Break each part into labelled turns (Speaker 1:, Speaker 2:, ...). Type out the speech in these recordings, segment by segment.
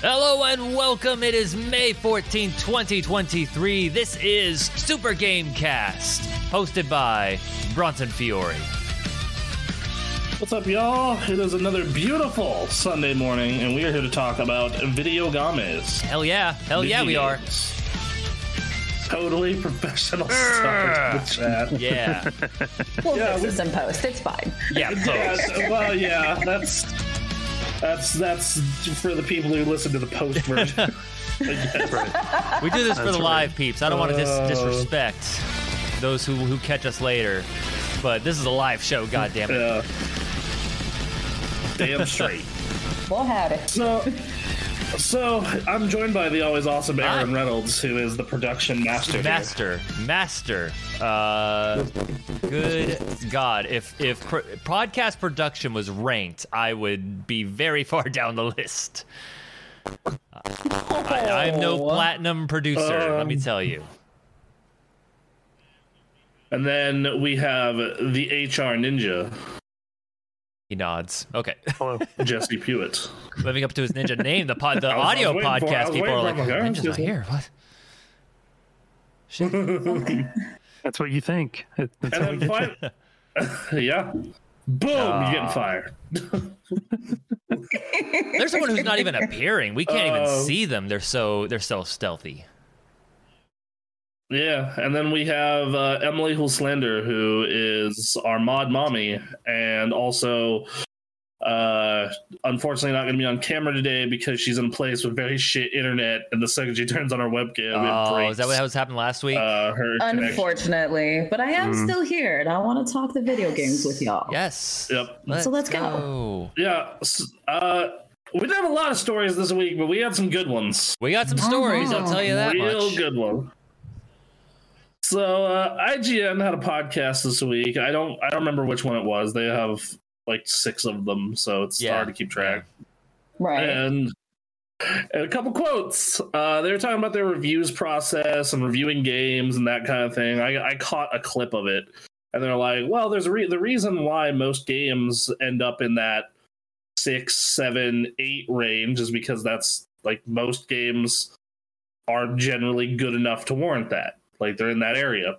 Speaker 1: Hello and welcome. It is May 14, 2023. This is Super Game Cast, hosted by Bronson Fiore.
Speaker 2: What's up, y'all? It is another beautiful Sunday morning, and we are here to talk about video games.
Speaker 1: Hell yeah. Hell yeah, we are.
Speaker 2: Totally professional stuff in the chat.
Speaker 1: Yeah.
Speaker 3: We'll
Speaker 2: Yeah,
Speaker 3: fix
Speaker 2: we-
Speaker 3: this in post. It's fine.
Speaker 1: Yeah, folks.
Speaker 2: Yes, well, yeah, that's that's that's for the people who listen to the post version.
Speaker 1: We do this for the live peeps. I don't want to dis-
Speaker 2: Oh.
Speaker 1: disrespect those who, who catch us later, but this is a live show, goddammit. it.
Speaker 2: Yeah. Damn straight.
Speaker 3: We'll have it.
Speaker 2: So, so I'm joined by the always awesome Aaron
Speaker 1: Hi.
Speaker 2: Reynolds, who is the production master. here.
Speaker 1: Master, master. Uh, good God! If if pro- podcast production was ranked, I would be very far down the list. I, I'm no
Speaker 2: Oh.
Speaker 1: platinum producer. let
Speaker 2: Um.
Speaker 1: me tell you.
Speaker 2: And then we have the HR ninja,
Speaker 1: He nods. Okay,
Speaker 2: Jesse Pewitt.
Speaker 1: living up to his ninja name. The pod, the
Speaker 2: was- I was
Speaker 1: audio
Speaker 2: waiting for it. I
Speaker 1: podcast
Speaker 2: was
Speaker 1: people
Speaker 2: waiting
Speaker 1: are
Speaker 2: for it.
Speaker 1: like,
Speaker 2: I'm like,
Speaker 1: ninja's
Speaker 2: "Aaron's
Speaker 1: not here. What?
Speaker 4: That's what you think. That- That's how
Speaker 2: And
Speaker 4: we
Speaker 2: then
Speaker 4: get you.
Speaker 2: fin- yeah. Boom, you're getting fired.
Speaker 1: There's someone who's not even appearing. We can't even
Speaker 2: Oh.
Speaker 1: see them. They're so they're so stealthy.
Speaker 2: Yeah. And then we have uh, Emily Hulslander, who is our mod mommy, and also uh unfortunately not gonna be on camera today because she's in a place with very shit internet and the second she turns on her webcam it
Speaker 1: Oh,
Speaker 2: breaks
Speaker 1: is that what was happening last week?
Speaker 2: uh her connection.
Speaker 3: Unfortunately, but I am
Speaker 4: Mm.
Speaker 3: still here, and I want to talk the video games with y'all.
Speaker 1: yes.
Speaker 2: Yep.
Speaker 3: So let's go.
Speaker 1: go.
Speaker 2: Yeah. s- Uh we did have a lot of stories this week, but we had some good ones.
Speaker 1: We got some stories, I'll tell you that
Speaker 2: Oh, Real
Speaker 1: much.
Speaker 2: good one. So uh, IGN had a podcast this week. I don't I don't remember which one it was. They have like six of them, so it's
Speaker 1: Yeah.
Speaker 2: hard to keep track.
Speaker 3: Right.
Speaker 2: And, and a couple quotes. Uh, they were talking about their reviews process and reviewing games and that kind of thing. I, I caught a clip of it, and they're like, "Well, there's a re- the reason why most games end up in that six, seven, eight range is because that's like most games are generally good enough to warrant that. Like they're in that area."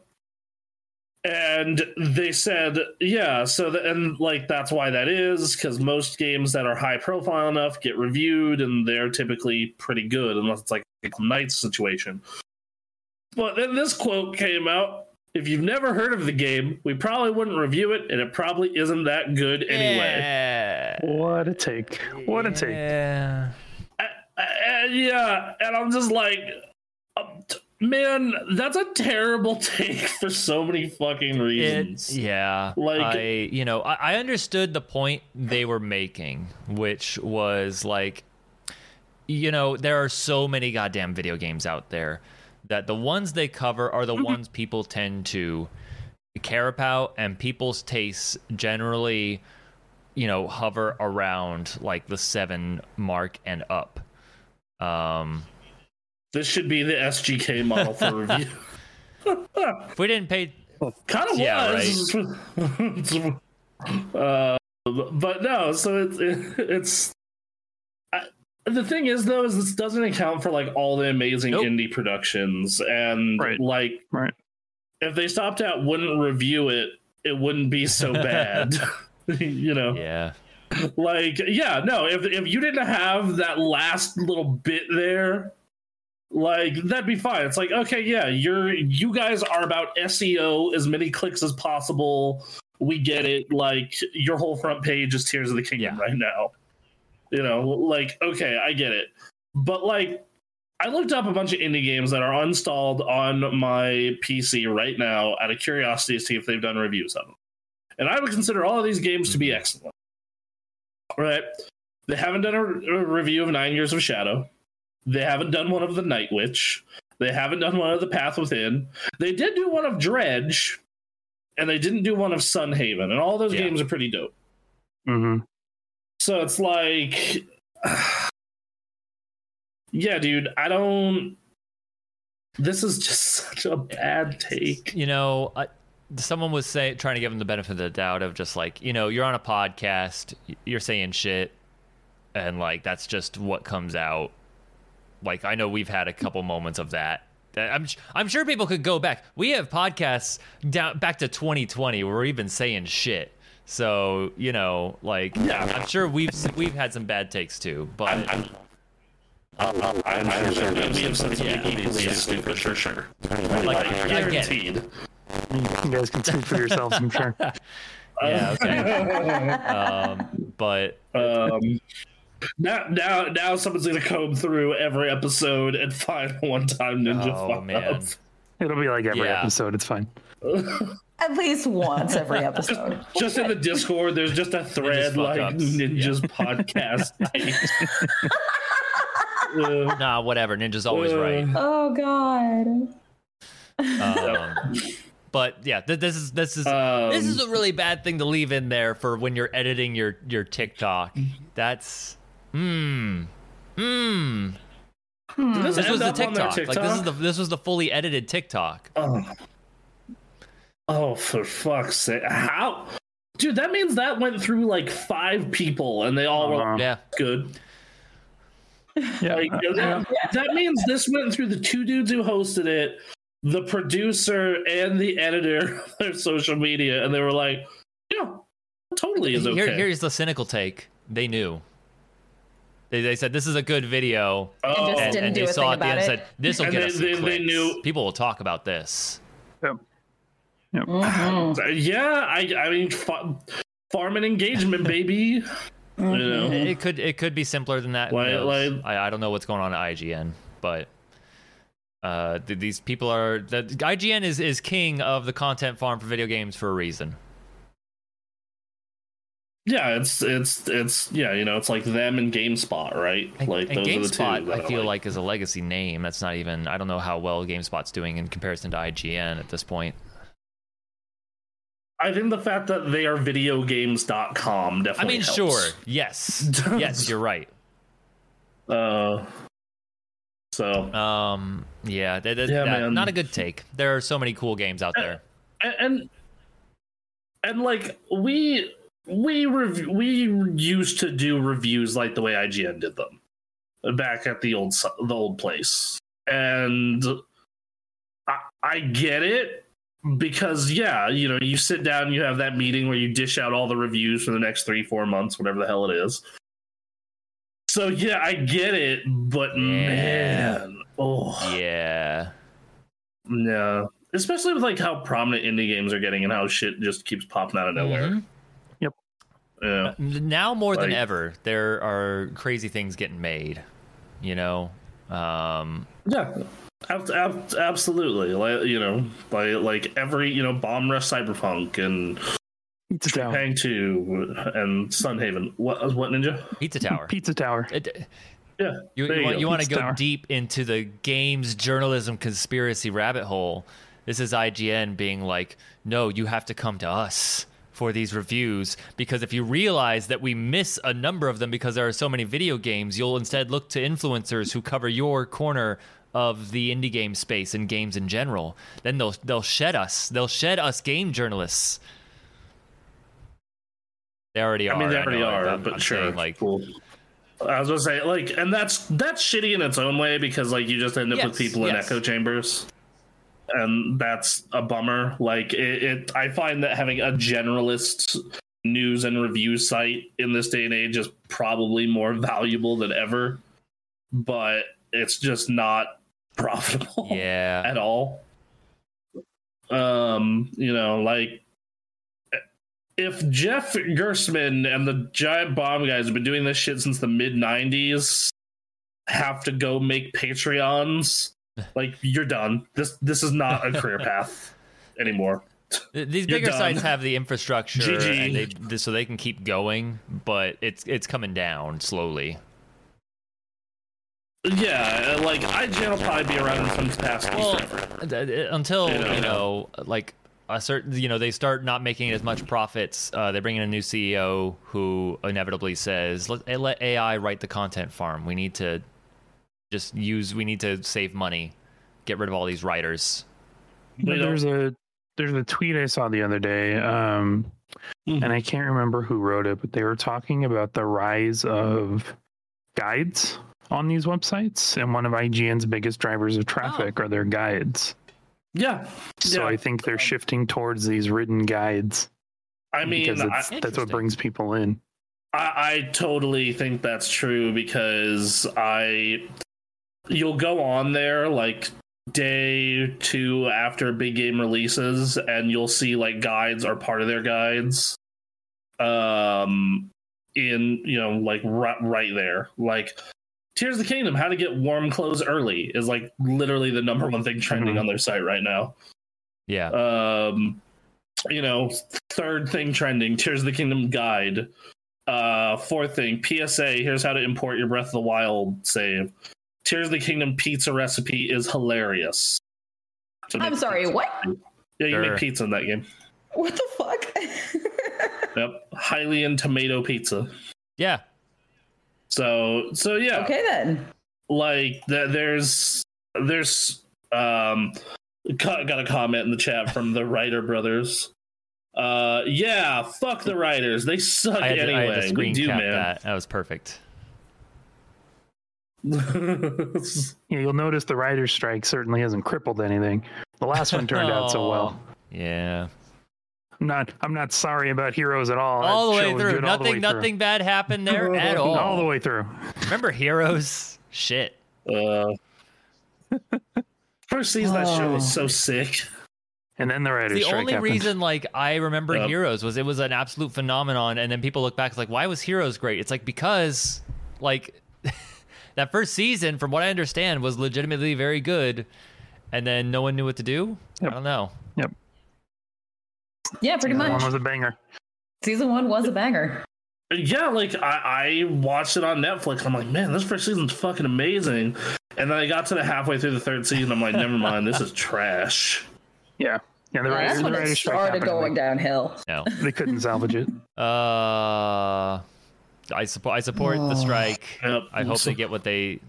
Speaker 2: and they said yeah so the, and like that's why that is because most games that are high profile enough get reviewed and they're typically pretty good unless it's like a knight situation but then this quote came out if you've never heard of the game we probably wouldn't review it and it probably isn't that good anyway
Speaker 1: Yeah.
Speaker 4: What a take. What a take.
Speaker 1: Yeah.
Speaker 2: And yeah and i'm just like um, t- man that's a terrible take for so many fucking
Speaker 1: It,
Speaker 2: reasons
Speaker 1: yeah.
Speaker 2: Like-
Speaker 1: I, you know, I, I understood the point they were making, which was like, you know, there are so many goddamn video games out there that the ones they cover are the
Speaker 2: Mm-hmm.
Speaker 1: ones people tend to care about, and people's tastes generally, you know, hover around like the seven mark and up. Um,
Speaker 2: this should be the sgk model for review
Speaker 1: if we didn't pay
Speaker 2: kind of
Speaker 1: Yeah,
Speaker 2: was. uh, but no, so it's it's. I, the thing is, though, is this doesn't account for like all the amazing
Speaker 1: Nope.
Speaker 2: indie productions, and
Speaker 4: Right.
Speaker 2: like
Speaker 4: Right.
Speaker 2: if they stopped at wouldn't review it, it wouldn't be so bad. you know,
Speaker 1: yeah
Speaker 2: like yeah, no, if if you didn't have that last little bit there, like that'd be fine it's like okay yeah you're you guys are about seo as many clicks as possible we get it like your whole front page is tears of the kingdom
Speaker 1: Yeah.
Speaker 2: right now you know like okay i get it but like i looked up a bunch of indie games that are installed on my pc right now out of curiosity to see if they've done reviews of them and i would consider all of these games to be excellent right they haven't done a, a review of nine years of shadow they haven't done one of the Night Witch. They haven't done one of the Path Within. They did do one of Dredge, and they didn't do one of Sunhaven. And all those
Speaker 1: Yeah.
Speaker 2: games are pretty dope.
Speaker 4: Mm-hmm.
Speaker 2: So it's like, yeah, dude, I don't. This is just such a bad take.
Speaker 1: you know I, someone was saying trying to give him the benefit of the doubt of just like you know you're on a podcast y- you're saying shit and like that's just what comes out Like I know we've had a couple moments of that. That- I'm I'm sure people could go back. We have podcasts down back to 2020 where we've been saying shit. So you know, like
Speaker 2: Yeah.
Speaker 1: I'm sure we've we've had some bad takes too. But
Speaker 2: I'm, I'm, I'm, I'm, I'm, I'm sure that we have said something
Speaker 1: Yeah.
Speaker 2: equally as stupid for sure.
Speaker 1: Like, I get it.
Speaker 2: guaranteed.
Speaker 4: Mm-hmm. You guys can see for yourselves, I'm sure.
Speaker 2: uh,
Speaker 1: yeah, okay. um, but
Speaker 2: Um, now, now, now, someone's gonna comb through every episode and find one time Ninja
Speaker 1: Oh,
Speaker 2: Five.
Speaker 1: man.
Speaker 4: It'll be like every
Speaker 1: Yeah.
Speaker 4: episode. It's fine.
Speaker 3: At least once every episode.
Speaker 2: Just in the Discord, there's just a
Speaker 1: Ninjas
Speaker 2: thread
Speaker 1: fuck
Speaker 2: like
Speaker 1: ups.
Speaker 2: Ninja's podcast. takes. Uh,
Speaker 1: nah, whatever. Ninja's always
Speaker 2: uh,
Speaker 1: right.
Speaker 3: Oh God.
Speaker 1: Um, but yeah, th- this is this is
Speaker 2: Uh, um,
Speaker 1: this is a really bad thing to leave in there for when you're editing your your TikTok. That's mmm. Mmm.
Speaker 2: Did this,
Speaker 1: This
Speaker 2: end
Speaker 1: was the
Speaker 2: up on their
Speaker 1: TikTok. Like this is the this was the fully edited TikTok.
Speaker 2: Oh. Oh, for fuck's sake. How? Dude, that means that went through like five people and they all were
Speaker 4: Uh-huh.
Speaker 1: Yeah.
Speaker 2: good.
Speaker 4: Yeah.
Speaker 2: Like, that, that means this went through the two dudes who hosted it, the producer, and the editor of their social media. And they were like, yeah, totally is okay.
Speaker 1: Here, here's the cynical take. They knew. They, they said this is a good video,
Speaker 2: oh,
Speaker 3: Just
Speaker 1: and,
Speaker 3: didn't
Speaker 1: and
Speaker 3: do
Speaker 1: they
Speaker 3: a
Speaker 1: saw
Speaker 3: thing
Speaker 1: at the end
Speaker 3: about it.
Speaker 1: said this will
Speaker 2: And
Speaker 1: get
Speaker 2: they-
Speaker 1: us some
Speaker 2: they- they
Speaker 1: clicks.
Speaker 2: knew-
Speaker 1: People will talk about this.
Speaker 4: Uh, Mm-hmm.
Speaker 3: Mhm.
Speaker 2: yeah, I, I mean, fa- farm and engagement, baby. you know?
Speaker 1: It could it could be simpler than that. Who
Speaker 2: Like-
Speaker 1: knows?
Speaker 2: like-
Speaker 1: I, I don't know what's going on at IGN, but uh, th- these people are that IGN is is king of the content farm for video games for a reason.
Speaker 2: Yeah, it's it's it's yeah, you know, it's like them and GameSpot, right?
Speaker 1: And,
Speaker 2: like
Speaker 1: and GameSpot,
Speaker 2: that
Speaker 1: I feel like is a legacy name. That's not even. I don't know how well GameSpot's doing in comparison to IGN at this point.
Speaker 2: I think the fact that they are videogames.com
Speaker 1: I
Speaker 2: definitely.
Speaker 1: mean,
Speaker 2: helps.
Speaker 1: sure, yes, yes, you're right.
Speaker 2: Uh, so
Speaker 1: Um, yeah, that, that-
Speaker 2: Yeah,
Speaker 1: that-
Speaker 2: man.
Speaker 1: not a good take. There are so many cool games out there.
Speaker 2: and and, and like we we rev- we used to do reviews like the way IGN did them back at the old s- the old place, and I, I get it because yeah, you know, you sit down, you have that meeting where you dish out all the reviews for the next three four months, whatever the hell it is. So yeah, I get it, but man, oh
Speaker 1: Yeah,
Speaker 2: no. Especially with like how prominent indie games are getting and how shit just keeps popping out of nowhere.
Speaker 1: Mhm.
Speaker 2: Yeah.
Speaker 1: now more than
Speaker 2: Like-
Speaker 1: ever, there are crazy things getting made. You know, um,
Speaker 2: Yeah. Ab- ab- absolutely. Like you know, like like every, you know, Bomb Rush Cyberpunk and
Speaker 4: Pizza Tower.
Speaker 2: Pang 2 and Sunhaven. What what ninja?
Speaker 1: Pizza Tower.
Speaker 4: Pizza Tower.
Speaker 1: It-
Speaker 2: Yeah.
Speaker 1: you,
Speaker 2: There
Speaker 1: you,
Speaker 2: you
Speaker 1: want,
Speaker 2: go.
Speaker 1: you want to
Speaker 4: Pizza
Speaker 1: go
Speaker 4: Tower.
Speaker 1: deep into the games journalism conspiracy rabbit hole. This is IGN being like, no, you have to come to us for these reviews because if you realize that we miss a number of them because there are so many video games, you'll instead look to influencers who cover your corner of the indie game space and games in general. Then they'll they'll shed us. They'll shed us game journalists. They already are.
Speaker 2: I mean they already
Speaker 1: know,
Speaker 2: are,
Speaker 1: I'm-
Speaker 2: but
Speaker 1: I'm
Speaker 2: sure.
Speaker 1: saying, like
Speaker 2: cool. I was gonna say, like, and that's that's shitty in its own way because like you just end up
Speaker 1: Yes,
Speaker 2: with people in
Speaker 1: yes.
Speaker 2: echo chambers, and that's a bummer. Like, it, it I find that having a generalist news and review site in this day and age is probably more valuable than ever, but it's just not profitable
Speaker 1: yeah.
Speaker 2: at all. Um, you know, like if Jeff Gersman and the Giant Bomb guys have been doing this shit since the mid '90s, have to go make Patreons. Like you're done. This this is not a career path anymore.
Speaker 1: Th- These
Speaker 2: You're
Speaker 1: bigger
Speaker 2: done.
Speaker 1: sites have the infrastructure,
Speaker 2: GG.
Speaker 1: and they, th- so they can keep going, but it's it's coming down slowly.
Speaker 2: Yeah, and, like IGN will probably be around in some capacity
Speaker 1: Well,
Speaker 2: forever.
Speaker 1: th- th- until
Speaker 2: Yeah.
Speaker 1: you know, like a certain, you know, they start not making as much profits. Uh, they bring in a new CEO who inevitably says, "Let eh, let AI write the content farm. We need to just use. We need to save money, get rid of all these writers."
Speaker 2: They don't-
Speaker 4: there's a there's a tweet I saw the other day, um,
Speaker 2: Mhm.
Speaker 4: and I can't remember who wrote it, but they were talking about the rise of guides on these websites, and one of IGN's biggest drivers of traffic are their guides.
Speaker 2: Yeah.
Speaker 4: So
Speaker 2: Oh. Yeah.
Speaker 4: I think they're shifting towards these written guides
Speaker 2: I mean,
Speaker 4: because
Speaker 2: I,
Speaker 4: it's, that's what
Speaker 1: Interesting.
Speaker 4: brings people in.
Speaker 2: I, I totally think that's true because I you'll go on there like day two after big game releases and you'll see like guides are part of their guides um in you know like right, right there like tears of the kingdom how to get warm clothes early is like literally the number one thing trending
Speaker 4: Mhm.
Speaker 2: on their site right now
Speaker 1: Yeah.
Speaker 2: um you know third thing trending tears of the kingdom guide uh fourth thing psa here's how to import your breath of the wild save tears of the kingdom pizza recipe is hilarious To
Speaker 3: I'm
Speaker 2: make
Speaker 3: sorry,
Speaker 2: pizza.
Speaker 3: what?
Speaker 2: yeah you
Speaker 1: Sure.
Speaker 2: make pizza in that game
Speaker 3: What the fuck?
Speaker 2: yep highly in tomato pizza
Speaker 1: yeah.
Speaker 2: so so yeah
Speaker 3: okay then.
Speaker 2: like th- there's there's um co- got a comment in the chat from the writer brothers uh yeah fuck the writers they suck
Speaker 1: I had, to,
Speaker 2: anyway
Speaker 1: I had to
Speaker 2: we
Speaker 1: screen
Speaker 2: do
Speaker 1: cap
Speaker 2: man
Speaker 1: that. That was perfect.
Speaker 4: Yeah, you'll notice the writer's strike certainly hasn't crippled anything. The last one turned out so well.
Speaker 1: Oh. Yeah.
Speaker 4: I'm not I'm not sorry about Heroes at all. That
Speaker 1: all the
Speaker 4: show
Speaker 1: way
Speaker 4: was
Speaker 1: through.
Speaker 4: good all the
Speaker 1: Nothing
Speaker 4: way through.
Speaker 1: nothing bad happened there at all.
Speaker 4: all the way through.
Speaker 1: Remember Heroes? Shit.
Speaker 2: uh First season that show was so sick.
Speaker 4: And then the writer's
Speaker 1: The
Speaker 4: strike
Speaker 1: only
Speaker 4: happened.
Speaker 1: reason like I remember
Speaker 2: Yep.
Speaker 1: Heroes was it was an absolute phenomenon and then people look back it's like why was Heroes great? It's like because like that first season from what I understand was legitimately very good and then no one knew what to do.
Speaker 4: Yep.
Speaker 1: I don't know.
Speaker 3: Yeah, pretty
Speaker 4: That one
Speaker 3: much.
Speaker 4: was a banger.
Speaker 3: Season one was a banger.
Speaker 2: Yeah, like I, I watched it on Netflix. I'm like, man, this first season's fucking amazing. And then I got to the halfway through the third season. I'm like, never mind, this is trash.
Speaker 4: Yeah. Yeah, the,
Speaker 3: Yeah,
Speaker 4: writer,
Speaker 3: that's
Speaker 4: the
Speaker 3: when it
Speaker 4: writer's strike
Speaker 3: started
Speaker 4: happened.
Speaker 3: going downhill.
Speaker 1: No.
Speaker 4: They couldn't salvage it.
Speaker 1: Uh I support I support the
Speaker 3: Oh.
Speaker 1: strike.
Speaker 2: Yep.
Speaker 1: I hope they get what they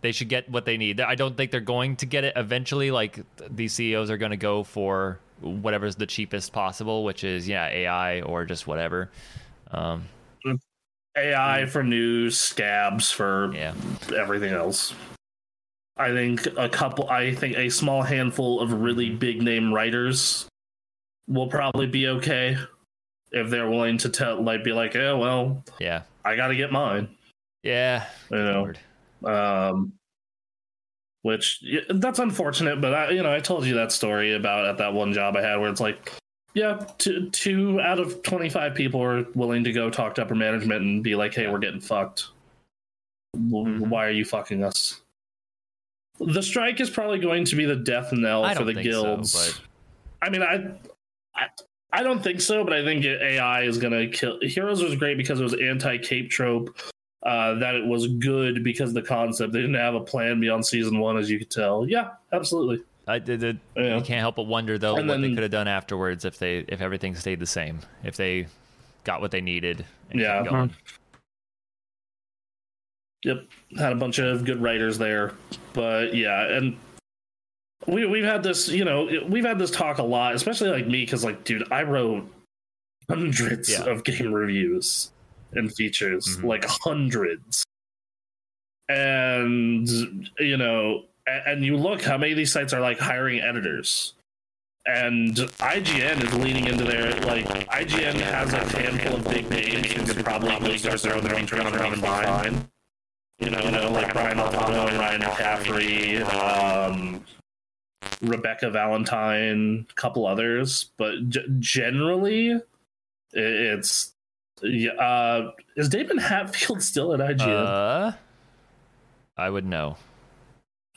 Speaker 1: they should get what they need. I don't think they're going to get it eventually. Like th- these CEOs are going to go for whatever's the cheapest possible, which is yeah AI or just whatever. Um,
Speaker 2: AI for news, scabs for
Speaker 1: yeah,
Speaker 2: everything else. I think a couple, I think a small handful of really big name writers will probably be okay if they're willing to tell, like, be like, yeah, well,
Speaker 1: yeah,
Speaker 2: I got to get mine,
Speaker 1: yeah.
Speaker 2: you know.
Speaker 1: Lord.
Speaker 2: Um, which yeah, that's unfortunate, but I, you know, I told you that story about at that one job I had where it's like, yeah, two, two out of 25 people are willing to go talk to upper management and be like, hey, we're getting fucked. W-
Speaker 4: Mhm.
Speaker 2: Why are you fucking us? The strike is probably going to be the death knell
Speaker 1: I
Speaker 2: for
Speaker 1: don't
Speaker 2: the
Speaker 1: think
Speaker 2: guilds.
Speaker 1: so,
Speaker 2: I mean, I, I, I don't think so, but I think AI is gonna kill. Heroes was great because it was anti cape trope. Uh, that it was good because of the concept. They didn't have a plan beyond season one, as you could tell. Yeah, absolutely.
Speaker 1: but I did. did-
Speaker 2: Yeah.
Speaker 1: You can't help but wonder though
Speaker 2: And
Speaker 1: what they
Speaker 2: then-
Speaker 1: could have done afterwards if they if everything stayed the same, if they got what they needed. And
Speaker 2: Yeah.
Speaker 1: kept going.
Speaker 2: Yep, had a bunch of good writers there, but yeah, and we we've had this, you know, we've had this talk a lot, especially like me, because like, dude, I wrote hundreds
Speaker 1: Yeah.
Speaker 2: of game reviews and features,
Speaker 1: Mhm.
Speaker 2: like hundreds, and you know, a- and you look how many of these sites are like hiring editors. And IGN is leaning into their like IGN has a handful of big names who could probably start their own feature and fine you know, you know like Brian Alfano and Ryan McCaffrey, um, Rebecca Valentine, a couple others, but g- generally, i- it's yeah. Uh, is Damon Hatfield still at IGN?
Speaker 1: Uh, I would know.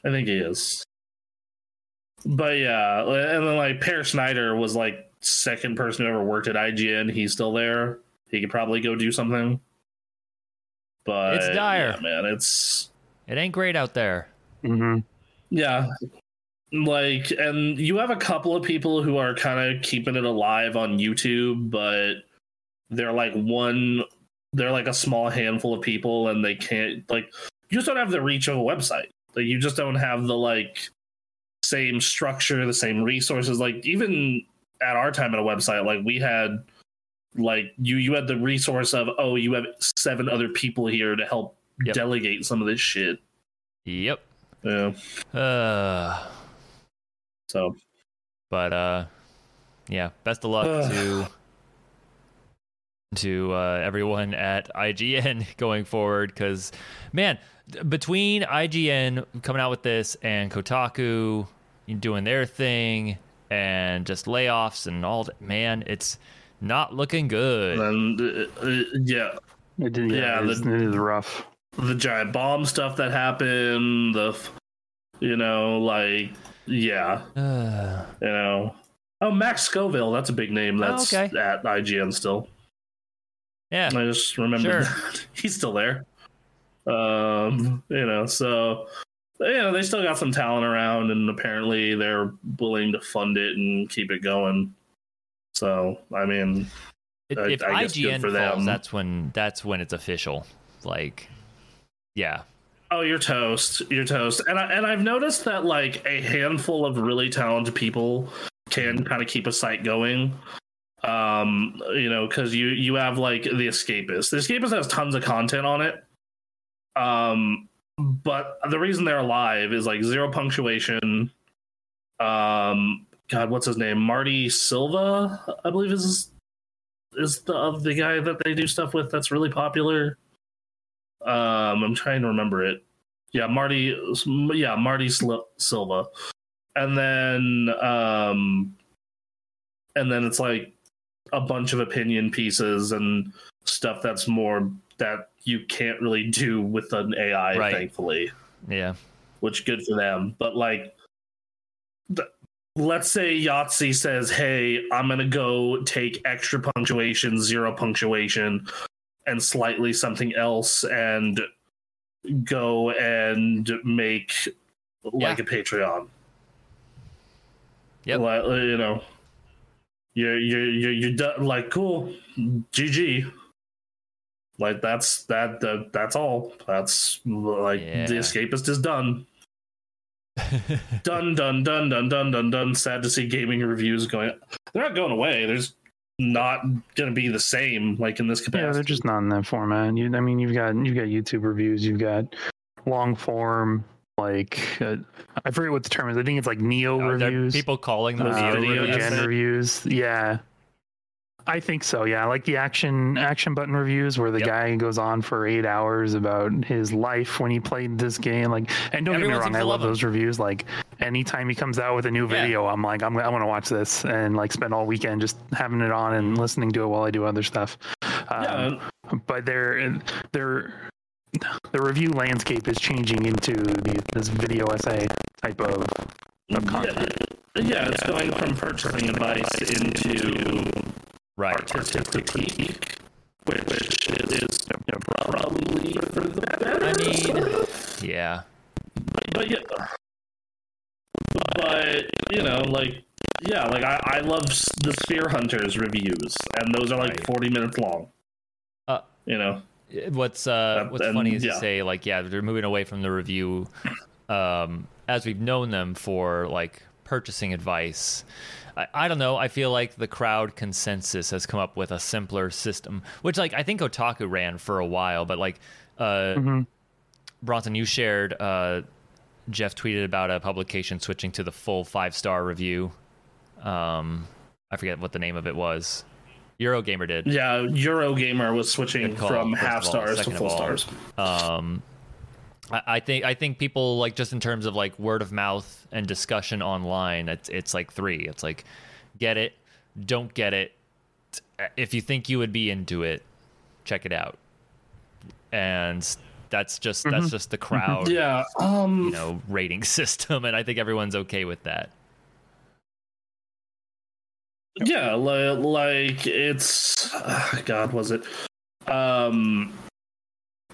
Speaker 2: I think he is. But yeah, and then like Per Schneider was like second person who ever worked at IGN. He's still there. He could probably go do something. But
Speaker 1: It's dire.
Speaker 2: yeah, man. It's
Speaker 1: It ain't great out there.
Speaker 4: Mm-hmm.
Speaker 2: Yeah. Like, and you have a couple of people who are kind of keeping it alive on YouTube, but they're like one, they're like a small handful of people, and they can't, like, you just don't have the reach of a website. Like, you just don't have the, like, same structure, the same resources. Like, even at our time at a website, like, we had, like, you, you had the resource of, oh, you have seven other people here to help
Speaker 1: Yep.
Speaker 2: delegate some of this shit.
Speaker 1: Yep.
Speaker 2: Yeah.
Speaker 1: Uh,
Speaker 2: So
Speaker 1: but uh, yeah. Best of luck
Speaker 2: Ugh.
Speaker 1: to to uh, everyone at IGN going forward, because man, th- between IGN coming out with this and Kotaku doing their thing and just layoffs and all that, man, it's not looking good.
Speaker 2: and uh, uh, yeah,
Speaker 4: It did,
Speaker 2: Yeah,
Speaker 4: yeah, it
Speaker 2: the-
Speaker 4: is- it is rough.
Speaker 2: the giant bomb stuff that happened. The f- you know like yeah
Speaker 1: Uh,
Speaker 2: you know. Oh, Max Scoville, that's a big name. That's
Speaker 1: Oh, okay.
Speaker 2: at IGN still.
Speaker 1: yeah.
Speaker 2: I just remembered that. he's still there. Um, you know, so you know, they still got some talent around and apparently they're willing to fund it and keep it going. So, I mean,
Speaker 1: If,
Speaker 2: I-
Speaker 1: if
Speaker 2: I guess good
Speaker 1: IGN
Speaker 2: for them.
Speaker 1: falls, that's when that's when it's official. Like, yeah,
Speaker 2: oh, you're toast. You're toast. And I, and I've noticed that like a handful of really talented people can kind of keep a site going. Um, you know, because you you have like the Escapist. The Escapist has tons of content on it. Um, but the reason they're alive is like zero punctuation. Um, God, what's his name? Marty Silva, I believe is is the of the guy that they do stuff with that's really popular. Um, I'm trying to remember it. Yeah, Marty. Yeah, Marty Sil- Silva, and then um, and then it's like a bunch of opinion pieces and stuff that's more that you can't really do with an AI,
Speaker 1: Right.
Speaker 2: thankfully
Speaker 1: yeah,
Speaker 2: which good for them. But like, th- let's say Yahtzee says, "Hey, I'm gonna go take extra punctuation, zero punctuation, and slightly something else, and go and make like
Speaker 1: Yeah.
Speaker 2: a Patreon."
Speaker 1: Yep.
Speaker 2: Like, you know, you're you're you're you're done, like cool, GG. Like that's that, that that's all. That's like
Speaker 1: Yeah.
Speaker 2: the escapist is done. dun dun dun dun dun dun dun. Sad to see gaming reviews going. They're not going away. They're just not going to be the same like in this
Speaker 4: Yeah,
Speaker 2: capacity.
Speaker 4: they're just not in that format. You, I mean, you've got you've got YouTube reviews, you've got long form, like uh, I forget what the term is. I think it's like neo
Speaker 1: Are there
Speaker 4: reviews,
Speaker 1: people calling them
Speaker 2: Those
Speaker 4: uh,
Speaker 1: video
Speaker 2: videos.
Speaker 1: games?
Speaker 4: gen reviews. Yeah, I think so. Yeah, like the action action button reviews, where the
Speaker 1: Yep.
Speaker 4: guy goes on for eight hours about his life when he played this game. Like, and don't
Speaker 1: Everyone
Speaker 4: get me
Speaker 1: seems
Speaker 4: wrong, I
Speaker 1: to
Speaker 4: love
Speaker 1: love 'em.
Speaker 4: those reviews. Like, anytime he comes out with a new
Speaker 1: Yeah.
Speaker 4: video, I'm like, I'm I want to watch this and like spend all weekend just having it on and listening to it while I do other stuff. Um,
Speaker 2: Yeah,
Speaker 4: but their their the review landscape is changing into the, this video essay type of of
Speaker 2: yeah,
Speaker 4: content.
Speaker 2: yeah, it's going from purchasing advice into
Speaker 1: Right.
Speaker 2: artistic critique, which is probably for the better.
Speaker 1: I mean, yeah,
Speaker 2: but yeah, but you know, like yeah, like I, I love s- the Sphere Hunters reviews, and those are like
Speaker 1: Right.
Speaker 2: forty minutes long.
Speaker 1: Uh,
Speaker 2: you know,
Speaker 1: what's uh,
Speaker 2: Uh,
Speaker 1: what's
Speaker 2: and-
Speaker 1: funny is
Speaker 2: yeah.
Speaker 1: to say like yeah they're moving away from the review um as we've known them for like purchasing advice I, I don't know i feel like the crowd consensus has come up with a simpler system which like i think otaku ran for a while but like uh bronson you shared uh jeff tweeted about a publication switching to the full five star review um i forget what the name of it was eurogamer did
Speaker 2: Yeah, Eurogamer was switching
Speaker 1: Good call,
Speaker 2: from
Speaker 1: first
Speaker 2: half
Speaker 1: of all.
Speaker 2: stars to
Speaker 1: Second of
Speaker 2: full
Speaker 1: all,
Speaker 2: stars.
Speaker 1: um I, I think I think people like just in terms of like word of mouth and discussion online it's it's like three it's like get it don't get it if you think you would be into it check it out and that's just that's just the crowd
Speaker 2: Yeah, um,
Speaker 1: you know rating system and I think everyone's okay with that
Speaker 2: yeah, li- like it's ah, God, was it? Um,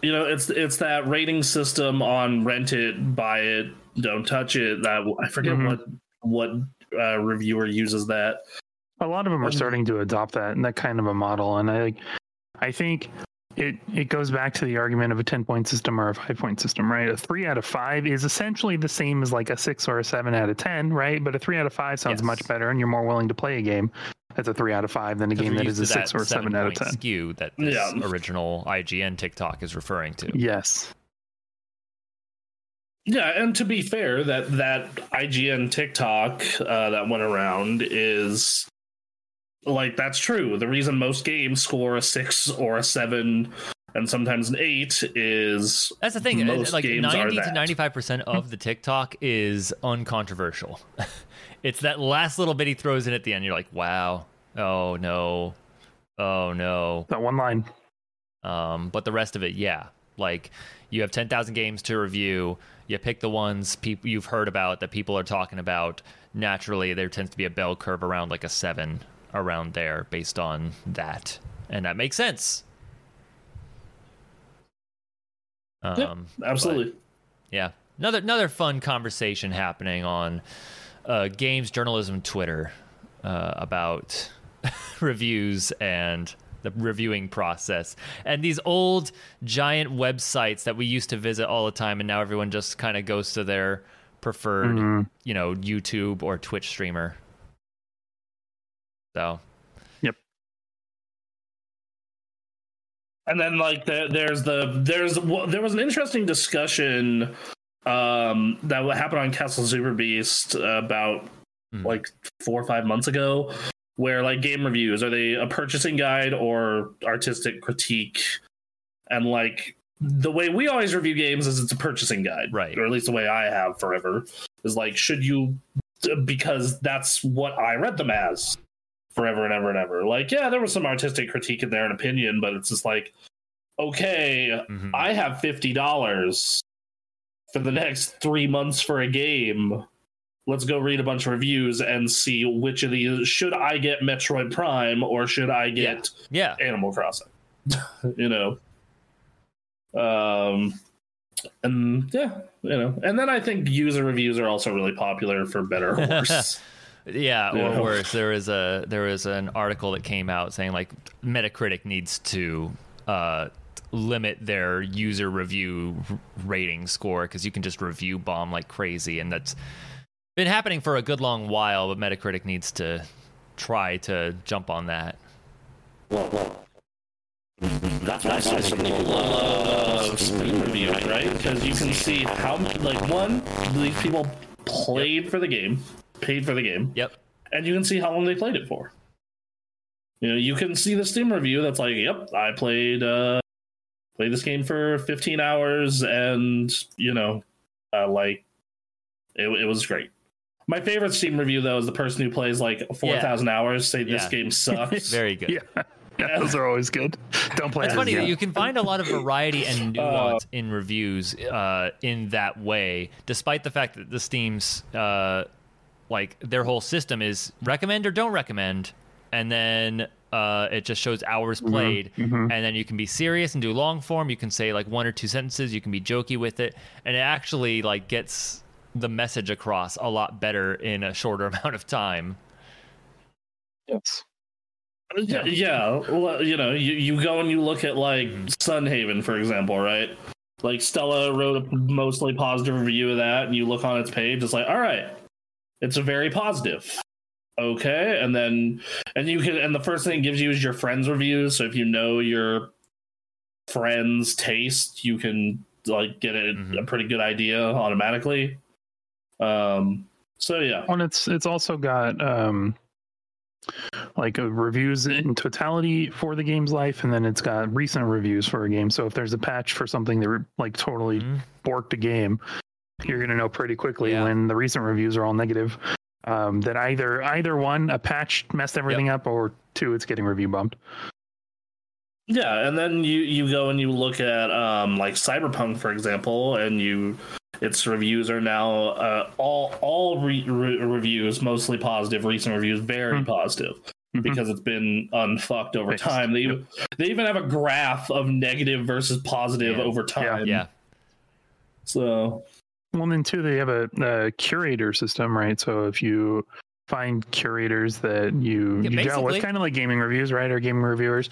Speaker 2: you know, it's it's that rating system on rent it, buy it, don't touch it. That I forget
Speaker 4: Mhm.
Speaker 2: what what uh, reviewer uses that.
Speaker 4: A lot of them are
Speaker 2: Mhm.
Speaker 4: starting to adopt that and that kind of a model, and I like I think it it goes back to the argument of a ten point system or a five point system, right? A three out of five is essentially the same as like a six or a seven out of ten, right? But a three out of five sounds
Speaker 1: Yes.
Speaker 4: much better, and you're more willing to play a game. that's a three out of five than a
Speaker 1: 'Cause
Speaker 4: game
Speaker 1: we're
Speaker 4: that
Speaker 1: used
Speaker 4: is a
Speaker 1: to
Speaker 4: six or a seven out
Speaker 1: seven-point
Speaker 4: of ten.
Speaker 1: Skew that this
Speaker 2: Yeah.
Speaker 1: original IGN TikTok is referring to.
Speaker 4: Yes.
Speaker 2: Yeah, and to be fair, that that IGN TikTok uh, that went around is like that's true. The reason most games score a six or a seven, and sometimes an eight, is
Speaker 1: That's the thing.
Speaker 2: Most
Speaker 1: like
Speaker 2: games are
Speaker 1: ninety to
Speaker 2: that.
Speaker 1: ninety-five percent of the TikTok is uncontroversial. it's that last little bit he throws in at the end. You're like, wow, oh no, oh no.
Speaker 4: That one line.
Speaker 1: Um, but the rest of it, yeah. Like you have ten thousand games to review. You pick the ones people you've heard about that people are talking about. Naturally, there tends to be a bell curve around like a seven around there based on that, and that makes sense. Um,
Speaker 2: Yep, absolutely
Speaker 1: yeah. Another another fun conversation happening on uh, games journalism Twitter uh, about reviews and the reviewing process and these old giant websites that we used to visit all the time and now everyone just kind of goes to their preferred
Speaker 4: Mhm.
Speaker 1: you know YouTube or Twitch streamer. So
Speaker 2: and then like there, there's the there's well, there was an interesting discussion um that would happen on castle super beast about
Speaker 1: Mm.
Speaker 2: like four or five months ago where like game reviews are they a purchasing guide or artistic critique and like the way we always review games is it's a purchasing guide
Speaker 1: Right.
Speaker 2: or at least the way i have forever is like should you because that's what i read them as forever and ever and ever like yeah there was some artistic critique in there and opinion but it's just like okay
Speaker 1: mhm.
Speaker 2: I have fifty dollars for the next three months for a game. Let's go read a bunch of reviews and see which of these should I get Metroid Prime or should I get
Speaker 1: yeah.
Speaker 2: Animal Crossing? you know. Um and yeah, you know. And then I think user reviews are also really popular for better or worse.
Speaker 1: Yeah, or
Speaker 2: Yeah.
Speaker 1: worse. There is a there is an article that came out saying like Metacritic needs to uh, limit their user review r- rating score because you can just review bomb like crazy, and that's been happening for a good long while. But Metacritic needs to try to jump on that.
Speaker 2: That's why so many people love Steam reviewing, right? Because you can see how, like, one, these people played for the game, paid for the game,
Speaker 1: Yep.
Speaker 2: and you can see how long they played it for. You know, you can see the Steam review that's like, "Yep, I played uh, played this game for 15 hours, and you know, uh, like, it, it was great." My favorite Steam review though is the person who plays like 4,000 hours say this
Speaker 1: Yeah.
Speaker 2: game sucks.
Speaker 1: Very good.
Speaker 4: Yeah. Those are always good. Don't play
Speaker 1: It's
Speaker 4: this
Speaker 1: funny
Speaker 4: game.
Speaker 1: that you can find a lot of variety and nuance in reviews uh, in that way, despite the fact that the Steam's uh, like their whole system is recommend or don't recommend, and then uh, it just shows hours played,
Speaker 4: Mm-hmm.
Speaker 1: and then you can be serious and do long form. You can say like one or two sentences. You can be jokey with it, and it actually like gets the message across a lot better in a shorter amount of time.
Speaker 4: Yes.
Speaker 2: Yeah, yeah. Well, you know, you, you go and you look at like Sunhaven, for example, right? Like Stella wrote a mostly positive review of that, and you look on its page, it's like, all right, it's a very positive. Okay, and then and you can and the first thing it gives you is your friends' reviews. So if you know your friends' taste, you can like get a, a
Speaker 1: Mhm.
Speaker 2: pretty good idea automatically. Um. So yeah,
Speaker 4: And it's it's also got um like uh, reviews in totality for the game's life, and then it's got recent reviews for a game. So if there's a patch for something that like totally
Speaker 1: Mhm.
Speaker 4: borked a game, you're gonna know pretty quickly
Speaker 1: Yeah.
Speaker 4: when the recent reviews are all negative. Um, that either either one a patch messed everything up, or two it's getting review bumped.
Speaker 2: Yeah, and then you you go and you look at um like Cyberpunk for example, and you its reviews are now uh, all all re- re- reviews mostly positive, recent reviews very
Speaker 4: Hmm.
Speaker 2: positive
Speaker 4: Mhm.
Speaker 2: because it's been unfucked over
Speaker 4: Fixed.
Speaker 2: time. They they even have a graph of negative versus positive
Speaker 1: Yeah.
Speaker 2: over time.
Speaker 1: Yeah,
Speaker 2: So
Speaker 4: Well, then too, they have a, a curator system, right? So if you find curators that you,
Speaker 1: Yeah,
Speaker 4: you gel
Speaker 1: basically.
Speaker 4: with, kind of like gaming reviews, right, or gaming reviewers,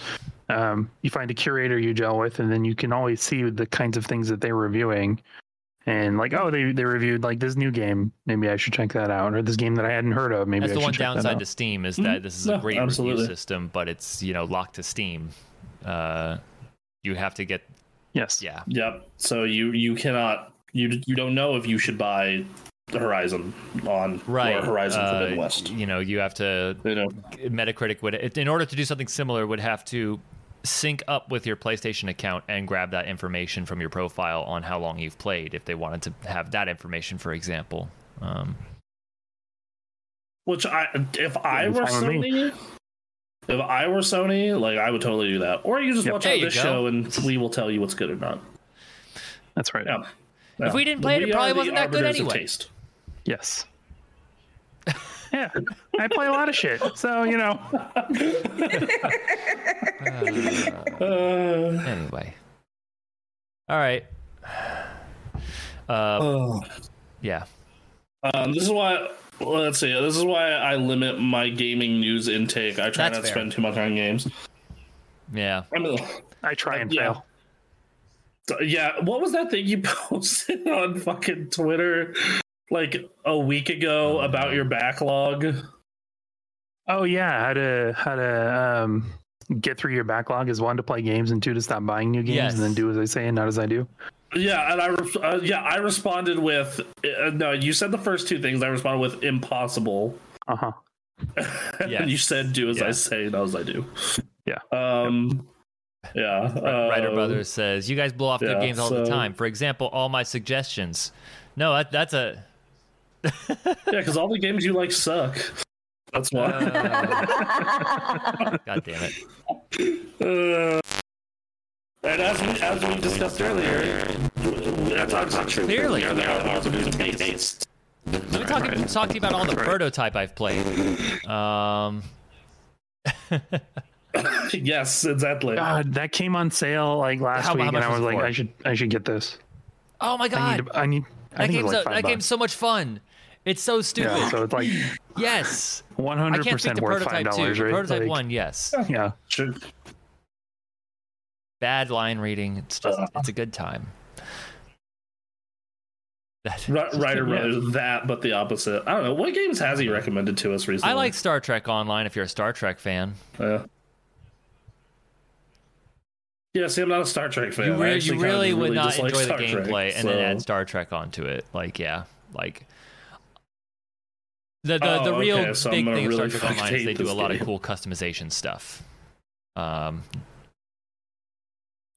Speaker 4: um, you find a curator you gel with, and then you can always see the kinds of things that they're reviewing, and like oh they they reviewed like this new game maybe I should check that out or this game that I hadn't heard of maybe
Speaker 1: That's
Speaker 4: I
Speaker 1: the
Speaker 4: should
Speaker 1: one
Speaker 4: check that
Speaker 1: downside
Speaker 4: out.
Speaker 1: to Steam is
Speaker 2: Mhm.
Speaker 1: that this is a
Speaker 2: No,
Speaker 1: great
Speaker 2: absolutely.
Speaker 1: review system, but it's you know locked to Steam. Uh, you have to get
Speaker 4: yes
Speaker 1: yeah.
Speaker 2: Yep. So you you cannot you you don't know if you should buy the Horizon on
Speaker 1: Right,
Speaker 2: or Horizon
Speaker 1: uh,
Speaker 2: Forbidden West.
Speaker 1: You know, you have to
Speaker 2: You know,
Speaker 1: Metacritic would, in order to do something similar, would have to sync up with your PlayStation account and grab that information from your profile on how long you've played, if they wanted to have that information, for example. Um,
Speaker 2: which I if I
Speaker 4: Yeah,
Speaker 2: were
Speaker 4: fine with me.
Speaker 2: Sony, if I were Sony, like I would totally do that. Or you just
Speaker 4: Yep.
Speaker 2: watch
Speaker 1: There
Speaker 2: out
Speaker 1: you
Speaker 2: this
Speaker 1: go.
Speaker 2: show and we will tell you what's good or not.
Speaker 4: that's right
Speaker 2: Yeah.
Speaker 1: If we didn't play it, it
Speaker 2: We are
Speaker 1: probably
Speaker 2: the
Speaker 1: wasn't that good
Speaker 2: arbiters of
Speaker 1: anyway.
Speaker 2: Taste.
Speaker 4: yes yeah I play a lot of shit so you know
Speaker 2: Uh,
Speaker 1: anyway, all right. Uh,
Speaker 2: oh.
Speaker 1: yeah.
Speaker 2: Um, this is why. well, let's see. This is why I limit my gaming news intake. I try
Speaker 1: That's
Speaker 2: not to
Speaker 1: fair.
Speaker 2: spend too much on games.
Speaker 1: Yeah.
Speaker 2: I mean,
Speaker 4: I try and
Speaker 2: Yeah.
Speaker 4: fail
Speaker 2: yeah. What was that thing you posted on fucking Twitter like a week ago about your backlog?
Speaker 4: oh yeah how to how to um get through your backlog is one to play games and two to stop buying new games
Speaker 1: Yes.
Speaker 4: and then do as I say and not as I do
Speaker 2: Yeah, and I re- uh, yeah I responded with uh, no. You said the first two things. I responded with impossible.
Speaker 4: uh huh
Speaker 1: Yes.
Speaker 2: and you said do as
Speaker 1: Yeah.
Speaker 2: I say, not as I do.
Speaker 4: Yeah.
Speaker 2: Um. Yeah.
Speaker 1: Writer
Speaker 2: um,
Speaker 1: Brothers says, "You guys blow off good
Speaker 2: yeah,
Speaker 1: games all the
Speaker 2: so-
Speaker 1: time. For example, all my suggestions. No, that, that's a
Speaker 2: Yeah, because all the games you like suck. That's why.
Speaker 1: god damn it.
Speaker 2: Uh, and as we, as we discussed earlier, that's actually
Speaker 1: Clearly.
Speaker 2: Yeah, there are also different tastes.
Speaker 1: Let me talk, talk to you about all the prototype I've played. Um,
Speaker 2: yes, exactly.
Speaker 4: God, Uh, that came on sale like last
Speaker 1: How- how
Speaker 4: week, and
Speaker 1: much
Speaker 4: I
Speaker 1: was
Speaker 4: was
Speaker 1: it
Speaker 4: like,
Speaker 1: for?
Speaker 4: I should, I should get this.
Speaker 1: oh my
Speaker 4: I
Speaker 1: god,
Speaker 4: need, to, I need. I
Speaker 1: that
Speaker 4: think it
Speaker 1: game's
Speaker 4: was
Speaker 1: so,
Speaker 4: like
Speaker 1: that
Speaker 4: five
Speaker 1: game's
Speaker 4: bucks.
Speaker 1: so much fun. It's so stupid.
Speaker 4: Yeah, so it's like
Speaker 1: Yes,
Speaker 4: one
Speaker 1: I
Speaker 4: hundred
Speaker 1: can't speak
Speaker 4: percent
Speaker 1: to
Speaker 4: worth five
Speaker 1: prototype two.
Speaker 4: dollars, right?
Speaker 1: Prototype
Speaker 4: Like,
Speaker 1: one, yes.
Speaker 4: Yeah,
Speaker 2: Sure.
Speaker 1: Bad line reading. It's just it's a good time. That-
Speaker 2: Ri- Ryder
Speaker 4: Yeah.
Speaker 2: Brothers, that, but the opposite. I don't know. What games has he recommended to us recently?
Speaker 1: I like Star Trek Online. If you're a Star Trek fan,
Speaker 2: Oh, Yeah. yeah, see, I'm not a Star Trek fan.
Speaker 1: you,
Speaker 2: I
Speaker 1: re-
Speaker 2: actually
Speaker 1: you
Speaker 2: kinda
Speaker 1: really
Speaker 2: just
Speaker 1: would not
Speaker 2: dislike
Speaker 1: enjoy the
Speaker 2: Star Trek,
Speaker 1: gameplay and then
Speaker 2: so-
Speaker 1: add Star Trek onto it. Like, yeah, like the the,
Speaker 2: Oh,
Speaker 1: the real
Speaker 2: okay, so I'm
Speaker 1: big
Speaker 2: gonna
Speaker 1: thing of Star
Speaker 2: really
Speaker 1: Trek Online is
Speaker 2: hate
Speaker 1: they do a
Speaker 2: this
Speaker 1: lot of
Speaker 2: game.
Speaker 1: cool customization stuff. Um,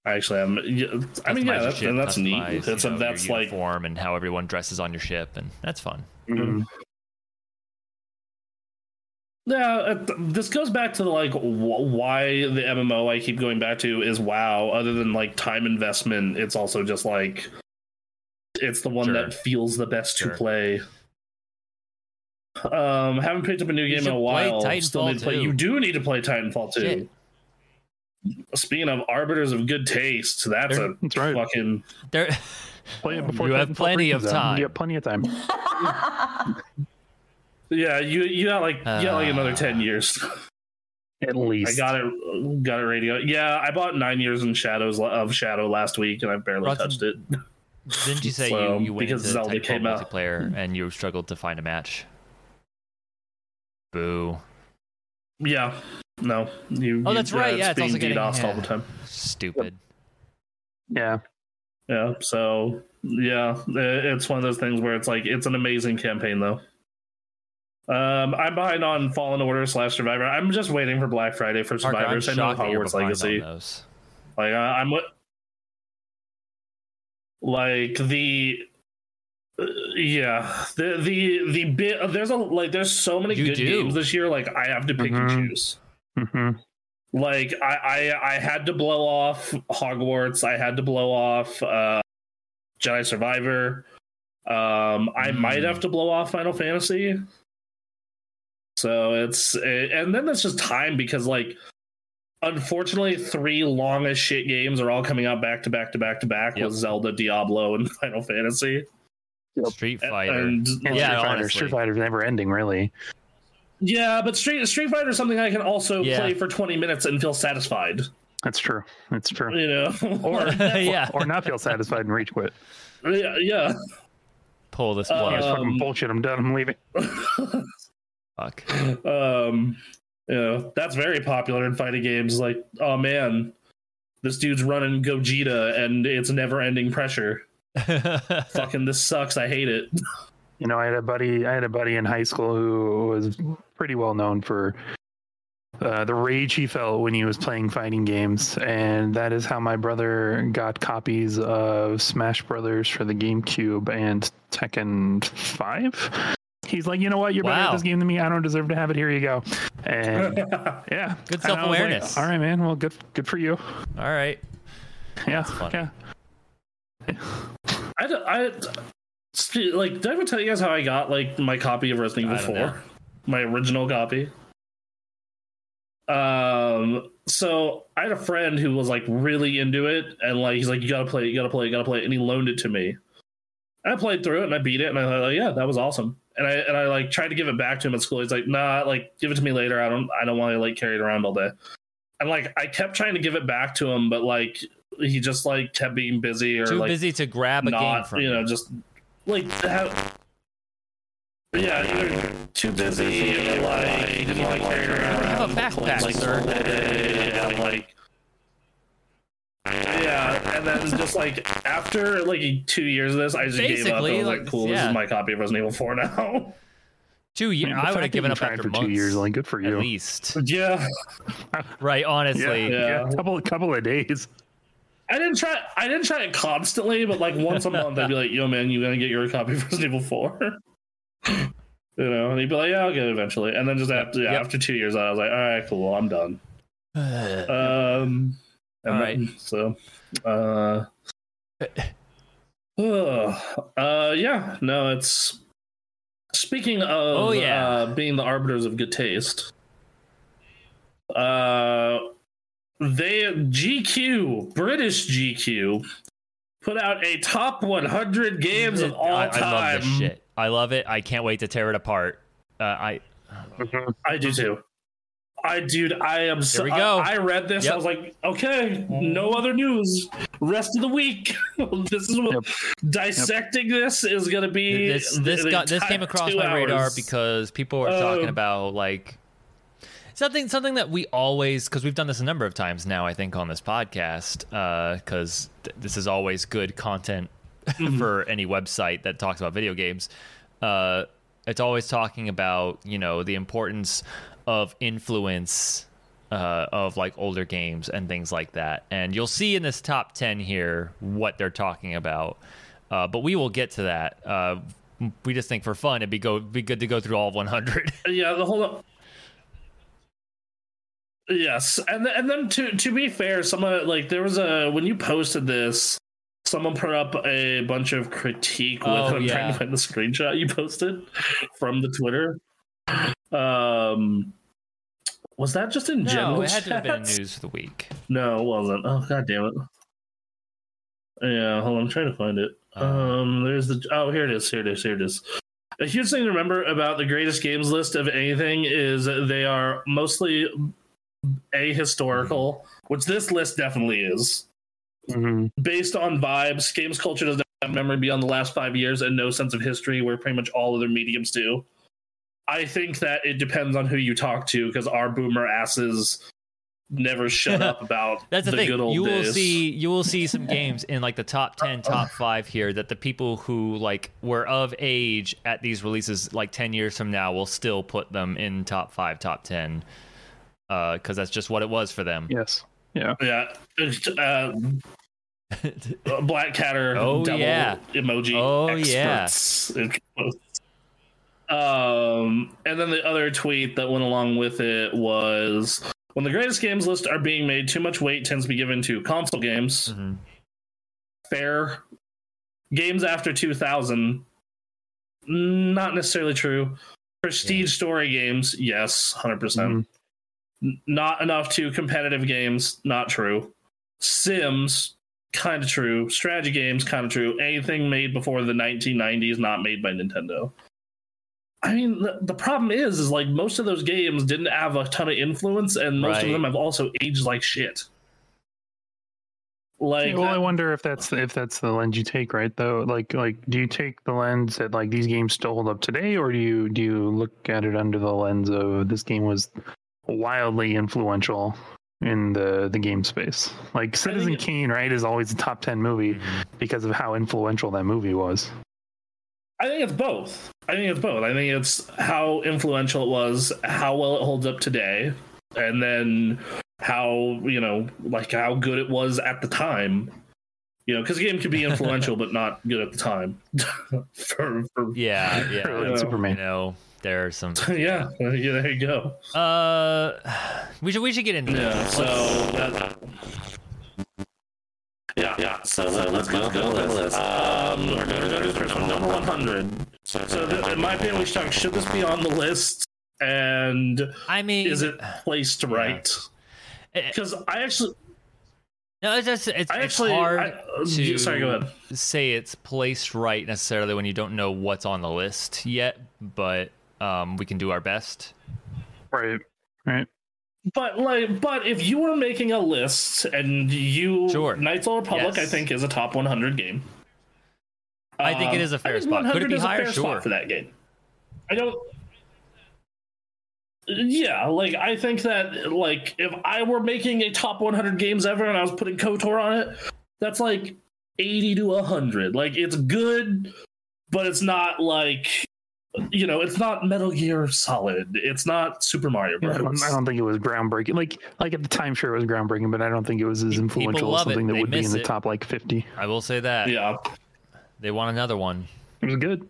Speaker 2: Actually, I'm. Yeah, I
Speaker 1: customize your
Speaker 2: mean, yeah, that's,
Speaker 1: ship,
Speaker 2: and that's neat.
Speaker 1: customize,
Speaker 2: That's
Speaker 1: you know,
Speaker 2: that's
Speaker 1: your
Speaker 2: like.
Speaker 1: uniform and how everyone dresses on your ship, and that's fun.
Speaker 2: mm-hmm. Mm.
Speaker 4: Mhm.
Speaker 2: Yeah, uh, th- this goes back to the like wh- why the MMO I keep going back to is WoW. Other than like time investment, it's also just like it's the one
Speaker 1: Sure.
Speaker 2: that feels the best
Speaker 1: Sure.
Speaker 2: to play. Um, haven't picked up a new
Speaker 1: You
Speaker 2: game in a
Speaker 1: should play
Speaker 2: while. Still
Speaker 1: Titanfall
Speaker 2: need to play.
Speaker 1: 2.
Speaker 2: You do need to play Titanfall
Speaker 1: Shit.
Speaker 2: two. Speaking of arbiters of good taste, that's
Speaker 1: They're-
Speaker 2: a
Speaker 4: that's right.
Speaker 2: fucking
Speaker 1: There,
Speaker 4: Play it before
Speaker 1: You have
Speaker 4: Titanfall
Speaker 1: plenty
Speaker 4: three
Speaker 1: of
Speaker 4: comes out.
Speaker 1: time.
Speaker 4: You have plenty of time.
Speaker 2: yeah. You you got like you got like another
Speaker 1: Uh.
Speaker 2: ten years.
Speaker 4: At
Speaker 2: I
Speaker 4: least
Speaker 2: got it. Got it. Radio. Yeah, I bought Nine Years in Shadows of Shadow last week, and I barely
Speaker 1: Rotten-
Speaker 2: touched it.
Speaker 1: didn't you say
Speaker 2: So,
Speaker 1: you, you went
Speaker 2: because
Speaker 1: into
Speaker 2: Zelda
Speaker 1: Titanfall
Speaker 2: came out.
Speaker 1: multiplayer and you struggled to find a match? Boo!
Speaker 2: Yeah. No. You.
Speaker 1: Oh,
Speaker 2: you-
Speaker 1: that's right, yeah, it's also getting-
Speaker 2: DDoSed all
Speaker 1: yeah.
Speaker 2: the time.
Speaker 1: Stupid.
Speaker 4: Yeah,
Speaker 2: Yeah. So yeah, i- it's one of those things where it's like it's an amazing campaign though. Um, I'm behind on Fallen Order slash Survivor. I'm just waiting for Black Friday for
Speaker 1: Parker, I'm
Speaker 2: Survivors. I know
Speaker 1: shocked that you're
Speaker 2: Hogwarts
Speaker 1: behind
Speaker 2: Legacy.
Speaker 1: on those.
Speaker 2: Like I, I'm what- like the uh, yeah the the the bit there's a like there's so many
Speaker 1: You
Speaker 2: good
Speaker 1: do. Mm-hmm.
Speaker 2: games this year like I have to pick
Speaker 4: Mhm.
Speaker 2: and choose.
Speaker 4: hmm
Speaker 2: Like I, I I had to blow off Hogwarts. I had to blow off uh, Jedi Survivor. Um, I
Speaker 1: Mm.
Speaker 2: might have to blow off Final Fantasy. So it's eh, and then it's just time because like unfortunately three long as shit games are all coming out back to back to back to back
Speaker 1: Yep.
Speaker 2: with Zelda, Diablo, and Final Fantasy.
Speaker 4: Yep.
Speaker 1: Street
Speaker 2: And-
Speaker 1: Fighter.
Speaker 2: And
Speaker 4: And
Speaker 1: Yeah,
Speaker 4: Street Fighter.
Speaker 1: honestly.
Speaker 4: Street Fighter's never ending, really.
Speaker 2: yeah, but Street Street Fighter is something I can also
Speaker 1: Yeah.
Speaker 2: play for twenty minutes and feel satisfied.
Speaker 4: That's true. That's true.
Speaker 2: You know,
Speaker 4: Or
Speaker 1: yeah.
Speaker 4: or not feel satisfied and rage quit.
Speaker 2: yeah, yeah.
Speaker 1: Pull this
Speaker 2: Uh,
Speaker 4: Yeah,
Speaker 1: plug.
Speaker 4: it's
Speaker 2: Um,
Speaker 4: fucking bullshit. I'm done. I'm leaving.
Speaker 1: Fuck.
Speaker 2: um you know that's very popular in fighting games like oh man this dude's running gogeta and it's never ending pressure fucking this sucks i hate it
Speaker 4: You know, I had a buddy. I had a buddy in high school who was pretty well known for uh, the rage he felt when he was playing fighting games, and that is how my brother got copies of Smash Brothers for the GameCube and Tekken Five. He's like, you know what? You're better at
Speaker 1: Wow.
Speaker 4: this game than me. I don't deserve to have it. Here you go. And yeah,
Speaker 1: Good
Speaker 4: And I was like,
Speaker 1: self-awareness.
Speaker 4: All right, man. Well, good, good for you.
Speaker 1: All right.
Speaker 4: Yeah,
Speaker 1: funny.
Speaker 4: yeah.
Speaker 2: I, d- I- st- like did i ever tell you guys how i got like my copy of resident
Speaker 1: I
Speaker 2: evil
Speaker 1: don't know.
Speaker 2: 4 my original copy um so i had a friend who was like really into it and like he's like you gotta play it, you gotta play it, you gotta play it and he loaned it to me i played through it and i beat it and i was like yeah that was awesome and i and i like tried to give it back to him at school he's like nah like give it to me later i don't i don't want to like carry it around all day and like i kept trying to give it back to him but like he just like kept being busy or
Speaker 1: Too
Speaker 2: like
Speaker 1: busy to grab a game
Speaker 2: not
Speaker 1: from
Speaker 2: you know
Speaker 1: you.
Speaker 2: just like to have yeah either too busy or like you didn't like carrying around
Speaker 1: have a backpack,
Speaker 2: like,
Speaker 1: sir.
Speaker 2: and, like yeah and then just like after like two years of this i just gave up
Speaker 1: Basically,
Speaker 2: i was like
Speaker 1: like,
Speaker 2: cool this
Speaker 1: yeah.
Speaker 2: is my copy of resident evil 4 now
Speaker 1: Two
Speaker 4: I mean,
Speaker 1: years.
Speaker 4: the
Speaker 1: I would
Speaker 4: fact
Speaker 1: have
Speaker 4: that
Speaker 1: given
Speaker 4: you
Speaker 1: up
Speaker 4: tried
Speaker 1: after
Speaker 4: for
Speaker 1: months.
Speaker 4: two years. Like, good for
Speaker 1: at
Speaker 4: you.
Speaker 1: least.
Speaker 2: yeah
Speaker 1: Right.
Speaker 4: Yeah,
Speaker 1: Honestly.
Speaker 4: yeah,
Speaker 2: Yeah.
Speaker 4: couple couple of days.
Speaker 2: i didn't try i didn't try it constantly but like once a month i'd be like yo man you gonna get your copy of resident evil 4 you know and he'd be like yeah i'll get it eventually and then just after
Speaker 1: Yep.
Speaker 2: after two years i was like all right cool i'm done Um, and
Speaker 1: All right.
Speaker 2: then- So, uh, ugh. uh, yeah. No, it's speaking of
Speaker 1: Oh, yeah.
Speaker 2: uh, being the arbiters of good taste. Uh, they GQ British GQ put out a top 100 games of all
Speaker 1: I,
Speaker 2: time.
Speaker 1: I love this shit. I love it. I can't wait to tear it apart. Uh, I
Speaker 4: Mm-hmm,
Speaker 2: I do too. I dude, I am so.
Speaker 1: we go.
Speaker 2: I, I read this.
Speaker 1: Yep.
Speaker 2: I was like, okay, no other news. Rest of the week. this is what
Speaker 4: Yep.
Speaker 2: dissecting this is going to be.
Speaker 1: this this
Speaker 2: an
Speaker 1: got this
Speaker 2: entire
Speaker 1: came across
Speaker 2: two
Speaker 1: my radar
Speaker 2: hours.
Speaker 1: because people were
Speaker 2: Uh,
Speaker 1: talking about like something something that we always because we've done this a number of times now I think on this podcast because th- this is always good content
Speaker 2: Mm-hmm.
Speaker 1: for any website that talks about video games. Uh, it's always talking about you know the importance of influence uh, of like older games and things like that. And you'll see in this top 10 here what they're talking about. Uh, but we will get to that. Uh, we just think for fun, it'd be go be good to go through all of 100.
Speaker 2: Yeah, the whole. Yes, and th- and then to to be fair, someone like there was a when you posted this, someone put up a bunch of critique with.
Speaker 1: Oh,
Speaker 2: I'm trying
Speaker 1: yeah.
Speaker 2: to find the screenshot you posted from the Twitter. Um, was that just in general?
Speaker 1: no, it had to have been
Speaker 2: chats?
Speaker 1: news of the week.
Speaker 2: No, it wasn't. Oh god damn it. Yeah, hold on, I'm trying to find it. Um, there's the oh here it is, here it is, here it is. A huge thing to remember about the greatest games list of anything is they are mostly ahistorical, which this list definitely is.
Speaker 4: Mhm.
Speaker 2: Based on vibes, games culture doesn't have memory beyond the last five years and no sense of history, where pretty much all other mediums do. I think that it depends on who you talk to, because our boomer asses never shut up about
Speaker 1: That's the,
Speaker 2: the,
Speaker 1: thing.
Speaker 2: good old
Speaker 1: You will
Speaker 2: days.
Speaker 1: see you will see some games in like the top 10, top 5 here that the people who like were of age at these releases like 10 years from now will still put them in top 5, top 10. Uh, cuz that's just what it was for them.
Speaker 4: Yes.
Speaker 2: Yeah. Uh, Black Catter
Speaker 1: Oh,
Speaker 2: double
Speaker 1: yeah.
Speaker 2: emoji.
Speaker 1: Oh,
Speaker 2: experts. Um, and then the other tweet that went along with it was when the greatest games list are being made, too much weight tends to be given to console games.
Speaker 1: Mhm.
Speaker 2: Fair. Games after 2000, not necessarily true. Prestige story games, yes, 100%.
Speaker 4: Mhm.
Speaker 2: N- Not enough to competitive games, not true. Sims, kind of true. Strategy games, kind of true. Anything made before the 1990s, not made by Nintendo. I mean, the, the problem is, is like most of those games didn't have a ton of influence, and most of
Speaker 1: Right.
Speaker 2: them have also aged like shit. Like
Speaker 4: well, I
Speaker 2: that-
Speaker 4: wonder if that's if that's the lens you take, right? Though, like like, do you take the lens that like these games still hold up today, or do you do you look at it under the lens of this game was wildly influential in the the game space? Like Citizen
Speaker 2: it-
Speaker 4: Kane, right, is always a top ten movie because of how influential that movie was.
Speaker 2: I think it's both. I think it's both. I think it's how influential it was, how well it holds up today, and then how you know, like how good it was at the time. You know, because a game could be influential but not good at the time. for, for
Speaker 1: Yeah, yeah.
Speaker 4: Like
Speaker 2: Yeah.
Speaker 1: You
Speaker 4: Superman.
Speaker 1: know, there are some.
Speaker 2: yeah, yeah, there you go.
Speaker 1: Uh, we should we should get into this.
Speaker 2: Yeah, so that, yeah, yeah. So, so let's go go this list. Um, we're going to go to first one, number one hundred. So, th- in my opinion, we should talk. Should this be on the list? And
Speaker 1: I mean,
Speaker 2: is it placed right?
Speaker 1: Eh,
Speaker 2: Because I actually,
Speaker 1: no, it's just it's,
Speaker 2: I
Speaker 1: it's
Speaker 2: actually,
Speaker 1: hard
Speaker 2: I, uh,
Speaker 1: to
Speaker 2: sorry, go ahead.
Speaker 1: say it's placed right necessarily when you don't know what's on the list yet, but um, we can do our best.
Speaker 4: Right. Right.
Speaker 2: But like, but if you were making a list and you,
Speaker 1: Sure.
Speaker 2: Knights of the Republic,
Speaker 1: Yes.
Speaker 2: I think is a top one hundred game.
Speaker 1: I think it
Speaker 2: Um,
Speaker 1: is a fair
Speaker 2: think
Speaker 1: spot. Could it
Speaker 2: 100
Speaker 1: be
Speaker 2: is a
Speaker 1: higher?
Speaker 2: fair
Speaker 1: Sure.
Speaker 2: spot for that game. I don't. Yeah, like I think that like if I were making a top 100 games ever and I was putting Kotor on it, that's like 80 to 100. Like it's good, but it's not like you know, it's not Metal Gear Solid. It's not Super Mario
Speaker 4: I
Speaker 2: Bros.
Speaker 4: don't, I don't think it was groundbreaking. Like like at the time, sure, it was groundbreaking, but I don't think it was as
Speaker 1: People
Speaker 4: influential as
Speaker 1: love it.
Speaker 4: something that
Speaker 1: They
Speaker 4: would be in
Speaker 1: miss
Speaker 4: the
Speaker 1: it.
Speaker 4: top like fifty.
Speaker 1: I will say that
Speaker 2: Yeah,
Speaker 1: they want another one.
Speaker 4: It was good.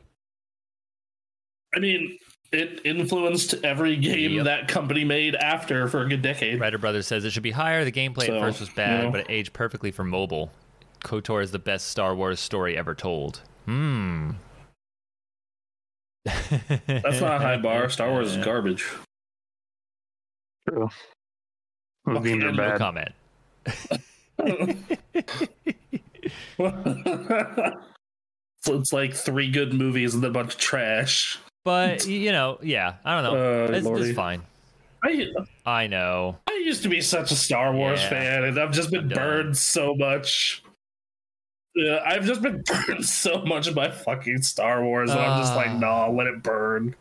Speaker 2: I mean, it influenced every game
Speaker 1: Yep.
Speaker 2: that company made after for a good decade.
Speaker 1: Ryder Brothers says it should be higher. The gameplay
Speaker 2: So,
Speaker 1: at first was bad,
Speaker 2: you know.
Speaker 1: but it aged perfectly for mobile. KOTOR is the best Star Wars story ever told. Hmm.
Speaker 2: That's not a high bar. Star Wars is garbage.
Speaker 4: True. It was
Speaker 2: Okay,
Speaker 4: being
Speaker 2: no
Speaker 1: No
Speaker 4: bad.
Speaker 1: comment.
Speaker 2: so it's like three good movies and then a bunch of trash.
Speaker 1: But y- you know, yeah, I don't know.
Speaker 2: Uh,
Speaker 1: it's,
Speaker 2: Lordy.
Speaker 1: it's fine.
Speaker 2: I
Speaker 1: I know.
Speaker 2: I used to be such a Star Wars
Speaker 1: Yeah.
Speaker 2: fan, and I've just been
Speaker 1: I'm done.
Speaker 2: burned so much. Yeah, I've just been burned so much by fucking Star Wars, and I'm just like,
Speaker 1: Ah.
Speaker 2: nah, let it burn.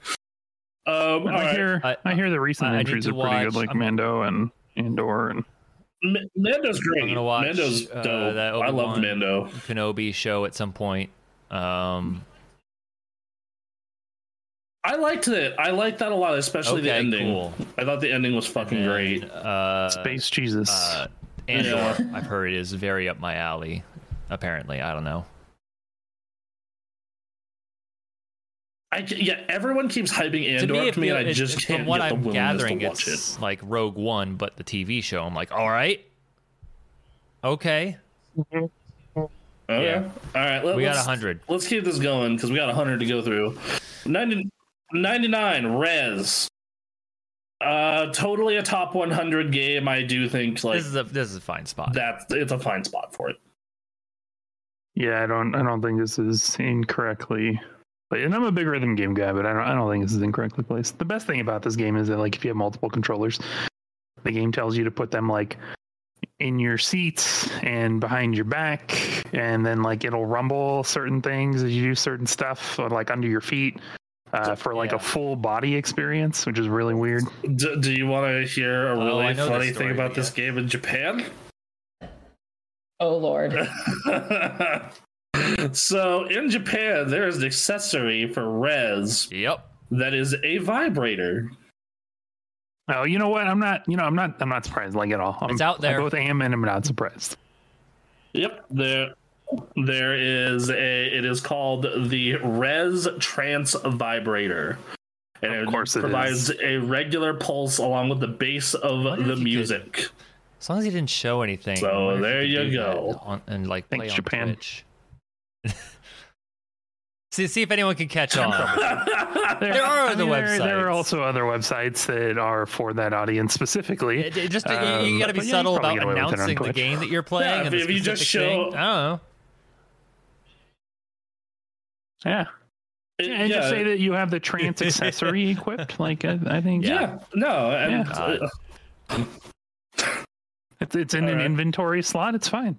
Speaker 2: Um, all
Speaker 4: I
Speaker 2: right.
Speaker 4: hear
Speaker 1: I-
Speaker 4: I, hear the recent
Speaker 1: I- I need
Speaker 4: entries
Speaker 1: to
Speaker 4: are pretty
Speaker 1: watch-
Speaker 4: good, like
Speaker 1: I'm-
Speaker 4: Mando and Andor and
Speaker 2: M- Mando's great.
Speaker 1: I'm gonna watch,
Speaker 2: Mando's
Speaker 1: uh,
Speaker 2: dope.
Speaker 1: that
Speaker 2: I loved
Speaker 1: Obi-Wan.
Speaker 2: Mando.
Speaker 1: Kenobi show at some point. Um,
Speaker 2: I liked it. I liked that a lot, especially the
Speaker 1: okay,
Speaker 2: ending.
Speaker 1: cool.
Speaker 2: I thought the ending was fucking
Speaker 1: And,
Speaker 2: great.
Speaker 1: Uh,
Speaker 4: Space Jesus.
Speaker 1: Uh, Andor, I've heard, is very up my alley. Apparently, I don't know.
Speaker 2: I ca- yeah, everyone keeps hyping Andor to me,
Speaker 1: it
Speaker 2: and
Speaker 1: feel-
Speaker 2: I
Speaker 1: it-
Speaker 2: just
Speaker 1: it-
Speaker 2: can't
Speaker 1: from what
Speaker 2: get
Speaker 1: I'm
Speaker 2: the willingness
Speaker 1: gathering,
Speaker 2: to watch
Speaker 1: it's like Rogue One, but the TV show. I'm like, all right, okay,
Speaker 2: it. Okay.
Speaker 1: yeah.
Speaker 2: All right. Let,
Speaker 1: we got
Speaker 2: us
Speaker 1: a hundred.
Speaker 2: Let's keep this going because we got hundred to go through. 90, 99 Res. Uh, totally a top 100 game. I do think like
Speaker 1: This is a this is a fine spot.
Speaker 2: that. It's a fine spot for it.
Speaker 4: yeah, I don't I don't think this is incorrectly played. And I'm a big rhythm game guy, but I don't I don't think this is incorrectly placed. The best thing about this game is that like if you have multiple controllers, the game tells you to put them like in your seats and behind your back and then like it'll rumble certain things as you do certain stuff or, like under your feet uh, for like
Speaker 1: Yeah.
Speaker 4: a full body experience which is really weird
Speaker 2: D- do you want to hear a
Speaker 1: Oh,
Speaker 2: really
Speaker 1: I know this
Speaker 2: funny
Speaker 1: story,
Speaker 2: thing about
Speaker 1: yeah.
Speaker 2: this game in Japan?
Speaker 3: Oh lord.
Speaker 2: so in Japan, there is an accessory for Res
Speaker 1: Yep.
Speaker 2: that is a vibrator.
Speaker 4: Oh, you know what? I'm not. You know, I'm not. I'm not surprised like at all. I'm,
Speaker 1: It's out there.
Speaker 4: I both am and I'm not surprised.
Speaker 2: Yep there there is a it is called the Res Trance Vibrator. And
Speaker 4: Of course it
Speaker 2: provides a regular pulse along with the bass
Speaker 1: Why
Speaker 2: of
Speaker 1: did
Speaker 2: the
Speaker 1: you do-
Speaker 2: music.
Speaker 1: As long as he didn't show anything.
Speaker 2: So
Speaker 1: I wonder if
Speaker 2: there
Speaker 1: he could
Speaker 2: you
Speaker 1: do
Speaker 2: go.
Speaker 1: that On, and like
Speaker 4: Thanks,
Speaker 1: play on
Speaker 4: Japan.
Speaker 1: Twitch. see see if anyone can catch on.
Speaker 2: yeah,
Speaker 1: There are
Speaker 4: I
Speaker 1: other
Speaker 4: mean, there, There are
Speaker 1: websites.
Speaker 4: also other websites that are for that audience specifically.
Speaker 1: It- it just you- you,
Speaker 4: Um,
Speaker 1: got to be
Speaker 4: but yeah, you
Speaker 1: subtle
Speaker 4: probably
Speaker 1: about
Speaker 4: get away with it on
Speaker 1: announcing the
Speaker 4: Twitch.
Speaker 1: game that you're playing.
Speaker 2: Yeah,
Speaker 1: and the
Speaker 2: if you just
Speaker 1: specific
Speaker 2: show-
Speaker 1: thing. I don't know.
Speaker 4: yeah. yeah, and just say that you have the trance accessory equipped. Like I, I think
Speaker 1: Yeah.
Speaker 2: yeah, no, and uh,
Speaker 1: God.
Speaker 4: it's, it's in
Speaker 2: All
Speaker 4: an
Speaker 2: right.
Speaker 4: inventory slot. It's fine.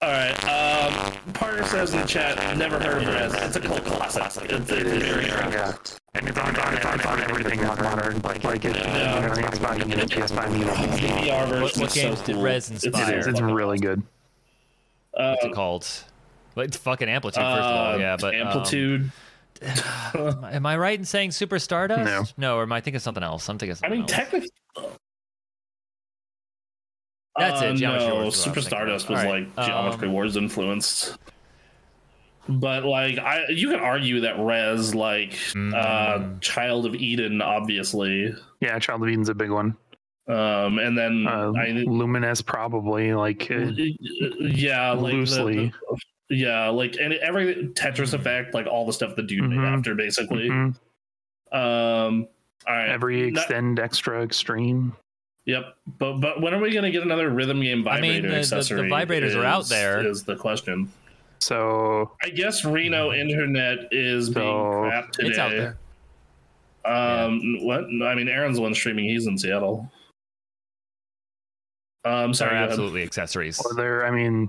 Speaker 2: All right. Um, Parker says in the chat, never heard of it. It's a cult classic. It's, it is very
Speaker 4: Yeah. And it's on, on, it's on, it's on everything like modern, like, like it's
Speaker 2: Yeah.
Speaker 4: on the Xbox and the PS5. You know.
Speaker 2: DDR version.
Speaker 1: What- what
Speaker 2: is
Speaker 1: games
Speaker 2: so
Speaker 1: did
Speaker 2: cool.
Speaker 1: Res inspire?
Speaker 4: It is. It's really good.
Speaker 2: Uh,
Speaker 1: What's it called? Like it's fucking amplitude, first of all,
Speaker 2: uh,
Speaker 1: yeah. But um,
Speaker 2: amplitude.
Speaker 1: am I right in saying Super Stardust?
Speaker 4: No.
Speaker 1: or am I thinking something else? I'm thinking
Speaker 2: I
Speaker 1: something
Speaker 2: mean,
Speaker 1: else.
Speaker 2: technically.
Speaker 1: That's it,
Speaker 2: Uh,
Speaker 1: Geometry
Speaker 2: no,
Speaker 1: Wars is what I
Speaker 2: Super
Speaker 1: was thinking
Speaker 2: Stardust
Speaker 1: about.
Speaker 2: was
Speaker 1: All right,
Speaker 2: like Geometry
Speaker 1: um,
Speaker 2: Wars influenced. But like, I you can argue that Res like uh,
Speaker 1: Mm.
Speaker 2: Child of Eden, obviously,
Speaker 4: Yeah, Child of Eden's a big one.
Speaker 2: um, and
Speaker 1: Mm,
Speaker 2: then
Speaker 4: Uh,
Speaker 2: I, uh,
Speaker 4: Luminous probably like uh, it,
Speaker 2: yeah, like the-
Speaker 4: loosely.
Speaker 2: the- yeah, like and every
Speaker 1: Mm.
Speaker 2: Tetris effect, like all the stuff the dude
Speaker 1: Mm-hmm.
Speaker 2: made
Speaker 4: Mhm.
Speaker 2: after, basically.
Speaker 4: Mhm.
Speaker 2: Um, all right,
Speaker 4: Every
Speaker 2: Not-
Speaker 4: extend, extra, extreme.
Speaker 2: Yep, but but when are we going to get another rhythm game
Speaker 1: I
Speaker 2: vibrator
Speaker 1: mean, the- the- the
Speaker 2: accessory?
Speaker 1: vibrators are out
Speaker 2: is-
Speaker 1: there.
Speaker 2: Is the question?
Speaker 4: So
Speaker 2: I guess Reno Internet is
Speaker 4: So-
Speaker 2: being crap today.
Speaker 1: Mm-hmm. it's out there.
Speaker 2: Um, what? I mean, Aaron's the one streaming. He's in Seattle. Um,
Speaker 1: They're
Speaker 2: sorry, go ahead.
Speaker 1: absolutely accessories.
Speaker 4: Well, there, I mean,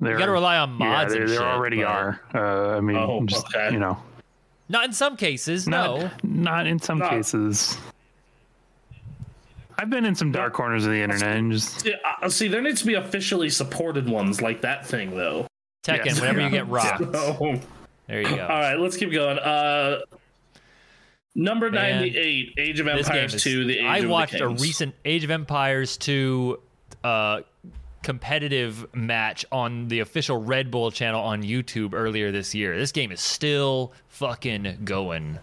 Speaker 4: there,
Speaker 1: You got to rely on
Speaker 4: yeah,
Speaker 1: mods.
Speaker 4: there,
Speaker 1: and
Speaker 4: there
Speaker 1: shit,
Speaker 4: already
Speaker 1: but-
Speaker 4: are. Uh, I mean,
Speaker 2: Oh,
Speaker 4: just,
Speaker 2: okay.
Speaker 4: you know,
Speaker 1: Not in some cases.
Speaker 4: not,
Speaker 1: No.
Speaker 4: not in some
Speaker 2: No.
Speaker 4: cases. I've been in some dark corners of the internet and just
Speaker 2: Yeah, uh, see, there needs to be officially supported ones like that thing, though.
Speaker 1: Tekken.
Speaker 4: Yes.
Speaker 1: Whenever you
Speaker 4: Yeah.
Speaker 1: get rocked,
Speaker 2: So-
Speaker 1: there you go.
Speaker 2: All right, let's keep going. Uh, number
Speaker 1: Man.
Speaker 2: ninety-eight, Age of
Speaker 1: This
Speaker 2: Empires
Speaker 1: game is-
Speaker 2: Two. The Age
Speaker 1: I
Speaker 2: of the
Speaker 1: watched a
Speaker 2: Kings.
Speaker 1: recent Age of Empires 2 uh, competitive match on the official Red Bull channel on YouTube earlier this year. This game is still fucking going.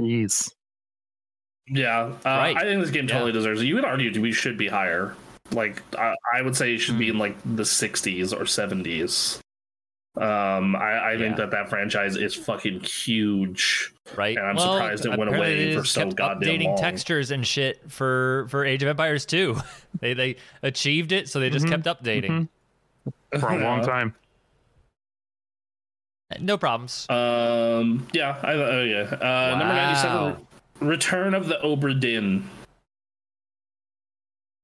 Speaker 4: jeez.
Speaker 2: Yeah, uh,
Speaker 1: Right.
Speaker 2: I think this game
Speaker 1: Yeah.
Speaker 2: totally deserves it. You would argue we should be higher. Like I, I would say it should be
Speaker 1: Hmm.
Speaker 2: in like the 60s or 70s. Um, I, I think
Speaker 1: Yeah.
Speaker 2: that that franchise is fucking huge.
Speaker 1: Right?
Speaker 2: And I'm
Speaker 1: Well,
Speaker 2: surprised it went
Speaker 1: apparently
Speaker 2: away
Speaker 1: they
Speaker 2: for
Speaker 1: just
Speaker 2: so
Speaker 1: kept
Speaker 2: goddamn
Speaker 1: updating
Speaker 2: long.
Speaker 1: textures and shit for for Age of Empires 2. they they achieved it, so they
Speaker 2: Mm-hmm.
Speaker 1: just
Speaker 4: Mhm.
Speaker 1: kept updating.
Speaker 4: Mhm. For a long time.
Speaker 2: Mm-hmm.
Speaker 1: No problems.
Speaker 2: Um, yeah, I, oh yeah. Uh, Number
Speaker 1: Wow.
Speaker 2: 97, Return of the Obra Dinn.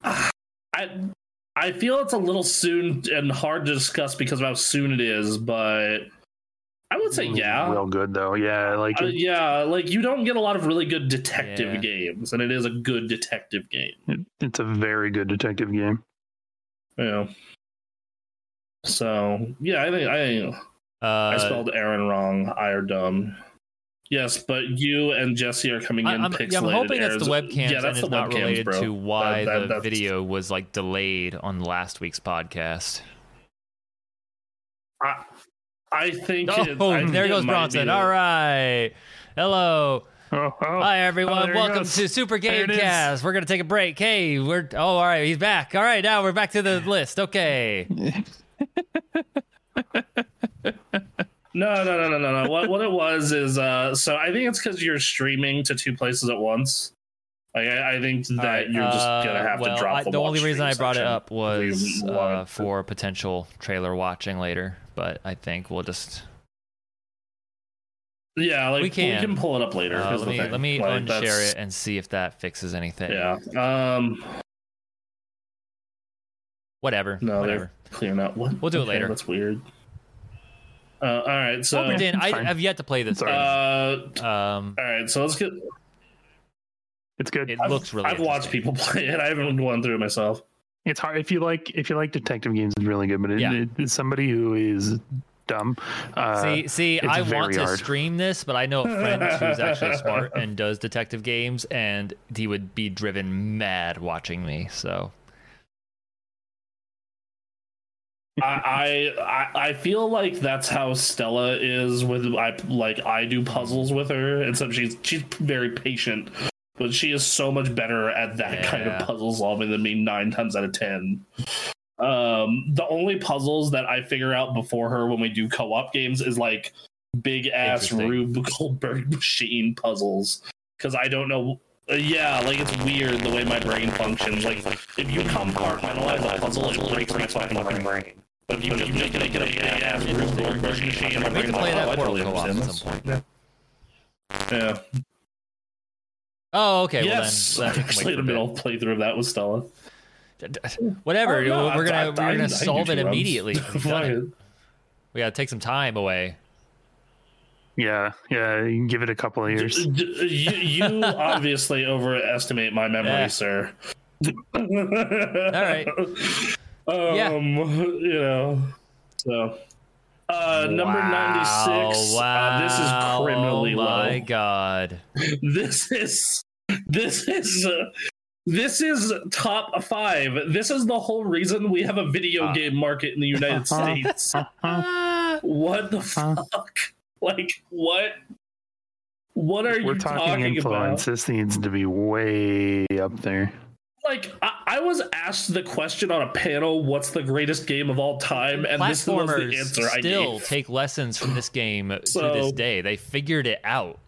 Speaker 2: Ah, I I feel it's a little soon and hard to discuss because of how soon it is, but I would
Speaker 1: Hmm.
Speaker 2: say yeah.
Speaker 4: Real good though. Yeah, like
Speaker 2: Uh,
Speaker 4: it,
Speaker 2: yeah, like you don't get a lot of really good detective
Speaker 1: Yeah.
Speaker 2: games, and it is a good detective game.
Speaker 4: it- it's a very good detective game.
Speaker 2: You know. So yeah, I think I think I
Speaker 1: Uh,
Speaker 2: spelled Aaron wrong. I are dumb. Yes, but you and Jesse are coming in
Speaker 1: I- I'm,
Speaker 2: pixelated.
Speaker 1: yeah, I'm hoping that's the
Speaker 2: Aaron's-
Speaker 1: webcams
Speaker 2: Yeah,
Speaker 1: and
Speaker 2: that's
Speaker 1: it's
Speaker 2: the
Speaker 1: not
Speaker 2: webcams,
Speaker 1: related
Speaker 2: bro.
Speaker 1: to why
Speaker 2: That- that-
Speaker 1: the
Speaker 2: that's-
Speaker 1: video was like delayed on last week's podcast.
Speaker 2: I, I think.
Speaker 1: Oh,
Speaker 2: it- I think
Speaker 1: there
Speaker 2: it
Speaker 1: goes
Speaker 2: might
Speaker 1: Bronson.
Speaker 2: be-
Speaker 1: All right. Hello.
Speaker 4: Oh, oh.
Speaker 1: Hi, everyone.
Speaker 4: there he
Speaker 1: Welcome
Speaker 4: goes.
Speaker 1: to Super
Speaker 4: There it is.
Speaker 1: Gamecast. We're going to take a break. Hey, we're. Oh, all right. He's back. All right. Now we're back to the list. Okay.
Speaker 2: No, no, no, no, no, no. What what it was is uh so I think it's because you're streaming to two places at once. Like I, I think that
Speaker 1: All right,
Speaker 2: you're just
Speaker 1: uh,
Speaker 2: gonna have
Speaker 1: well,
Speaker 2: to drop
Speaker 1: I,
Speaker 2: the,
Speaker 1: the only
Speaker 2: watch
Speaker 1: reason I
Speaker 2: stream
Speaker 1: brought it
Speaker 2: section.
Speaker 1: up was
Speaker 2: We
Speaker 1: uh,
Speaker 2: want-
Speaker 1: for potential trailer watching later, but I think we'll just.
Speaker 2: yeah, like
Speaker 1: we
Speaker 2: we
Speaker 1: can.
Speaker 2: can, pull it up later.
Speaker 1: Uh,
Speaker 2: is
Speaker 1: let
Speaker 2: the
Speaker 1: me,
Speaker 2: thing.
Speaker 1: let me
Speaker 2: Like,
Speaker 1: unshare
Speaker 2: that's-
Speaker 1: it and see if that fixes anything.
Speaker 2: Yeah. Um.
Speaker 1: Whatever.
Speaker 2: No,
Speaker 1: whatever.
Speaker 2: they're clearing out. What?
Speaker 1: We'll do it
Speaker 2: Okay,
Speaker 1: later.
Speaker 2: That's weird. Uh, all right. So.
Speaker 1: Obra Dinn,
Speaker 4: It's
Speaker 1: I
Speaker 4: fine.
Speaker 1: have yet to play this.
Speaker 4: Sorry.
Speaker 2: Uh,
Speaker 1: game. Um,
Speaker 2: all right. So let's get.
Speaker 4: It's good.
Speaker 1: it
Speaker 2: I've-
Speaker 1: looks really.
Speaker 2: I've watched
Speaker 1: interesting.
Speaker 2: people play it. I haven't gone through it myself.
Speaker 4: it's hard if you like if you like detective games. It's really good, but it,
Speaker 1: Yeah.
Speaker 4: it- it's somebody who is dumb. Uh,
Speaker 1: See, see,
Speaker 4: it's
Speaker 1: I want
Speaker 4: very
Speaker 1: to
Speaker 4: hard.
Speaker 1: stream this, but I know a friend who's actually smart and does detective games, and he would be driven mad watching me. So
Speaker 2: I, I I- I feel like that's how Stella is with I like I do puzzles with her, and so she's she's very patient, but she is so much better at that kind
Speaker 1: Yeah.
Speaker 2: of puzzle solving than me nine times out of ten. Um, the only puzzles that I figure out before her when we do co-op games is like big ass
Speaker 1: Interesting.
Speaker 2: Rube Goldberg machine puzzles because I don't know. uh, yeah, like it's weird the way my brain functions. Like if you compartmentalize a puzzle, it breaks my fucking brain. But if you just make it a big ass Rube Goldberg machine, my
Speaker 1: we
Speaker 2: brain's
Speaker 1: can
Speaker 2: like,
Speaker 1: play
Speaker 2: oh, I
Speaker 1: that portal
Speaker 2: totally
Speaker 1: co-op
Speaker 2: understand
Speaker 1: at
Speaker 2: this.
Speaker 1: some point.
Speaker 2: Yeah.
Speaker 1: Oh, okay.
Speaker 2: yes,
Speaker 1: Oh, Well, then,
Speaker 2: actually, the middle playthrough of that was Stella.
Speaker 1: whatever.
Speaker 2: Oh, no,
Speaker 1: we're
Speaker 2: I-
Speaker 1: gonna
Speaker 2: I-
Speaker 1: we're
Speaker 2: I-
Speaker 1: gonna
Speaker 2: I
Speaker 1: solve
Speaker 2: do
Speaker 1: it
Speaker 2: drugs.
Speaker 1: immediately. We've done it. We gotta take some time away.
Speaker 4: Yeah, yeah. You can give it a couple of years.
Speaker 2: D- d- you, you obviously overestimate my memory,
Speaker 1: Yeah.
Speaker 2: sir. All
Speaker 1: right.
Speaker 2: Um,
Speaker 1: Yeah.
Speaker 2: You know. So. Uh, number
Speaker 1: Wow,
Speaker 2: 96. Uh, this
Speaker 1: wow,
Speaker 2: is criminally
Speaker 1: Oh my
Speaker 2: low.
Speaker 1: god.
Speaker 2: This is. This is. Uh, this is top five. This is the whole reason we have a video
Speaker 1: Ah.
Speaker 2: game market in the United
Speaker 4: Uh-huh.
Speaker 2: States.
Speaker 4: Huh?
Speaker 2: What the
Speaker 4: Huh?
Speaker 2: fuck? Like what? What are
Speaker 4: We're
Speaker 2: you
Speaker 4: talking,
Speaker 2: talking
Speaker 4: influence.
Speaker 2: about?
Speaker 4: This needs to be way up there.
Speaker 2: Like I, I was asked the question on a panel, "What's the greatest game of all time?" And this was the
Speaker 1: Platformers
Speaker 2: answer I
Speaker 1: still
Speaker 2: gave.
Speaker 1: take lessons from this game to
Speaker 2: So-
Speaker 1: this day. They figured it out.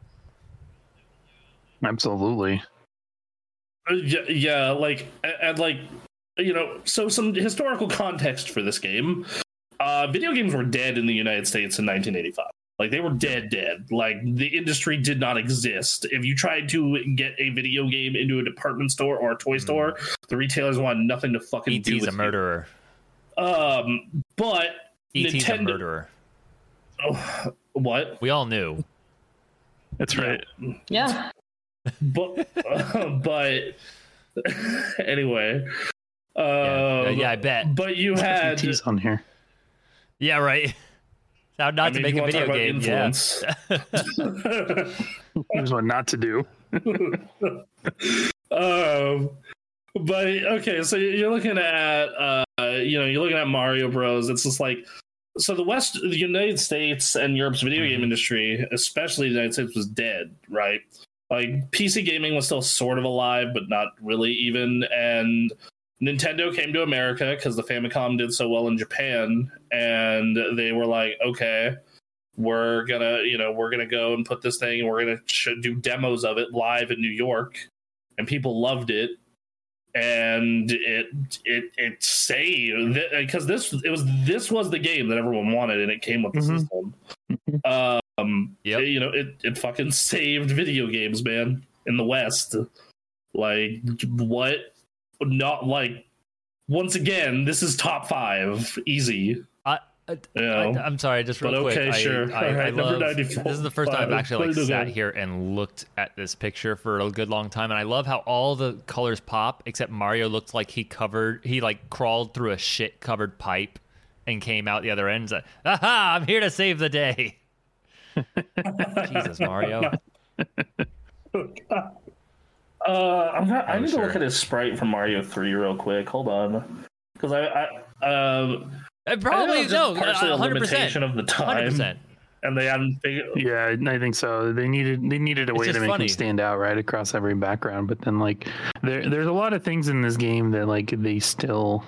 Speaker 4: Absolutely.
Speaker 2: Uh, yeah, yeah, like a- and like you know, so some historical context for this game. Uh, video games were dead in the United States in 1985. Like they were dead, dead. Like the industry did not exist. If you tried to get a video game into a department store or a toy store, the retailers wanted nothing to fucking do
Speaker 1: E.T.'s Hmm. E
Speaker 2: with
Speaker 1: a
Speaker 2: you.
Speaker 1: murderer.
Speaker 2: Um, but
Speaker 1: E.T.'s a
Speaker 2: Nintendo-
Speaker 1: murderer.
Speaker 2: oh, what?
Speaker 1: We all knew.
Speaker 4: That's right.
Speaker 3: Yeah.
Speaker 2: But uh, but anyway, um,
Speaker 1: Yeah, yeah, I bet.
Speaker 2: But you had
Speaker 4: ET's on here.
Speaker 1: Yeah, right. How not
Speaker 2: I mean,
Speaker 1: to make
Speaker 2: you
Speaker 1: a
Speaker 2: wanna talk
Speaker 1: video game.
Speaker 2: about influence.
Speaker 4: Here's what not to do.
Speaker 2: um, but okay, so you're looking at uh, you know you're looking at Mario Bros. It's just like so the West, the United States, and Europe's video
Speaker 1: Mm-hmm.
Speaker 2: game industry, especially the United States, was dead, right? Like PC gaming was still sort of alive, but not really even. And Nintendo came to America because the Famicom did so well in Japan, and they were like, okay, we're gonna you know we're gonna go and put this thing and we're gonna sh- do demos of it live in new york and people loved it and it it it saved because this it was this was the game that everyone wanted and it came with the
Speaker 4: Mhm.
Speaker 2: system um
Speaker 1: Yep.
Speaker 2: you know it it fucking saved video games man in the west like what not like once again this is top five easy
Speaker 1: I- I-
Speaker 2: You
Speaker 1: Yeah.
Speaker 2: know?
Speaker 1: I, am sorry, just real
Speaker 2: But
Speaker 1: quick.
Speaker 2: okay,
Speaker 1: I,
Speaker 2: sure.
Speaker 1: I, I,
Speaker 2: All right, number
Speaker 1: love, this
Speaker 2: 94.
Speaker 1: is the first time I've
Speaker 2: Fine,
Speaker 1: actually
Speaker 2: put
Speaker 1: like
Speaker 2: it in
Speaker 1: sat
Speaker 2: there.
Speaker 1: here and looked at this picture for a good long time, and I love how all the colors pop except Mario looked like he covered, he like crawled through a shit covered pipe and came out the other end. and said, Aha! I'm here to save the day. Jesus, Mario.
Speaker 2: Uh, I'm not, I
Speaker 1: Oh,
Speaker 2: need
Speaker 1: sure.
Speaker 2: to look at his sprite from Mario Three real quick. Hold on, because I, I um,
Speaker 1: And
Speaker 2: I don't know,
Speaker 1: probably
Speaker 2: just
Speaker 1: Oh, no,
Speaker 2: partially a
Speaker 1: 100
Speaker 2: limitation
Speaker 1: percent,
Speaker 2: of the time,
Speaker 1: 100 percent.
Speaker 2: and they hadn't figured.
Speaker 4: Yeah, I think so. They needed they needed a
Speaker 1: It's
Speaker 4: way to
Speaker 1: just
Speaker 4: make
Speaker 1: funny.
Speaker 4: them stand out right across every background. But then like there there's a lot of things in this game that like they still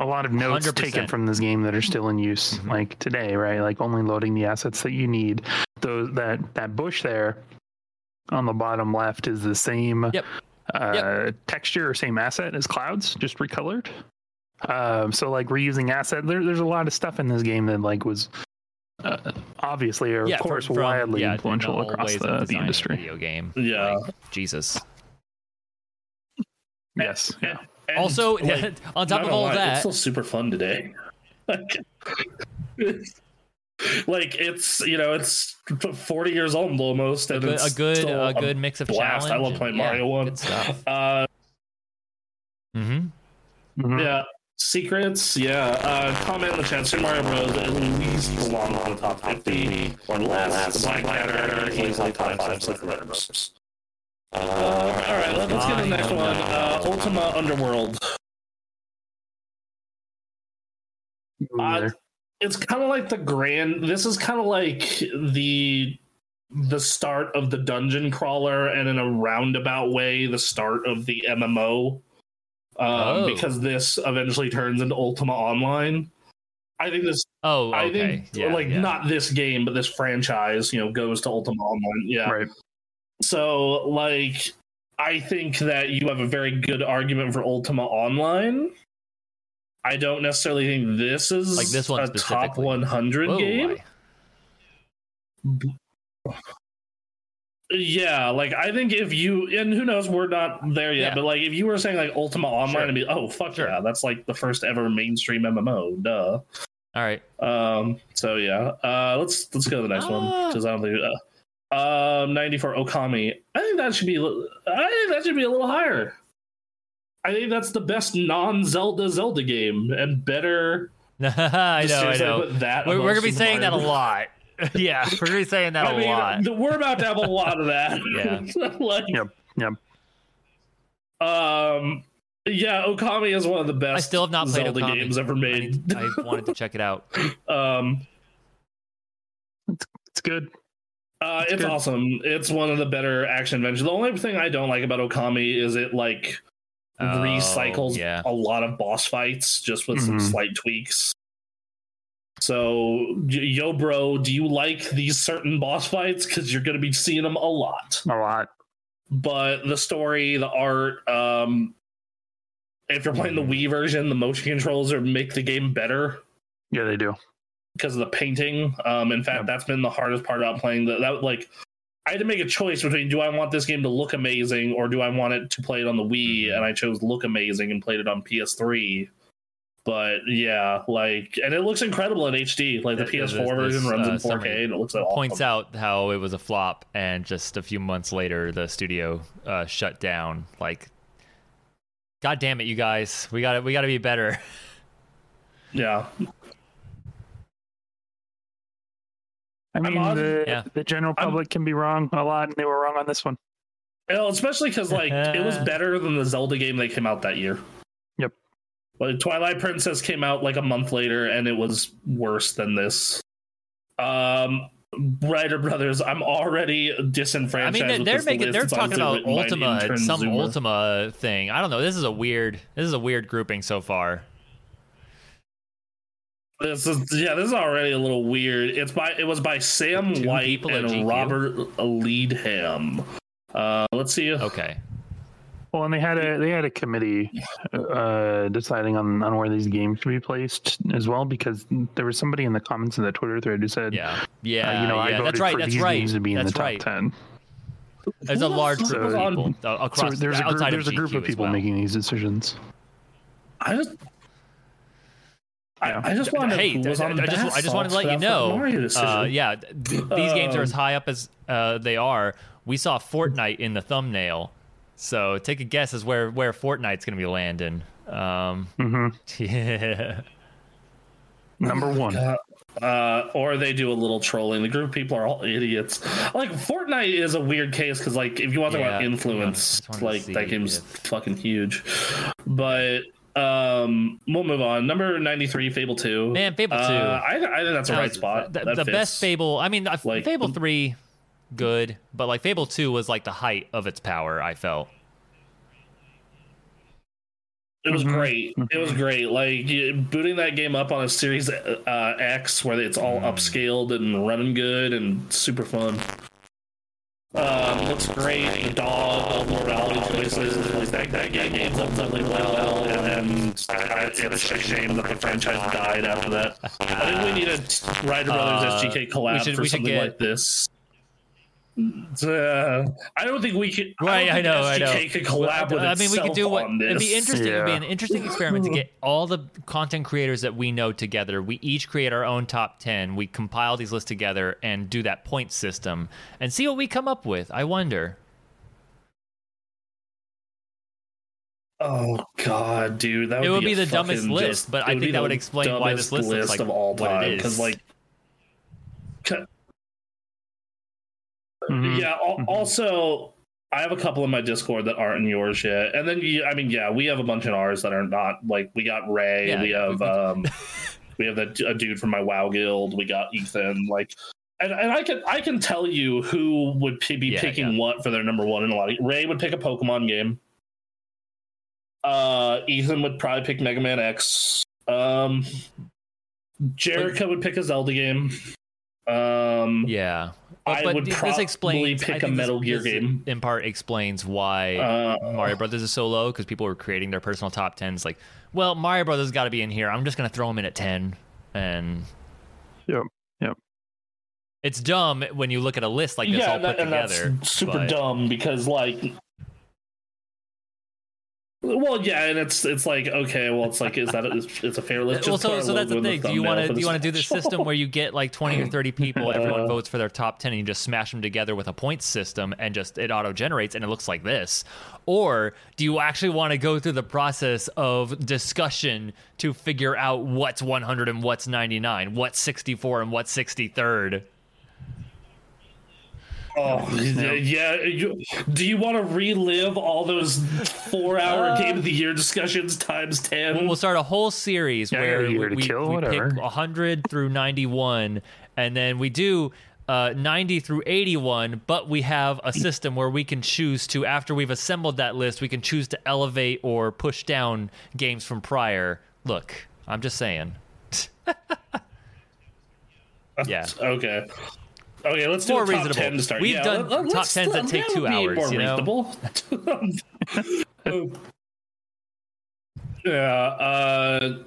Speaker 4: a lot of notes
Speaker 1: 100%.
Speaker 4: taken from this game that are still in use
Speaker 1: Mhm.
Speaker 4: like today, right? Like only loading the assets that you need. Those that that bush there on the bottom left is the same
Speaker 1: Yep.
Speaker 4: uh, texture or same asset as clouds, just recolored. Um, so like reusing asset, there, there's a lot of stuff in this game that like was uh, obviously or
Speaker 1: yeah,
Speaker 4: of
Speaker 1: from-
Speaker 4: course
Speaker 1: from-
Speaker 4: wildly
Speaker 1: yeah,
Speaker 4: influential
Speaker 1: all
Speaker 4: across
Speaker 1: ways of
Speaker 4: the, the
Speaker 1: designing a
Speaker 4: industry.
Speaker 1: Video game.
Speaker 2: Yeah.
Speaker 1: Like, Jesus.
Speaker 4: Yes, yeah.
Speaker 2: And,
Speaker 1: Also,
Speaker 2: like,
Speaker 1: on
Speaker 2: not
Speaker 1: top of
Speaker 2: gonna
Speaker 1: all
Speaker 2: lie, it's
Speaker 1: that,
Speaker 2: still super fun today. like, it's- like it's you know it's 40 years old almost,
Speaker 1: a
Speaker 2: and
Speaker 1: good, a
Speaker 2: it's
Speaker 1: good,
Speaker 2: still
Speaker 1: a good mix of
Speaker 2: blast. I
Speaker 1: challenge.
Speaker 2: love
Speaker 1: and-
Speaker 2: playing
Speaker 1: yeah,
Speaker 2: Mario one.
Speaker 1: Good stuff.
Speaker 2: Uh,
Speaker 1: Mm-hmm.
Speaker 4: Mhm.
Speaker 2: Yeah. Secrets, yeah. Uh, comment in the chat. Super Mario Bros. at least belong on the top 50 or less. The Black Ladder easily top five Super Mario Bros. Uh, all right, let- let's get to the next one. Uh, Ultima Underworld.
Speaker 4: Me
Speaker 2: Uh,
Speaker 4: neither.
Speaker 2: It's kind of like the grand. This is kind of like the the start of the dungeon crawler, and in a roundabout way, the start of the MMO. Um,
Speaker 1: Oh.
Speaker 2: Because this eventually turns into Ultima Online. I think this
Speaker 1: Oh, okay.
Speaker 2: I think
Speaker 1: yeah,
Speaker 2: like
Speaker 1: yeah.
Speaker 2: not this game, but this franchise, you know, goes to Ultima Online. Yeah.
Speaker 4: Right.
Speaker 2: So like I think that you have a very good argument for Ultima Online. I don't necessarily think this is
Speaker 1: Like this one
Speaker 2: a top
Speaker 1: specifically.
Speaker 2: 100
Speaker 1: Whoa,
Speaker 2: game.
Speaker 1: I-
Speaker 2: Yeah, like I think if you and who knows, we're not there yet,
Speaker 1: Yeah.
Speaker 2: but like if you were saying like Ultima Online,
Speaker 1: Sure.
Speaker 2: I'd be oh fuck
Speaker 1: Sure.
Speaker 2: yeah, that's like the first ever mainstream MMO, duh.
Speaker 1: All right.
Speaker 2: Um, so yeah, uh, let's let's go to the next one
Speaker 1: Ah.
Speaker 2: because I don't think uh, um ninety four Okami. I think that should be a li- I think that should be a little higher. I think that's the best non Zelda Zelda game and better.
Speaker 1: I know. I
Speaker 2: seriously,
Speaker 1: know.
Speaker 2: Put that
Speaker 1: We're, we're
Speaker 2: above
Speaker 1: gonna be
Speaker 2: Super
Speaker 1: saying that a
Speaker 2: Mario.
Speaker 1: lot. yeah, we're gonna be saying that a
Speaker 2: I mean,
Speaker 1: lot.
Speaker 2: th- we're about to have a lot of that.
Speaker 1: Yeah.
Speaker 2: like,
Speaker 4: Yep, yep.
Speaker 2: Um, yeah, Okami is one of the best.
Speaker 1: I still have not played
Speaker 2: Zelda
Speaker 1: Okami.
Speaker 2: games ever
Speaker 1: I,
Speaker 2: made.
Speaker 1: need- I wanted to check it out.
Speaker 2: Um,
Speaker 4: It's good.
Speaker 2: Uh,
Speaker 4: It's
Speaker 2: it's
Speaker 4: good.
Speaker 2: awesome. It's one of the better action adventures. The only thing I don't like about Okami is it like
Speaker 1: Oh,
Speaker 2: recycles
Speaker 1: yeah.
Speaker 2: a lot of boss fights just with some
Speaker 4: Mhm.
Speaker 2: slight tweaks. So, y- yo, bro, do you like these certain boss fights? Because you're going to be seeing them a lot.
Speaker 4: A lot.
Speaker 2: But the story, the art, um, if you're
Speaker 1: Mm-hmm.
Speaker 2: playing the Wii version, the motion controls are make the game better
Speaker 4: Yeah, they do.
Speaker 2: because of the painting. Um, in fact,
Speaker 4: Yep.
Speaker 2: that's been the hardest part about playing the, that. Like, I had to make a choice between do I want this game to look amazing or do I want it to play it on the Wii, and I chose look amazing and played it on PS3. But yeah, like, and it looks incredible in HD. Like the
Speaker 1: Th-
Speaker 2: PS4
Speaker 1: this-
Speaker 2: version
Speaker 1: this,
Speaker 2: runs
Speaker 1: uh,
Speaker 2: in 4K,
Speaker 1: summary
Speaker 2: and it looks like
Speaker 1: Points out how it was a flop, and just a few months later, the studio uh, shut down. Like, God damn it, you guys, we got to we got to be better.
Speaker 2: Yeah,
Speaker 4: I mean,
Speaker 2: on-
Speaker 4: the,
Speaker 1: Yeah.
Speaker 4: the general
Speaker 2: I'm-
Speaker 4: public can be wrong a lot, and they were wrong on this one.
Speaker 2: Well, especially because like it was better than the Zelda game that came out that year.
Speaker 4: Yep.
Speaker 2: Like Twilight Princess came out like a month later, and it was worse than this. Um, Ryder Brothers, I'm already
Speaker 1: I
Speaker 2: disenfranchised.
Speaker 1: mean, they're, they're
Speaker 2: with this
Speaker 1: making
Speaker 2: list.
Speaker 1: they're
Speaker 2: It's
Speaker 1: talking
Speaker 2: honestly
Speaker 1: about
Speaker 2: written by an
Speaker 1: Ultima,
Speaker 2: intern
Speaker 1: some
Speaker 2: Zoomer.
Speaker 1: Ultima thing. I don't know. This is a weird this is a weird grouping so far.
Speaker 2: This is yeah, this is already a little weird. It's by it was by Sam
Speaker 1: Two
Speaker 2: White
Speaker 1: people at
Speaker 2: and
Speaker 1: GQ?
Speaker 2: Robert Leadham. Uh, let's see.
Speaker 1: Okay,
Speaker 4: Uh, Well, and they had a they had a committee uh, deciding on, on where these games should be placed as well, because there was somebody in the comments in the Twitter thread who said,
Speaker 1: yeah,
Speaker 4: uh,
Speaker 1: yeah,
Speaker 4: you know, I
Speaker 1: yeah.
Speaker 4: voted
Speaker 1: That's right.
Speaker 4: for
Speaker 1: That's
Speaker 4: these
Speaker 1: right.
Speaker 4: games to be in
Speaker 1: That's
Speaker 4: the top
Speaker 1: right.
Speaker 4: ten.
Speaker 1: There's a
Speaker 2: Who the
Speaker 1: large
Speaker 2: fuck
Speaker 1: group
Speaker 2: was
Speaker 1: of
Speaker 2: on-
Speaker 1: people uh,
Speaker 4: So
Speaker 1: across.
Speaker 4: there's a group,
Speaker 1: outside
Speaker 4: there's a
Speaker 1: of
Speaker 4: group
Speaker 1: GQ
Speaker 4: of
Speaker 1: as
Speaker 4: people
Speaker 1: well.
Speaker 4: making these decisions.
Speaker 2: I just.
Speaker 4: Yeah.
Speaker 2: I, I just wanted
Speaker 1: hey,
Speaker 2: who was
Speaker 1: I,
Speaker 2: on the
Speaker 1: I just, I just wanted to let you
Speaker 2: basketball
Speaker 1: know.
Speaker 2: Mario decision.
Speaker 1: Uh, yeah, th- th- these games
Speaker 2: Um,
Speaker 1: are as high up as uh, they are. We saw Fortnite in the thumbnail, so take a guess as where where Fortnite's going to be landing. Um,
Speaker 4: hmm
Speaker 1: yeah.
Speaker 4: Number one.
Speaker 2: Uh, or they do a little trolling. The group of people are all idiots. Like Fortnite is a weird case because, like, if you want to talk about
Speaker 1: Yeah, yeah,
Speaker 2: influence,
Speaker 1: I just wanted
Speaker 2: like
Speaker 1: to
Speaker 2: that
Speaker 1: see
Speaker 2: game's
Speaker 1: if-
Speaker 2: fucking huge. But um, we'll move on. Number ninety-three, Fable Two.
Speaker 1: Man, Fable
Speaker 2: Uh,
Speaker 1: 2.
Speaker 2: I, I think that's a
Speaker 1: That
Speaker 2: right
Speaker 1: was-
Speaker 2: spot.
Speaker 1: th-
Speaker 2: That
Speaker 1: the
Speaker 2: fits.
Speaker 1: best Fable. I mean, I-
Speaker 2: Like-
Speaker 1: Fable three, good, but like Fable two was like the height of its power. I felt.
Speaker 2: It was
Speaker 1: Mm-hmm.
Speaker 4: Mhm.
Speaker 2: great. It was great. Like you- booting that game up on a Series uh, X where it's all
Speaker 1: Mm.
Speaker 2: upscaled and running good and super fun. Um, looks great. The dog, the morality choices, like that, that game ends up really well. And then I- it's a shame that the franchise died after that. I think we need a Ryder Brothers
Speaker 1: Uh,
Speaker 2: SGK collab
Speaker 1: we should-
Speaker 2: for
Speaker 1: we should
Speaker 2: something
Speaker 1: get-
Speaker 2: like this. Uh, I don't think we could.
Speaker 1: Right, I,
Speaker 2: I,
Speaker 1: know,
Speaker 2: don't
Speaker 1: I
Speaker 2: think
Speaker 1: know.
Speaker 2: SGK could collab with
Speaker 1: I mean, we could
Speaker 2: itself
Speaker 1: do what
Speaker 2: on
Speaker 1: it'd be
Speaker 2: this.
Speaker 1: interesting. It'd be
Speaker 4: Yeah.
Speaker 1: an interesting experiment to get all the content creators that we know together. We each create our own top ten. We compile these lists together and do that point system and see what we come up with. I wonder.
Speaker 2: Oh god, dude, that would
Speaker 1: It would be
Speaker 2: a
Speaker 1: the dumbest
Speaker 2: fucking
Speaker 1: list,
Speaker 2: just-
Speaker 1: but I
Speaker 2: it
Speaker 1: think
Speaker 2: be
Speaker 1: that
Speaker 2: the
Speaker 1: would explain why this
Speaker 2: dumbest
Speaker 1: list looks like
Speaker 2: of all
Speaker 1: what it
Speaker 2: time.
Speaker 1: is.
Speaker 2: Because like, c-
Speaker 1: Mm-hmm.
Speaker 4: Mhm.
Speaker 2: yeah. al-
Speaker 4: Mhm.
Speaker 2: Also, I have a couple in my Discord that aren't in yours yet, and then you, I mean, yeah, we have a bunch in ours that are not. Like, we got Ray,
Speaker 1: Yeah.
Speaker 2: we have um, we have that a dude from my WoW guild, we got Ethan, like. And, and I can I can tell you who would p- be
Speaker 1: Yeah,
Speaker 2: picking
Speaker 1: yeah.
Speaker 2: what for their number one in a lot of Ray would pick a Pokemon game. Uh, Ethan would probably pick Mega Man X. Um, Jericho would pick a Zelda game. Um,
Speaker 1: Yeah,
Speaker 2: I would
Speaker 1: th-
Speaker 2: probably
Speaker 1: I
Speaker 2: pick a
Speaker 1: think this-
Speaker 2: Metal Gear
Speaker 1: this
Speaker 2: game.
Speaker 1: In part, explains why
Speaker 2: uh,
Speaker 1: Mario Brothers is so low because people were creating their personal top tens. Like, well, Mario Brothers got to be in here. I'm just gonna throw him in at ten, and
Speaker 4: Yep, yep.
Speaker 1: It's dumb when you look at a list like this all
Speaker 2: and
Speaker 1: put
Speaker 2: that- and
Speaker 1: together.
Speaker 2: that's super
Speaker 1: but-
Speaker 2: dumb because like well yeah and it's it's like okay well it's like is that it's, it's a fair list
Speaker 1: well,
Speaker 2: Just put
Speaker 1: so,
Speaker 2: our
Speaker 1: so that's the
Speaker 2: logo
Speaker 1: thing.
Speaker 2: in
Speaker 1: do you
Speaker 2: thumbnail
Speaker 1: want
Speaker 2: for
Speaker 1: to do you want to do this
Speaker 2: special.
Speaker 1: system where you get like twenty or thirty people, everyone
Speaker 2: Uh.
Speaker 1: votes for their top ten, and you just smash them together with a points system, and just it auto generates, and it looks like this? Or do you actually want to go through the process of discussion to figure out what's one hundred and what's ninety nine, what's sixty four and what's sixty third?
Speaker 2: oh yeah, yeah you, do you want to relive all those four hour game of the year discussions times 10
Speaker 1: Uh, We'll start a whole series
Speaker 4: Yeah, I
Speaker 1: where
Speaker 4: got a
Speaker 1: we,
Speaker 4: year to
Speaker 1: we,
Speaker 4: kill,
Speaker 1: we pick
Speaker 4: whatever.
Speaker 1: 100 through 91, and then we do uh, 90 through 81. But we have a system where we can choose to, after we've assembled that list, we can choose to elevate or push down games from prior. Look, I'm just saying. yeah,
Speaker 2: okay okay let's do
Speaker 1: More
Speaker 2: a top
Speaker 1: reasonable.
Speaker 2: 10 to start
Speaker 1: We've
Speaker 2: yeah,
Speaker 1: done
Speaker 2: let's-
Speaker 1: top 10s that
Speaker 2: let's-
Speaker 1: take
Speaker 2: that
Speaker 1: two
Speaker 2: would be
Speaker 1: hours,
Speaker 2: more
Speaker 1: you know?
Speaker 2: reasonable. yeah uh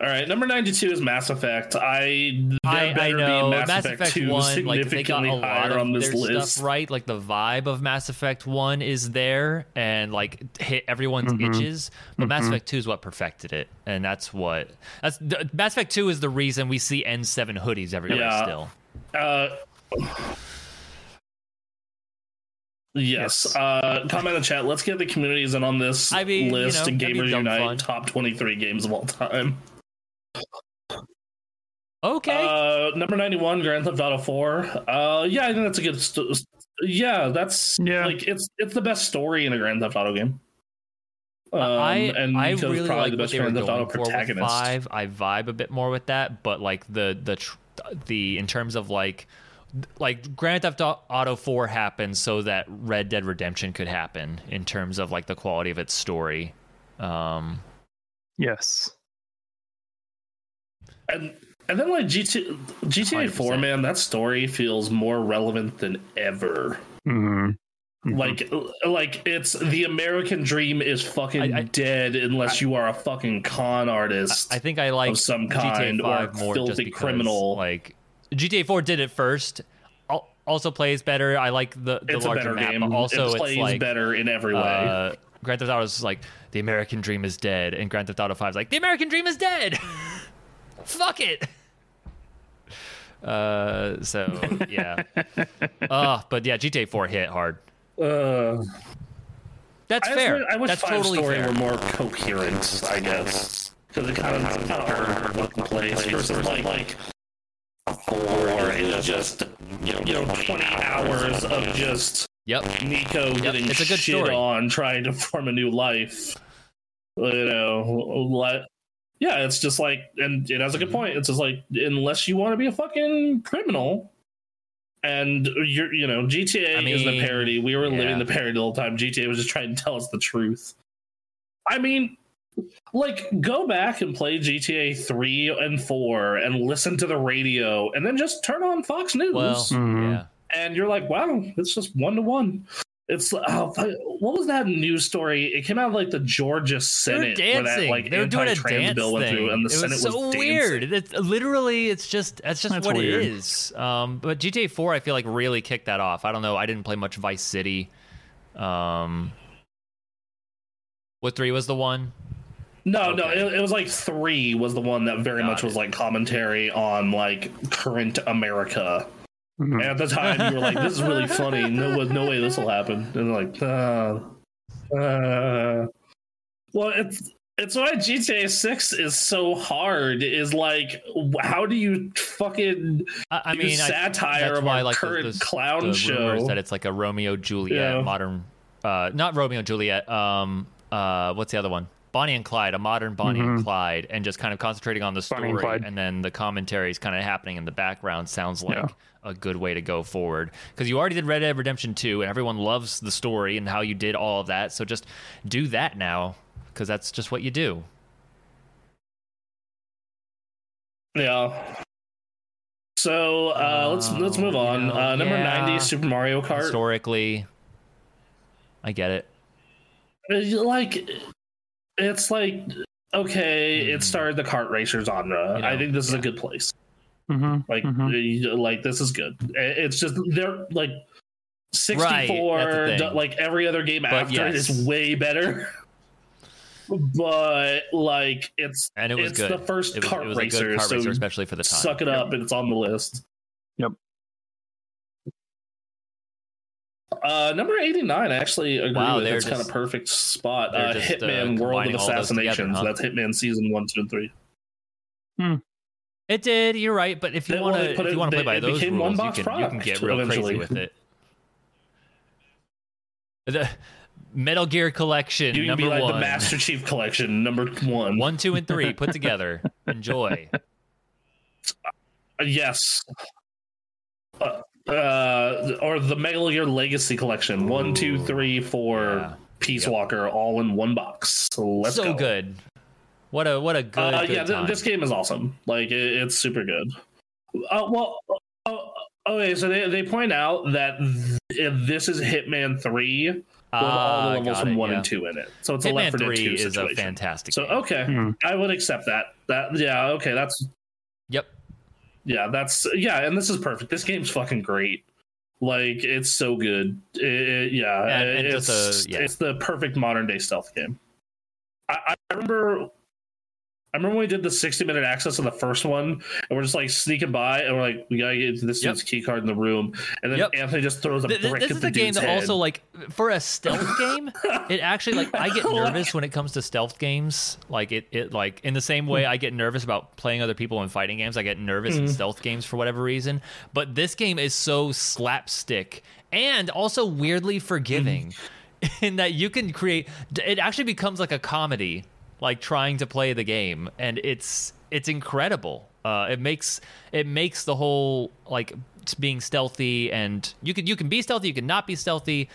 Speaker 2: all right, number ninety-two is Mass Effect. I there
Speaker 1: I, I
Speaker 2: better
Speaker 1: know.
Speaker 2: be
Speaker 1: Mass,
Speaker 2: Mass,
Speaker 1: Effect,
Speaker 2: Effect Two
Speaker 1: One, like they got
Speaker 2: significantly
Speaker 1: a lot
Speaker 2: higher
Speaker 1: of
Speaker 2: on this
Speaker 1: their
Speaker 2: list.
Speaker 1: stuff right. Like the vibe of Mass Effect One is there, and like hit everyone's
Speaker 2: Mm-hmm.
Speaker 4: Mhm.
Speaker 1: itches. But Mass
Speaker 4: Mhm.
Speaker 1: Effect Two is what perfected it, and that's what that's the, Mass Effect Two is the reason we see N seven hoodies everywhere
Speaker 2: Yeah.
Speaker 1: still.
Speaker 2: Uh, yes.
Speaker 1: Yes.
Speaker 2: Uh, comment in the chat. Let's get the communities in on this
Speaker 1: I mean, you know,
Speaker 2: list
Speaker 1: that'd
Speaker 2: and
Speaker 1: be
Speaker 2: Gamers
Speaker 1: dumb
Speaker 2: Unite
Speaker 1: fun.
Speaker 2: top twenty-three games of all time.
Speaker 1: Okay,
Speaker 2: Uh, number ninety-one, Grand Theft Auto Four. Uh, yeah, I think that's a good. St- st- yeah, that's
Speaker 4: Yeah.
Speaker 2: Like it's it's the best story in a Grand Theft Auto game. Um,
Speaker 1: I I
Speaker 2: Niko's
Speaker 1: really
Speaker 2: probably
Speaker 1: like what they were going for with five. I vibe a bit more with that, but like the the tr- the in terms of like like Grand Theft Au- Auto Four happened so that Red Dead Redemption could happen in terms of like the quality of its story. Um,
Speaker 4: Yes.
Speaker 2: and and then like GTA GTA Four,
Speaker 1: 100%.
Speaker 2: man, that story feels more relevant than ever.
Speaker 4: Mhm. Mhm.
Speaker 2: Like uh, like it's the American dream is fucking
Speaker 1: I- I-
Speaker 2: dead unless you are a fucking con artist.
Speaker 1: I think I like
Speaker 2: Of some
Speaker 1: GTA
Speaker 2: kind, or
Speaker 1: Five more just
Speaker 2: filthy
Speaker 1: because
Speaker 2: criminal.
Speaker 1: like GTA Four did it first. Al- Also plays better. I like the the
Speaker 2: it's a
Speaker 1: larger
Speaker 2: better
Speaker 1: map.
Speaker 2: game.
Speaker 1: but Also,
Speaker 2: it
Speaker 1: it's
Speaker 2: plays
Speaker 1: like
Speaker 2: better in every way.
Speaker 1: uh, Grand Theft Auto is like the American dream is dead, and Grand Theft Auto Five is like the American dream is dead. Fuck it. Uh, so yeah. uh, but yeah, GTA Four hit hard.
Speaker 2: Uh,
Speaker 1: That's
Speaker 2: I
Speaker 1: fair.
Speaker 2: Wish, I wish
Speaker 1: That's
Speaker 2: Five
Speaker 1: totally
Speaker 2: Story
Speaker 1: fair.
Speaker 2: were more coherent, I guess. Because it kind of kind of hurt what the place versus like, like four is just you know, you know twenty hours of just
Speaker 1: Yep.
Speaker 2: Nico getting
Speaker 1: it's a good
Speaker 2: shit
Speaker 1: story.
Speaker 2: on trying to form a new life. You know, let yeah, it's just like, and it has a good
Speaker 1: Mm-hmm.
Speaker 2: point. It's just like, unless you want to be a fucking criminal, and you're, you know, GTA
Speaker 1: I
Speaker 2: is the
Speaker 1: mean,
Speaker 2: parody. We were
Speaker 1: yeah.
Speaker 2: living the parody the whole time. GTA was just trying to tell us the truth. I mean, like, go back and play GTA three and four, and listen to the radio, and then just turn on Fox News
Speaker 1: Well,
Speaker 4: Mhm.
Speaker 1: yeah.
Speaker 2: and you're like, wow, it's just one to one. It's oh, fuck, what was that news story? It came out of like the Georgia Senate.
Speaker 1: They're
Speaker 2: where
Speaker 1: dancing.
Speaker 2: that, like,
Speaker 1: They're doing a
Speaker 2: anti-trans
Speaker 1: dance
Speaker 2: bill went
Speaker 1: thing.
Speaker 2: through, and the
Speaker 1: it
Speaker 2: Senate
Speaker 1: was so
Speaker 2: dancing.
Speaker 1: weird. It's literally, it's just that's just
Speaker 4: That's
Speaker 1: what
Speaker 4: weird.
Speaker 1: it is. Um, but GTA Four, I feel like really kicked that off. I don't know. I didn't play much Vice City. Um, what three was the one?
Speaker 2: No, no,
Speaker 1: Okay.
Speaker 2: it, it was like three was the one that very
Speaker 1: Got
Speaker 2: much was
Speaker 1: it.
Speaker 2: like commentary on like current America.
Speaker 4: Mhm.
Speaker 2: And at the time, you were like, this is really funny. No, wa- no way this will happen. And like, uh, uh. well, it's it's why GTA Six is so hard. Is like, w- how do you fucking
Speaker 1: I, I
Speaker 2: do
Speaker 1: mean, I,
Speaker 2: satire
Speaker 1: that's
Speaker 2: of
Speaker 1: why
Speaker 2: our
Speaker 1: like the-
Speaker 2: current
Speaker 1: the,
Speaker 2: clown
Speaker 1: the rumors
Speaker 2: show?
Speaker 1: that it's like a Romeo Juliet
Speaker 2: Yeah.
Speaker 1: modern, uh, not Romeo and Juliet. Um, uh, what's the other one? Bonnie and Clyde, a modern Bonnie and
Speaker 2: Mm-hmm.
Speaker 4: Mhm.
Speaker 1: Clyde, and just kind of concentrating on the story,
Speaker 4: Bonnie and
Speaker 1: and,
Speaker 4: Clyde.
Speaker 1: then the commentary is kind of happening in the background. Sounds like
Speaker 4: Yeah.
Speaker 1: a good way to go forward because you already did Red Dead Redemption Two, and everyone loves the story and how you did all of that. So just do that now because that's just what you do.
Speaker 2: yeah. So uh, let's let's move
Speaker 1: Oh,
Speaker 2: on.
Speaker 1: you know,
Speaker 2: uh, number
Speaker 1: yeah.
Speaker 2: ninety, Super Mario Kart.
Speaker 1: Historically, I get it.
Speaker 2: Uh, like it's like okay
Speaker 1: Mhm.
Speaker 2: it started the kart racer genre
Speaker 1: Hmm. You know,
Speaker 2: i think this is
Speaker 1: yeah.
Speaker 2: a good place
Speaker 4: Mhm,
Speaker 2: Like,
Speaker 1: Mm-hmm.
Speaker 4: mhm.
Speaker 2: uh, like this is good. It- It's just they're like
Speaker 1: Right,
Speaker 2: sixty-four.
Speaker 1: that's the thing.
Speaker 2: d- like every other game
Speaker 1: But
Speaker 2: after it
Speaker 1: yes.
Speaker 2: is way better. but like it's
Speaker 1: and it was
Speaker 2: it's
Speaker 1: good.
Speaker 2: the first
Speaker 1: it was,
Speaker 2: kart
Speaker 1: it was a
Speaker 2: racer,
Speaker 1: good kart
Speaker 2: so
Speaker 1: racer, especially for the time.
Speaker 2: suck it up. It's on the list.
Speaker 4: Yep.
Speaker 2: Uh, number eighty-nine. I actually agree
Speaker 1: Wow,
Speaker 2: with
Speaker 1: they're
Speaker 2: that's kind of
Speaker 1: just-
Speaker 2: perfect spot.
Speaker 1: they're
Speaker 2: Uh,
Speaker 1: just, uh,
Speaker 2: Hitman World of
Speaker 1: combining all those together,
Speaker 2: Assassinations.
Speaker 1: huh?
Speaker 2: That's Hitman season one, two, and three.
Speaker 1: It did. You're right, but if you
Speaker 2: They-
Speaker 1: want
Speaker 2: well,
Speaker 1: to,
Speaker 2: they
Speaker 1: if
Speaker 2: put
Speaker 1: you
Speaker 2: it-
Speaker 1: want to play
Speaker 2: they-
Speaker 1: by
Speaker 2: it
Speaker 1: those
Speaker 2: became one
Speaker 1: rules, you
Speaker 2: box
Speaker 1: can, you can
Speaker 2: product
Speaker 1: get real
Speaker 2: eventually.
Speaker 1: crazy with it. The Metal Gear Collection
Speaker 2: You can
Speaker 1: number
Speaker 2: be like
Speaker 1: one,
Speaker 2: the Master Chief Collection, number one.
Speaker 1: one, two, and three put together. Enjoy.
Speaker 2: Uh, yes. Uh, uh, or the Metal Gear Legacy Collection, one, two,
Speaker 1: Ooh.
Speaker 2: three, four.
Speaker 1: Yeah.
Speaker 2: Peace
Speaker 1: Yep.
Speaker 2: Walker, all in one box. So let's
Speaker 1: so
Speaker 2: go.
Speaker 1: good. What a what a good,
Speaker 2: uh,
Speaker 1: good
Speaker 2: yeah, th-
Speaker 1: time.
Speaker 2: this game is awesome. Like it, it's super good. Uh, well, oh, okay, so they, they point out that th- if this is Hitman three with all
Speaker 1: Ah,
Speaker 2: the levels
Speaker 1: got
Speaker 2: from
Speaker 1: it,
Speaker 2: one
Speaker 1: yeah.
Speaker 2: and two in it, so it's a Left
Speaker 1: Hitman
Speaker 2: 4 Dead
Speaker 1: Three
Speaker 2: two
Speaker 1: is a
Speaker 2: situation.
Speaker 1: fantastic.
Speaker 2: so
Speaker 1: game.
Speaker 2: okay,
Speaker 4: Hmm.
Speaker 2: I would accept that. That yeah, okay, that's
Speaker 1: Yep.
Speaker 2: yeah, that's yeah, and this is perfect. This game's fucking great. Like it's so good. It- it- yeah,
Speaker 1: And- and
Speaker 2: it's
Speaker 1: just a- yeah.
Speaker 2: it's the perfect modern day stealth game. I, I remember. I remember when we did the 60 minute access on the first one, and we're just like sneaking by, and we're like, we gotta get to this
Speaker 1: Yep.
Speaker 2: dude's key card in the room. And then
Speaker 1: Yep.
Speaker 2: Anthony just throws a
Speaker 1: Th- th-
Speaker 2: brick
Speaker 1: this
Speaker 2: at
Speaker 1: is
Speaker 2: the
Speaker 1: a game
Speaker 2: dude's
Speaker 1: that
Speaker 2: head.
Speaker 1: also like for a stealth game it actually like i get nervous when it comes to stealth games like it, it like in the same way i get nervous about playing other people in fighting games i get nervous
Speaker 2: Mm.
Speaker 1: in stealth games for whatever reason but this game is so slapstick and also weirdly forgiving
Speaker 2: Mm.
Speaker 1: in that you can create d- it actually becomes like a comedy like trying to play the game and it's it's incredible uh it makes it makes the whole like s- being stealthy and you can you can be stealthy you can not be stealthy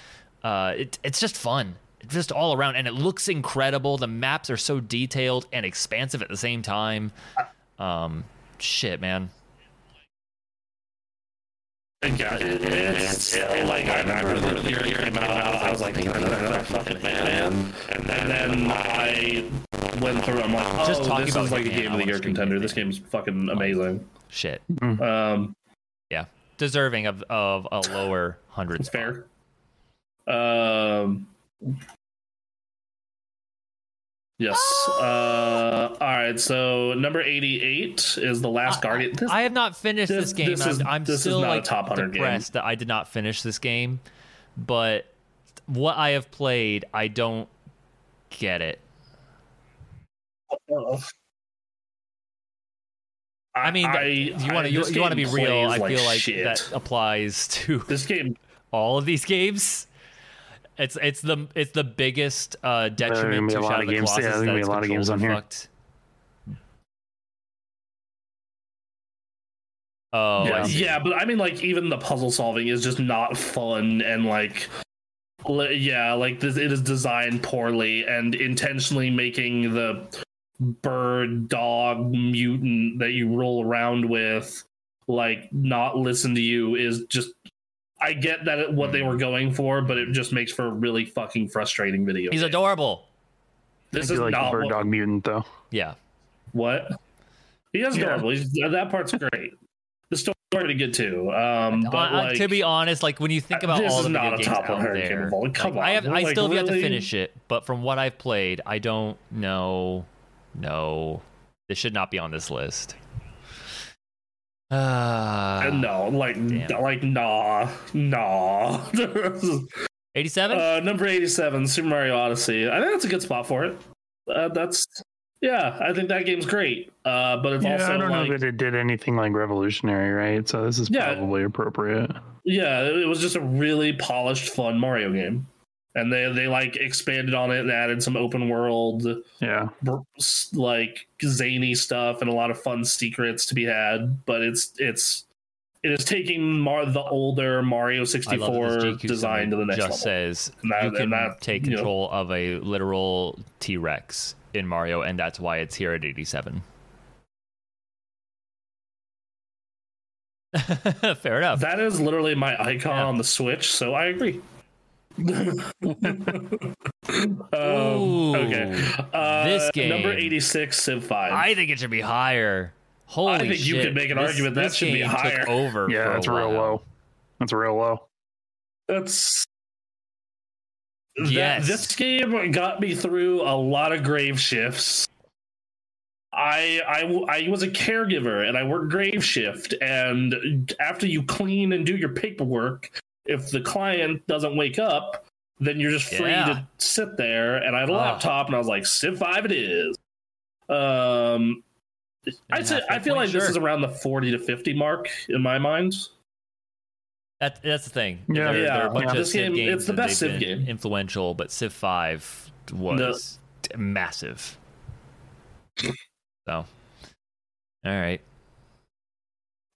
Speaker 1: uh it, it's just fun It's just all around and it looks incredible the maps are so detailed and expansive at the same time um shit man
Speaker 2: Yeah, it- it's yeah, like I remember the theory came out. I was like, man, another fucking man. And then I went through. I'm like, oh,
Speaker 1: Just talking
Speaker 2: this
Speaker 1: about
Speaker 2: is like a
Speaker 1: Hitman,
Speaker 2: game
Speaker 1: I
Speaker 2: of the
Speaker 1: wanna
Speaker 2: year
Speaker 1: stream
Speaker 2: contender.
Speaker 1: Hitman.
Speaker 2: This game's fucking amazing.
Speaker 1: shit
Speaker 2: Um,
Speaker 1: yeah deserving of of a lower hundred
Speaker 2: it's
Speaker 1: spot.
Speaker 2: fair. Um. Yes. Uh, all right. So number eighty-eight is the last guardian. This,
Speaker 1: I have not finished this,
Speaker 2: this-
Speaker 1: game.
Speaker 2: this
Speaker 1: I'm,
Speaker 2: is-
Speaker 1: I'm
Speaker 2: this is
Speaker 1: still
Speaker 2: not a
Speaker 1: like
Speaker 2: top 100 game.
Speaker 1: depressed that I did not finish this game, but what I have played, I don't get it. I mean, that- you want to you,
Speaker 2: this
Speaker 1: want to be
Speaker 2: game
Speaker 1: real.
Speaker 2: plays
Speaker 1: I feel like
Speaker 2: shit.
Speaker 1: that applies to
Speaker 2: this game
Speaker 1: all of these games. It's it's the it's the biggest uh,
Speaker 4: gonna
Speaker 1: detriment
Speaker 4: be
Speaker 1: to
Speaker 4: a lot
Speaker 1: Shadow
Speaker 4: of
Speaker 1: of the
Speaker 4: games- yeah,
Speaker 1: Colossus.
Speaker 4: there's
Speaker 1: that
Speaker 4: gonna be
Speaker 1: its
Speaker 4: a lot of
Speaker 1: controls
Speaker 4: games on
Speaker 1: are
Speaker 4: here.
Speaker 1: fucked. Oh, I
Speaker 4: Yeah.
Speaker 1: see.
Speaker 2: yeah but i mean like even the puzzle solving is just not fun and like li- yeah like this it is designed poorly and intentionally making the bird dog mutant that you roll around with like not listen to you is just i get that it, what they were going for but it just makes for a really fucking frustrating video
Speaker 1: he's
Speaker 2: game.
Speaker 1: adorable.
Speaker 2: this
Speaker 4: I
Speaker 2: is
Speaker 4: do like the
Speaker 2: not
Speaker 4: bird
Speaker 2: what,
Speaker 4: dog mutant though.
Speaker 1: Yeah,
Speaker 2: what he is
Speaker 4: Yeah.
Speaker 2: adorable he's, that part's great the story pretty good too um but
Speaker 1: Uh, uh,
Speaker 2: like,
Speaker 1: to be honest, like when you think about
Speaker 2: This
Speaker 1: all
Speaker 2: is
Speaker 1: the video
Speaker 2: not a
Speaker 1: games
Speaker 2: top
Speaker 1: out
Speaker 2: 100 game
Speaker 1: there,
Speaker 2: of all- come
Speaker 1: like, I
Speaker 2: on,
Speaker 1: have, I
Speaker 2: like,
Speaker 1: still have yet to
Speaker 2: really?
Speaker 1: finish it, but from what I've played, I don't know. No, this should not be on this list.
Speaker 2: Uh,
Speaker 1: Uh,
Speaker 2: no, like,
Speaker 1: damn.
Speaker 2: like, nah, nah.
Speaker 1: eighty-seven.
Speaker 2: uh, number eighty-seven, Super Mario Odyssey. I think that's a good spot for it. Uh, that's, yeah, I think that game's great. Uh, but it's
Speaker 4: Yeah,
Speaker 2: also
Speaker 4: I don't
Speaker 2: like,
Speaker 4: know that it did anything like revolutionary, right? So this is
Speaker 2: Yeah.
Speaker 4: probably appropriate.
Speaker 2: yeah, it was just a really polished, fun Mario game, and they they like expanded on it and added some open world,
Speaker 4: Yeah,
Speaker 2: br- s- like zany stuff and a lot of fun secrets to be had. But it's it's. It is taking Mar- the older
Speaker 1: I
Speaker 2: Mario
Speaker 1: love that
Speaker 2: 64
Speaker 1: this GQ
Speaker 2: design to the next
Speaker 1: just
Speaker 2: level.
Speaker 1: says
Speaker 2: And that-
Speaker 1: you
Speaker 2: and
Speaker 1: can
Speaker 2: that,
Speaker 1: take
Speaker 2: you know.
Speaker 1: control of a literal T-Rex in Mario, and that's why it's here at eighty-seven. Fair enough.
Speaker 2: That is literally my icon
Speaker 1: Yeah.
Speaker 2: on the Switch, so I agree. um,
Speaker 1: Ooh,
Speaker 2: okay. Uh,
Speaker 1: this game.
Speaker 2: Uh, number eighty six, Civ five.
Speaker 1: I think it should be higher. Holy
Speaker 2: I think
Speaker 1: shit.
Speaker 2: you could make an
Speaker 1: this-
Speaker 2: argument that
Speaker 1: this
Speaker 2: should be
Speaker 1: game took
Speaker 2: higher.
Speaker 1: over. for
Speaker 4: Yeah,
Speaker 1: a
Speaker 4: that's real
Speaker 1: while.
Speaker 4: low. That's real low.
Speaker 2: That's that-
Speaker 1: Yes.
Speaker 2: this game got me through a lot of grave shifts. I, I w- I was a caregiver and I worked grave shift. And after you clean and do your paperwork, if the client doesn't wake up, then you're just free
Speaker 1: Yeah.
Speaker 2: to sit there. And I had a
Speaker 1: Ugh.
Speaker 2: laptop and I was like, Civ 5 it is. Um,
Speaker 1: And
Speaker 2: I'd say,
Speaker 1: halfway
Speaker 2: I feel
Speaker 1: point,
Speaker 2: like this
Speaker 1: sure.
Speaker 2: is around the 40 to 50 mark in my mind.
Speaker 1: That, that's the thing.
Speaker 4: Yeah.
Speaker 1: there, there are
Speaker 2: Yeah.
Speaker 1: a bunch
Speaker 2: Yeah.
Speaker 1: of
Speaker 2: This
Speaker 1: Civ
Speaker 2: game-
Speaker 1: games
Speaker 2: it's the
Speaker 1: that
Speaker 2: best
Speaker 1: they've
Speaker 2: Civ
Speaker 1: been
Speaker 2: game.
Speaker 1: Influential, but Civ Five was t- massive. So, all right.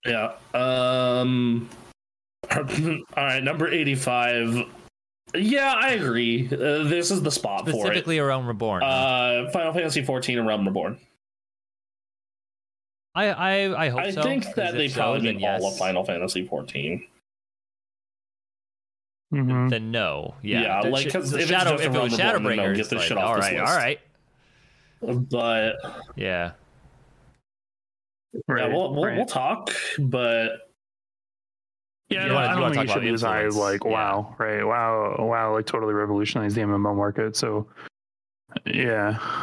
Speaker 2: Yeah. Um all right, number 85. Yeah, I agree. Uh, this is the spot for it.
Speaker 1: Specifically around Reborn. huh?
Speaker 2: Uh Final Fantasy 14 and Realm Reborn.
Speaker 1: I, I I hope
Speaker 2: I
Speaker 1: so.
Speaker 2: think
Speaker 1: 'cause
Speaker 2: that
Speaker 1: if
Speaker 2: they
Speaker 1: so,
Speaker 2: probably
Speaker 1: then
Speaker 2: mean all
Speaker 1: yes.
Speaker 2: of Final Fantasy 14.
Speaker 4: Mhm.
Speaker 1: Then no, yeah,
Speaker 2: Yeah,
Speaker 1: That
Speaker 2: like,
Speaker 1: should-
Speaker 2: 'cause
Speaker 1: the
Speaker 2: if it's
Speaker 1: Shadow,
Speaker 2: just
Speaker 1: if it
Speaker 2: around
Speaker 1: was
Speaker 2: Reborn, then no,
Speaker 1: Shadowbringers,
Speaker 2: get this
Speaker 1: like,
Speaker 2: shit off
Speaker 1: all
Speaker 2: this
Speaker 1: right,
Speaker 2: list.
Speaker 1: all right,
Speaker 2: But
Speaker 1: yeah.
Speaker 2: yeah,
Speaker 4: Right,
Speaker 2: we'll, we'll,
Speaker 4: right.
Speaker 2: we'll talk, but
Speaker 4: Yeah,
Speaker 1: You
Speaker 4: no,
Speaker 1: wanna-
Speaker 4: I
Speaker 1: you
Speaker 4: don't
Speaker 1: wanna
Speaker 4: think it
Speaker 1: talk
Speaker 4: should
Speaker 1: about
Speaker 4: be as high as
Speaker 1: influence,
Speaker 4: like
Speaker 1: yeah.
Speaker 4: wow, right? Wow, wow, like totally revolutionized the MMO market. So, yeah,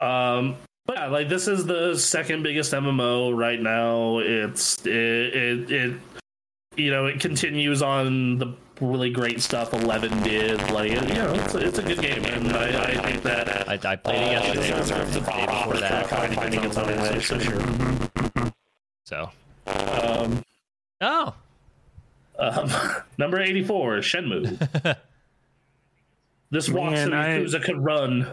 Speaker 2: um but yeah, like this is the second biggest MMO right now. It's it it, it you know, it continues on the really great stuff Eleven did. Like, it, you know, it's a, it's a good game, and I, I think that
Speaker 1: I, I played
Speaker 2: Uh,
Speaker 1: it yesterday, the day before that. So,
Speaker 2: Um,
Speaker 1: oh,
Speaker 2: um, number 84, Shenmue. This walks
Speaker 4: Man,
Speaker 2: and
Speaker 4: I-
Speaker 2: Yakuza could run.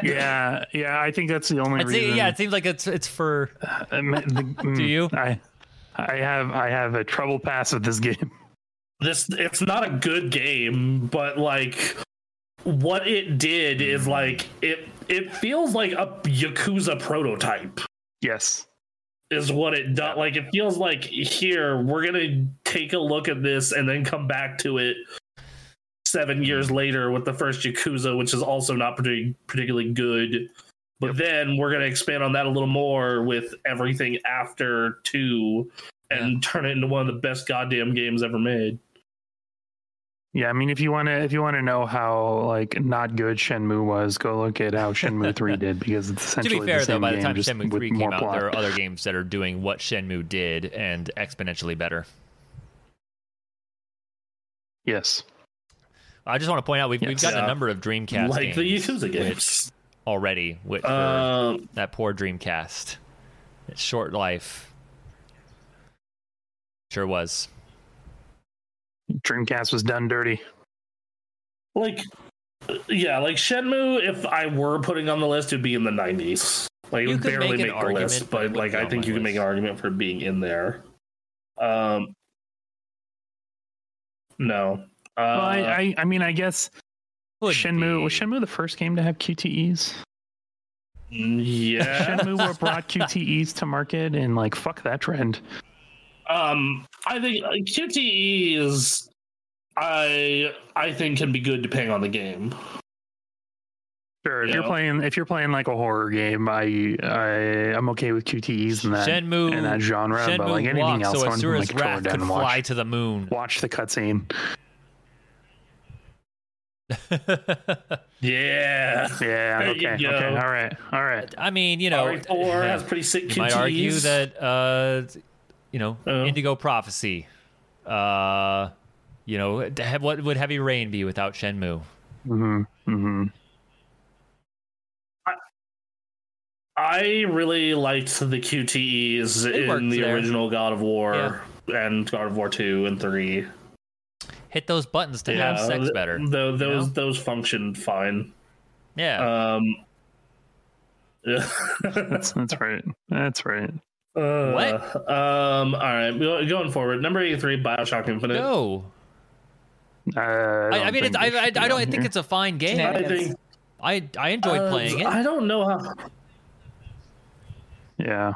Speaker 4: yeah, yeah. I think that's the only
Speaker 1: I'd say-
Speaker 4: reason.
Speaker 1: yeah, it seems like it's it's for
Speaker 4: I mean, the-
Speaker 1: Do you?
Speaker 4: I, I have, I have a trouble pass with this game.
Speaker 2: This it's not a good game, but like what it did is like it it feels like a Yakuza prototype.
Speaker 4: Yes.
Speaker 2: is what it does. Like it feels like here we're gonna take a look at this and then come back to it seven years later with the first Yakuza, which is also not partic- particularly good. But then we're gonna expand on that a little more with everything after two, and turn it into one of the best goddamn games ever made.
Speaker 4: Yeah, I mean, if you want to, if you want to know how like not good Shenmue was, go look at how Shenmue three did because it's
Speaker 1: to
Speaker 4: essentially
Speaker 1: be fair
Speaker 4: the
Speaker 1: though
Speaker 4: same
Speaker 1: by the
Speaker 4: game,
Speaker 1: time
Speaker 4: just
Speaker 1: shenmue
Speaker 4: with
Speaker 1: 3
Speaker 4: more
Speaker 1: came out
Speaker 4: plot.
Speaker 1: there are other games that are doing what shenmue did and exponentially better
Speaker 4: Yes.
Speaker 1: i just want to point out we've, we've
Speaker 4: Yes.
Speaker 1: gotten
Speaker 2: Yeah.
Speaker 1: a number of dreamcast
Speaker 2: like
Speaker 1: games
Speaker 2: the Yakuza games.
Speaker 1: already which
Speaker 4: Uh,
Speaker 1: were
Speaker 2: Um,
Speaker 1: that poor dreamcast its short life sure was
Speaker 4: Dreamcast was done dirty.
Speaker 2: like yeah, like Shenmue. If I were putting on the list, it'd be in the nineties. Like it
Speaker 1: You
Speaker 2: would
Speaker 1: could
Speaker 2: barely
Speaker 1: make
Speaker 2: make,
Speaker 1: an
Speaker 2: the
Speaker 1: argument,
Speaker 2: list,
Speaker 1: but it
Speaker 2: but
Speaker 1: wouldn't
Speaker 2: like
Speaker 1: be
Speaker 2: I
Speaker 1: on
Speaker 2: think
Speaker 1: my
Speaker 2: you can make an
Speaker 1: list.
Speaker 2: argument for being in there. Um, no. Uh,
Speaker 4: well, I, I, I mean, I guess
Speaker 1: Could
Speaker 4: Shenmue
Speaker 1: be.
Speaker 4: was Shenmue the first game to have QTEs.
Speaker 2: yeah.
Speaker 4: Shenmue what brought QTEs to market, and like fuck that trend.
Speaker 2: um, I think uh, QTE is. I I think can be good depending on the game.
Speaker 4: Sure, if
Speaker 2: You
Speaker 4: you're
Speaker 2: know?
Speaker 4: playing if you're playing like a horror game, I I I'm okay with QTEs and that
Speaker 1: shenmue
Speaker 4: and that genre,
Speaker 1: shenmue
Speaker 4: but like anything
Speaker 1: walked
Speaker 4: else,
Speaker 1: so
Speaker 4: I want to put my
Speaker 1: Asura's
Speaker 4: controller
Speaker 1: wrath
Speaker 4: down
Speaker 1: could
Speaker 4: and
Speaker 1: fly
Speaker 4: watch
Speaker 1: to the moon
Speaker 4: watch the cutscene.
Speaker 2: Yeah.
Speaker 4: Yeah,
Speaker 2: There you
Speaker 4: okay, okay,
Speaker 2: go.
Speaker 4: all right, all right.
Speaker 1: i mean you know
Speaker 2: RE4 has pretty sick QTEs.
Speaker 1: you might argue that uh you know
Speaker 2: Oh.
Speaker 1: indigo prophecy uh you know to have- what would heavy rain be without shenmue
Speaker 4: hmm hmm
Speaker 2: I really liked the QTEs
Speaker 1: They worked
Speaker 2: in the
Speaker 1: there.
Speaker 2: original God of War and God of War two and three.
Speaker 1: hit those buttons to have sex
Speaker 2: th-
Speaker 1: better
Speaker 2: tho- those
Speaker 1: know?
Speaker 2: those functioned fine.
Speaker 1: yeah
Speaker 2: Um, yeah.
Speaker 4: That's that's right. That's right.
Speaker 2: Uh, Um, all right, go- going forward, number eighty three, Bioshock Infinite.
Speaker 1: no
Speaker 4: Uh,
Speaker 1: i, I mean it's, I, I, I don't I think it's a fine game
Speaker 3: Generic.
Speaker 2: I think
Speaker 1: i i enjoyed
Speaker 2: uh,
Speaker 1: playing it
Speaker 2: I don't know how.
Speaker 4: yeah.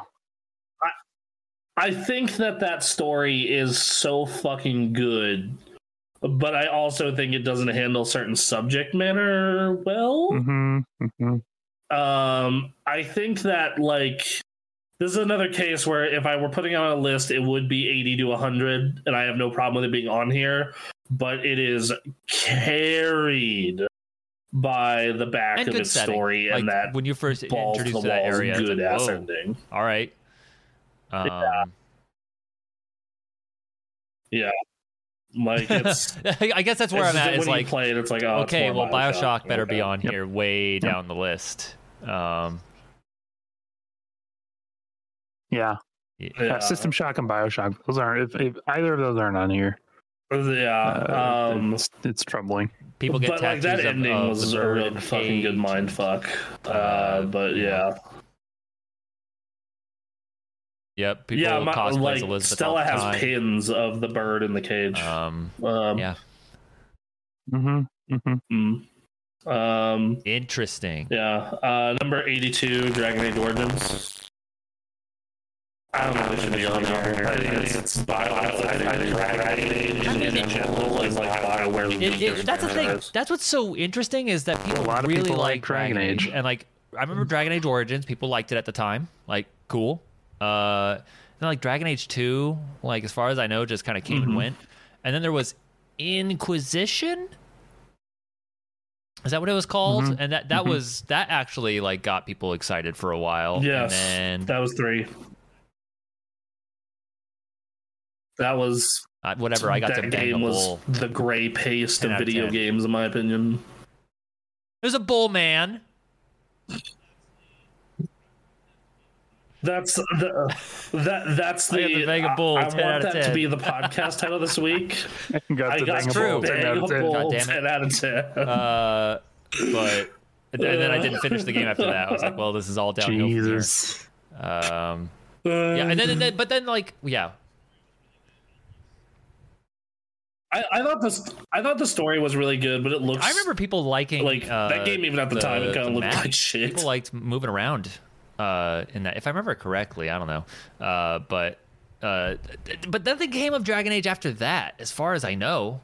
Speaker 2: I think that that story is so fucking good, but I also think it doesn't handle certain subject matter well.
Speaker 4: mm-hmm, hmm hmm
Speaker 2: um i think that like This is another case where if I were putting on a list, it would be 80 to 100, and I have no problem with it being on here, but it is carried by the back
Speaker 1: And
Speaker 2: of
Speaker 1: good
Speaker 2: its
Speaker 1: setting.
Speaker 2: story
Speaker 1: like
Speaker 2: and that
Speaker 1: when you first
Speaker 2: ball to
Speaker 1: introduced
Speaker 2: the
Speaker 1: to that
Speaker 2: wall
Speaker 1: area, it's
Speaker 2: good
Speaker 1: like,
Speaker 2: ass
Speaker 1: whoa,
Speaker 2: ending.
Speaker 1: all right. Um,
Speaker 2: Yeah. Like it's
Speaker 1: I I guess that's where
Speaker 2: it's
Speaker 1: I'm
Speaker 2: just
Speaker 1: at.
Speaker 2: When
Speaker 1: Is
Speaker 2: you
Speaker 1: like,
Speaker 2: play it, it's like oh, it's
Speaker 1: okay,
Speaker 2: more
Speaker 1: well, Bioshock, better
Speaker 2: Okay.
Speaker 1: be on
Speaker 4: Yep.
Speaker 1: here, way down the list. Um,
Speaker 4: Yeah.
Speaker 2: Yeah,
Speaker 4: Uh, System Shock and Bioshock. Those aren't. If, if either of those aren't on here,
Speaker 2: Yeah,
Speaker 4: uh,
Speaker 2: um,
Speaker 4: it's, it's troubling.
Speaker 1: people get
Speaker 2: but like
Speaker 1: tattoos
Speaker 2: that
Speaker 1: of-
Speaker 2: ending
Speaker 1: of
Speaker 2: was
Speaker 1: the
Speaker 2: a
Speaker 1: bird
Speaker 2: real
Speaker 1: and
Speaker 2: fucking good
Speaker 1: cage.
Speaker 2: mind fuck.
Speaker 1: Uh,
Speaker 2: Uh, but
Speaker 1: yeah.
Speaker 2: yeah,
Speaker 1: Yep, people
Speaker 2: yeah,
Speaker 1: yeah,
Speaker 2: my,
Speaker 1: cosplay
Speaker 2: like
Speaker 1: as Elizabeth
Speaker 2: Stella
Speaker 1: all the
Speaker 2: has
Speaker 1: time.
Speaker 2: pins of the bird in the cage.
Speaker 1: Um,
Speaker 2: um,
Speaker 1: yeah.
Speaker 4: Mm-hmm. Mm-hmm.
Speaker 2: mm. um,
Speaker 1: interesting.
Speaker 2: yeah. Uh, number eighty-two, Dragon Age Origins. I don't know. if It should be on here. I think it's, it's Bioware. I think- I think Dragon Age in- in general is like Bioware.
Speaker 1: It, it, that's the thing. That's what's so interesting is that people
Speaker 4: lot of
Speaker 1: really
Speaker 4: people
Speaker 1: like,
Speaker 4: like Dragon Age.
Speaker 1: and like I remember Dragon Age Origins. People liked it at the time. Like cool. Uh, and then like Dragon Age Two. Like as far as I know, just kind of came and went. And then there was Inquisition. Is that what it was called?
Speaker 4: Mhm.
Speaker 1: And that that
Speaker 4: Mhm.
Speaker 1: was that actually like got people excited for a while.
Speaker 2: Yes,
Speaker 1: And then,
Speaker 2: that was three. That was
Speaker 1: uh, whatever I got
Speaker 2: that
Speaker 1: to bang
Speaker 2: game
Speaker 1: a
Speaker 2: was
Speaker 1: bull.
Speaker 2: the gray paste
Speaker 1: 10
Speaker 2: of
Speaker 1: out of
Speaker 2: video
Speaker 1: 10.
Speaker 2: games, in my opinion.
Speaker 1: There's a bull man.
Speaker 2: That's the that that's
Speaker 1: I
Speaker 2: the
Speaker 1: got the Vega
Speaker 2: I-
Speaker 1: Bull,
Speaker 2: I,
Speaker 1: 10 out
Speaker 2: want
Speaker 1: of
Speaker 2: that
Speaker 1: 10.
Speaker 2: to be the podcast title this week.
Speaker 4: Got
Speaker 2: I
Speaker 4: the
Speaker 2: got
Speaker 4: thing
Speaker 1: true.
Speaker 4: about
Speaker 1: Bang
Speaker 4: ten out of
Speaker 2: Vega
Speaker 4: ten.
Speaker 1: God
Speaker 2: Bull
Speaker 1: damn it.
Speaker 2: ten out of ten.
Speaker 1: Uh, but and then I didn't finish the game after that. I was like, well, this is all downhill. from here.
Speaker 4: Jesus.
Speaker 1: Um, yeah, and then, and then but then like yeah,
Speaker 2: I, I thought this I thought the story was really good, but it looks
Speaker 1: I remember people liking
Speaker 2: like
Speaker 1: uh,
Speaker 2: that game even at the, time it kind of looked
Speaker 1: map.
Speaker 2: like shit.
Speaker 1: People liked moving around uh, in that, if I remember correctly. I don't know, uh, but uh, th- but then the game of Dragon Age after that, as far as I know,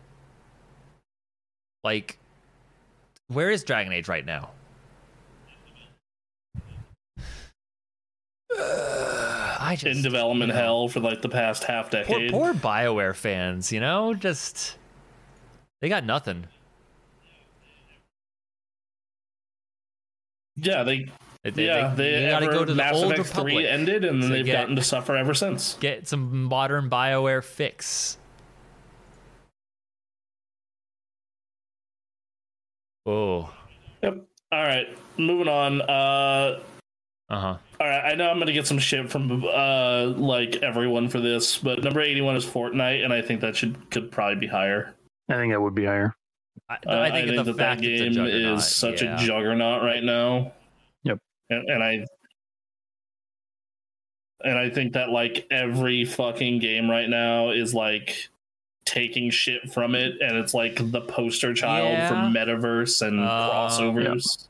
Speaker 1: like where is Dragon Age right now? Uh, I just
Speaker 2: in development hell for like the past half
Speaker 1: poor,
Speaker 2: decade.
Speaker 1: poor Bioware fans, you know, just they got nothing.
Speaker 2: Yeah, they
Speaker 1: They, they-
Speaker 2: yeah they,
Speaker 1: they, got to
Speaker 2: ever-
Speaker 1: go to the
Speaker 2: Mass
Speaker 1: old
Speaker 2: Effect
Speaker 1: Republic.
Speaker 2: three ended, and then
Speaker 1: to
Speaker 2: they've
Speaker 1: get-
Speaker 2: gotten to suffer ever since.
Speaker 1: Get some modern Bioware fix. Oh,
Speaker 2: Yep. All right, moving on. Uh,
Speaker 1: uh huh.
Speaker 2: all right, I know I'm gonna get some shit from uh like everyone for this, but number 81 is Fortnite, and I think that should could probably be higher.
Speaker 4: I think that would be higher.
Speaker 1: I,
Speaker 2: Uh,
Speaker 1: I think the
Speaker 2: that
Speaker 1: fact
Speaker 2: that
Speaker 1: it's a
Speaker 2: game
Speaker 1: juggernaut,
Speaker 2: is such
Speaker 1: yeah.
Speaker 2: a juggernaut right now.
Speaker 4: Yep.
Speaker 2: And, and I and I think that like every fucking game right now is like taking shit from it, and it's like the poster child for
Speaker 1: Yeah.
Speaker 2: metaverse and
Speaker 1: Um,
Speaker 2: crossovers.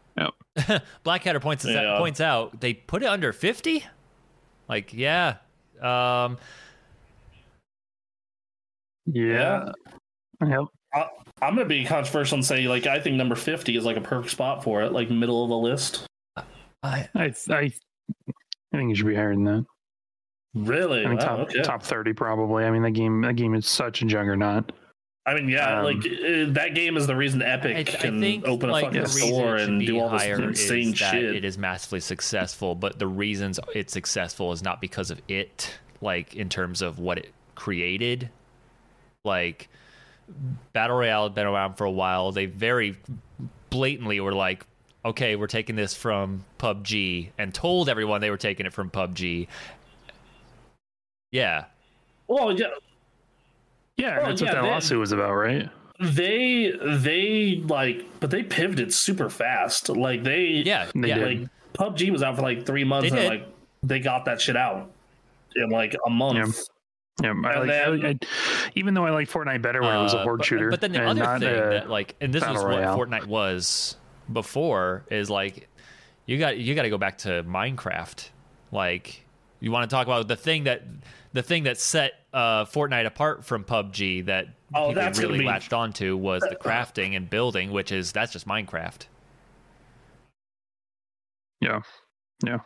Speaker 1: Blackadder points us out,
Speaker 2: Yeah.
Speaker 1: points out they put it under fifty. Like yeah, um,
Speaker 4: Yeah. Yep.
Speaker 2: I'm gonna be controversial and say like I think number fifty is like a perfect spot for it, like middle of the list.
Speaker 1: I,
Speaker 4: I I, I think it should be higher than that.
Speaker 2: Really?
Speaker 4: I mean,
Speaker 2: Wow,
Speaker 4: top
Speaker 2: okay.
Speaker 4: top thirty probably. I mean, that game that game is such a juggernaut.
Speaker 2: I mean, yeah,
Speaker 4: Um,
Speaker 2: like uh, that game is the reason Epic
Speaker 1: I, I
Speaker 2: can
Speaker 1: think
Speaker 2: open a
Speaker 1: like,
Speaker 2: fucking
Speaker 1: the reason
Speaker 2: store
Speaker 1: it should
Speaker 2: and
Speaker 1: be
Speaker 2: do all this
Speaker 1: higher
Speaker 2: insane
Speaker 1: is that
Speaker 2: shit.
Speaker 1: It is massively successful, but the reasons it's successful is not because of it. Like in terms of what it created, like battle royale had been around for a while. They very blatantly were like, "Okay, we're taking this from PUBG," and told everyone they were taking it from PUBG. Yeah,
Speaker 2: Well, yeah,
Speaker 4: Yeah,
Speaker 2: Well,
Speaker 4: that's
Speaker 2: yeah,
Speaker 4: what that
Speaker 2: they-
Speaker 4: lawsuit was about, right?
Speaker 2: they they like, but they pivoted super fast. Like they,
Speaker 1: yeah,
Speaker 4: They
Speaker 1: yeah.
Speaker 4: did.
Speaker 2: like PUBG was out for like three months,
Speaker 1: They
Speaker 2: and
Speaker 1: did.
Speaker 2: like they got that shit out in like a month.
Speaker 4: Yeah, I
Speaker 2: And
Speaker 4: like,
Speaker 2: then-
Speaker 4: I, I- even though I like Fortnite better when it was a
Speaker 1: Uh,
Speaker 4: horde
Speaker 1: but,
Speaker 4: shooter.
Speaker 1: But then the
Speaker 4: and
Speaker 1: other
Speaker 4: not uh,
Speaker 1: thing
Speaker 4: a-
Speaker 1: that like, and this is
Speaker 4: battle
Speaker 1: what
Speaker 4: royale.
Speaker 1: Fortnite was before, is like, you got you got to go back to Minecraft. Like, you want to talk about the thing that the thing that set uh, Fortnite apart from PUBG that
Speaker 2: Oh,
Speaker 1: people
Speaker 2: that's gonna
Speaker 1: really
Speaker 2: be-
Speaker 1: latched onto was the crafting and building, which is that's just Minecraft.
Speaker 4: yeah, yeah.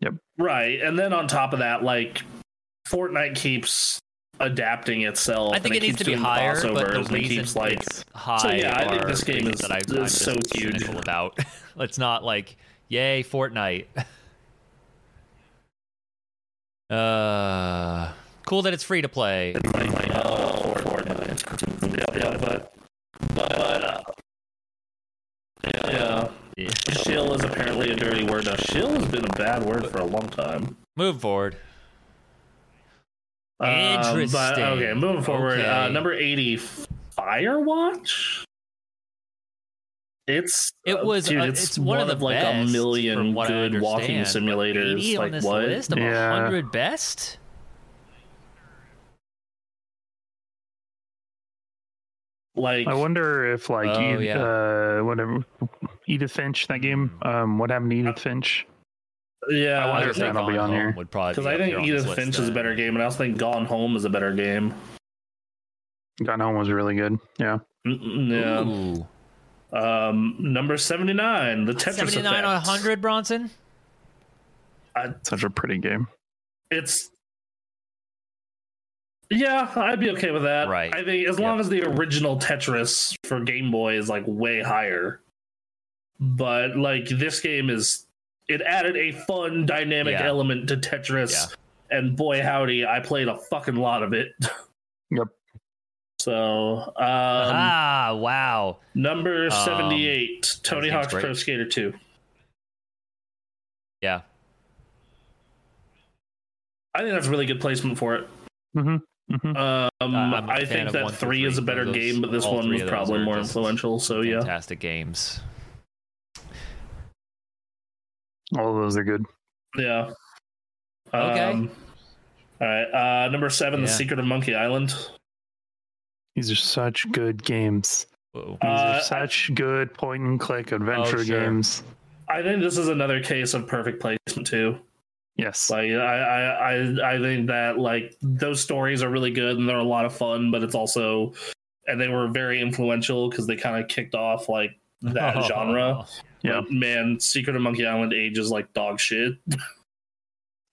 Speaker 4: Yep.
Speaker 2: Right. And then on top of that, like Fortnite keeps adapting itself.
Speaker 1: I think
Speaker 2: and
Speaker 1: it, needs
Speaker 2: keeps
Speaker 1: to be
Speaker 2: doing
Speaker 1: higher, but
Speaker 2: crossovers,
Speaker 1: the
Speaker 2: and it
Speaker 1: reason
Speaker 2: keeps like
Speaker 1: it's high
Speaker 2: So, yeah, I think
Speaker 1: are
Speaker 2: this game
Speaker 1: things
Speaker 2: is-
Speaker 1: that I've,
Speaker 2: is
Speaker 1: I'm
Speaker 2: so
Speaker 1: just
Speaker 2: huge.
Speaker 1: cynical about. it's not like, yay, Fortnite. Uh, cool that it's free to play.
Speaker 2: it's like, like oh, or Fortnite, it's cartoons, yeah, yeah, but but uh, yeah, yeah.
Speaker 1: Yeah.
Speaker 2: Shill uh, is apparently a dirty word now. Shill has been a bad word for a long time.
Speaker 1: Move forward.
Speaker 2: Um, but,
Speaker 1: Interesting.
Speaker 2: okay, moving forward. Uh,
Speaker 1: Okay.
Speaker 2: number eighty, Firewatch. It's
Speaker 1: It
Speaker 2: uh,
Speaker 1: was
Speaker 2: dude,
Speaker 1: a-
Speaker 2: it's,
Speaker 1: it's one of the
Speaker 2: like a
Speaker 1: best,
Speaker 2: million
Speaker 1: from what I
Speaker 2: good walking
Speaker 1: understand, but 80
Speaker 2: simulators.
Speaker 1: on
Speaker 2: Like
Speaker 1: this
Speaker 2: what?
Speaker 1: list of
Speaker 4: Yeah.
Speaker 1: 100 best?
Speaker 2: Like
Speaker 4: I wonder if like
Speaker 1: Oh,
Speaker 4: Edith,
Speaker 1: yeah. Hmm.
Speaker 4: uh, whatever Edith Finch that game. Um, what happened to Edith Finch?
Speaker 2: yeah,
Speaker 4: I wonder
Speaker 1: would
Speaker 4: if
Speaker 1: say
Speaker 4: that'll be
Speaker 1: Gone
Speaker 4: on uh, here.
Speaker 1: Home would probably
Speaker 2: because
Speaker 1: be
Speaker 2: I
Speaker 1: up
Speaker 2: think
Speaker 1: here on this
Speaker 2: Edith
Speaker 1: list
Speaker 2: Finch is a
Speaker 1: then.
Speaker 2: better game, and I also think Gone Home is a better game.
Speaker 4: Gone Home was really good. Yeah.
Speaker 2: Mm, mm,
Speaker 1: Ooh.
Speaker 2: Yeah. Um, number seventy nine, the Tetris
Speaker 1: 79
Speaker 2: effect.
Speaker 1: on 100, Bronson?
Speaker 4: Such a pretty game.
Speaker 2: It's yeah, I'd be okay with that.
Speaker 1: Right.
Speaker 2: I think as long as the original Tetris for Game Boy is like way higher. But like this game is it added a fun dynamic
Speaker 1: Yeah.
Speaker 2: element to Tetris. And boy howdy, I played a fucking lot of it.
Speaker 4: Yep.
Speaker 2: So um
Speaker 1: ah, wow.
Speaker 2: number
Speaker 1: Um,
Speaker 2: seventy eight, Tony
Speaker 1: seems
Speaker 2: Hawk's
Speaker 1: great.
Speaker 2: Pro Skater two.
Speaker 1: Yeah.
Speaker 2: I think that's a really good placement for it.
Speaker 4: Mm-hmm. Mm-hmm.
Speaker 2: Um,
Speaker 1: I'm a
Speaker 2: I
Speaker 1: fan
Speaker 2: think
Speaker 1: of
Speaker 2: that
Speaker 1: one through
Speaker 2: three is a
Speaker 1: three.
Speaker 2: better
Speaker 1: Those-
Speaker 2: game, but this
Speaker 1: all
Speaker 2: one
Speaker 1: three
Speaker 2: was
Speaker 1: of those
Speaker 2: probably
Speaker 1: are
Speaker 2: more
Speaker 1: just
Speaker 2: influential. So Oh, yeah,
Speaker 1: Fantastic games.
Speaker 4: All of those are good.
Speaker 2: yeah.
Speaker 1: Okay.
Speaker 2: Um, all right. Uh, number seven, The
Speaker 1: Yeah.
Speaker 2: Secret of Monkey Island.
Speaker 4: These are such good games.
Speaker 1: Whoa.
Speaker 4: These
Speaker 2: Uh, Oh,
Speaker 4: are such good point and click adventure
Speaker 1: sure.
Speaker 4: games.
Speaker 2: I think this is another case of perfect placement too.
Speaker 4: Yes.
Speaker 2: Like I, I, I, I think that like those stories are really good and they're a lot of fun, but it's also, and they were very influential because they kind of kicked off like that genre.
Speaker 4: Yeah.
Speaker 2: But, man, Secret of Monkey Island ages like dog shit.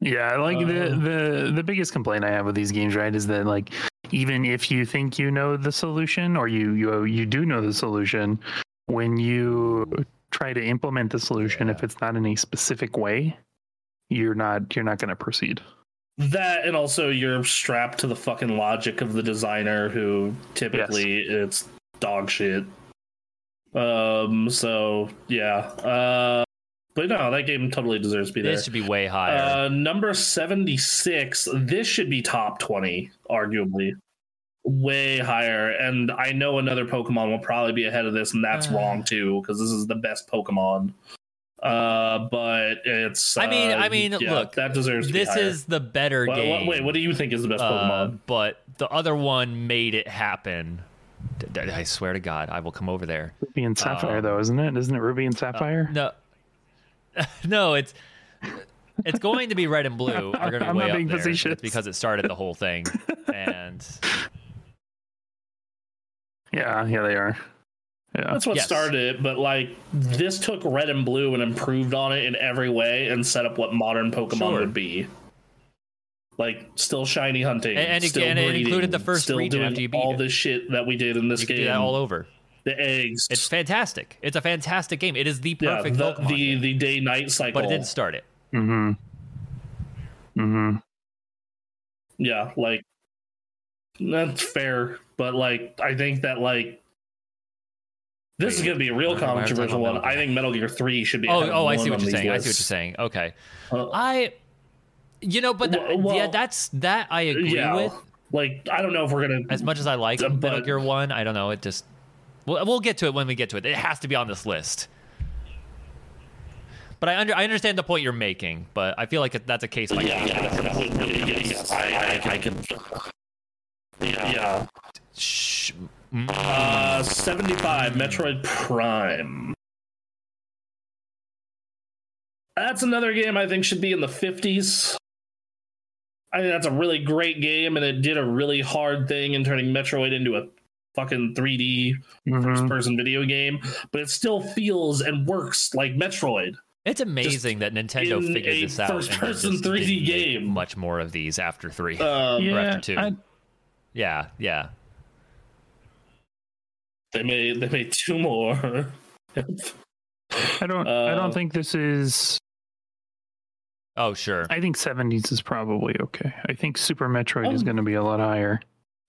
Speaker 4: Yeah, I like
Speaker 2: Uh,
Speaker 4: the the the biggest complaint I have with these games, right, is that like even if you think you know the solution or you you you do know the solution, when you try to implement the solution, if it's not in a specific way, you're not you're not going to proceed.
Speaker 2: That and also you're strapped to the fucking logic of the designer who typically it's dog shit. Um so yeah. Uh but no, that game totally deserves to be there.
Speaker 1: This should be way higher.
Speaker 2: Uh number 76, this should be top 20 arguably. Way higher and I know another Pokemon will probably be ahead of this and that's
Speaker 1: Uh.
Speaker 2: wrong too cuz this is the best Pokemon. Uh but it's
Speaker 1: I mean-
Speaker 2: uh,
Speaker 1: I mean,
Speaker 2: yeah,
Speaker 1: look,
Speaker 2: that deserves to be
Speaker 1: this
Speaker 2: higher.
Speaker 1: is the better
Speaker 2: Wha- wha-
Speaker 1: game.
Speaker 2: wait, what do you think is the best
Speaker 1: uh,
Speaker 2: Pokemon?
Speaker 1: but the other one made it happen. D- d- I swear to God, I will come over there.
Speaker 4: Ruby and
Speaker 2: Uh,
Speaker 4: Sapphire,
Speaker 1: Um,
Speaker 4: though, isn't it? Isn't it Ruby and Sapphire?
Speaker 1: No, no, it's it's going to be red and blue. Are going to be
Speaker 4: I'm
Speaker 1: way
Speaker 4: not
Speaker 1: up
Speaker 4: being
Speaker 1: there just
Speaker 4: facetious.
Speaker 1: because it started the whole thing. And
Speaker 4: Yeah, yeah, they are. Yeah,
Speaker 2: That's what
Speaker 1: yes.
Speaker 2: started it, but like this took red and blue and improved on it in every way and set up what modern Pokemon
Speaker 1: Sure.
Speaker 2: would be. Like still shiny hunting,
Speaker 1: And- and
Speaker 2: still
Speaker 1: again, it
Speaker 2: breeding,
Speaker 1: included the first
Speaker 2: still
Speaker 1: region
Speaker 2: doing
Speaker 1: after you beat
Speaker 2: all
Speaker 1: it.
Speaker 2: this shit that we did in this
Speaker 1: you can do
Speaker 2: game.
Speaker 1: that all over.
Speaker 2: the eggs,
Speaker 1: It's fantastic. It's a fantastic game. It is the
Speaker 2: yeah,
Speaker 1: perfect
Speaker 2: the
Speaker 1: Pokemon
Speaker 2: the,
Speaker 1: game,
Speaker 2: the day night cycle.
Speaker 1: but it didn't start it.
Speaker 4: Mm-hmm. Mm-hmm.
Speaker 2: yeah, like that's fair, but like I think that like. This is
Speaker 1: Wait,
Speaker 2: going to be a
Speaker 1: why
Speaker 2: real
Speaker 1: are we talking
Speaker 2: controversial
Speaker 1: about
Speaker 2: one.
Speaker 1: Metal
Speaker 2: I think Metal Gear 3 should be. ahead
Speaker 1: Oh,
Speaker 2: of
Speaker 1: oh, I
Speaker 2: one
Speaker 1: see what you're
Speaker 2: on these
Speaker 1: saying. I see what you're
Speaker 2: lists.
Speaker 1: saying. Okay,
Speaker 2: Uh,
Speaker 1: I, you know, but th-
Speaker 2: Well- well-
Speaker 1: yeah, that's that I agree
Speaker 2: yeah.
Speaker 1: with.
Speaker 2: Like I don't know if we're gonna.
Speaker 1: As much as I like
Speaker 2: Uh,
Speaker 1: Metal
Speaker 2: but-
Speaker 1: Gear One, I don't know. It just we'll, we'll get to it when we get to it. It has to be on this list. But I under I understand the point you're making, but I feel like it- that's a case by
Speaker 2: yeah,
Speaker 1: case.
Speaker 2: yeah, that would really yeah, yes. I, I, I can. Yeah.
Speaker 1: Shh. Mm.
Speaker 2: Uh, seventy-five. Metroid Prime. That's another game I think should be in the fifties. I think that's a really great game, and it did a really hard thing in turning Metroid into a fucking 3D
Speaker 4: Mm-hmm.
Speaker 2: first-person video game. But it still feels and works like Metroid.
Speaker 1: It's amazing that Nintendo
Speaker 2: in
Speaker 1: figured
Speaker 2: a
Speaker 1: this out. and they're
Speaker 2: first-person
Speaker 1: just
Speaker 2: 3D
Speaker 1: making
Speaker 2: game.
Speaker 1: Much more of these after three.
Speaker 2: Um,
Speaker 1: Or
Speaker 4: yeah,
Speaker 1: after two.
Speaker 4: I-
Speaker 1: yeah, yeah.
Speaker 2: They made they made two more.
Speaker 4: I don't. I
Speaker 2: Uh,
Speaker 4: don't think this is.
Speaker 1: Oh sure.
Speaker 4: I think seventies is probably okay. I think Super Metroid is
Speaker 2: Oh.
Speaker 4: going to be a lot higher,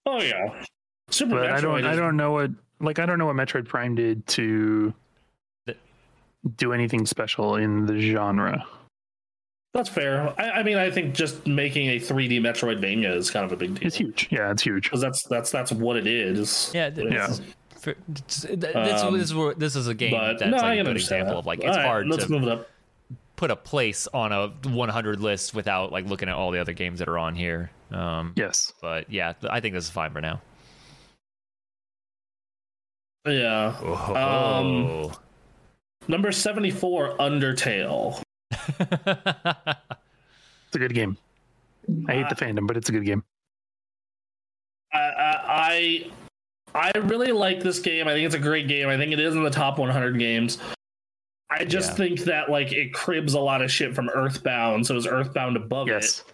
Speaker 2: Oh yeah, Super
Speaker 4: but I don't.
Speaker 2: Metroid
Speaker 4: I
Speaker 2: is-
Speaker 4: don't know what. Like I don't know what Metroid Prime did to
Speaker 1: The-
Speaker 4: do anything special in the genre.
Speaker 2: That's fair. I, I mean, I think just making a 3D Metroidvania is kind of a big deal.
Speaker 4: It's huge. Yeah, it's huge.
Speaker 2: because that's that's that's what it is.
Speaker 1: Yeah. th-
Speaker 4: Yeah.
Speaker 1: This, for- this, this,
Speaker 2: Um,
Speaker 1: is where- this is a game
Speaker 2: But
Speaker 1: that's
Speaker 2: no, I
Speaker 1: like a good
Speaker 2: understand
Speaker 1: example
Speaker 2: that.
Speaker 1: of like
Speaker 2: All
Speaker 1: it's
Speaker 2: right,
Speaker 1: hard
Speaker 2: Let's
Speaker 1: to
Speaker 2: move it up.
Speaker 1: put a place on a 100 list without like looking at all the other games that are on here. Um,
Speaker 4: Yes.
Speaker 1: But yeah, th- I think this is fine for now.
Speaker 2: Yeah, Um, number 74, Undertale.
Speaker 4: It's a good game. I hate the
Speaker 2: Ah.
Speaker 4: fandom, but it's a good game.
Speaker 2: I, I I I really like this game. I think it's a great game. I think it is in the top 100 games. I just
Speaker 1: Yeah.
Speaker 2: think that like it cribs a lot of shit from Earthbound, so is Earthbound above
Speaker 4: Yes.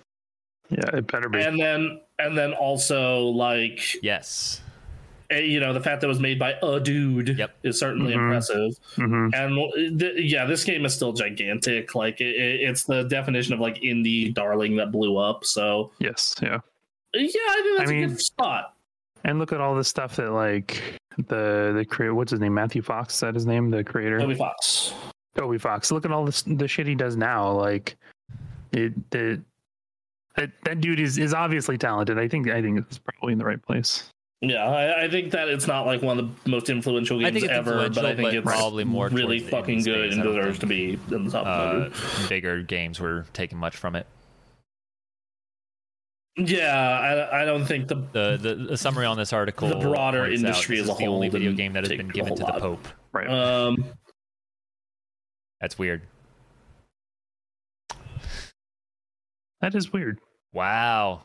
Speaker 4: Yeah, it better be.
Speaker 2: it? And then and then also like
Speaker 1: yes.
Speaker 2: eh, you know the fact that it was made by a dude
Speaker 1: Yep.
Speaker 2: is certainly
Speaker 4: Mhm.
Speaker 2: impressive.
Speaker 4: hmm
Speaker 2: and th- yeah this game is still gigantic like it, it- it's the definition of like indie darling that blew up so
Speaker 4: Yes. Yeah.
Speaker 2: yeah i think that's
Speaker 4: I
Speaker 2: a
Speaker 4: mean-
Speaker 2: good spot
Speaker 4: And look at all the stuff that like the the creator. What's his name? Matthew Fox. Is that his name? The creator.
Speaker 2: toby fox
Speaker 4: Toby Fox. Look at all this the shit he does now. Like it the that that dude is is obviously talented. I think I think it's probably in the right place.
Speaker 2: yeah I, I think that it's not like one of the most influential
Speaker 1: I
Speaker 2: games
Speaker 1: think it's
Speaker 2: ever but i
Speaker 1: influential,
Speaker 2: think
Speaker 1: but
Speaker 2: it's
Speaker 1: probably more
Speaker 2: really
Speaker 1: towards the
Speaker 2: fucking
Speaker 1: indie
Speaker 2: good
Speaker 1: space,
Speaker 2: and
Speaker 1: I don't
Speaker 2: deserves to be in the top
Speaker 1: Uh,
Speaker 2: 100
Speaker 1: bigger games were taking much from it.
Speaker 2: yeah I, I don't think the
Speaker 1: The, the the summary on this article.
Speaker 2: The broader
Speaker 1: points out
Speaker 2: industry
Speaker 1: this
Speaker 2: as a
Speaker 1: is the only
Speaker 2: whole
Speaker 1: video
Speaker 2: didn't
Speaker 1: game that has
Speaker 2: take
Speaker 1: been
Speaker 2: a
Speaker 1: given
Speaker 2: whole
Speaker 1: to the
Speaker 2: lot.
Speaker 1: Pope.
Speaker 4: Right.
Speaker 1: Uh,
Speaker 2: um
Speaker 1: That's weird.
Speaker 4: that is weird.
Speaker 1: Wow.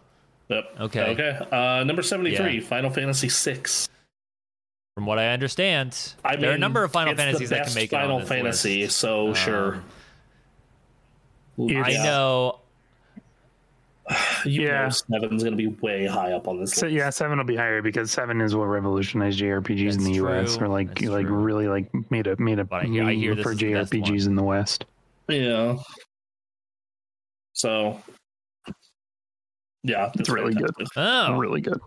Speaker 2: yep.
Speaker 1: Okay.
Speaker 2: okay uh number 73 final fantasy 6
Speaker 1: From what I understand,
Speaker 2: I
Speaker 1: there are a
Speaker 2: mean,
Speaker 1: number of Final
Speaker 2: it's the
Speaker 1: Fantasies that can
Speaker 2: best
Speaker 1: make it
Speaker 2: final
Speaker 1: on this
Speaker 2: fantasy
Speaker 1: list.
Speaker 2: so
Speaker 1: Um,
Speaker 2: sure
Speaker 1: I
Speaker 4: It's-
Speaker 1: know.
Speaker 2: You
Speaker 4: Yeah.
Speaker 2: know seven's gonna be way high up on this
Speaker 4: So
Speaker 2: list.
Speaker 4: yeah, seven will be higher because seven is what revolutionized JRPGs in
Speaker 1: That's
Speaker 4: the U.S.
Speaker 1: true.
Speaker 4: or like
Speaker 1: That's
Speaker 4: like
Speaker 1: true.
Speaker 4: really like made a made a
Speaker 1: But I hear- I
Speaker 4: meme
Speaker 1: hear this
Speaker 4: for
Speaker 1: is the best
Speaker 4: JRPGs in the West.
Speaker 2: Yeah. So yeah,
Speaker 4: It's really good.
Speaker 2: fantastic.
Speaker 1: Oh,
Speaker 4: Really good.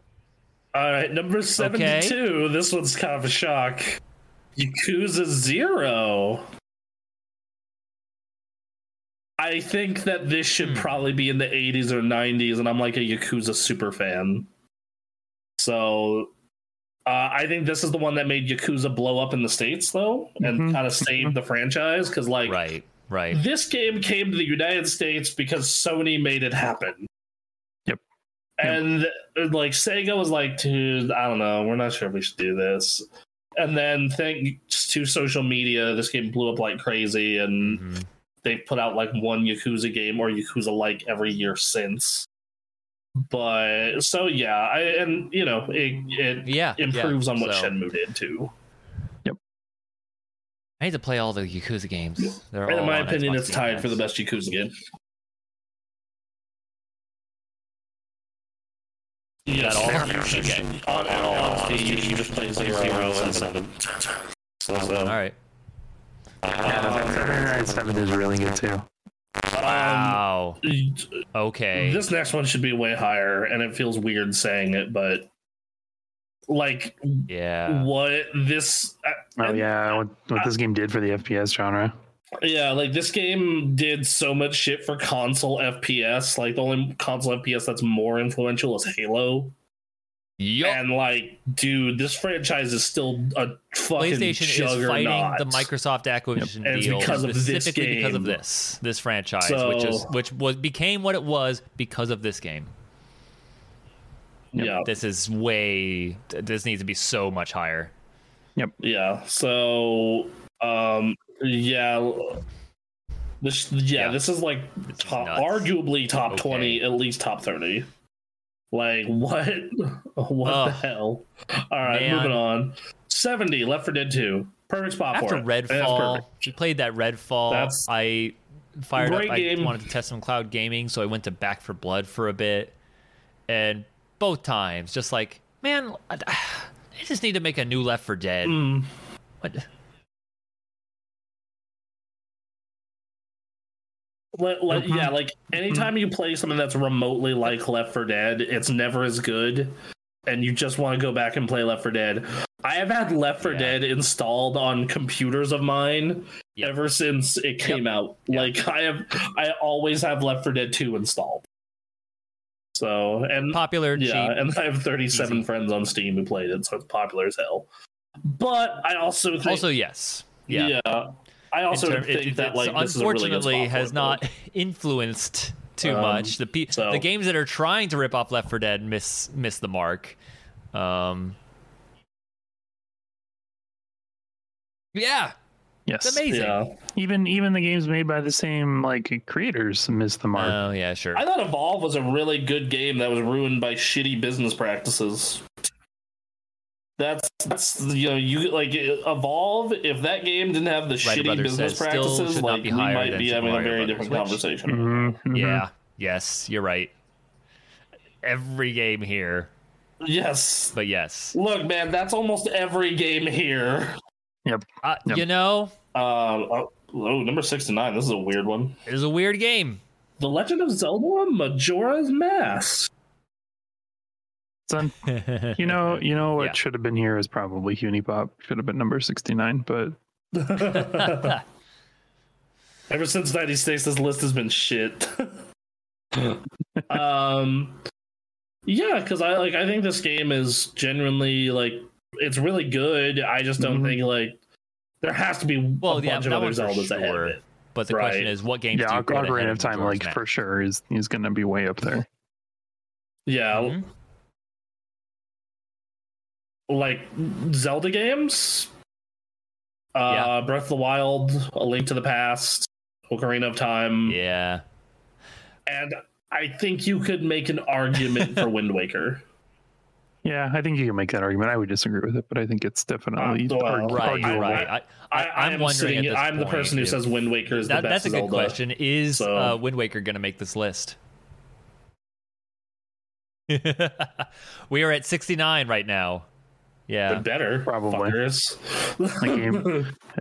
Speaker 2: All right, number seventy-two. This one's kind of a shock. Yakuza Zero. I think that this should
Speaker 1: Hmm.
Speaker 2: probably be in the '80s or '90s, and I'm like a Yakuza super fan. So, uh, I think this is the one that made Yakuza blow up in the states, though, and
Speaker 4: Mhm.
Speaker 2: kind of saved the franchise because, like,
Speaker 1: right, right.
Speaker 2: this game came to the United States because Sony made it happen.
Speaker 4: Yep.
Speaker 2: And like Sega was like, dude, I don't know, we're not sure if we should do this. And then thanks to social media, this game blew up like crazy, and
Speaker 1: Mhm.
Speaker 2: they put out like one Yakuza game or Yakuza like every year since. But so yeah, I and you know it it
Speaker 1: Yeah, yeah.
Speaker 2: improves on what
Speaker 1: So,
Speaker 2: Shenmue did too.
Speaker 1: I need to play all the Yakuza games. They're
Speaker 2: And
Speaker 1: all
Speaker 2: in my
Speaker 1: on
Speaker 2: opinion,
Speaker 1: Xbox
Speaker 2: it's
Speaker 1: Game
Speaker 2: tied for the
Speaker 1: Pass.
Speaker 2: best Yakuza game. Yes,
Speaker 1: all?
Speaker 2: okay. On and all, honesty, you just play zero and seven. So,
Speaker 1: All right.
Speaker 4: Yeah, seven, uh, seven is really good too.
Speaker 2: um,
Speaker 1: Wow. okay.
Speaker 2: this next one should be way higher, and it feels weird saying it, but like
Speaker 1: yeah.
Speaker 2: what this uh,
Speaker 4: Oh
Speaker 2: and-
Speaker 4: yeah, what, what this game did for the FPS genre.
Speaker 2: yeah like this game did so much shit for console fps like the only console fps that's more influential is halo
Speaker 1: Yup.
Speaker 2: and like dude this franchise is still a fucking
Speaker 1: PlayStation is fighting
Speaker 2: juggernaut
Speaker 1: the Microsoft acquisition
Speaker 2: And it's
Speaker 1: deal
Speaker 2: because of this
Speaker 1: specifically because of
Speaker 2: game.
Speaker 1: this this franchise, which is
Speaker 2: So-
Speaker 1: which was became what it was because of this game.
Speaker 2: yeah
Speaker 1: This is way. This needs to be so much higher.
Speaker 2: yeah so um yeah this yeah,
Speaker 1: Yeah.
Speaker 2: this is like
Speaker 1: This is
Speaker 2: top,
Speaker 1: nuts.
Speaker 2: arguably top
Speaker 1: Okay.
Speaker 2: 20 at least top 30 like what what the
Speaker 1: Ugh.
Speaker 2: hell all right
Speaker 1: Man.
Speaker 2: moving on 70 left for dead 2 Perfect spot
Speaker 1: After
Speaker 2: for it. And that's
Speaker 1: Redfall,
Speaker 2: perfect.
Speaker 1: we played that Redfall.
Speaker 2: That's-
Speaker 1: I fired up.
Speaker 2: Great
Speaker 1: I
Speaker 2: game.
Speaker 1: wanted to test some cloud gaming, so I went to Back for Blood for a bit, and both times, just like man, I, I just need to make a new Left for Dead.
Speaker 2: Mm.
Speaker 1: What?
Speaker 2: Let, let-
Speaker 1: Mm-hmm.
Speaker 4: Mhm.
Speaker 2: Yeah, like anytime you play something that's remotely like Left 4 Dead, it's never as good, and you just want to go back and play Left 4 Dead. I have had Left 4
Speaker 1: Yeah.
Speaker 2: Dead installed on computers of mine
Speaker 1: Yep.
Speaker 2: ever since it came out. Like I have, I always have Left 4 Dead 2 installed. So and
Speaker 1: Popular,
Speaker 2: yeah,
Speaker 1: cheap.
Speaker 2: and I have 37
Speaker 1: Easy.
Speaker 2: friends on Steam who played it, so it's popular as hell. But I also think,
Speaker 1: Also, yes. Yeah.
Speaker 2: yeah. I
Speaker 1: In
Speaker 2: also
Speaker 1: term-
Speaker 2: think
Speaker 1: it- it-
Speaker 2: that
Speaker 1: it's
Speaker 2: like this is a really good
Speaker 1: unfortunately
Speaker 2: spot
Speaker 1: has
Speaker 2: for it,
Speaker 1: not influenced too
Speaker 2: Um,
Speaker 1: much. The pe-
Speaker 2: so-
Speaker 1: the games that are trying to rip off Left 4 Dead miss miss the mark. Um, yeah, it's
Speaker 4: Yes.
Speaker 2: though.
Speaker 1: amazing.
Speaker 2: Yeah.
Speaker 4: Even even the games made by the same like creators miss the mark.
Speaker 1: Oh yeah, sure.
Speaker 2: I thought Evolve was a really good game that was ruined by shitty business practices. That's that's you know you like Evolve. If that game didn't have the
Speaker 1: Ryder
Speaker 2: shitty
Speaker 1: Brothers
Speaker 2: business
Speaker 1: says, "Still
Speaker 2: practices,
Speaker 1: should not
Speaker 2: like
Speaker 1: be
Speaker 2: we
Speaker 1: higher
Speaker 2: might
Speaker 1: than
Speaker 2: be
Speaker 1: Super
Speaker 2: having a
Speaker 1: Mario
Speaker 2: very
Speaker 1: Brothers,"
Speaker 2: different
Speaker 1: which-
Speaker 2: conversation.
Speaker 4: Mhm, mhm.
Speaker 1: Yeah.
Speaker 2: Mm-hmm.
Speaker 1: Yes, you're right. Every game here, Hmm.
Speaker 2: Yes.
Speaker 1: but yes.
Speaker 2: Look, man, that's almost every game here.
Speaker 1: Uh,
Speaker 4: Yep.
Speaker 1: You know,
Speaker 2: Um, oh, oh, number sixty nine. This is a weird one.
Speaker 1: it's a weird game.
Speaker 2: The Legend of Zelda: Majora's Mask.
Speaker 4: It's un- you know, you know what
Speaker 1: Yeah.
Speaker 4: should have been here is probably Hunipop. Should have been number sixty nine, but
Speaker 2: Ever since 96, this list has been shit. um, yeah, because I like I think this game is genuinely like it's really good. I just don't
Speaker 4: Mhm.
Speaker 2: think like there has to be
Speaker 1: well,
Speaker 2: a
Speaker 1: yeah,
Speaker 2: bunch
Speaker 1: that
Speaker 2: of other
Speaker 1: one's for
Speaker 2: Zeldas ahead of
Speaker 1: sure.
Speaker 2: it.
Speaker 1: But the question
Speaker 2: Right.
Speaker 1: is, what games? do
Speaker 4: yeah,
Speaker 1: you put ahead
Speaker 4: Ocarina of Time,
Speaker 1: Majora's
Speaker 4: like
Speaker 1: Mask?
Speaker 4: for sure, is he's gonna be way up there.
Speaker 2: Yeah,
Speaker 1: Mhm. Mm-hmm.
Speaker 2: like Zelda games. Uh,
Speaker 1: Yeah.
Speaker 2: Breath of the Wild, A Link to the Past, Ocarina of Time,
Speaker 1: Yeah.
Speaker 2: and I think you could make an argument for Wind Waker.
Speaker 4: Yeah, I think you can make that argument. I would disagree with it, but I think it's
Speaker 2: Uh,
Speaker 4: definitely
Speaker 2: well,
Speaker 4: arg-
Speaker 1: Right,
Speaker 4: arguable.
Speaker 1: right. I,
Speaker 2: I,
Speaker 1: I,
Speaker 2: I
Speaker 1: am
Speaker 2: am
Speaker 1: wondering.
Speaker 2: sitting,
Speaker 1: at this
Speaker 2: I'm the
Speaker 1: point
Speaker 2: person who
Speaker 1: if-
Speaker 2: says Wind Waker is
Speaker 1: that,
Speaker 2: the best
Speaker 1: that's a good
Speaker 2: Zelda.
Speaker 1: question. Is
Speaker 2: so-
Speaker 1: uh, Wind Waker going to make this list? we are at 69 right now. Yeah.
Speaker 2: But better,
Speaker 4: Probably.
Speaker 2: Fuckers.
Speaker 4: That game-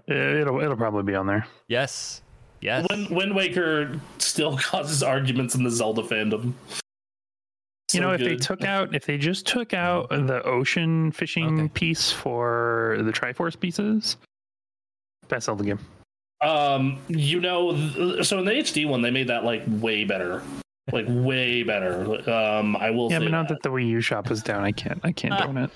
Speaker 4: It- It'll it'll probably be on there.
Speaker 1: Yes. Yes.
Speaker 2: Wind, Wind Waker still causes arguments in the Zelda fandom.
Speaker 4: you
Speaker 2: So
Speaker 4: know, if they
Speaker 2: good.
Speaker 4: took out, if they just took out the ocean fishing
Speaker 1: Okay.
Speaker 4: piece for the Triforce pieces, that's all the game.
Speaker 2: um, you know, th- so in the HD one, they made that like way better, like way better. Um, I will.
Speaker 4: yeah,
Speaker 2: say
Speaker 4: but not
Speaker 2: that.
Speaker 4: that the Wii U shop is down. I can't. I
Speaker 1: Uh,
Speaker 4: can't own it.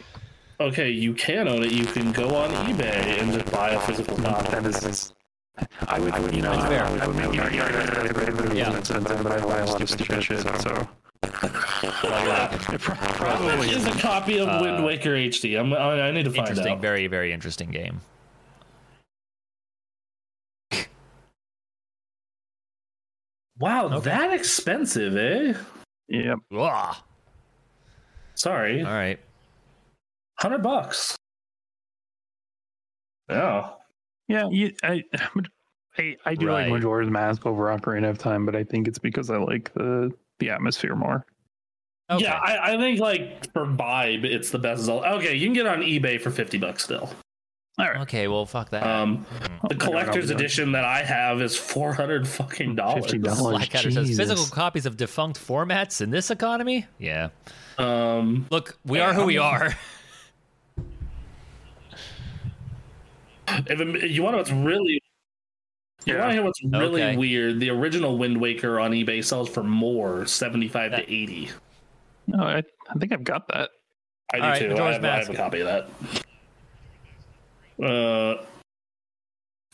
Speaker 2: Okay, you can own it. You can go on eBay and just buy a physical copy.
Speaker 4: That is. I would, I would, you know,
Speaker 1: It's fair.
Speaker 4: I would make
Speaker 1: Yeah.
Speaker 4: but I buy a lot of stupid shit. So It pro- probably
Speaker 2: This is
Speaker 4: is.
Speaker 2: a copy of
Speaker 1: Uh,
Speaker 2: Wind Waker HD. I'm, I, I need to find
Speaker 1: interesting.
Speaker 2: out.
Speaker 1: Very, very interesting game.
Speaker 2: Wow,
Speaker 1: Okay.
Speaker 2: that expensive, eh?
Speaker 4: Yep.
Speaker 1: Ugh.
Speaker 2: Sorry,
Speaker 4: Uh,
Speaker 1: All right.
Speaker 2: hundred bucks. Yeah,
Speaker 4: Yeah, you, I, I, I do
Speaker 1: Right.
Speaker 4: like Majora's Mask over Ocarina of Time, but I think it's because I like the the atmosphere more.
Speaker 1: Okay.
Speaker 2: yeah. I, I think like for vibe, it's the best. Zelda. Okay, you can get it on eBay for fifty bucks still.
Speaker 4: All right,
Speaker 1: okay. Well, fuck that.
Speaker 2: Um,
Speaker 1: Mm.
Speaker 2: the
Speaker 4: Oh my God, I'll be
Speaker 2: collector's
Speaker 4: done.
Speaker 2: edition that I have is four hundred fucking dollars.
Speaker 4: fifty dollars.
Speaker 1: Blackadder says physical copies of defunct formats in this economy. Yeah.
Speaker 2: Um,
Speaker 1: Look, we
Speaker 2: Yeah,
Speaker 1: are who
Speaker 2: I'm-
Speaker 1: we are.
Speaker 2: if it- you want to, what's really. You want to
Speaker 4: Yeah,
Speaker 2: hear what's really
Speaker 1: Okay.
Speaker 2: weird? The original Wind Waker on eBay sells for more, seventy-five to eighty.
Speaker 4: no, I, I think I've got that.
Speaker 2: I do
Speaker 1: All right,
Speaker 2: too. I
Speaker 1: Majora's
Speaker 2: have, I have
Speaker 1: Mask.
Speaker 2: a copy of that. Uh,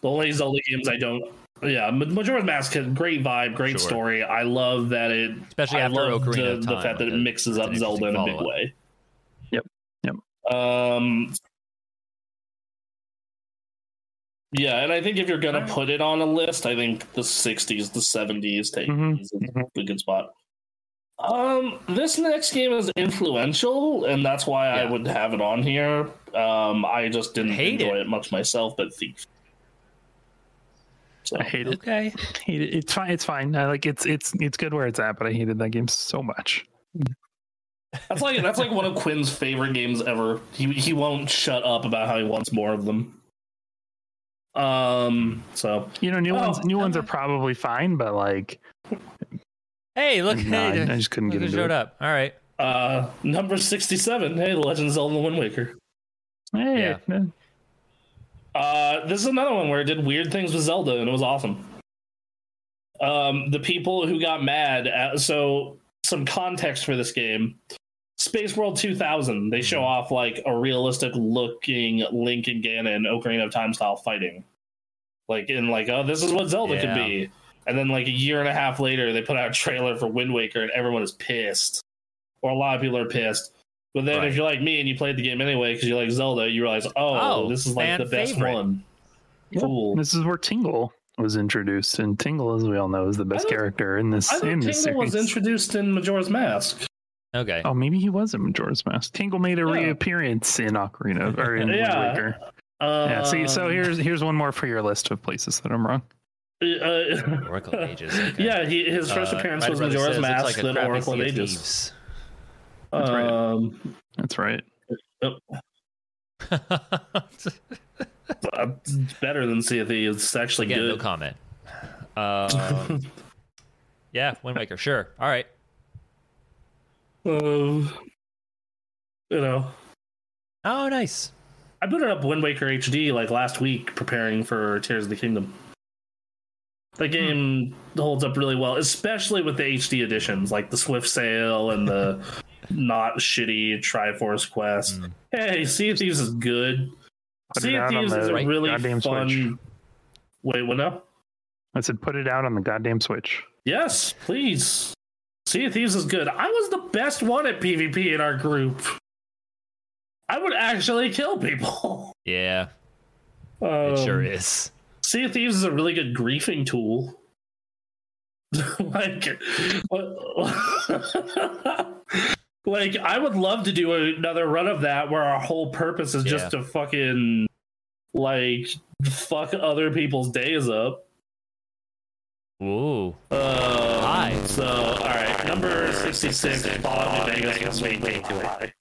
Speaker 2: the only Zelda games I don't. Yeah, Ma- Majora's Mask had great vibe, great
Speaker 1: Sure.
Speaker 2: story. I love that it.
Speaker 1: Especially
Speaker 2: I
Speaker 1: after
Speaker 2: love
Speaker 1: Ocarina
Speaker 2: the,
Speaker 1: of
Speaker 2: the
Speaker 1: Time,
Speaker 2: fact that
Speaker 1: like
Speaker 2: it
Speaker 1: a-
Speaker 2: mixes up
Speaker 1: it's an
Speaker 2: Zelda in a big
Speaker 1: follow-up.
Speaker 2: way.
Speaker 4: Yep, yep.
Speaker 2: Um. Yeah, and I think if you're gonna
Speaker 1: Alright.
Speaker 2: put it on a list, I think the '60s, the '70s take
Speaker 4: Mhm.
Speaker 2: is a good spot. Um, this next game is influential, and that's why I
Speaker 1: Yeah.
Speaker 2: would have it on here. Um, I just didn't
Speaker 1: Hate
Speaker 2: enjoy
Speaker 1: it.
Speaker 2: it. much myself, but Thief. So
Speaker 4: I hate it.
Speaker 1: Okay.
Speaker 4: hate it. It's fine. It's fine. I like it's it's it's good where it's at, but I hated that game so much.
Speaker 2: that's like that's like one of Quinn's favorite games ever. He he won't shut up about how he wants more of them. Um, so
Speaker 4: You know, new
Speaker 2: Oh,
Speaker 4: ones new ones are
Speaker 1: okay.
Speaker 4: probably fine, but like
Speaker 1: Hey, look.
Speaker 4: nah, I,
Speaker 1: hey,
Speaker 4: I just couldn't
Speaker 1: look
Speaker 4: get
Speaker 1: who
Speaker 4: into
Speaker 1: showed
Speaker 4: it.
Speaker 1: up. All right.
Speaker 2: uh, number sixty-seven. Hey, The Legend of Zelda: Wind Waker.
Speaker 4: Hey,
Speaker 1: Yeah.
Speaker 4: man.
Speaker 2: Uh, this is another one where it did weird things with Zelda, and it was awesome. Um, the people who got mad. At, so, some context for this game: Space World 2000. They show off like a realistic-looking Link and Ganon Ocarina of Time style fighting, like in like, oh, this is what Zelda could
Speaker 1: Yeah.
Speaker 2: be. And then like a year and a half later, they put out a trailer for Wind Waker, and everyone is pissed, or a lot of people are pissed. But then,
Speaker 1: Right.
Speaker 2: if you're like me and you played the game anyway because you like Zelda, you realize, oh, Oh,
Speaker 1: Oh,
Speaker 2: this is like
Speaker 1: fan
Speaker 2: the best
Speaker 1: favorite.
Speaker 2: one.
Speaker 4: Yeah.
Speaker 2: Cool.
Speaker 4: This is where Tingle was introduced, and Tingle, as we all know, is the best
Speaker 2: I don't-
Speaker 4: character in this
Speaker 2: I
Speaker 4: in
Speaker 2: think
Speaker 4: this
Speaker 2: Tingle
Speaker 4: series.
Speaker 2: was introduced in Majora's Mask.
Speaker 1: Okay.
Speaker 4: oh, maybe he was in Majora's Mask. Tingle made a
Speaker 2: Yeah.
Speaker 4: reappearance in Ocarina of- or in
Speaker 2: Yeah.
Speaker 4: Wind Waker. Yeah. See, so
Speaker 2: Um,
Speaker 4: here's here's one more for your list of places that I'm wrong.
Speaker 2: uh,
Speaker 1: Oracle of Ages. Okay.
Speaker 2: Yeah, he, his first
Speaker 1: Uh,
Speaker 2: appearance
Speaker 1: Ryder
Speaker 2: was
Speaker 1: Brothers
Speaker 2: Majora's
Speaker 1: says it's
Speaker 2: Mask,
Speaker 1: like a
Speaker 2: then
Speaker 1: crap
Speaker 2: Oracle of
Speaker 1: sea of
Speaker 2: Ages.
Speaker 1: Thieves.
Speaker 4: That's right.
Speaker 2: Um,
Speaker 4: That's right.
Speaker 2: uh, it's better than Sea of Thieves. It's actually
Speaker 1: Again, no
Speaker 2: good.
Speaker 1: comment. Um, yeah, Wind Waker. Sure. All right.
Speaker 2: Um, you know,
Speaker 1: Oh, nice.
Speaker 2: I booted up Wind Waker HD like last week, preparing for Tears of the Kingdom. The
Speaker 1: Hmm.
Speaker 2: game holds up really well, especially with the HD editions, like the Swift Sale and the not shitty Triforce Quest.
Speaker 1: Mm.
Speaker 2: Hey, Sea of Thieves is good.
Speaker 4: Put
Speaker 2: sea
Speaker 4: it
Speaker 2: of
Speaker 4: out on
Speaker 2: Thieves
Speaker 4: the
Speaker 2: is a
Speaker 4: right
Speaker 2: really
Speaker 4: goddamn
Speaker 2: fun.
Speaker 4: Switch.
Speaker 2: Wait, what now?
Speaker 4: I said, put it out on the goddamn Switch.
Speaker 2: Yes, please. Sea of Thieves is good. I was the best one at PvP in our group. I would actually kill people.
Speaker 1: Yeah, it
Speaker 2: Um,
Speaker 1: sure is.
Speaker 2: Sea of Thieves is a really good griefing tool. like, what- like I would love to do another run of that where our whole purpose is just to fucking like fuck other people's days up.
Speaker 1: Ooh.
Speaker 2: Uh,
Speaker 1: Hi.
Speaker 2: So, all right, number sixty-six. Fallout New Vegas was way, way too high.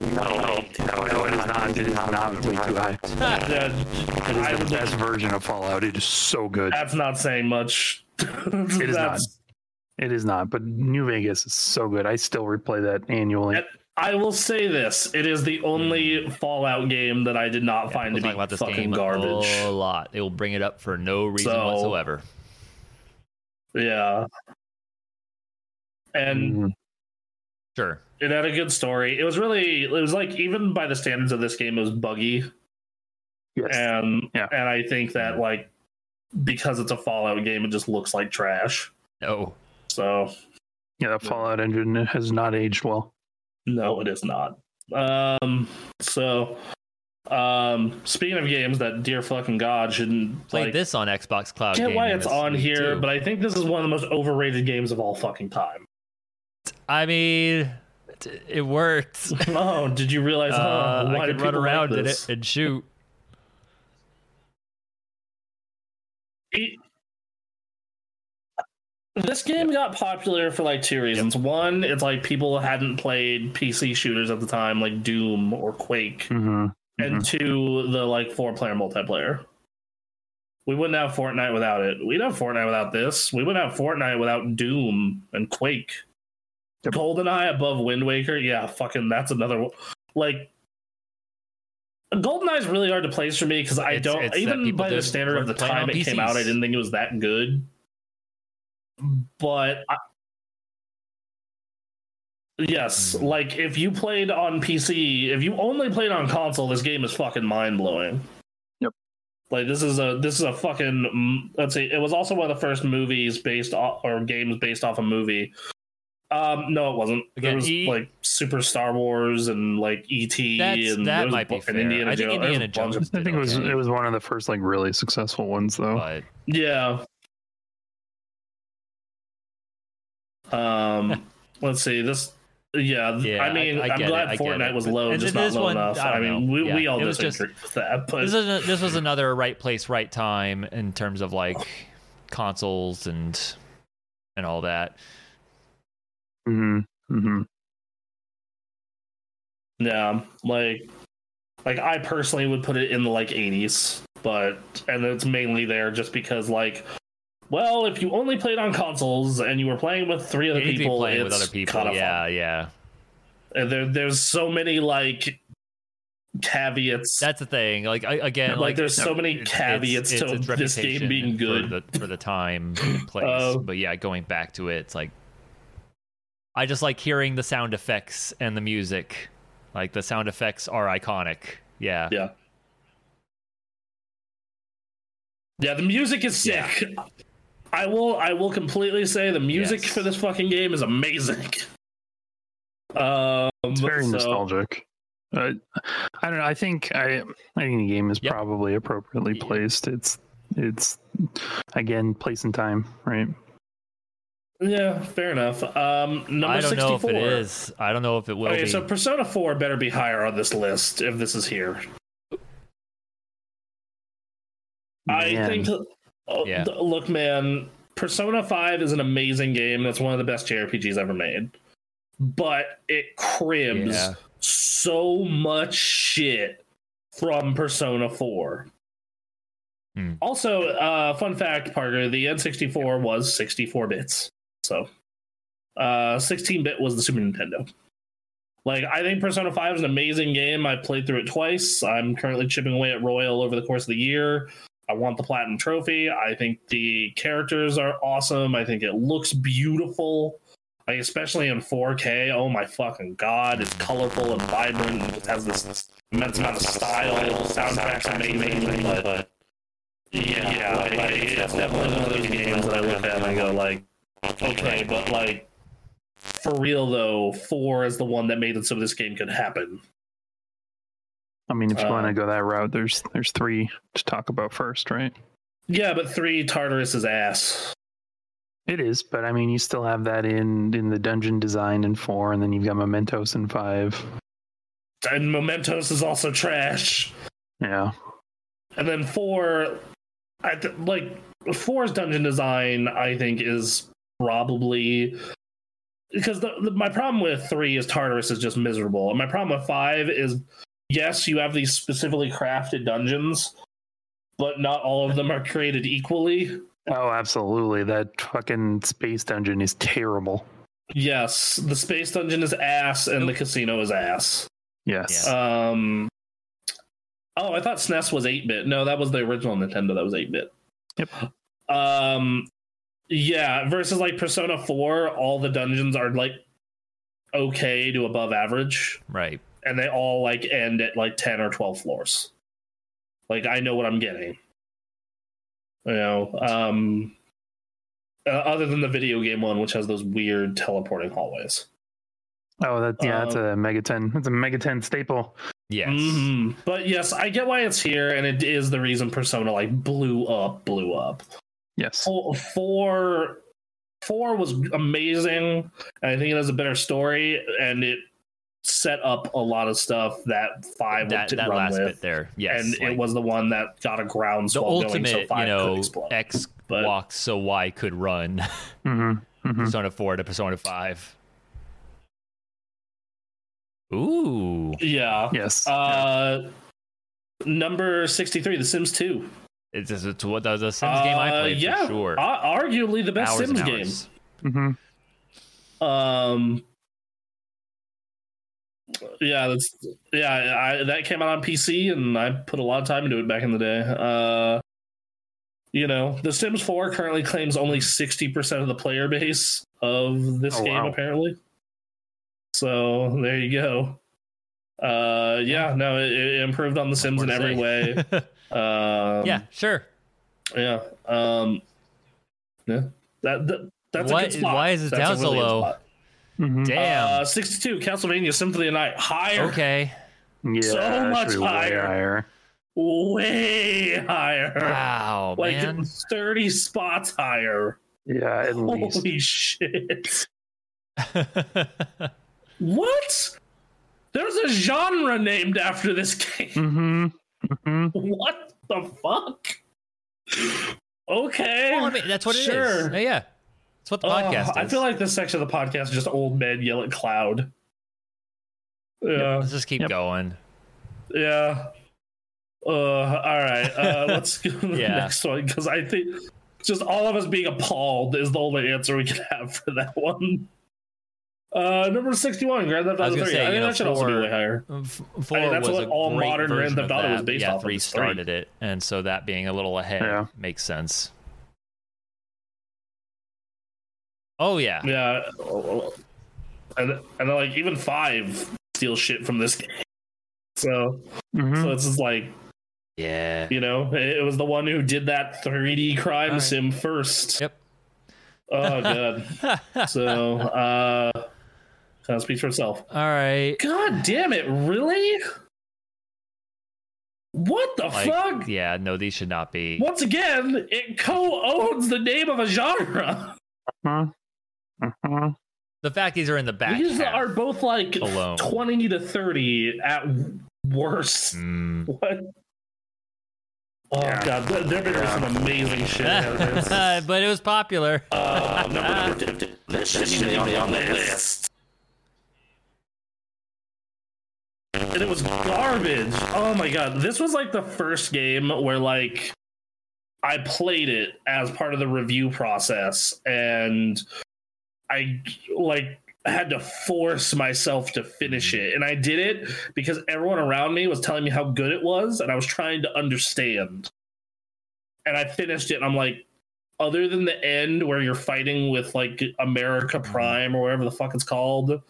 Speaker 4: No, no, it is not. It is not way too high.
Speaker 2: That-
Speaker 4: It
Speaker 2: I
Speaker 4: is
Speaker 2: would-
Speaker 4: the best version of Fallout. It is so good.
Speaker 2: that's not saying much.
Speaker 4: It is not. It is not, but New Vegas is so good. I still replay that annually.
Speaker 2: Yep. I will say this: it is the only Fallout game that I did
Speaker 1: Hmm.
Speaker 2: not
Speaker 1: Yeah,
Speaker 2: find
Speaker 1: we'll
Speaker 2: to be
Speaker 1: talk about this
Speaker 2: fucking
Speaker 1: game
Speaker 2: garbage.
Speaker 1: a lot. They will bring it up for no reason
Speaker 2: So-
Speaker 1: whatsoever.
Speaker 2: Yeah,
Speaker 1: Hmm.
Speaker 2: and
Speaker 4: Mhm.
Speaker 1: Sure.
Speaker 2: it had a good story. It was really, it was like even by the standards of this game, it was buggy,
Speaker 4: yes.
Speaker 2: and
Speaker 4: Yeah.
Speaker 2: and I think
Speaker 1: Hmm.
Speaker 2: that like because it's a Fallout game, it just looks like trash.
Speaker 1: No.
Speaker 2: So
Speaker 4: yeah, that Fallout engine has not aged well.
Speaker 2: No, it is not. Um, so, um, speaking of games that dear fucking god shouldn't
Speaker 1: Played
Speaker 2: like,
Speaker 1: this on Xbox
Speaker 2: I
Speaker 1: Cloud.
Speaker 2: get why it's on here, but
Speaker 1: I...
Speaker 2: I think this is one of the most overrated games of all fucking time.
Speaker 1: I mean, it, it worked.
Speaker 2: oh, did you realize? huh,
Speaker 1: Uh,
Speaker 2: why
Speaker 1: I
Speaker 2: do
Speaker 1: could run
Speaker 2: people like
Speaker 1: around in
Speaker 2: this?
Speaker 1: it and shoot.
Speaker 2: E- This game got popular for like two reasons. One, it's like people hadn't played PC shooters at the time, like Doom or Quake.
Speaker 4: hmm
Speaker 2: and two the like four player multiplayer. We wouldn't have Fortnite without it. We'd have Fortnite without this. We wouldn't have Fortnite without Doom and Quake.
Speaker 4: Yep.
Speaker 2: GoldenEye above Wind Waker, yeah, fucking that's another one. Like GoldenEye is really hard to place for me because I
Speaker 1: It's-
Speaker 2: don't
Speaker 1: it's that
Speaker 2: even
Speaker 1: people
Speaker 2: by the
Speaker 1: didn't-
Speaker 2: standard of
Speaker 1: weren't
Speaker 2: the
Speaker 1: playing
Speaker 2: time
Speaker 1: on
Speaker 2: it came out, I
Speaker 1: PCs.
Speaker 2: didn't think it was that good. But I, yes, like if you played on PC, if you only played on console, this game is fucking mind blowing.
Speaker 4: Yep.
Speaker 2: Like this is a this is a fucking mm, let's see. It was also one of the first movies based off or games based off a movie. Um, no, it wasn't. there
Speaker 1: Again,
Speaker 2: was
Speaker 1: E-
Speaker 2: like Super Star Wars and like ET
Speaker 1: That's,
Speaker 2: and
Speaker 1: that
Speaker 2: there was
Speaker 1: might be
Speaker 2: fucking
Speaker 1: fair. I think
Speaker 2: Jones- there was
Speaker 1: Indiana
Speaker 2: a bunch
Speaker 1: Jones.
Speaker 2: of-
Speaker 4: I think
Speaker 1: did
Speaker 4: it was
Speaker 1: okay,
Speaker 4: it was one of the first like really successful ones though.
Speaker 1: but
Speaker 2: Yeah. Um, Let's see this. Yeah, th-
Speaker 1: Yeah,
Speaker 2: I mean,
Speaker 1: I- I
Speaker 2: I, am
Speaker 1: get
Speaker 2: glad
Speaker 1: it, I get
Speaker 2: Fortnite
Speaker 1: it.
Speaker 2: was
Speaker 1: But-
Speaker 2: low,
Speaker 1: and
Speaker 2: just
Speaker 1: then
Speaker 2: not
Speaker 1: this
Speaker 2: low
Speaker 1: one,
Speaker 2: enough.
Speaker 1: I
Speaker 2: I,
Speaker 1: don't
Speaker 2: mean,
Speaker 1: know.
Speaker 2: we, we
Speaker 1: Yeah,
Speaker 2: all
Speaker 1: it was
Speaker 2: disagree
Speaker 1: just-
Speaker 2: with that, but
Speaker 1: this is a, this was another right place, right time in terms of like consoles and and all that.
Speaker 4: hmm hmm
Speaker 2: yeah, like, like I personally would put it in the like 80s, but and it's mainly there just because like, well, if you only played on consoles and you were playing with three other
Speaker 1: Anything
Speaker 2: people,
Speaker 1: playing with
Speaker 2: it's
Speaker 1: other people,
Speaker 2: kinda fun.
Speaker 1: yeah, yeah.
Speaker 2: And there, there's so many like caveats.
Speaker 1: That's the thing. Like I, again,
Speaker 2: Like,
Speaker 1: like,
Speaker 2: there's so many
Speaker 1: it's-
Speaker 2: caveats
Speaker 1: it's-
Speaker 2: to
Speaker 1: it's its
Speaker 2: this game
Speaker 1: reputation
Speaker 2: being good.
Speaker 1: for the, for the time and place.
Speaker 2: Uh,
Speaker 1: but yeah, going back to it, it's like I just like hearing the sound effects and the music. Like the sound effects are iconic. Yeah,
Speaker 2: Yeah. Yeah, the music is
Speaker 1: Yeah.
Speaker 2: sick. I will I will completely say the music
Speaker 1: Yes.
Speaker 2: for this fucking game is amazing. Um,
Speaker 4: It's very
Speaker 2: so-
Speaker 4: nostalgic. Uh, I don't know. I think I I think the game is
Speaker 1: Yep.
Speaker 4: probably appropriately
Speaker 1: Yeah.
Speaker 4: placed. It's it's again place and time, right?
Speaker 2: Yeah, fair enough. Um, number
Speaker 1: I don't
Speaker 2: 64.
Speaker 1: know if it is. I don't know if it will
Speaker 2: Okay,
Speaker 1: be.
Speaker 2: so Persona 4 better be higher on this list if this is here. I
Speaker 4: Man.
Speaker 2: think. oh,
Speaker 1: Yeah.
Speaker 2: th- Look, man, Persona 5 is an amazing game. That's one of the best JRPGs ever made. But it cribs
Speaker 1: Yeah.
Speaker 2: so much shit from Persona 4.
Speaker 1: Hmm.
Speaker 2: Also, uh, fun fact, Parker, the N64 was 64 bits. So, uh, 16 bit was the Super Nintendo. Like, I think Persona 5 is an amazing game. I played through it twice. I'm currently chipping away at Royal over the course of the year. I want the Platinum Trophy. I think the characters are awesome. I think it looks beautiful. Like, especially in 4K. Oh my fucking god. It's colorful and vibrant. and It has this immense amount of style. Soundtrack's amazing. But yeah, yeah like, it's definitely one of those games that I look at and I go, like, okay, but like, for real though, 4 is the one that made it so this game could happen.
Speaker 4: I mean, if you
Speaker 2: Uh,
Speaker 4: want to go that route, there's there's three to talk about first, right?
Speaker 2: Yeah, but 3 Tartarus is ass.
Speaker 4: It is, but I mean, you still have that in in the dungeon design in four, and then you've got Mementos in five.
Speaker 2: and Mementos is also trash.
Speaker 4: Yeah,
Speaker 2: And then four, I th- like four's dungeon design. I think is probably because the, the, my problem with three is Tartarus is just miserable, and my problem with five is yes, you have these specifically crafted dungeons, but not all of them are created equally.
Speaker 4: Oh, absolutely. That fucking space dungeon is terrible.
Speaker 2: Yes, the space dungeon is ass, and the casino is ass.
Speaker 4: Yes.
Speaker 1: Yeah.
Speaker 2: Um. Oh, I thought SNES was 8 bit. No, that was the original Nintendo that was 8 bit.
Speaker 4: Yep.
Speaker 2: Um yeah, versus like Persona 4, all the dungeons are like okay to above average
Speaker 1: right.
Speaker 2: and they all like end at like 10 or 12 floors. Like I know what I'm getting. You know, um uh, other than the video game one which has those weird teleporting hallways.
Speaker 4: Oh, that yeah, that's
Speaker 2: Um,
Speaker 4: a Mega Ten. That's a Mega Ten staple.
Speaker 1: Yes.
Speaker 2: Mhm. But yes, I get why it's here, and it is the reason Persona like blew up, blew up.
Speaker 4: Yes.
Speaker 2: Four, four, four was amazing, and I think it has a better story, and it set up a lot of stuff that five
Speaker 1: That
Speaker 2: did
Speaker 1: that
Speaker 2: run
Speaker 1: last
Speaker 2: with.
Speaker 1: bit there. Yes.
Speaker 2: and it
Speaker 1: like,
Speaker 2: was the one that got a
Speaker 1: the
Speaker 2: groundswell going, so
Speaker 1: ultimate,
Speaker 2: five
Speaker 1: you
Speaker 2: could
Speaker 1: know,
Speaker 2: explode.
Speaker 1: X
Speaker 2: But-
Speaker 1: walks so Y could run.
Speaker 4: Mm-hmm. hmm
Speaker 1: Persona 4 to Persona 5. Ooh.
Speaker 2: yeah.
Speaker 4: Yes.
Speaker 2: Uh, number sixty-three, The Sims Two.
Speaker 1: It's, it's, it's what the, the Sims game I
Speaker 2: Uh,
Speaker 1: played
Speaker 2: yeah,
Speaker 1: for sure.
Speaker 2: ar- arguably the best
Speaker 1: Hours and
Speaker 2: Sims game.
Speaker 1: hours.
Speaker 4: hmm
Speaker 2: Um. Yeah, that's yeah. I, that came out on PC, and I put a lot of time into it back in the day. Uh, you know, The Sims 4 currently claims only sixty percent of the player base of this
Speaker 4: Oh,
Speaker 2: game,
Speaker 4: wow.
Speaker 2: apparently. So there you go. Uh, yeah, no, it, it improved on The Sims
Speaker 1: More
Speaker 2: in
Speaker 1: to
Speaker 2: every
Speaker 1: say.
Speaker 2: way. Um,
Speaker 1: yeah, sure.
Speaker 2: yeah, um, yeah. That, that that's a
Speaker 1: Why-
Speaker 2: good spot.
Speaker 1: why is it
Speaker 2: That's
Speaker 1: down
Speaker 2: a
Speaker 1: so
Speaker 2: really good
Speaker 1: low?
Speaker 2: spot.
Speaker 4: hmm
Speaker 1: Damn.
Speaker 2: Uh, 62, Castlevania Symphony of the Night. Higher.
Speaker 1: okay.
Speaker 4: Yeah.
Speaker 2: so
Speaker 4: it should
Speaker 2: much
Speaker 4: be way
Speaker 2: higher.
Speaker 4: higher.
Speaker 2: Way higher.
Speaker 1: Wow,
Speaker 2: like
Speaker 1: man.
Speaker 2: 30 spots higher.
Speaker 4: Yeah, at least.
Speaker 2: Holy shit. What? There's a genre named after this game.
Speaker 4: Mm-hmm. Mm-hmm.
Speaker 1: Hmm.
Speaker 2: What the fuck? Okay.
Speaker 1: well, I mean, that's what it is.
Speaker 2: Sure.
Speaker 1: Yeah, yeah. That's what the
Speaker 2: Uh,
Speaker 1: podcast is.
Speaker 2: I feel like this section of the podcast is just old men yell at cloud. Yeah.
Speaker 1: Let's just keep
Speaker 4: Yep.
Speaker 1: going.
Speaker 2: Yeah. Uh, all right. Uh, let's go to the
Speaker 1: Yeah.
Speaker 2: next one because I think just all of us being appalled is the only answer we can have for that one. Uh, number sixty-one, Grand Theft
Speaker 1: I was
Speaker 2: Auto
Speaker 1: gonna
Speaker 2: Three.
Speaker 1: say,
Speaker 2: I
Speaker 1: you
Speaker 2: think
Speaker 1: know,
Speaker 2: that should also be
Speaker 1: for-
Speaker 2: way higher.
Speaker 1: F- Four
Speaker 2: that's
Speaker 1: was
Speaker 2: what
Speaker 1: a
Speaker 2: all
Speaker 1: great
Speaker 2: modern Grand
Speaker 1: version
Speaker 2: Theft
Speaker 1: of
Speaker 2: Auto was
Speaker 1: that.
Speaker 2: based
Speaker 1: yeah,
Speaker 2: off of
Speaker 1: three
Speaker 2: is three.
Speaker 1: started it, and so that being a little ahead
Speaker 4: Yeah.
Speaker 1: makes sense. Oh yeah,
Speaker 2: Yeah, and and then, like even five steals shit from this game. So
Speaker 4: Mm-hmm.
Speaker 1: Hmm.
Speaker 2: so it's just like
Speaker 1: yeah.
Speaker 2: you know it, it was the one who did that 3D crime
Speaker 1: All right.
Speaker 2: sim first.
Speaker 1: Yep.
Speaker 2: Oh god. so uh, kind of speaks for itself.
Speaker 1: All right.
Speaker 2: God damn it! Really? What the
Speaker 1: Like,
Speaker 2: fuck?
Speaker 1: Yeah, no, these should not be.
Speaker 2: Once again, it co-owns the name of a genre.
Speaker 4: hmm
Speaker 1: The fact these are in the back.
Speaker 2: These
Speaker 1: half.
Speaker 2: are both like
Speaker 1: alone.
Speaker 2: twenty to thirty at worst.
Speaker 1: Mm.
Speaker 2: What? Oh
Speaker 4: Yeah.
Speaker 2: god, there- there've been some amazing shit. out there. This is-
Speaker 1: but it was popular.
Speaker 2: uh, number- this shouldn't even be on the list. And it was garbage. Oh my god, this was like the first game where like I played it as part of the review process, and I like had to force myself to finish it, and I did it because everyone around me was telling me how good it was, and I was trying to understand. And I finished it, and I'm like, other than the end where you're fighting with like America Prime or whatever the fuck it's called,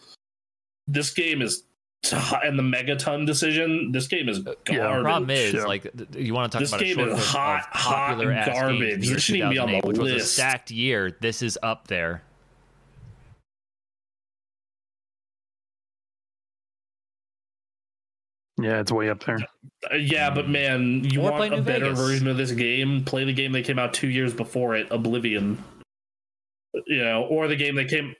Speaker 2: this game is t- and the Megaton decision. This game is garbage.
Speaker 4: Yeah,
Speaker 1: Uh, The problem is,
Speaker 4: Yeah.
Speaker 1: like, th- you want to talk
Speaker 2: This
Speaker 1: about a
Speaker 2: game
Speaker 1: short
Speaker 2: is
Speaker 1: list
Speaker 2: hot,
Speaker 1: of
Speaker 2: hot
Speaker 1: popular ass
Speaker 2: garbage.
Speaker 1: games in the
Speaker 2: This
Speaker 1: year
Speaker 2: shouldn't even be on the
Speaker 1: 2008, which was a
Speaker 2: list.
Speaker 1: stacked year. This is up there.
Speaker 4: Yeah, it's way up there.
Speaker 2: Uh, yeah, but man, you
Speaker 1: Or play
Speaker 2: want a
Speaker 1: New
Speaker 2: better
Speaker 1: Vegas.
Speaker 2: version of this game? Play the game that came out two years before it, Oblivion. You know, or the game that came.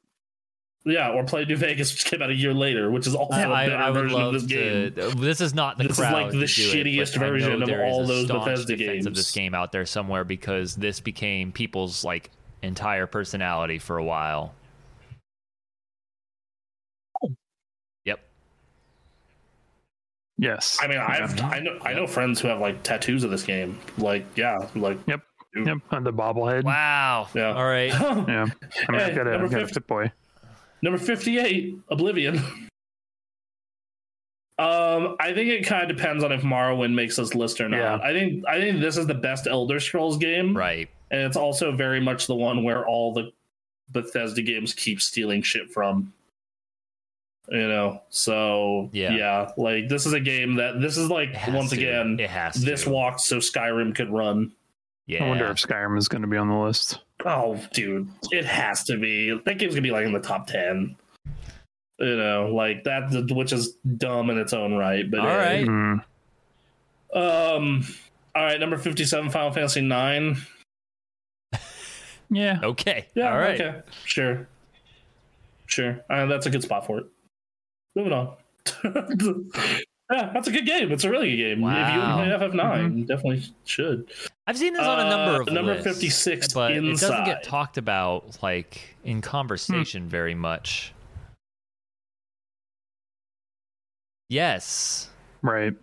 Speaker 2: Yeah, or play New Vegas, which came out a year later, which is also a
Speaker 1: I,
Speaker 2: better
Speaker 1: I would
Speaker 2: version
Speaker 1: love
Speaker 2: of this game.
Speaker 1: to. This is not the
Speaker 2: This is
Speaker 1: crowd.
Speaker 2: like the
Speaker 1: to do it,
Speaker 2: shittiest
Speaker 1: but I know
Speaker 2: version of
Speaker 1: there is
Speaker 2: all
Speaker 1: a
Speaker 2: those
Speaker 1: staunch
Speaker 2: Bethesda
Speaker 1: defense of this
Speaker 2: games.
Speaker 1: game out there somewhere because this became people's like entire personality for a while. Yep.
Speaker 4: Yes.
Speaker 2: I mean, I've I know I know friends who have like tattoos of this game. Like, yeah, like
Speaker 4: Yep. on the bobblehead.
Speaker 1: Wow.
Speaker 2: Yeah.
Speaker 1: All right.
Speaker 4: Yeah. I mean,
Speaker 2: Hey,
Speaker 4: I've got a,
Speaker 2: number
Speaker 4: I've got a
Speaker 2: 50.
Speaker 4: Pip Boy.
Speaker 2: Number 58, Oblivion. um, I think it kind of depends on if Morrowind makes this list or not.
Speaker 4: Yeah.
Speaker 2: I think I think this is the best Elder Scrolls game.
Speaker 1: Right.
Speaker 2: And it's also very much the one where all the Bethesda games keep stealing shit from. You know, so
Speaker 1: Yeah.
Speaker 2: yeah like this is a game that this is like
Speaker 1: It has
Speaker 2: once
Speaker 1: to.
Speaker 2: again
Speaker 1: it has
Speaker 2: this
Speaker 1: to.
Speaker 2: walked so Skyrim could run.
Speaker 1: Yeah.
Speaker 4: I wonder if Skyrim is going to be on the list.
Speaker 2: Oh, dude, it has to be. That game's gonna be like in the top ten. You know, like that, which is dumb in its own right. But
Speaker 1: All
Speaker 2: hey.
Speaker 1: Right.
Speaker 4: Mm.
Speaker 2: um, all right, number fifty-seven, Final Fantasy Nine.
Speaker 4: Yeah.
Speaker 1: Okay.
Speaker 2: Yeah,
Speaker 1: All right.
Speaker 2: okay, sure, sure. Uh, that's a good spot for it. Moving on. yeah, that's a good game. It's a really good game.
Speaker 1: Wow. Mm-hmm.
Speaker 2: If you play FF9, you definitely should.
Speaker 1: I've seen this on a number
Speaker 2: Uh,
Speaker 1: of
Speaker 2: number
Speaker 1: lists,
Speaker 2: 56
Speaker 1: but it doesn't
Speaker 2: Inside.
Speaker 1: get talked about like in conversation very much. Yes.
Speaker 4: Right.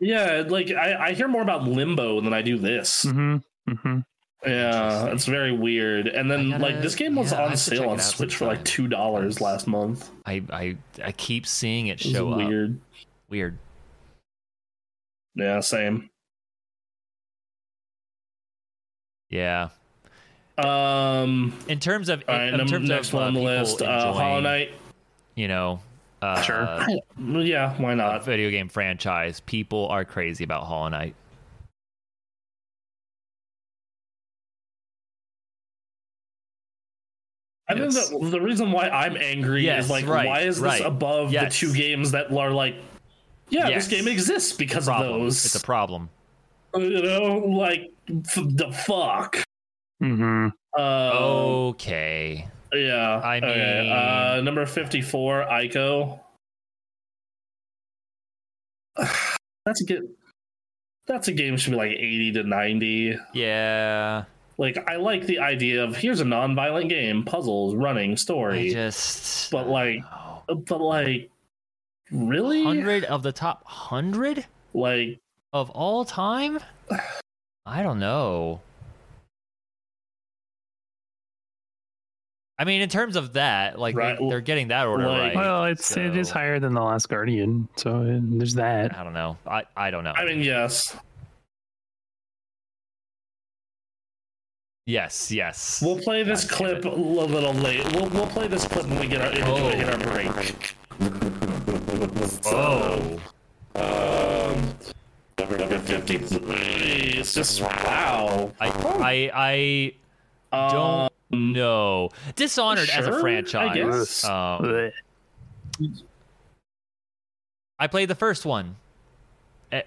Speaker 2: Yeah, like I, I hear more about Limbo than I do this.
Speaker 4: Mm-hmm. Mm-hmm.
Speaker 2: Yeah,
Speaker 1: Interesting.
Speaker 2: it's very weird. And then
Speaker 1: I gotta-
Speaker 2: like this game was
Speaker 1: yeah, I
Speaker 2: on
Speaker 1: have to check
Speaker 2: sale
Speaker 1: it
Speaker 2: on
Speaker 1: out
Speaker 2: Switch for like two
Speaker 1: sometime.
Speaker 2: dollars last month.
Speaker 1: I I I keep seeing it
Speaker 2: It was
Speaker 1: show up. Weird.
Speaker 2: weird. Yeah, same.
Speaker 1: Yeah.
Speaker 2: Um,
Speaker 1: In terms of
Speaker 2: all right,
Speaker 1: in
Speaker 2: num-
Speaker 1: terms
Speaker 2: next
Speaker 1: of
Speaker 2: one on the
Speaker 1: uh, people
Speaker 2: list, uh, Hollow
Speaker 1: enjoying,
Speaker 2: Knight.
Speaker 1: You know. Uh,
Speaker 4: Sure.
Speaker 2: I- yeah, why
Speaker 1: a
Speaker 2: not?
Speaker 1: video game franchise. People are crazy about Hollow Knight.
Speaker 2: I think
Speaker 4: Yes.
Speaker 2: that the reason why I'm angry
Speaker 1: Yes,
Speaker 2: is like,
Speaker 1: right,
Speaker 2: why is this
Speaker 1: right.
Speaker 2: above
Speaker 1: Yes.
Speaker 2: the two games that are like, yeah,
Speaker 1: Yes.
Speaker 2: this game exists because
Speaker 1: Problem.
Speaker 2: of those.
Speaker 1: It's a problem.
Speaker 2: you know, like f- the fuck.
Speaker 4: Mm-hmm.
Speaker 1: Oh,
Speaker 2: Uh,
Speaker 1: Okay.
Speaker 2: Yeah.
Speaker 1: I mean-
Speaker 2: uh, number 54, Ico. That's a good. That's a game should be like 80 to 90.
Speaker 1: Yeah.
Speaker 2: Like I like the idea of here's a non-violent game, puzzles, running,
Speaker 1: I
Speaker 2: story.
Speaker 1: just. oh.
Speaker 2: But, like, but like really?
Speaker 1: 100 of the top 100
Speaker 2: Like
Speaker 1: of all time? I don't know. I mean, in terms of that, like
Speaker 2: Right,
Speaker 1: they're, they're getting that order right.
Speaker 2: like-
Speaker 4: Well, it's it is
Speaker 1: So-
Speaker 4: higher than the Last Guardian, so uh, there's that.
Speaker 1: I don't know. I, I don't know.
Speaker 2: I mean, yes.
Speaker 1: yes, yes.
Speaker 2: We'll play this
Speaker 1: God damn
Speaker 2: clip a little late. We'll, we'll play this clip when we get our,
Speaker 1: Oh.
Speaker 2: when we get our break.
Speaker 1: oh,
Speaker 2: Um, number 53. It's just wow.
Speaker 1: I I I
Speaker 2: Um,
Speaker 1: don't know. Dishonored as
Speaker 2: sure,
Speaker 1: a
Speaker 2: I
Speaker 1: franchise.
Speaker 2: guess.
Speaker 1: Um,
Speaker 4: Blech.
Speaker 1: I played the first one. Eh,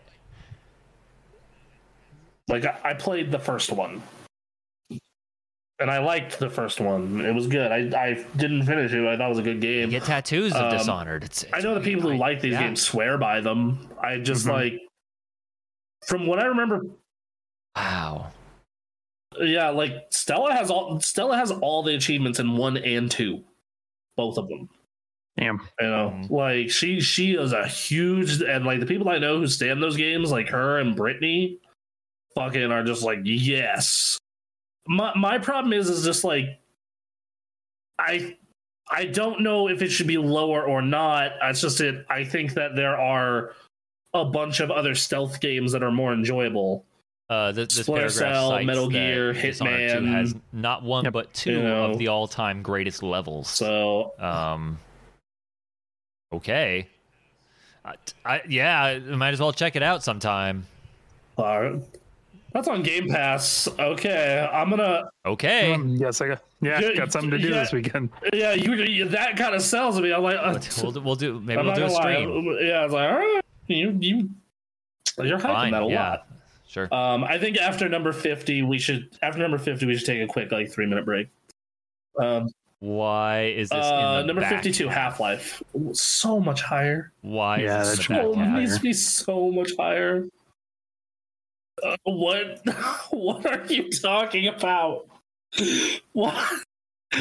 Speaker 2: like I, I played the first one, and I liked the first one. It was good. I I didn't finish it. But I thought it was a good
Speaker 1: You
Speaker 2: game.
Speaker 1: get tattoos of
Speaker 2: Um,
Speaker 1: Dishonored. It's,
Speaker 2: I know the people who like these
Speaker 1: yeah.
Speaker 2: games swear by them. I just
Speaker 4: Mhm.
Speaker 2: like from what I remember.
Speaker 1: Wow.
Speaker 2: Yeah, like Stella has all Stella has all the achievements in one and two, both of them.
Speaker 4: Damn.
Speaker 2: You know,
Speaker 1: Mhm.
Speaker 2: like she she is a huge and like the people I know who stay in those games, like her and Brittany, fucking are just like yes. My my problem is is just like I I don't know if it should be lower or not. It's just it. I think that there are a bunch of other stealth games that are more enjoyable.
Speaker 1: Uh, th- this
Speaker 2: Splinter
Speaker 1: paragraph
Speaker 2: Cell,
Speaker 1: cites
Speaker 2: Metal
Speaker 1: that
Speaker 2: Gear,
Speaker 1: Dishonored 2
Speaker 2: Hitman.
Speaker 1: has not one
Speaker 4: Yep.
Speaker 1: but two
Speaker 2: You know.
Speaker 1: of the all-time greatest levels.
Speaker 2: So
Speaker 1: um, okay. I, I, yeah, I might as well check it out sometime.
Speaker 2: uh, that's on Game Pass. Okay, I'm gonna
Speaker 1: Okay.
Speaker 4: Um, yes, I got yeah,
Speaker 2: Yeah,
Speaker 4: got something to do
Speaker 2: yeah.
Speaker 4: this weekend.
Speaker 2: yeah you, you that kind of sells me. I'm like uh,
Speaker 1: Let's- we'll, do- we'll do maybe
Speaker 2: I'm
Speaker 1: we'll
Speaker 2: not
Speaker 1: do a
Speaker 2: gonna
Speaker 1: stream.
Speaker 2: lie. Yeah, I was like, all right, you you you're hyping
Speaker 1: Fine.
Speaker 2: that a
Speaker 1: yeah.
Speaker 2: lot.
Speaker 1: Sure.
Speaker 2: Um, I think after number fifty, we should after number fifty, we should take a quick like three minute break. Um,
Speaker 1: Why is this
Speaker 2: uh,
Speaker 1: in the
Speaker 2: number
Speaker 1: back
Speaker 2: fifty two,
Speaker 1: half?
Speaker 2: Half Life, so much higher.
Speaker 1: Why
Speaker 4: Yeah,
Speaker 1: is
Speaker 4: that
Speaker 1: this
Speaker 4: should
Speaker 1: in the
Speaker 4: be
Speaker 2: Oh,
Speaker 1: back
Speaker 2: it
Speaker 1: half?
Speaker 2: needs to be so much higher. Uh, what what are you talking about? What?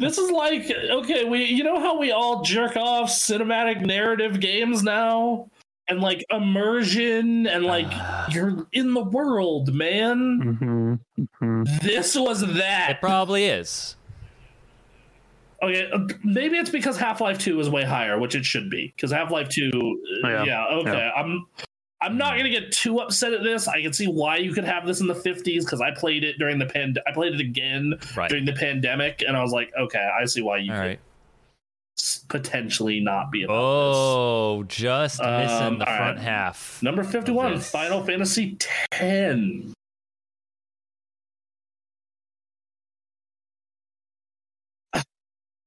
Speaker 2: this is like okay we you know how we all jerk off cinematic narrative games now and like immersion and like
Speaker 1: Ah.
Speaker 2: you're in the world man
Speaker 4: hmm hmm
Speaker 2: this was
Speaker 1: it
Speaker 2: that
Speaker 1: probably is.
Speaker 2: okay uh, maybe it's because half-life 2 is way higher which it should be because half-life 2
Speaker 1: Oh,
Speaker 2: uh, yeah,
Speaker 4: Yeah.
Speaker 2: okay i'm i'm not gonna get too upset at this i can see why you could have this in the 50s because i played it during the pand i played it again
Speaker 1: Right.
Speaker 2: during the pandemic and i was like okay i see why you
Speaker 1: All
Speaker 2: could
Speaker 1: right.
Speaker 2: s- potentially not be about this.
Speaker 1: Oh, just missing
Speaker 2: Um,
Speaker 1: the
Speaker 2: all
Speaker 1: front
Speaker 2: right.
Speaker 1: half.
Speaker 2: Number 51,
Speaker 1: Yes.
Speaker 2: Final Fantasy 10.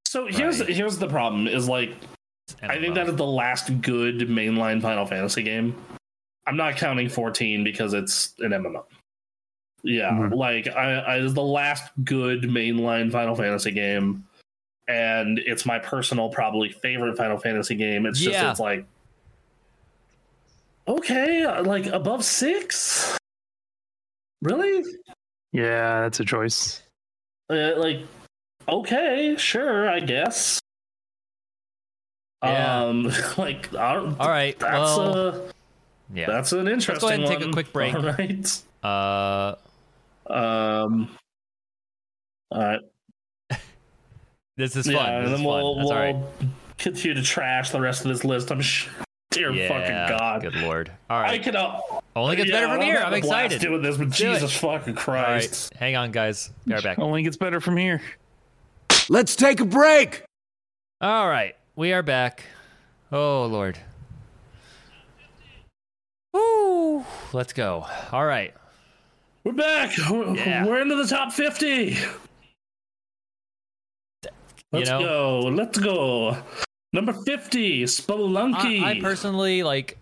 Speaker 2: So here's
Speaker 1: Right.
Speaker 2: here's the problem is like I think that is the last good mainline Final Fantasy game. I'm not counting 14 because it's an MMO. Yeah,
Speaker 4: Mhm.
Speaker 2: like I, I it is the last good mainline Final Fantasy game, and it's my personal probably favorite Final Fantasy game. It's just
Speaker 1: Yeah.
Speaker 2: it's like okay, like above six, really?
Speaker 4: Yeah, that's a choice.
Speaker 2: Uh, like okay, sure, I guess.
Speaker 1: Yeah.
Speaker 2: Um, like I don't,
Speaker 1: All right.
Speaker 2: that's
Speaker 1: well,
Speaker 2: uh
Speaker 1: yeah.
Speaker 2: that's an interesting
Speaker 1: ahead and take a
Speaker 2: one.
Speaker 1: quick break.
Speaker 2: All right.
Speaker 1: Uh,
Speaker 2: Um all right.
Speaker 1: this is fun.
Speaker 2: yeah, and
Speaker 1: this
Speaker 2: then
Speaker 1: is
Speaker 2: we'll
Speaker 1: fun. That's
Speaker 2: we'll
Speaker 1: all right.
Speaker 2: continue to trash the rest of this list. I'm sure. Dear
Speaker 1: yeah,
Speaker 2: fucking god.
Speaker 1: Good lord. All
Speaker 2: I
Speaker 1: right.
Speaker 2: can uh,
Speaker 1: Only gets
Speaker 2: yeah,
Speaker 1: better from
Speaker 2: I'm
Speaker 1: here. I'm
Speaker 2: having a blast
Speaker 1: excited. All
Speaker 2: doing this, but
Speaker 1: Do it.
Speaker 2: Jesus fucking
Speaker 1: right.
Speaker 2: Christ.
Speaker 1: Hang on, guys. Be right back.
Speaker 4: Only gets better from here.
Speaker 5: Let's take a break.
Speaker 1: All right. We are back. Oh, Lord. Woo. Let's go. All right.
Speaker 2: We're back. We're,
Speaker 1: Yeah.
Speaker 2: we're into the top 50. Let's
Speaker 1: know-
Speaker 2: go. Let's go. Number 50, Spelunky.
Speaker 1: I, I personally like.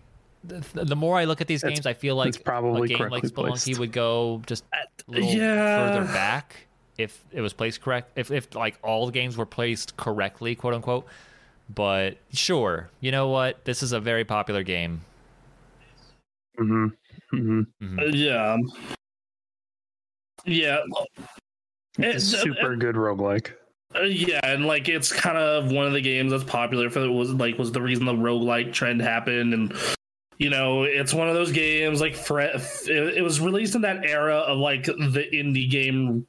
Speaker 1: th- th- The more I look at these
Speaker 4: It's-
Speaker 1: games, I feel like
Speaker 4: it's probably
Speaker 1: a game like
Speaker 4: correctly
Speaker 1: Spelunky
Speaker 4: placed.
Speaker 1: would go just a little
Speaker 2: Uh, yeah.
Speaker 1: further back if it was placed correct, if if like all the games were placed correctly, quote unquote. But sure, you know what? This is a very popular game.
Speaker 4: hmm hmm
Speaker 1: Mhm.
Speaker 2: Uh, yeah. Yeah.
Speaker 4: It's
Speaker 2: It's-
Speaker 4: super good roguelike.
Speaker 2: Uh, yeah, and like it's kind of one of the games that's popular for the was like was the reason the roguelike trend happened and you know, it's one of those games like Fre- f- it, it was released in that era of like the indie game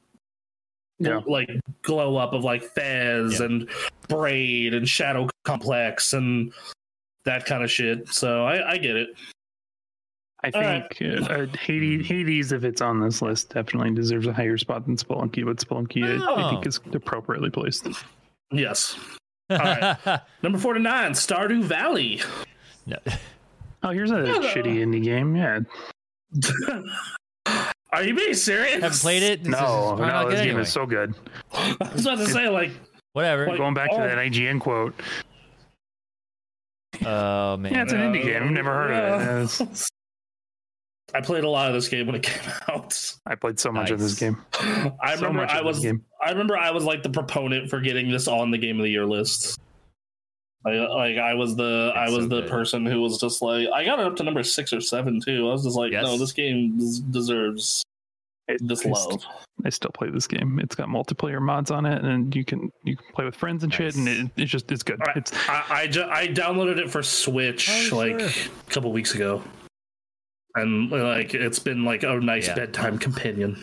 Speaker 4: Yeah.
Speaker 2: like glow up of like Fez
Speaker 1: Yeah.
Speaker 2: and Braid and Shadow Complex and that kind of shit. So I, I get it.
Speaker 4: I
Speaker 2: All Hmm.
Speaker 4: think uh, Hades, Hades, if it's on this list, definitely deserves a higher spot than Spelunky, but Spelunky, I, I think,
Speaker 1: Oh.
Speaker 4: is appropriately placed.
Speaker 2: Yes. Alright. Number 49, Stardew Valley.
Speaker 1: No.
Speaker 4: Oh, here's a
Speaker 2: Yeah.
Speaker 4: shitty indie game. Yeah,
Speaker 2: Are you being serious?
Speaker 1: Haven't played it. This is
Speaker 4: no,
Speaker 1: probably not
Speaker 4: no,
Speaker 1: good
Speaker 4: this game
Speaker 1: anyway.
Speaker 4: is so good.
Speaker 2: I was about to say like
Speaker 1: Whatever.
Speaker 2: Like-
Speaker 4: Going back to
Speaker 2: oh.
Speaker 4: that IGN quote,
Speaker 1: Oh man.
Speaker 4: yeah, it's an indie game. I've never heard of it.
Speaker 2: Yeah.
Speaker 4: Yeah, it's-
Speaker 2: I played a lot of this game when it came out.
Speaker 4: I played so much of this
Speaker 1: Nice.
Speaker 4: game.
Speaker 2: I
Speaker 4: so
Speaker 2: remember
Speaker 4: much
Speaker 2: I
Speaker 4: of this
Speaker 2: was
Speaker 4: game.
Speaker 2: I remember I was like the proponent for getting this on the game of the year list. Like, like I was the I
Speaker 1: It's
Speaker 2: was
Speaker 1: so
Speaker 2: the
Speaker 1: good.
Speaker 2: person who was just like I got it up to number six or seven too. I was just like,
Speaker 1: Yes.
Speaker 2: no, this game des- deserves
Speaker 4: It-
Speaker 2: this
Speaker 4: I s-
Speaker 2: love.
Speaker 4: I still play this game. It's got multiplayer mods on it, and you can you can play with friends and shit, and
Speaker 1: Nice.
Speaker 4: it, it's just it's good.
Speaker 2: All right.
Speaker 4: It's
Speaker 2: I I, ju- I downloaded it for Switch
Speaker 1: Oh,
Speaker 2: like
Speaker 1: sure.
Speaker 2: a couple weeks ago, and like it's been like a nice
Speaker 1: Yeah.
Speaker 2: bedtime companion.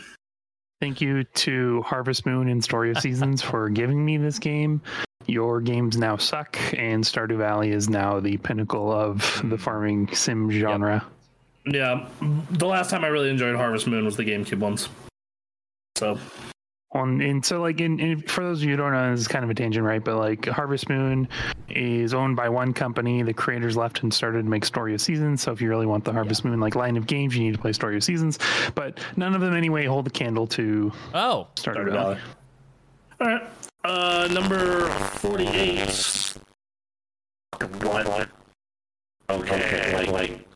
Speaker 4: Thank you to Harvest Moon and Story of Seasons for giving me this game. Your games now suck, and Stardew Valley is now the pinnacle of the farming sim genre.
Speaker 2: Yeah, the last time I really enjoyed Harvest Moon was the GameCube ones. So
Speaker 4: On and so like in, in for those of you who don't know, this is kind of a tangent, right? But like Harvest Moon is owned by one company. The creators left and started to make Story of Seasons. So if you really want the Harvest Moon like line of games, you need to play Story of Seasons. But none of them anyway hold a candle to
Speaker 1: Oh.
Speaker 4: Stardew Valley.
Speaker 2: All right. Uh, number forty-eight.
Speaker 6: What? Okay, like, like,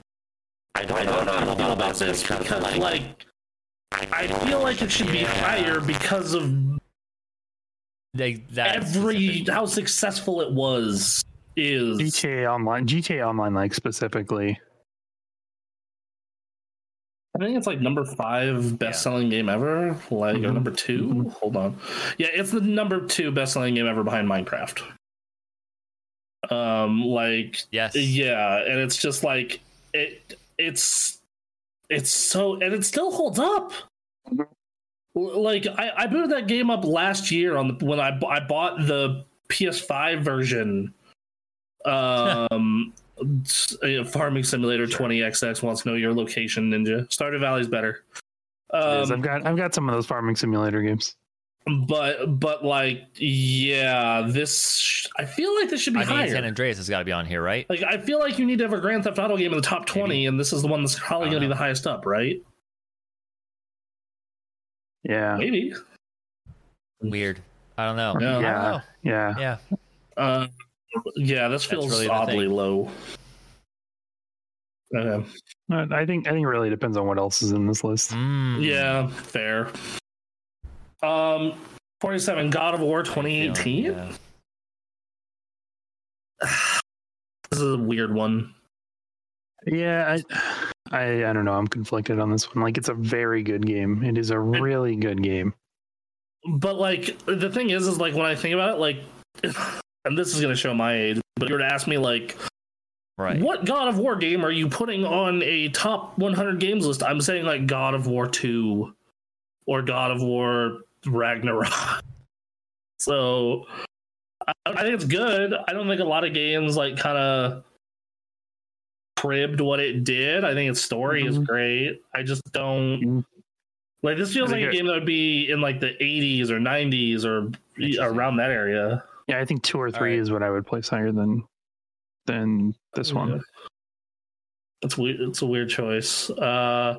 Speaker 6: I don't, I don't know how I feel about this because, like, like,
Speaker 2: I feel like it should be higher because of
Speaker 1: They, that
Speaker 2: every how successful it was. Is
Speaker 4: GTA Online, GTA Online, like specifically.
Speaker 2: I think it's like number five best-selling game ever. Like or
Speaker 4: Mhm.
Speaker 2: number 2
Speaker 4: Mhm.
Speaker 2: Hold on. Yeah, it's the number two best-selling game ever behind Minecraft. Um, like
Speaker 1: Yes.
Speaker 2: Yeah, and it's just like it it's it's so and it still holds up.
Speaker 1: Mm-hmm.
Speaker 2: L- Like I, I booted that game up last year on the when I bu- I bought the PS5 version. Um s- uh, Farming Simulator 20XX wants to know your location, Ninja. Stardew Valley's better.
Speaker 4: It is. I've
Speaker 2: Um,
Speaker 4: got I've got some of those farming simulator games.
Speaker 2: but but like yeah, this sh- I feel like this should be
Speaker 1: I mean,
Speaker 2: higher.
Speaker 1: San Andreas has got to be on here, right?
Speaker 2: Like I feel like you need to have a Grand Theft Auto game in the top twenty,
Speaker 1: Maybe. Uh-huh.
Speaker 2: and this is the one that's probably
Speaker 1: I
Speaker 2: going to be
Speaker 1: don't
Speaker 2: the highest up, right?
Speaker 4: Yeah,
Speaker 2: Maybe.
Speaker 1: Weird. I don't know.
Speaker 2: Yeah.
Speaker 1: I don't know.
Speaker 4: yeah.
Speaker 1: Yeah.
Speaker 2: Uh, yeah, this feels
Speaker 1: really the
Speaker 2: oddly
Speaker 1: thing.
Speaker 2: low. Okay.
Speaker 4: No, I think I think it really depends on what else is in this list.
Speaker 1: Mm.
Speaker 2: Yeah, fair. Um, forty-seven. God of War, twenty eighteen.
Speaker 1: Yeah.
Speaker 2: This is a weird one.
Speaker 4: Yeah, I, I I don't know. I'm conflicted on this one. Like, it's a very good game. It is a really good game.
Speaker 2: But like the thing is, is like when I think about it, like, and this is going to show my age. But if you were to ask me, like,
Speaker 1: Right.
Speaker 2: What God of War game are you putting on a top 100 games list? I'm saying like God of War 2 or God of War Ragnarok. So I, I think it's good. I don't think a lot of games like kind of cribbed what it did. I think its story is
Speaker 1: Mm-hmm.
Speaker 4: Mhm.
Speaker 2: great. I just don't
Speaker 4: Mhm.
Speaker 2: like this feels
Speaker 4: I
Speaker 2: like
Speaker 4: think
Speaker 2: a
Speaker 4: it-
Speaker 2: game that would be in like the 80s or 90s or
Speaker 1: Interesting.
Speaker 2: around that area.
Speaker 4: Yeah, I think two or three
Speaker 1: right.
Speaker 4: is what I would place higher than than this
Speaker 2: Yeah.
Speaker 4: one.
Speaker 2: It's weird. It's a weird choice. Uh,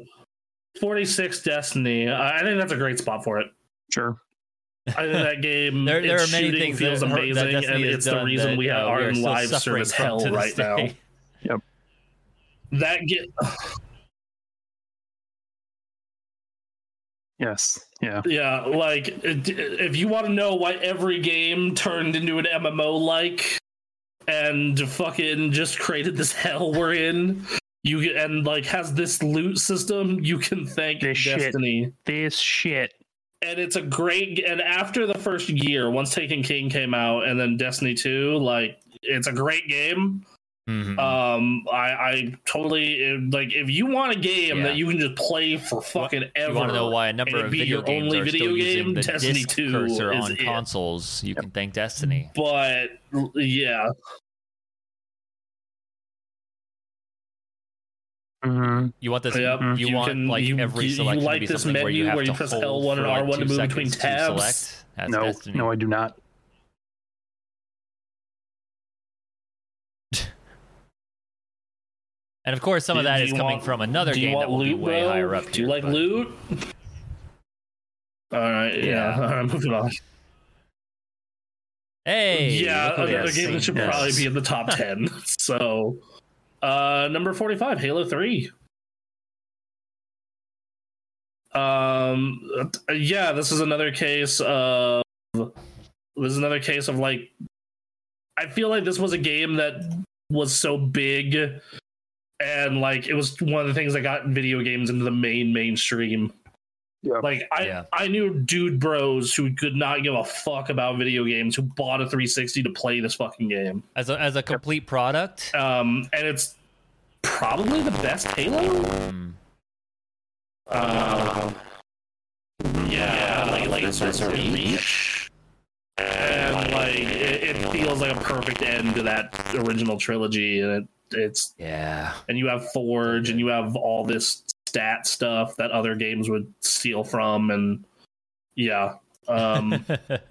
Speaker 2: forty six Destiny. I I think that's a great spot for it.
Speaker 4: Sure.
Speaker 2: I think that game.
Speaker 1: There, there
Speaker 2: its
Speaker 1: are many
Speaker 2: shooting
Speaker 1: things
Speaker 2: feels
Speaker 1: that, hurt- that
Speaker 2: amazing,
Speaker 1: Destiny
Speaker 2: and
Speaker 1: has
Speaker 2: it's the
Speaker 1: done
Speaker 2: reason
Speaker 1: that,
Speaker 2: we
Speaker 1: uh,
Speaker 2: are
Speaker 1: are
Speaker 2: in
Speaker 1: still
Speaker 2: live
Speaker 1: suffering
Speaker 2: service
Speaker 1: from
Speaker 2: hell
Speaker 1: to this
Speaker 2: right now.
Speaker 1: day.
Speaker 2: That game.
Speaker 4: Yes. Yeah.
Speaker 2: Yeah, like it- if you want to know why every game turned into an MMO like and fucking just created this hell we're in, you and like has this loot system, you can thank
Speaker 4: This shit.
Speaker 2: Destiny.
Speaker 4: This shit.
Speaker 2: And it's a great and after the first year, once Taken King came out and then Destiny 2, like it's a great game.
Speaker 1: Mhm.
Speaker 2: Um, I, I totally if- like if you want a game
Speaker 1: Yeah.
Speaker 2: that you can just play for fucking ever.
Speaker 1: you want to know why a
Speaker 2: and
Speaker 1: number
Speaker 2: it
Speaker 1: of
Speaker 2: be
Speaker 1: video
Speaker 2: your
Speaker 1: games
Speaker 2: only
Speaker 1: are
Speaker 2: video
Speaker 1: still
Speaker 2: game,
Speaker 1: using the
Speaker 2: Destiny
Speaker 1: disc
Speaker 2: 2
Speaker 1: cursor
Speaker 2: is
Speaker 1: on
Speaker 2: it.
Speaker 1: consoles? You can thank Destiny.
Speaker 2: But yeah,
Speaker 4: hmm
Speaker 1: You want this?
Speaker 2: Yep.
Speaker 1: You,
Speaker 2: You
Speaker 1: want
Speaker 2: can-
Speaker 1: like
Speaker 2: you-
Speaker 1: every
Speaker 2: you- you
Speaker 1: selection
Speaker 2: like
Speaker 1: to be
Speaker 2: this
Speaker 1: something where
Speaker 2: menu
Speaker 1: you have
Speaker 2: where you
Speaker 1: to
Speaker 2: press
Speaker 1: hold
Speaker 2: L1
Speaker 1: for
Speaker 2: and
Speaker 1: like
Speaker 2: R1 to
Speaker 1: two
Speaker 2: move between
Speaker 1: seconds to
Speaker 2: tabs.
Speaker 1: select. That's
Speaker 4: No.
Speaker 1: Destiny.
Speaker 4: No, I do not.
Speaker 1: and of course, some of
Speaker 2: Do-
Speaker 1: that
Speaker 2: do
Speaker 1: is
Speaker 2: you
Speaker 1: coming
Speaker 2: want-
Speaker 1: from another
Speaker 2: do you
Speaker 1: game that
Speaker 2: want
Speaker 1: will
Speaker 2: loot?
Speaker 1: be way
Speaker 2: bro?
Speaker 1: higher up.
Speaker 2: Do you
Speaker 1: here,
Speaker 2: like
Speaker 1: but-
Speaker 2: loot? All right, yeah.
Speaker 1: Yeah.
Speaker 2: All right, moving on.
Speaker 1: Hey,
Speaker 2: yeah,
Speaker 1: look who
Speaker 2: another
Speaker 1: this
Speaker 2: game that should
Speaker 1: thing
Speaker 2: probably
Speaker 1: is.
Speaker 2: be in the top ten. so, uh, number forty-five, Halo Three. Um, uh, yeah, this is another case of this is another case of like, I feel like this was a game that was so big, and like it was one of the things that got video games into the main mainstream.
Speaker 4: Yeah.
Speaker 2: Like I,
Speaker 1: Yeah.
Speaker 2: I knew dude bros who could not give a fuck about video games who bought a 360 to play this fucking game.
Speaker 1: as a as a complete product.
Speaker 2: Um, and it's probably the best Halo.
Speaker 1: um,
Speaker 2: Um, yeah, like like
Speaker 6: This was a reach.
Speaker 2: and like it, it feels like a perfect end to that original trilogy, and it, it's
Speaker 1: yeah,
Speaker 2: and you have Forge, and you have all this stat stuff that other games would steal from, and yeah. Um,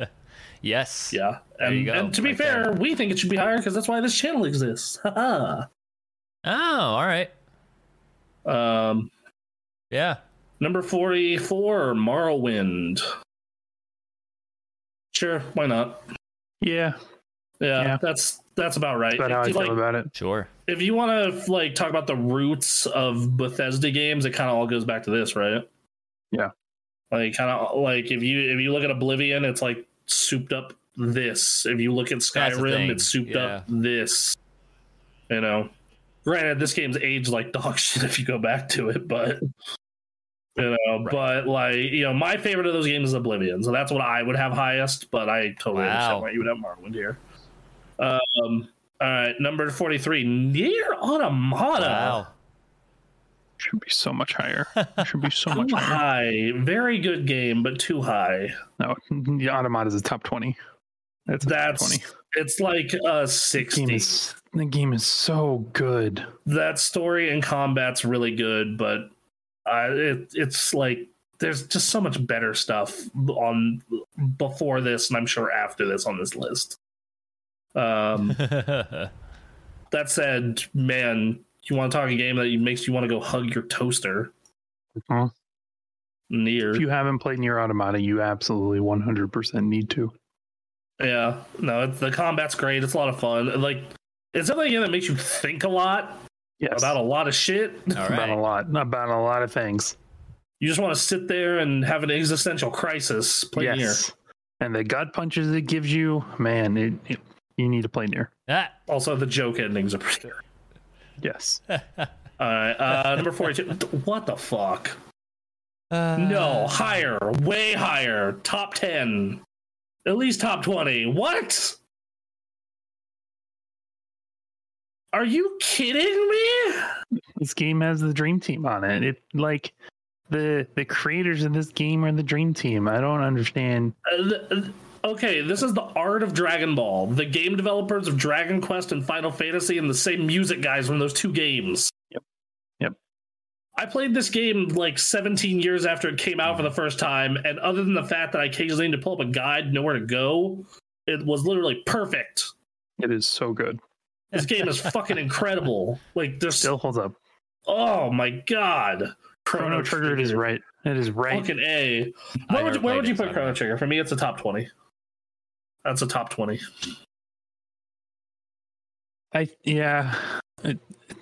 Speaker 1: yes,
Speaker 2: Yeah.
Speaker 1: There
Speaker 2: and,
Speaker 1: you go,
Speaker 2: and to be
Speaker 1: right
Speaker 2: fair,
Speaker 1: there.
Speaker 2: we think it should be higher because that's why this channel exists. Haha.
Speaker 1: Oh, all right,
Speaker 2: um,
Speaker 1: yeah.
Speaker 2: number 44, Morrowind. Sure, why not?
Speaker 4: Yeah.
Speaker 2: Yeah,
Speaker 4: Yeah.
Speaker 2: that's that's about right.
Speaker 4: That's how I
Speaker 2: if,
Speaker 4: feel
Speaker 2: like,
Speaker 4: about it.
Speaker 1: Sure.
Speaker 2: if you want to like talk about the roots of Bethesda games, it kind of all goes back to this, right?
Speaker 4: Yeah.
Speaker 2: Like kind of like if you if you look at Oblivion, it's like souped up this. If you look at
Speaker 1: That's the
Speaker 2: Skyrim,
Speaker 1: thing,
Speaker 2: it's souped up this. You know, granted, this game's aged like dog shit if you go back to it, but you know,
Speaker 1: Right.
Speaker 2: but like you know, my favorite of those games is Oblivion, so that's what I would have highest. But I totally
Speaker 1: Wow.
Speaker 2: understand why you would have Morrowind here. Um, all right, number forty-three, near Automata.
Speaker 1: Wow.
Speaker 4: Should be so much higher. Should be so much
Speaker 2: Too high,
Speaker 4: higher.
Speaker 2: very good game, but too high.
Speaker 4: No, the Automata is a top twenty. That's a top
Speaker 2: That's
Speaker 4: twenty.
Speaker 2: it's like a
Speaker 4: The game
Speaker 2: sixty.
Speaker 4: is the game is so good.
Speaker 2: That story and combat's really good, but uh, it it's like there's just so much better stuff on before this, and I'm sure after this on this list. Um, that said, man, you want to talk a game that makes you want to go hug your toaster
Speaker 4: Mhm.
Speaker 2: near?
Speaker 4: If you haven't played Near Automata, you absolutely one hundred percent need to.
Speaker 2: yeah, no, it's, the combat's great. It's a lot of fun. Like, it's something that makes you think a lot
Speaker 4: Yes.
Speaker 2: about a lot of shit.
Speaker 1: all
Speaker 4: about a
Speaker 1: right.
Speaker 4: lot. About a lot of things.
Speaker 2: You just want to sit there and have an existential crisis. Play near.
Speaker 4: yes. And the gut punches it gives you, man, it, it- you need to play near.
Speaker 1: Ah.
Speaker 2: Also, the joke endings are pretty.
Speaker 4: Yes.
Speaker 2: All right, uh, number forty-two. what the fuck?
Speaker 1: Uh,
Speaker 2: No, higher, way higher. Top ten, at least top twenty. What? Are you kidding me?
Speaker 4: This game has the dream team on it. It like the the creators of this game are the dream team. I don't understand.
Speaker 2: Uh, th- th- okay, this is the art of Dragon Ball. The game developers of Dragon Quest and Final Fantasy, and the same music guys from those two games.
Speaker 4: Yep. Yep.
Speaker 2: I played this game like 17 years after it came out for the first time, and other than the fact that I occasionally need to pull up a guide, nowhere to go, it was literally perfect.
Speaker 4: It is so good.
Speaker 2: This game is fucking incredible. Like there's
Speaker 4: Still holds up.
Speaker 2: oh my god,
Speaker 4: Chrono Trigger is right. It is right.
Speaker 2: Fucking a.
Speaker 1: I
Speaker 2: Where would
Speaker 1: never
Speaker 2: you, where would
Speaker 1: played
Speaker 2: you
Speaker 1: it, so I
Speaker 2: put
Speaker 1: don't
Speaker 2: Chrono
Speaker 1: know.
Speaker 2: Trigger? For me, it's a top twenty. That's a top twenty.
Speaker 4: I yeah. It,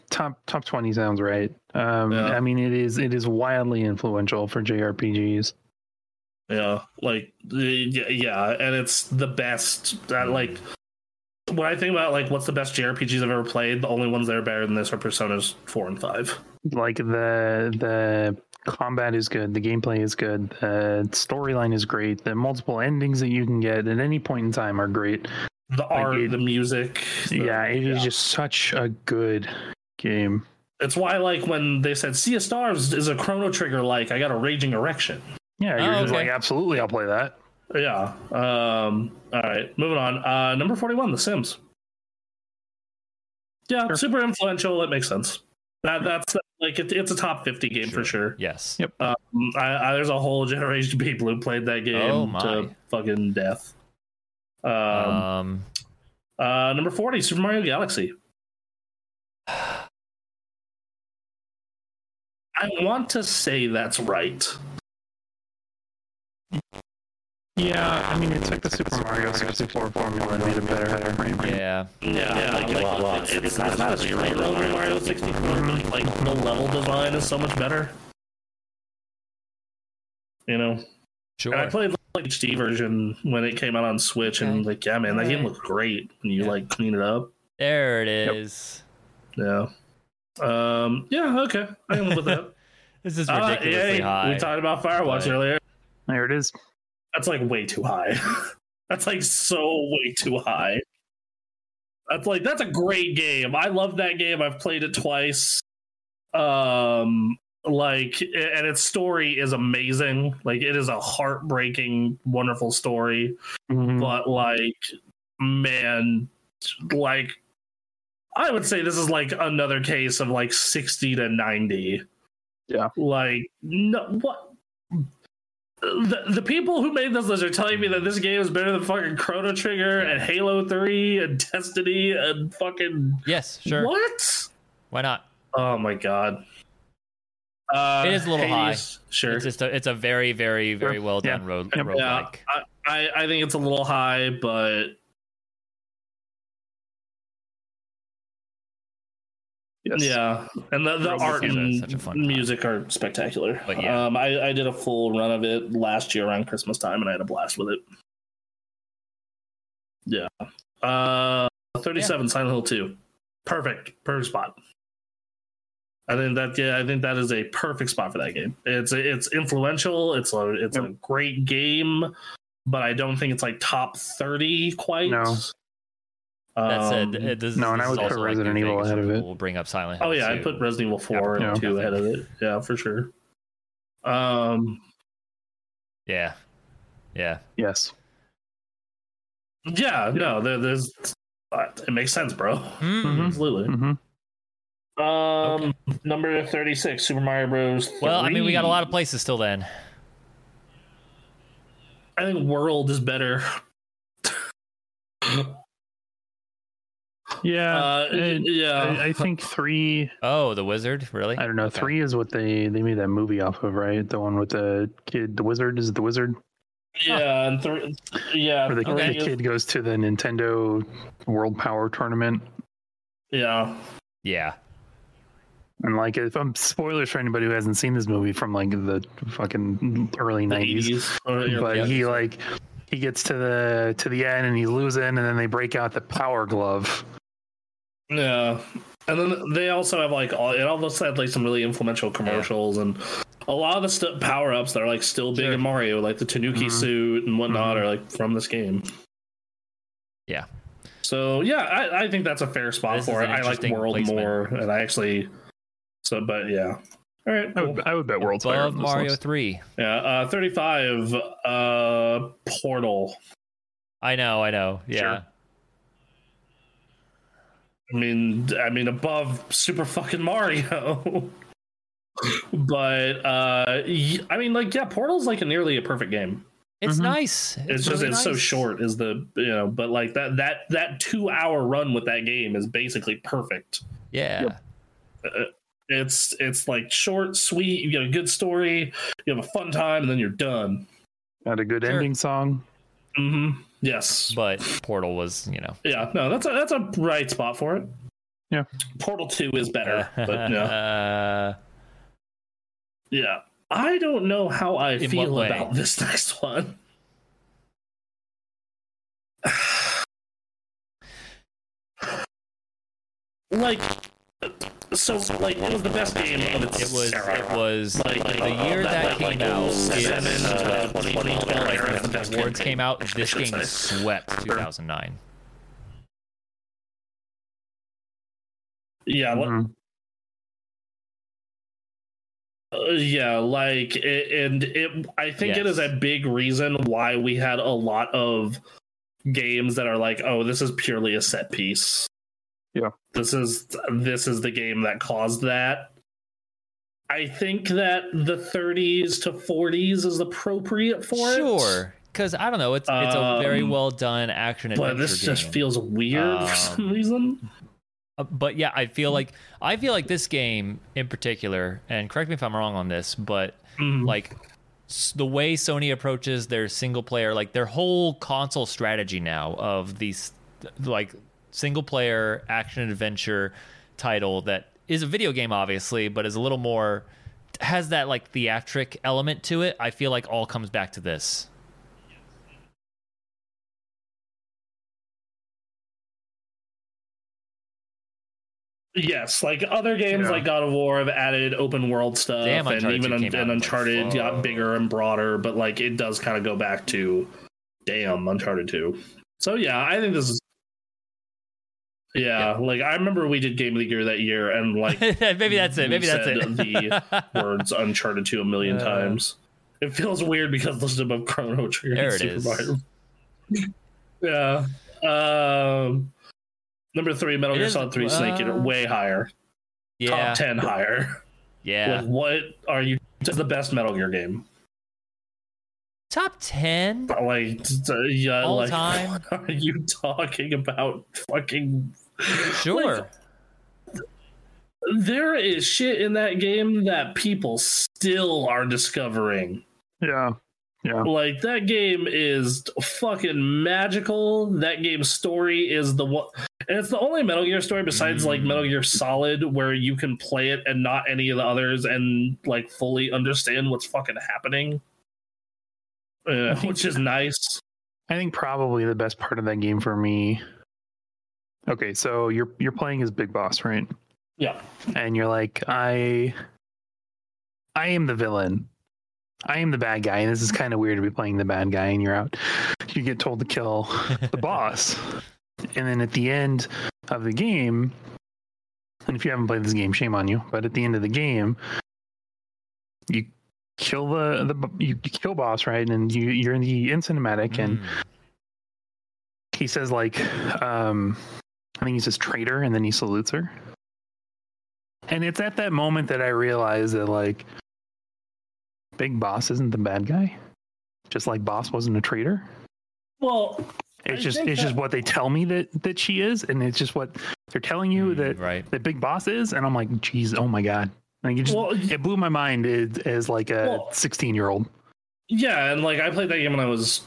Speaker 4: top top twenty sounds right. Um,
Speaker 2: Yeah.
Speaker 4: I mean, it is it is wildly influential for JRPGs.
Speaker 2: Yeah, like y- y- yeah, and it's the best. That like when I think about like what's the best JRPGs I've ever played, the only ones that are better than this are Personas four and five.
Speaker 4: Like the the combat is good, the gameplay is good, the storyline is great, the multiple endings that you can get at any point in time are great.
Speaker 2: The art,
Speaker 4: it-
Speaker 2: the music. the-
Speaker 4: yeah, it is
Speaker 2: yeah.
Speaker 4: just such a good game.
Speaker 2: It's why like when they said Sea of Stars is a Chrono Trigger like, I got a raging erection.
Speaker 4: Yeah,
Speaker 1: Oh,
Speaker 4: you're just
Speaker 1: okay.
Speaker 4: like absolutely, I'll play that.
Speaker 2: Yeah. Um. All right. Moving on. Uh, number forty-one, The Sims. Yeah,
Speaker 4: Sure.
Speaker 2: super influential. That makes sense. That that's like it, it's a top fifty game for sure.
Speaker 1: Yes.
Speaker 4: Yep.
Speaker 2: Um, I, I, there's a whole generation of people who played that game
Speaker 1: Oh, my.
Speaker 2: to fucking death. Um,
Speaker 1: Um,
Speaker 2: uh, number forty, Super Mario Galaxy. I want to say that's right.
Speaker 4: Yeah, I mean, it's like the Super Mario 64 formula made it better.
Speaker 1: yeah.
Speaker 6: Yeah,
Speaker 2: Yeah,
Speaker 6: like,
Speaker 2: like,
Speaker 6: well, well, it's, it's not as much as your regular Mario 64. Like, like,
Speaker 2: The level design is so much better. You know,
Speaker 1: Sure.
Speaker 2: and I played like HD version when it came out on Switch, and
Speaker 1: Okay.
Speaker 2: like, yeah, man, that game
Speaker 1: Alright.
Speaker 2: looked great. And you
Speaker 1: Yeah.
Speaker 2: like clean it up.
Speaker 1: there it
Speaker 4: Yep.
Speaker 1: is.
Speaker 2: Yeah. Um. Yeah. Okay. I can live with that.
Speaker 1: This is
Speaker 2: Uh,
Speaker 1: ridiculously
Speaker 2: yeah,
Speaker 1: high.
Speaker 2: We talked about Firewatch
Speaker 1: But-
Speaker 2: earlier.
Speaker 4: There it is.
Speaker 2: That's like way too high. that's like so way too high. That's like that's a great game. I love that game. I've played it twice. Um like a- and its story is amazing. Like it is a heartbreaking wonderful story,
Speaker 4: Mhm.
Speaker 2: but like man like I would say this is like another case of like 60 to 90.
Speaker 4: Yeah.
Speaker 2: Like no what the, the people who made this list are telling me that this game is better than fucking Chrono Trigger and Halo 3 and Destiny and fucking
Speaker 1: Yes, sure.
Speaker 2: what?
Speaker 1: Why not?
Speaker 2: Oh my god. Uh,
Speaker 1: It is a little
Speaker 2: high. Sure.
Speaker 1: It's just a, it's a very, very, very well
Speaker 4: Yeah.
Speaker 1: done road
Speaker 4: Yep.
Speaker 1: roguelike.
Speaker 2: yeah. I, I, I think it's a little high, but
Speaker 4: Yes.
Speaker 2: Yeah, and the, the
Speaker 1: Rogue
Speaker 2: art
Speaker 1: Games
Speaker 2: and
Speaker 1: is such a fun time.
Speaker 2: music are spectacular.
Speaker 1: But yeah.
Speaker 2: um, I, I did a full run of it last year around Christmas time, and I had a blast with it. Yeah, uh, thirty-seven Silent Hill Two, perfect, perfect spot. I think that yeah, I think that is a perfect spot for that game. It's it's influential. It's a it's a great game, but I don't think it's like top thirty quite.
Speaker 4: No.
Speaker 1: That
Speaker 2: Um,
Speaker 1: said, uh, this,
Speaker 4: no, and
Speaker 1: this
Speaker 4: I
Speaker 1: is
Speaker 4: would
Speaker 1: also
Speaker 4: put
Speaker 1: like
Speaker 4: Resident
Speaker 1: New
Speaker 4: Evil
Speaker 1: Vegas,
Speaker 4: ahead
Speaker 1: where
Speaker 4: of it.
Speaker 1: people will bring up Silent Hill.
Speaker 2: Oh yeah, I
Speaker 1: too.
Speaker 2: put Resident Evil Four
Speaker 4: Yeah.
Speaker 2: and two ahead of it. Yeah, for sure. Um,
Speaker 1: Yeah, yeah.
Speaker 4: Yes.
Speaker 2: yeah, no, there, there's uh, it makes sense, bro.
Speaker 1: Mm.
Speaker 2: Absolutely.
Speaker 4: hmm Mm-hmm.
Speaker 2: Um, number thirty-six, Super Mario Bros.
Speaker 1: Well, I mean, we got a
Speaker 2: 3.
Speaker 1: lot of places still. Then
Speaker 2: I think World is better.
Speaker 4: Yeah.
Speaker 2: Uh,
Speaker 4: it-
Speaker 2: yeah,
Speaker 4: I, I think three.
Speaker 1: oh, the wizard, really?
Speaker 4: I don't know.
Speaker 1: Okay.
Speaker 4: Three is what they they made that movie off of, right? The one with the kid, the wizard is it the wizard,
Speaker 2: yeah, and three, yeah,
Speaker 4: where the,
Speaker 2: three
Speaker 4: the
Speaker 2: is-
Speaker 4: kid goes to the Nintendo World Power Tournament.
Speaker 2: yeah,
Speaker 1: Yeah,
Speaker 4: And like, if I'm spoilers for anybody who hasn't seen this movie from like the fucking early
Speaker 2: the Oh,
Speaker 4: '90s,
Speaker 2: 80s, or- or-
Speaker 4: but
Speaker 1: yeah.
Speaker 4: he like he gets to the to the end and he's losing, and then they break out the power glove.
Speaker 2: Yeah, and then they also have like all it also had like some really influential commercials and a lot of the stu power ups that are like still big
Speaker 1: Sure. Mm-hmm.
Speaker 2: in Mario, like the Tanuki
Speaker 4: Mhm.
Speaker 2: suit and whatnot, are like from this game.
Speaker 1: Yeah.
Speaker 2: So yeah, I, I think that's a fair spot
Speaker 1: This
Speaker 2: for
Speaker 1: is an
Speaker 2: it. I like
Speaker 1: interesting
Speaker 2: World
Speaker 1: placement.
Speaker 2: more, and I actually. So, but yeah. All right.
Speaker 4: I
Speaker 2: cool.
Speaker 4: would, I would bet World's better
Speaker 1: above
Speaker 4: on this
Speaker 1: Mario
Speaker 4: list.
Speaker 1: three.
Speaker 2: Yeah. Uh, Thirty-five. Uh, Portal.
Speaker 1: I know, I know. Yeah,
Speaker 2: I mean, I mean, above Super fucking Mario. but uh y- I mean, like, yeah, Portal's like a nearly a perfect game.
Speaker 1: it's
Speaker 4: Mhm.
Speaker 1: nice.
Speaker 2: It's, just
Speaker 1: really
Speaker 2: Mm-hmm. it's so
Speaker 1: nice.
Speaker 2: short, is the you know, but like that that that two hour run with that game is basically perfect.
Speaker 1: Yeah,
Speaker 2: It's it's like short, sweet. You get a good story, you have a fun time, and then you're done.
Speaker 4: Got a good
Speaker 1: Sure.
Speaker 4: ending song.
Speaker 2: hmm Yes.
Speaker 1: but Portal was, you know.
Speaker 2: yeah. No, that's a that's a right spot for it.
Speaker 4: Yeah.
Speaker 2: Portal Two is better, but no.
Speaker 1: uh,
Speaker 2: Yeah. I don't know how I
Speaker 1: In
Speaker 2: feel
Speaker 1: what way?
Speaker 2: about this next one. like, so like it was the best game of its
Speaker 1: It was
Speaker 2: era.
Speaker 1: it was
Speaker 2: Like,
Speaker 1: the year that
Speaker 2: like,
Speaker 1: came out is
Speaker 2: 07, uh, 2012
Speaker 1: like,
Speaker 2: era is the
Speaker 1: when
Speaker 2: best
Speaker 1: the awards
Speaker 2: campaign,
Speaker 1: came out.
Speaker 2: I
Speaker 1: This
Speaker 2: should
Speaker 1: game
Speaker 2: say.
Speaker 1: swept 2009.
Speaker 2: Yeah, what,
Speaker 4: Mhm.
Speaker 2: Uh, yeah, like, it, and it, I think it
Speaker 1: Yes.
Speaker 2: is a big reason why we had a lot of games that are like, oh, this is purely a set piece.
Speaker 4: Yeah.
Speaker 2: this is this is the game that caused that. I think that the 30s to 40s is appropriate for it.
Speaker 1: Sure, because I don't know. It's it's a very
Speaker 2: Um,
Speaker 1: well done action adventure
Speaker 2: but this
Speaker 1: game.
Speaker 2: just feels weird for some
Speaker 1: Um,
Speaker 2: reason.
Speaker 1: Uh, but yeah, I feel like I feel like this game in particular, and correct me if I'm wrong on this, but
Speaker 2: Mm.
Speaker 1: like s- the way Sony approaches their single player, like their whole console strategy now of these like single player action adventure title that is a video game obviously, but is a little more has that like theatric element to it. I feel like all comes back to this.
Speaker 2: Yes, like other games
Speaker 4: Yeah.
Speaker 2: like God of War have added open world stuff,
Speaker 1: Damn,
Speaker 2: and
Speaker 1: Uncharted
Speaker 2: even
Speaker 1: 2
Speaker 2: Un-
Speaker 1: came out
Speaker 2: and
Speaker 1: and it's like,
Speaker 2: Uncharted
Speaker 1: whoa.
Speaker 2: got bigger and broader. But like, it does kind of go back to, damn, Uncharted Two. So yeah, I think this is. Yeah, like I remember we did Game of the Year that year, and like
Speaker 1: maybe that's it.
Speaker 2: we
Speaker 1: Maybe that's
Speaker 2: said
Speaker 1: it.
Speaker 2: the words Uncharted Two a million
Speaker 1: Uh.
Speaker 2: times. It feels weird because listed above Chrono Trigger.
Speaker 1: There
Speaker 2: and
Speaker 1: it
Speaker 2: Super
Speaker 1: is.
Speaker 2: Mario. yeah. Um, number three, Metal
Speaker 1: It
Speaker 2: Gear
Speaker 1: is-
Speaker 2: Solid Three Snake Eater,
Speaker 1: uh,
Speaker 2: way higher
Speaker 1: yeah.
Speaker 2: top 10 higher.
Speaker 1: Yeah.
Speaker 2: Like, what are you? It's the best Metal Gear game.
Speaker 1: Top 10?
Speaker 2: Like, it's, uh, yeah,
Speaker 1: All
Speaker 2: like,
Speaker 1: time?
Speaker 2: what are you talking about? Fucking.
Speaker 1: Sure.
Speaker 2: Like, there is shit in that game that people still are discovering.
Speaker 4: Yeah.
Speaker 2: Like, that game is fucking magical. That game's story is the one. And it's the only Metal Gear story besides like
Speaker 1: Mm.
Speaker 2: Metal Gear Solid where you can play it and not any of the others and like fully understand what's fucking happening. Uh, which is nice.
Speaker 4: I think probably the best part of that game for me. Okay, so you're you're playing as Big Boss, right?
Speaker 2: Yeah.
Speaker 4: And you're like, I I am the villain. I am the bad guy, and this is kind of weird to be playing the bad guy and you're out. You get told to kill the boss. And then at the end of the game, and if you haven't played this game, shame on you. But at the end of the game, you kill the the b- you kill boss, right? And you you're in the in cinematic, and
Speaker 1: Mm.
Speaker 4: he says like um i think he says traitor and then he salutes her and it's at that moment that i realized that like big boss isn't the bad guy just like boss wasn't a traitor
Speaker 2: Well,
Speaker 4: it's
Speaker 2: I
Speaker 4: just
Speaker 2: think
Speaker 4: it's just
Speaker 2: that-
Speaker 4: what they tell me that that she is and it's just what they're telling you
Speaker 1: Mm,
Speaker 4: that
Speaker 1: right.
Speaker 4: that big boss is and i'm like jeez oh my god like it just
Speaker 2: well,
Speaker 4: it blew my mind as, as like a
Speaker 2: Well-
Speaker 4: 16 year old
Speaker 2: yeah, and like I played that game when I was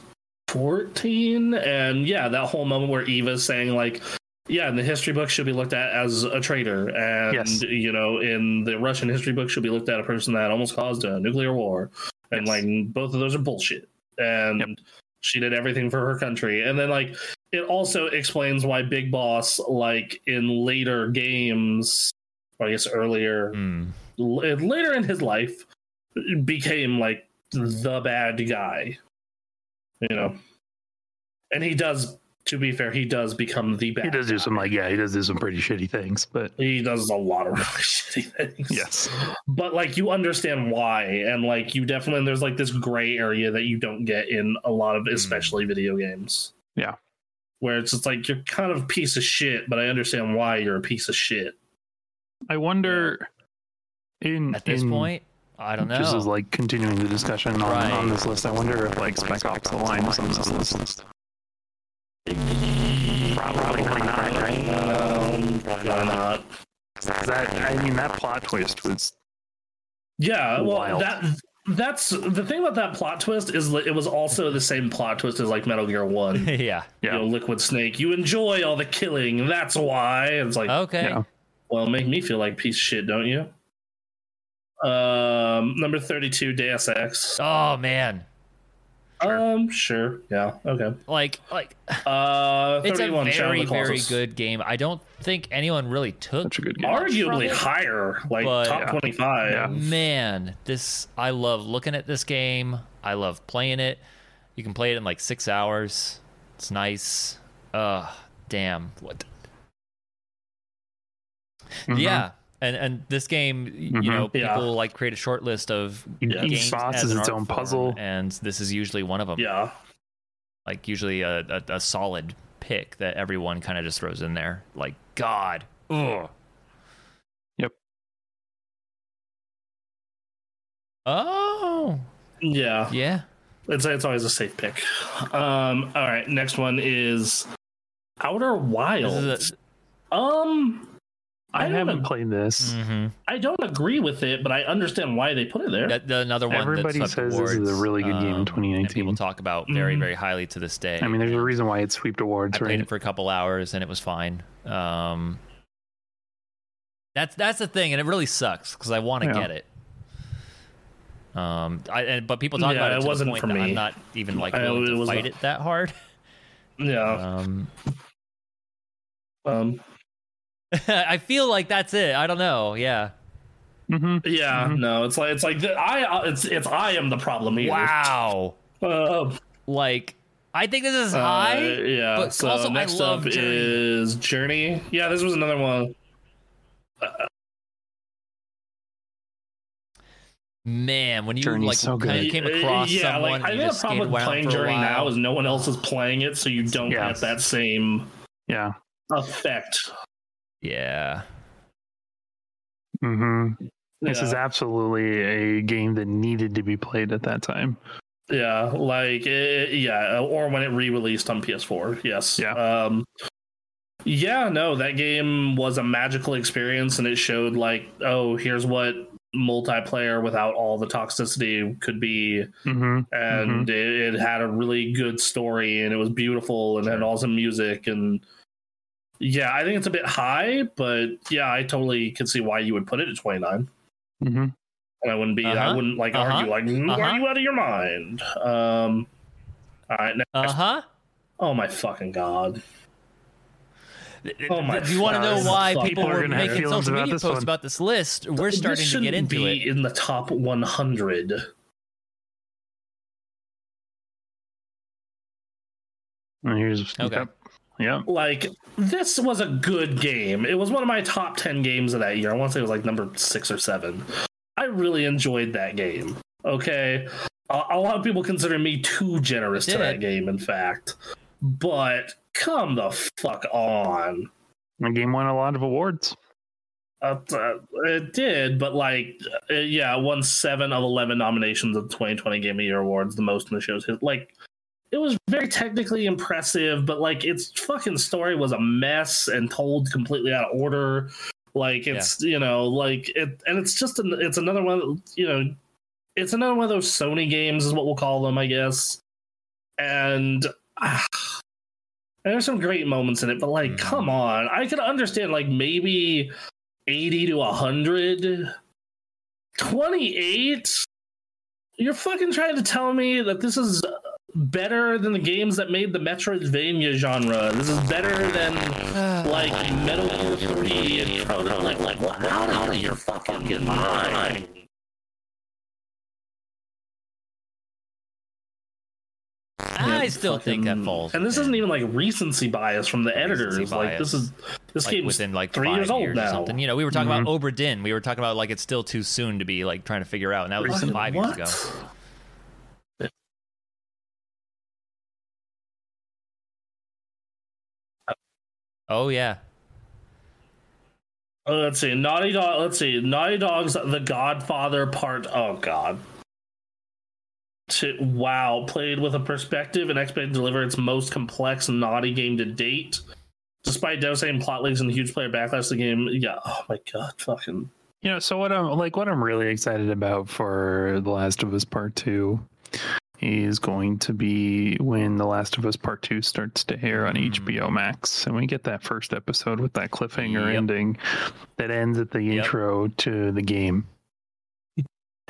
Speaker 2: 14, and yeah, that whole moment where Eva's saying like, yeah, in the history book should be looked at as a traitor, and
Speaker 4: Yes.
Speaker 2: you know, in the Russian history book should be looked at a person that almost caused a nuclear war, and
Speaker 4: Yes.
Speaker 2: like both of those are bullshit, and
Speaker 4: Yep.
Speaker 2: she did everything for her country, and then like it also explains why Big Boss, like in later games, or I guess earlier
Speaker 1: Mm.
Speaker 2: l- later in his life became like the bad guy you know and he does to be fair he does become the bad
Speaker 4: he does
Speaker 2: guy.
Speaker 4: do some like yeah he does do some pretty shitty things but
Speaker 2: he does a lot of really shitty things
Speaker 4: yes
Speaker 2: but like you understand why and like you definitely there's like this gray area that you don't get in a lot of especially video games
Speaker 4: Hmm. Yeah.
Speaker 2: where it's just like you're kind of a piece of shit but i understand why you're a piece of shit
Speaker 4: i wonder in
Speaker 1: At this
Speaker 4: in-
Speaker 1: point, I don't know.
Speaker 4: Just as like continuing the discussion on,
Speaker 1: Right.
Speaker 4: on this list, I wonder if like Spec Ops the line is on this list.
Speaker 6: Probably not, right?
Speaker 2: um, probably not
Speaker 4: That I mean, that plot twist was
Speaker 2: Yeah, well,
Speaker 4: Wild.
Speaker 2: that that's the thing about that plot twist is that it was also the same plot twist as like Metal Gear One.
Speaker 1: yeah.
Speaker 2: You know, Liquid Snake. You enjoy all the killing.
Speaker 1: Oh.
Speaker 2: That's why. And It's like,
Speaker 1: Okay.
Speaker 4: Yeah.
Speaker 2: well, make me feel like piece of shit, don't you? Um, number 32, Deus Ex.
Speaker 1: Oh man,
Speaker 2: Um, sure. Yeah. Okay.
Speaker 1: like like
Speaker 2: Uh, 31,
Speaker 1: it's a
Speaker 2: Shadow of
Speaker 1: very
Speaker 2: the
Speaker 1: very
Speaker 2: Colossus.
Speaker 1: good game. I don't think anyone really took.
Speaker 4: Such a good game.
Speaker 2: Arguably
Speaker 3: Trouble.
Speaker 2: higher, like
Speaker 1: But-
Speaker 2: top
Speaker 1: Yeah.
Speaker 2: 25.
Speaker 4: Yeah.
Speaker 1: Man, this I love looking at this game. I love playing it. You can play it in like six hours. It's nice. Uh damn. What
Speaker 4: Mhm.
Speaker 1: Yeah. And and this game, y-
Speaker 4: Mm-hmm.
Speaker 1: you know,
Speaker 2: Mhm. Yeah.
Speaker 1: people like create a short list of
Speaker 2: Yeah.
Speaker 4: Each
Speaker 1: games
Speaker 4: sauce
Speaker 1: as
Speaker 4: is
Speaker 1: an
Speaker 4: its
Speaker 1: art
Speaker 4: own
Speaker 1: form,
Speaker 4: puzzle.
Speaker 1: and this is usually one of them.
Speaker 2: Yeah.
Speaker 1: Like usually a, a, a solid pick that everyone kind of just throws in there. Like God, ugh.
Speaker 4: Yep.
Speaker 1: Oh
Speaker 2: Yeah.
Speaker 1: yeah.
Speaker 2: It's, it's always a safe pick. Um, all right. Next one is Outer
Speaker 1: This
Speaker 2: Wilds.
Speaker 1: is
Speaker 2: um, I,
Speaker 4: I
Speaker 2: don't
Speaker 4: haven't
Speaker 2: ag-
Speaker 4: played
Speaker 1: a,
Speaker 4: this.
Speaker 1: Mhm.
Speaker 2: I don't agree with it, but I understand why they put it there.
Speaker 1: That- the- another one. that
Speaker 4: Everybody
Speaker 1: swept
Speaker 4: says this is a
Speaker 1: awards,
Speaker 4: really good game in
Speaker 1: um,
Speaker 4: 2019.
Speaker 1: and People talk about very
Speaker 2: Mhm.
Speaker 1: very highly to this day.
Speaker 4: I mean, there's a reason why it sweeped
Speaker 1: I
Speaker 4: awards,
Speaker 1: played
Speaker 4: right?
Speaker 1: it for a couple hours and it was fine. Um, that's that's the thing, and it really sucks because I want to
Speaker 4: Yeah.
Speaker 1: get it. Um, I and, but people talk
Speaker 2: Yeah,
Speaker 1: about it,
Speaker 2: it
Speaker 1: to
Speaker 2: wasn't
Speaker 1: the point
Speaker 2: for
Speaker 1: that
Speaker 2: me.
Speaker 1: I'm not even like
Speaker 2: I-
Speaker 1: willing
Speaker 2: it
Speaker 1: to
Speaker 2: was- Oh.
Speaker 1: fight it that hard.
Speaker 2: yeah.
Speaker 1: Um,
Speaker 2: Um,
Speaker 1: I feel like that's it. I don't know. Yeah.
Speaker 4: Mm-hmm.
Speaker 2: yeah.
Speaker 4: Mhm.
Speaker 2: No, it's like it's like the, I uh, it's it's I am the problem here.
Speaker 1: Wow.
Speaker 2: Uh,
Speaker 1: Like I think this is
Speaker 2: Uh,
Speaker 1: high.
Speaker 2: yeah.
Speaker 1: but
Speaker 2: so
Speaker 1: also I
Speaker 2: next
Speaker 1: love
Speaker 2: up
Speaker 1: Journey.
Speaker 2: is Journey. Yeah, this was another one.
Speaker 1: Man, when you
Speaker 4: Journey's
Speaker 1: like
Speaker 4: so
Speaker 1: kinda
Speaker 4: good.
Speaker 1: came across
Speaker 2: yeah,
Speaker 1: someone,
Speaker 2: like I
Speaker 1: and
Speaker 2: think
Speaker 1: you
Speaker 2: the
Speaker 1: just
Speaker 2: problem
Speaker 1: skated
Speaker 2: with
Speaker 1: around
Speaker 2: playing
Speaker 1: for a
Speaker 2: Journey
Speaker 1: while.
Speaker 2: now is no one else is playing it, so you don't
Speaker 4: Yes.
Speaker 2: get that same
Speaker 4: Yeah.
Speaker 2: effect.
Speaker 1: yeah.
Speaker 4: hmm This
Speaker 2: yeah.
Speaker 4: is absolutely a game that needed to be played at that time.
Speaker 2: Yeah, like eh, yeah, or when it re-released on PS4. Yes.
Speaker 4: Yeah.
Speaker 2: Um Yeah, no, that game was a magical experience and it showed like, oh, here's what multiplayer without all the toxicity could be
Speaker 4: Mm-hmm.
Speaker 2: and it, it had a really good story and it was beautiful and had awesome music and yeah, I think it's a bit high, but yeah, I totally can see why you would put it at 29.
Speaker 4: Mm-hmm.
Speaker 2: And I wouldn't be, I
Speaker 1: Uh-huh.
Speaker 2: wouldn't like
Speaker 1: Uh-huh.
Speaker 2: argue, like, "Mm,
Speaker 1: Uh-huh.
Speaker 2: are you out of your mind? Um, all right, next.
Speaker 1: Uh huh.
Speaker 2: Oh my fucking god. Oh my
Speaker 1: Do you want to know
Speaker 2: God.
Speaker 1: why
Speaker 2: Fuck.
Speaker 1: people,
Speaker 4: People are
Speaker 1: were
Speaker 4: gonna have
Speaker 1: making
Speaker 4: feelings
Speaker 1: social
Speaker 4: about
Speaker 1: media
Speaker 4: this
Speaker 1: posts
Speaker 4: one.
Speaker 1: about this list? We're
Speaker 2: This
Speaker 1: starting to
Speaker 2: shouldn't
Speaker 1: get into
Speaker 2: be
Speaker 1: it.
Speaker 2: in the top 100.
Speaker 4: Here's
Speaker 1: Okay.
Speaker 4: Yep. Yep.
Speaker 2: Like, this was a good game. It was one of my top 10 games of that year. I want to say it was like number six or seven. I really enjoyed that game. Okay. A, a lot of people consider me too generous to
Speaker 1: Did.
Speaker 2: that game, in fact. But come the fuck on.
Speaker 4: The game won a lot of awards.
Speaker 2: Uh, uh, it did, but like, uh, yeah, it won seven of eleven nominations at the 2020 Game of the Year awards, the most in the show's history. Like, it was very technically impressive, but like, its fucking story was a mess and told completely out of order. Like, it's you know, like it, and it's just an, it's another one, you know, it's another one of those Sony games, is what we'll call them, I guess. And. ah, there's some great moments in it, but like,
Speaker 1: Mhm.
Speaker 2: come on. I can understand, like, maybe 80 to 100 28 you're fucking trying to tell me that this is better than the games that made the metroidvania genre this is better than like metal gear 3 and
Speaker 6: Pro, no, like, like, what? Out out of your fucking mind.
Speaker 1: I still think that
Speaker 2: fucking-
Speaker 1: falls.
Speaker 2: and this
Speaker 1: within,
Speaker 2: isn't even like recency bias from the editors
Speaker 1: Recency
Speaker 2: like this
Speaker 1: bias.
Speaker 2: is this
Speaker 1: like
Speaker 2: game's
Speaker 1: within like
Speaker 2: three
Speaker 1: five
Speaker 2: years old
Speaker 1: or
Speaker 2: now.
Speaker 1: something. You know, we were talking about
Speaker 4: Mm-hmm.
Speaker 1: Oberdin. We were talking about like it's still too soon to be like trying to figure out, and that was
Speaker 2: Fucking
Speaker 1: five
Speaker 2: what?
Speaker 1: years ago. Oh yeah,
Speaker 2: Uh, let's see naughty dog let's see naughty dog's the godfather part oh god to, wow played with a perspective and expected to deliver its most complex naughty game to date despite devastating plot leaks and huge player backlash the game yeah oh my god fucking
Speaker 4: You know, so what I'm like, what I'm really excited about for The Last of Us Part Two is going to be when The Last of Us Part Two starts to air
Speaker 1: Mm-hmm.
Speaker 4: on HBO Max, and we get that first episode with that cliffhanger
Speaker 1: Yep.
Speaker 4: ending that ends at the
Speaker 1: Yep.
Speaker 4: intro to the game.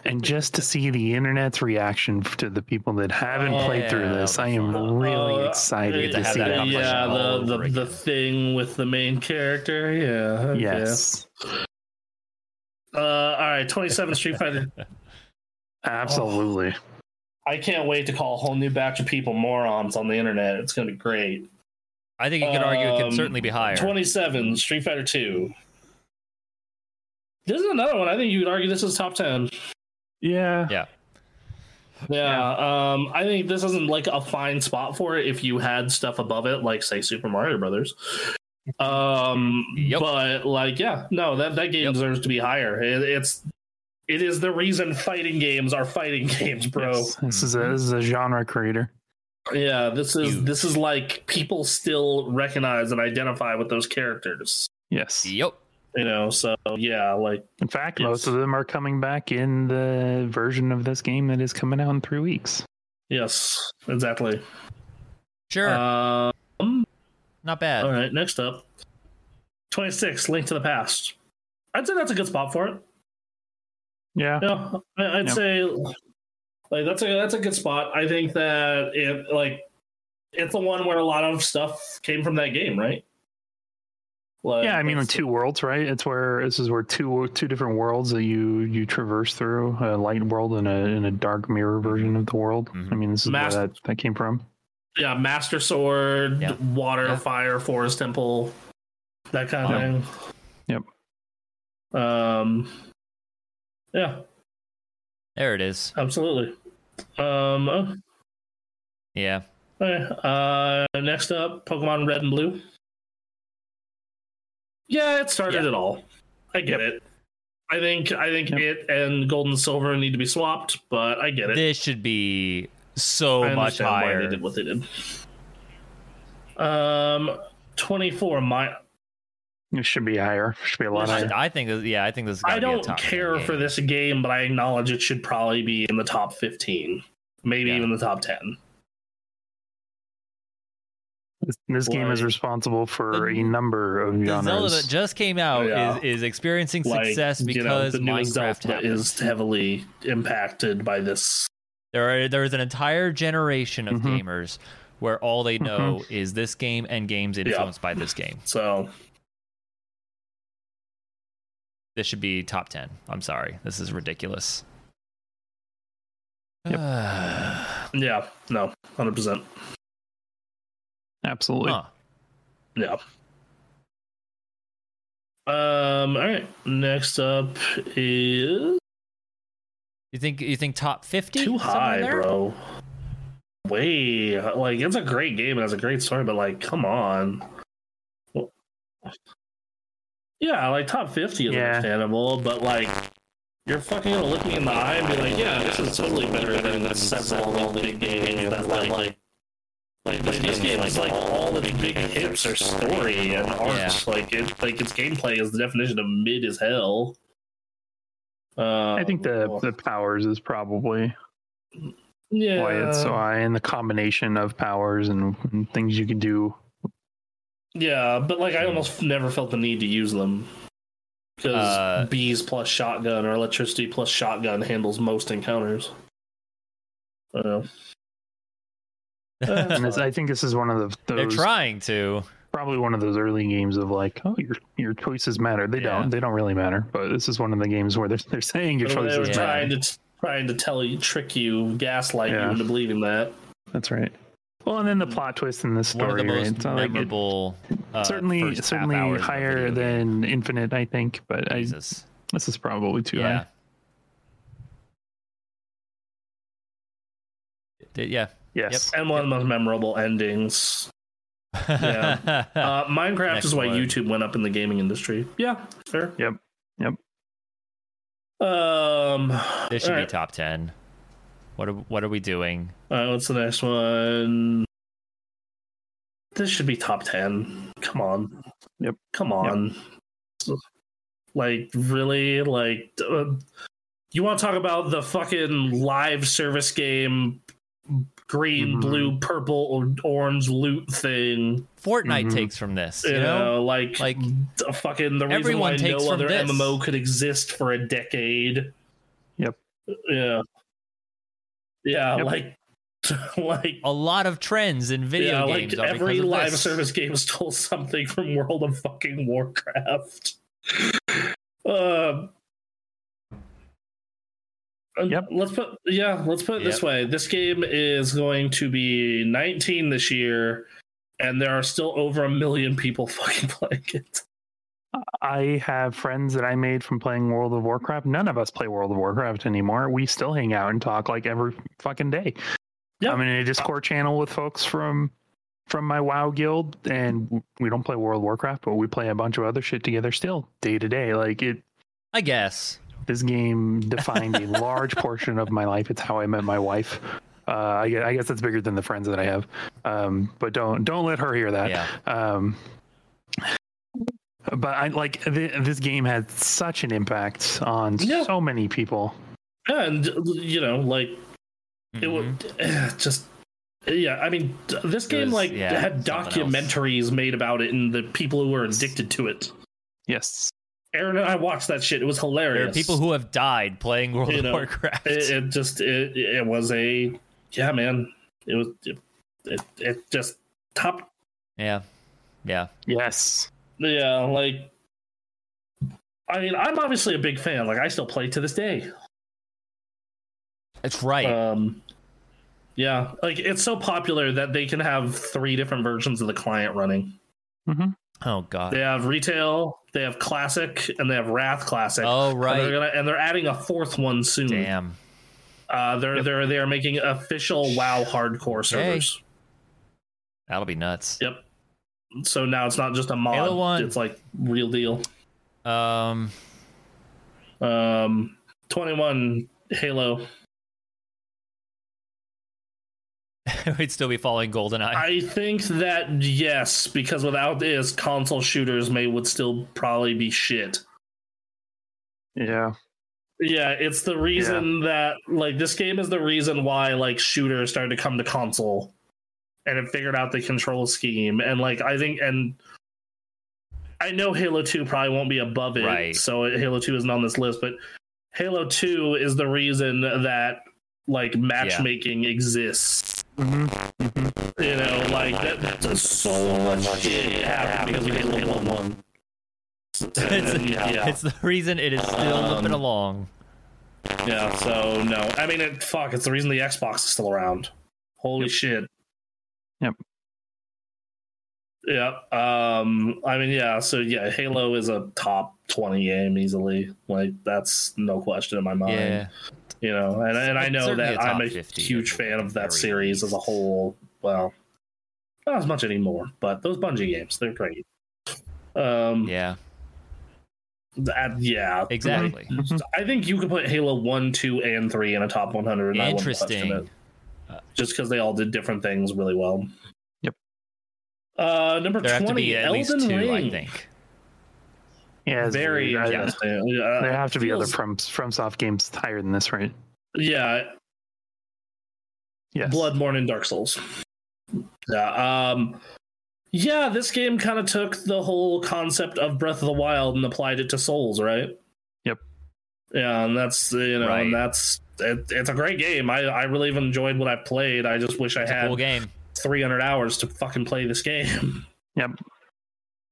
Speaker 4: and just to see the internet's reaction f- to the people that haven't
Speaker 1: Oh,
Speaker 4: played through
Speaker 1: yeah,
Speaker 4: this,
Speaker 1: that'll
Speaker 4: I
Speaker 1: be
Speaker 4: am really
Speaker 2: Uh,
Speaker 4: excited
Speaker 1: to
Speaker 4: to
Speaker 1: have
Speaker 4: see
Speaker 1: that
Speaker 4: that.
Speaker 1: conversation
Speaker 2: Yeah,
Speaker 1: all
Speaker 2: the,
Speaker 1: over
Speaker 2: the, the
Speaker 1: again.
Speaker 2: thing with the main character. Oh, Yeah. okay.
Speaker 4: Yes,
Speaker 2: Uh, all right, 27 Street Fighter.
Speaker 4: absolutely.
Speaker 2: I can't wait to call a whole new batch of people morons on the internet. It's going to be great.
Speaker 1: I think you could argue it
Speaker 2: Um,
Speaker 1: could certainly be higher.
Speaker 2: 27 Street Fighter 2. This is another one. I think you could argue this is top 10.
Speaker 4: Yeah.
Speaker 1: yeah.
Speaker 2: Yeah, Um, I think this isn't like a fine spot for it if you had stuff above it, like say Super Mario Brothers. Um,
Speaker 1: Yep.
Speaker 2: but like, yeah, no, that that game
Speaker 1: Yep.
Speaker 2: deserves to be higher. It, it's it is the reason fighting games are fighting games, bro.
Speaker 4: Yes, This is a this is a
Speaker 1: Mm-hmm.
Speaker 4: genre creator.
Speaker 2: Yeah, this is
Speaker 1: Huge.
Speaker 2: this is like people still recognize and identify with those characters.
Speaker 4: Yes.
Speaker 1: Yep.
Speaker 2: You know, so yeah, like
Speaker 4: In fact,
Speaker 2: Yes.
Speaker 4: most of them are coming back in the version of this game that is coming out in three weeks.
Speaker 2: yes, exactly.
Speaker 1: Sure.
Speaker 2: Um,
Speaker 1: Not bad.
Speaker 2: All right, next up, twenty six, Link to the Past. I'd say that's a good spot for it.
Speaker 4: Yeah.
Speaker 2: Yeah, I- I'd
Speaker 4: Yeah.
Speaker 2: say like that's a that's a good spot. I think that it like it's the one where a lot of stuff came from that game, right? Like,
Speaker 4: yeah i mean
Speaker 2: that's-
Speaker 4: with two worlds right it's where this is where two two different worlds that you you traverse through a light world and a, and a dark mirror version of the world
Speaker 1: Mhm.
Speaker 4: i mean this is
Speaker 2: Mas-
Speaker 4: where that, that came from
Speaker 2: yeah, Master Sword,
Speaker 1: Yeah.
Speaker 2: Water,
Speaker 1: Yeah.
Speaker 2: Fire, Forest Temple, that kind of
Speaker 1: Wow.
Speaker 2: thing. Yep. Um. Yeah,
Speaker 1: There it is.
Speaker 2: absolutely. Um. oh,
Speaker 1: Yeah.
Speaker 2: Okay. Uh, next up, Pokemon Red and Blue. Yeah, it started
Speaker 1: Yeah.
Speaker 2: it all. I get it. I think I think
Speaker 4: Yep.
Speaker 2: it and Gold and Silver need to be swapped, but I get it.
Speaker 1: This should be so
Speaker 2: I
Speaker 1: much
Speaker 2: understand why they
Speaker 1: higher.
Speaker 2: did what they did. Um, twenty four. My
Speaker 4: it should be higher should be a lot
Speaker 1: I,
Speaker 4: higher
Speaker 1: I think. This, yeah, I think this. Is
Speaker 2: I don't care for this game, but I acknowledge it should probably be in the top fifteen, maybe
Speaker 1: Yeah.
Speaker 2: even the top ten.
Speaker 4: this, this game is
Speaker 2: Like-
Speaker 4: responsible for
Speaker 1: The-
Speaker 4: a number of
Speaker 1: The Zelda
Speaker 4: genres
Speaker 1: that just came out
Speaker 2: Yeah.
Speaker 1: is, is experiencing
Speaker 2: Like,
Speaker 1: success
Speaker 2: you know,
Speaker 1: because
Speaker 2: the newest
Speaker 1: Minecraft
Speaker 2: Zelda
Speaker 1: happened.
Speaker 2: is heavily impacted by this
Speaker 1: There are there is an entire generation of
Speaker 4: Mhm.
Speaker 1: gamers where all they know is this game and games influenced by this game.
Speaker 2: So
Speaker 1: This should be top ten. I'm sorry, this is ridiculous.
Speaker 4: Yep.
Speaker 2: yeah, no, hundred percent.
Speaker 4: absolutely
Speaker 1: Huh.
Speaker 2: Yeah. Um. All right. Next up is
Speaker 1: You think you think top fifty?
Speaker 2: too high, bro. Way like it's a great game and it's a great story, but like, come on. Yeah, like top fifty is
Speaker 4: Yeah.
Speaker 2: understandable, but like, you're fucking gonna look me in the eye and be like, yeah, this is totally better than the several big games that like. Like this, this game is like all the big hits are story and art.
Speaker 1: Yeah.
Speaker 2: Like it, like its gameplay is the definition of mid as hell. Uh,
Speaker 4: i think the the powers is probably
Speaker 2: yeah.
Speaker 4: why it's so high and the combination of powers and, and things you can do
Speaker 2: yeah, but like I almost never felt the need to use them because
Speaker 1: Uh,
Speaker 2: bees plus shotgun or electricity plus shotgun handles most encounters. I don't know.
Speaker 4: and this, i think this is one of the
Speaker 1: They're
Speaker 4: those
Speaker 1: trying to.
Speaker 4: probably one of those early games of like, oh, your your choices matter. They
Speaker 1: Yeah.
Speaker 4: don't. They don't really matter. But this is one of the games where they're they're saying your
Speaker 2: But when they were
Speaker 4: choices
Speaker 1: Yeah.
Speaker 2: trying
Speaker 4: matter.
Speaker 2: to trying to tell you, trick you, gaslight
Speaker 4: Yeah.
Speaker 2: you into believing that.
Speaker 4: That's right. Well, and then the plot twist in this story,
Speaker 1: one of the most
Speaker 4: right? So, like, it-
Speaker 1: memorable. uh,
Speaker 4: certainly,
Speaker 1: first half
Speaker 4: certainly
Speaker 1: hours of a
Speaker 4: higher
Speaker 1: video game.
Speaker 4: than Infinite, I think. But I,
Speaker 1: Jesus.
Speaker 4: this is probably too
Speaker 1: yeah.
Speaker 4: high.
Speaker 1: D- yeah.
Speaker 4: Yes.
Speaker 2: And one of the most memorable endings. Yeah. Uh, Minecraft
Speaker 1: Ah, Next
Speaker 2: is why
Speaker 1: one.
Speaker 2: YouTube went up in the gaming industry. Yeah, fair.
Speaker 4: Yep. Yep.
Speaker 2: Um,
Speaker 1: this should
Speaker 2: all
Speaker 1: be
Speaker 2: right.
Speaker 1: top ten. What are, what are we doing?
Speaker 2: All right, what's the next one? This should be top 10. Come on.
Speaker 4: Yep.
Speaker 2: Come on. Like, really? Like, uh, you want to talk about the fucking live service game green,
Speaker 4: Mhm.
Speaker 2: blue, purple, or orange loot thing?
Speaker 1: Fortnite
Speaker 2: Mm-hmm.
Speaker 4: Mhm.
Speaker 1: takes from this,
Speaker 2: You
Speaker 1: you know.
Speaker 2: know, like,
Speaker 1: like,
Speaker 2: the fucking the reason
Speaker 1: everyone
Speaker 2: why
Speaker 1: takes
Speaker 2: no
Speaker 1: from
Speaker 2: other
Speaker 1: this.
Speaker 2: MMO could exist for a decade.
Speaker 4: Yep.
Speaker 2: Yeah. Yeah,
Speaker 4: Yep.
Speaker 2: like like
Speaker 1: A lot of trends in
Speaker 2: yeah,
Speaker 1: video
Speaker 2: like
Speaker 1: games are
Speaker 2: every
Speaker 1: because of
Speaker 2: live
Speaker 1: this.
Speaker 2: service game stole something from World of fucking Warcraft. um and
Speaker 4: Yep.
Speaker 2: Let's put yeah, let's put it this
Speaker 1: Yep.
Speaker 2: way. This game is going to be 19 this year and there are still over a million people fucking playing it.
Speaker 4: I have friends that I made from playing World of Warcraft. None of us play World of Warcraft anymore. We still hang out and talk like every fucking day.
Speaker 2: Yeah.
Speaker 4: I'm in a Discord channel with folks from from my WoW guild, and we don't play World of Warcraft, but we play a bunch of other shit together still, day to day. Like it,
Speaker 1: I guess.
Speaker 4: this game defined a large portion of my life. It's how I met my wife. Uh, I, guess, I guess that's bigger than the friends that I have. Um, but don't don't let her hear that.
Speaker 1: Yeah.
Speaker 4: Um, but I like th- this game had such an impact on
Speaker 2: Yeah.
Speaker 4: so many people.
Speaker 2: And you know, like it
Speaker 1: Mhm.
Speaker 2: would eh, just yeah i mean d- this game
Speaker 1: was-
Speaker 2: like
Speaker 1: yeah,
Speaker 2: had
Speaker 1: something else.
Speaker 2: documentaries made about it and the people who were addicted to it
Speaker 4: Yes.
Speaker 2: aaron and i watched that shit it was hilarious
Speaker 1: There are people who have died playing World
Speaker 2: You
Speaker 1: of
Speaker 2: know,
Speaker 1: Warcraft.
Speaker 2: it, it just it, it was a yeah man it was it, it, it just top
Speaker 1: yeah. Yeah.
Speaker 4: Yes.
Speaker 2: yeah like i mean i'm obviously a big fan like i still play to this day
Speaker 1: That's right.
Speaker 2: um yeah like it's so popular that they can have three different versions of the client running Mm-hmm.
Speaker 4: hmm
Speaker 1: oh god.
Speaker 2: They have retail, they have classic, and they have Wrath Classic.
Speaker 1: Oh
Speaker 2: And they're
Speaker 1: right.
Speaker 2: gonna and they're adding a fourth one soon.
Speaker 1: Damn.
Speaker 2: Uh, they're they're they are making official WoW hardcore
Speaker 1: Okay.
Speaker 2: servers.
Speaker 1: That'll be nuts.
Speaker 2: So now it's not just a mod;
Speaker 1: Halo 1.
Speaker 2: it's like real deal.
Speaker 1: Um
Speaker 2: Um, Twenty one Halo.
Speaker 1: we'd still be following GoldenEye.
Speaker 2: I think that yes, because without this, console shooters may would still probably be shit.
Speaker 4: Yeah.
Speaker 2: Yeah, it's the reason that like this game is the reason why like shooters started to come to console and it figured out the control scheme and like I think and I know Halo 2 probably won't be above it.
Speaker 1: Right.
Speaker 2: So Halo 2 isn't on this list, but Halo 2 is the reason that like matchmaking exists.
Speaker 4: hmm
Speaker 2: Mm-hmm. You know, like that, that's so much shit happened because of Halo 1.
Speaker 1: it's,
Speaker 2: yeah.
Speaker 1: it's the reason it is still limping along.
Speaker 2: Yeah, so no. I mean, it, fuck, it's the reason the Xbox is still around. Holy shit.
Speaker 4: Yep.
Speaker 2: Yeah. Um I mean, yeah, so yeah, Halo is a top 20 game easily. Like that's no question in my mind.
Speaker 1: Yeah.
Speaker 2: You know, and and I
Speaker 1: It's
Speaker 2: know
Speaker 1: certainly
Speaker 2: that
Speaker 1: a top
Speaker 2: I'm a
Speaker 1: 50
Speaker 2: huge
Speaker 1: at the
Speaker 2: fan of
Speaker 1: very
Speaker 2: that series as a
Speaker 1: least.
Speaker 2: whole. Well, not as much anymore, but those Bungie games, they're great. Um yeah.
Speaker 1: Yeah.
Speaker 2: yeah.
Speaker 1: Exactly.
Speaker 2: I think you could put Halo 1, 2, and 3 in a top 100. And I wouldn't question it.
Speaker 1: Interesting.
Speaker 2: just because they all did different things really well.
Speaker 4: Yep.
Speaker 2: Uh, number
Speaker 1: There have to
Speaker 2: twenty,
Speaker 1: be at
Speaker 2: Elden
Speaker 1: least two,
Speaker 2: Ring.
Speaker 1: I think.
Speaker 4: Yeah. it's
Speaker 2: Very
Speaker 4: weird. I-
Speaker 2: interesting. Uh,
Speaker 4: There have to be other
Speaker 2: feels-
Speaker 4: from from soft games higher than this, right?
Speaker 2: yeah,
Speaker 4: Yes.
Speaker 2: Bloodborne and Dark Souls. Yeah. Um, yeah, this game kind of took the whole concept of Breath of the Wild and applied it to Souls, right?
Speaker 4: Yep.
Speaker 2: Yeah, and that's you know,
Speaker 1: Right.
Speaker 2: and that's it, it's a great game. I I really have enjoyed what I played. I just wish I
Speaker 1: It's a
Speaker 2: had
Speaker 1: cool game.
Speaker 2: 300 hours to fucking play this game.
Speaker 4: Yep.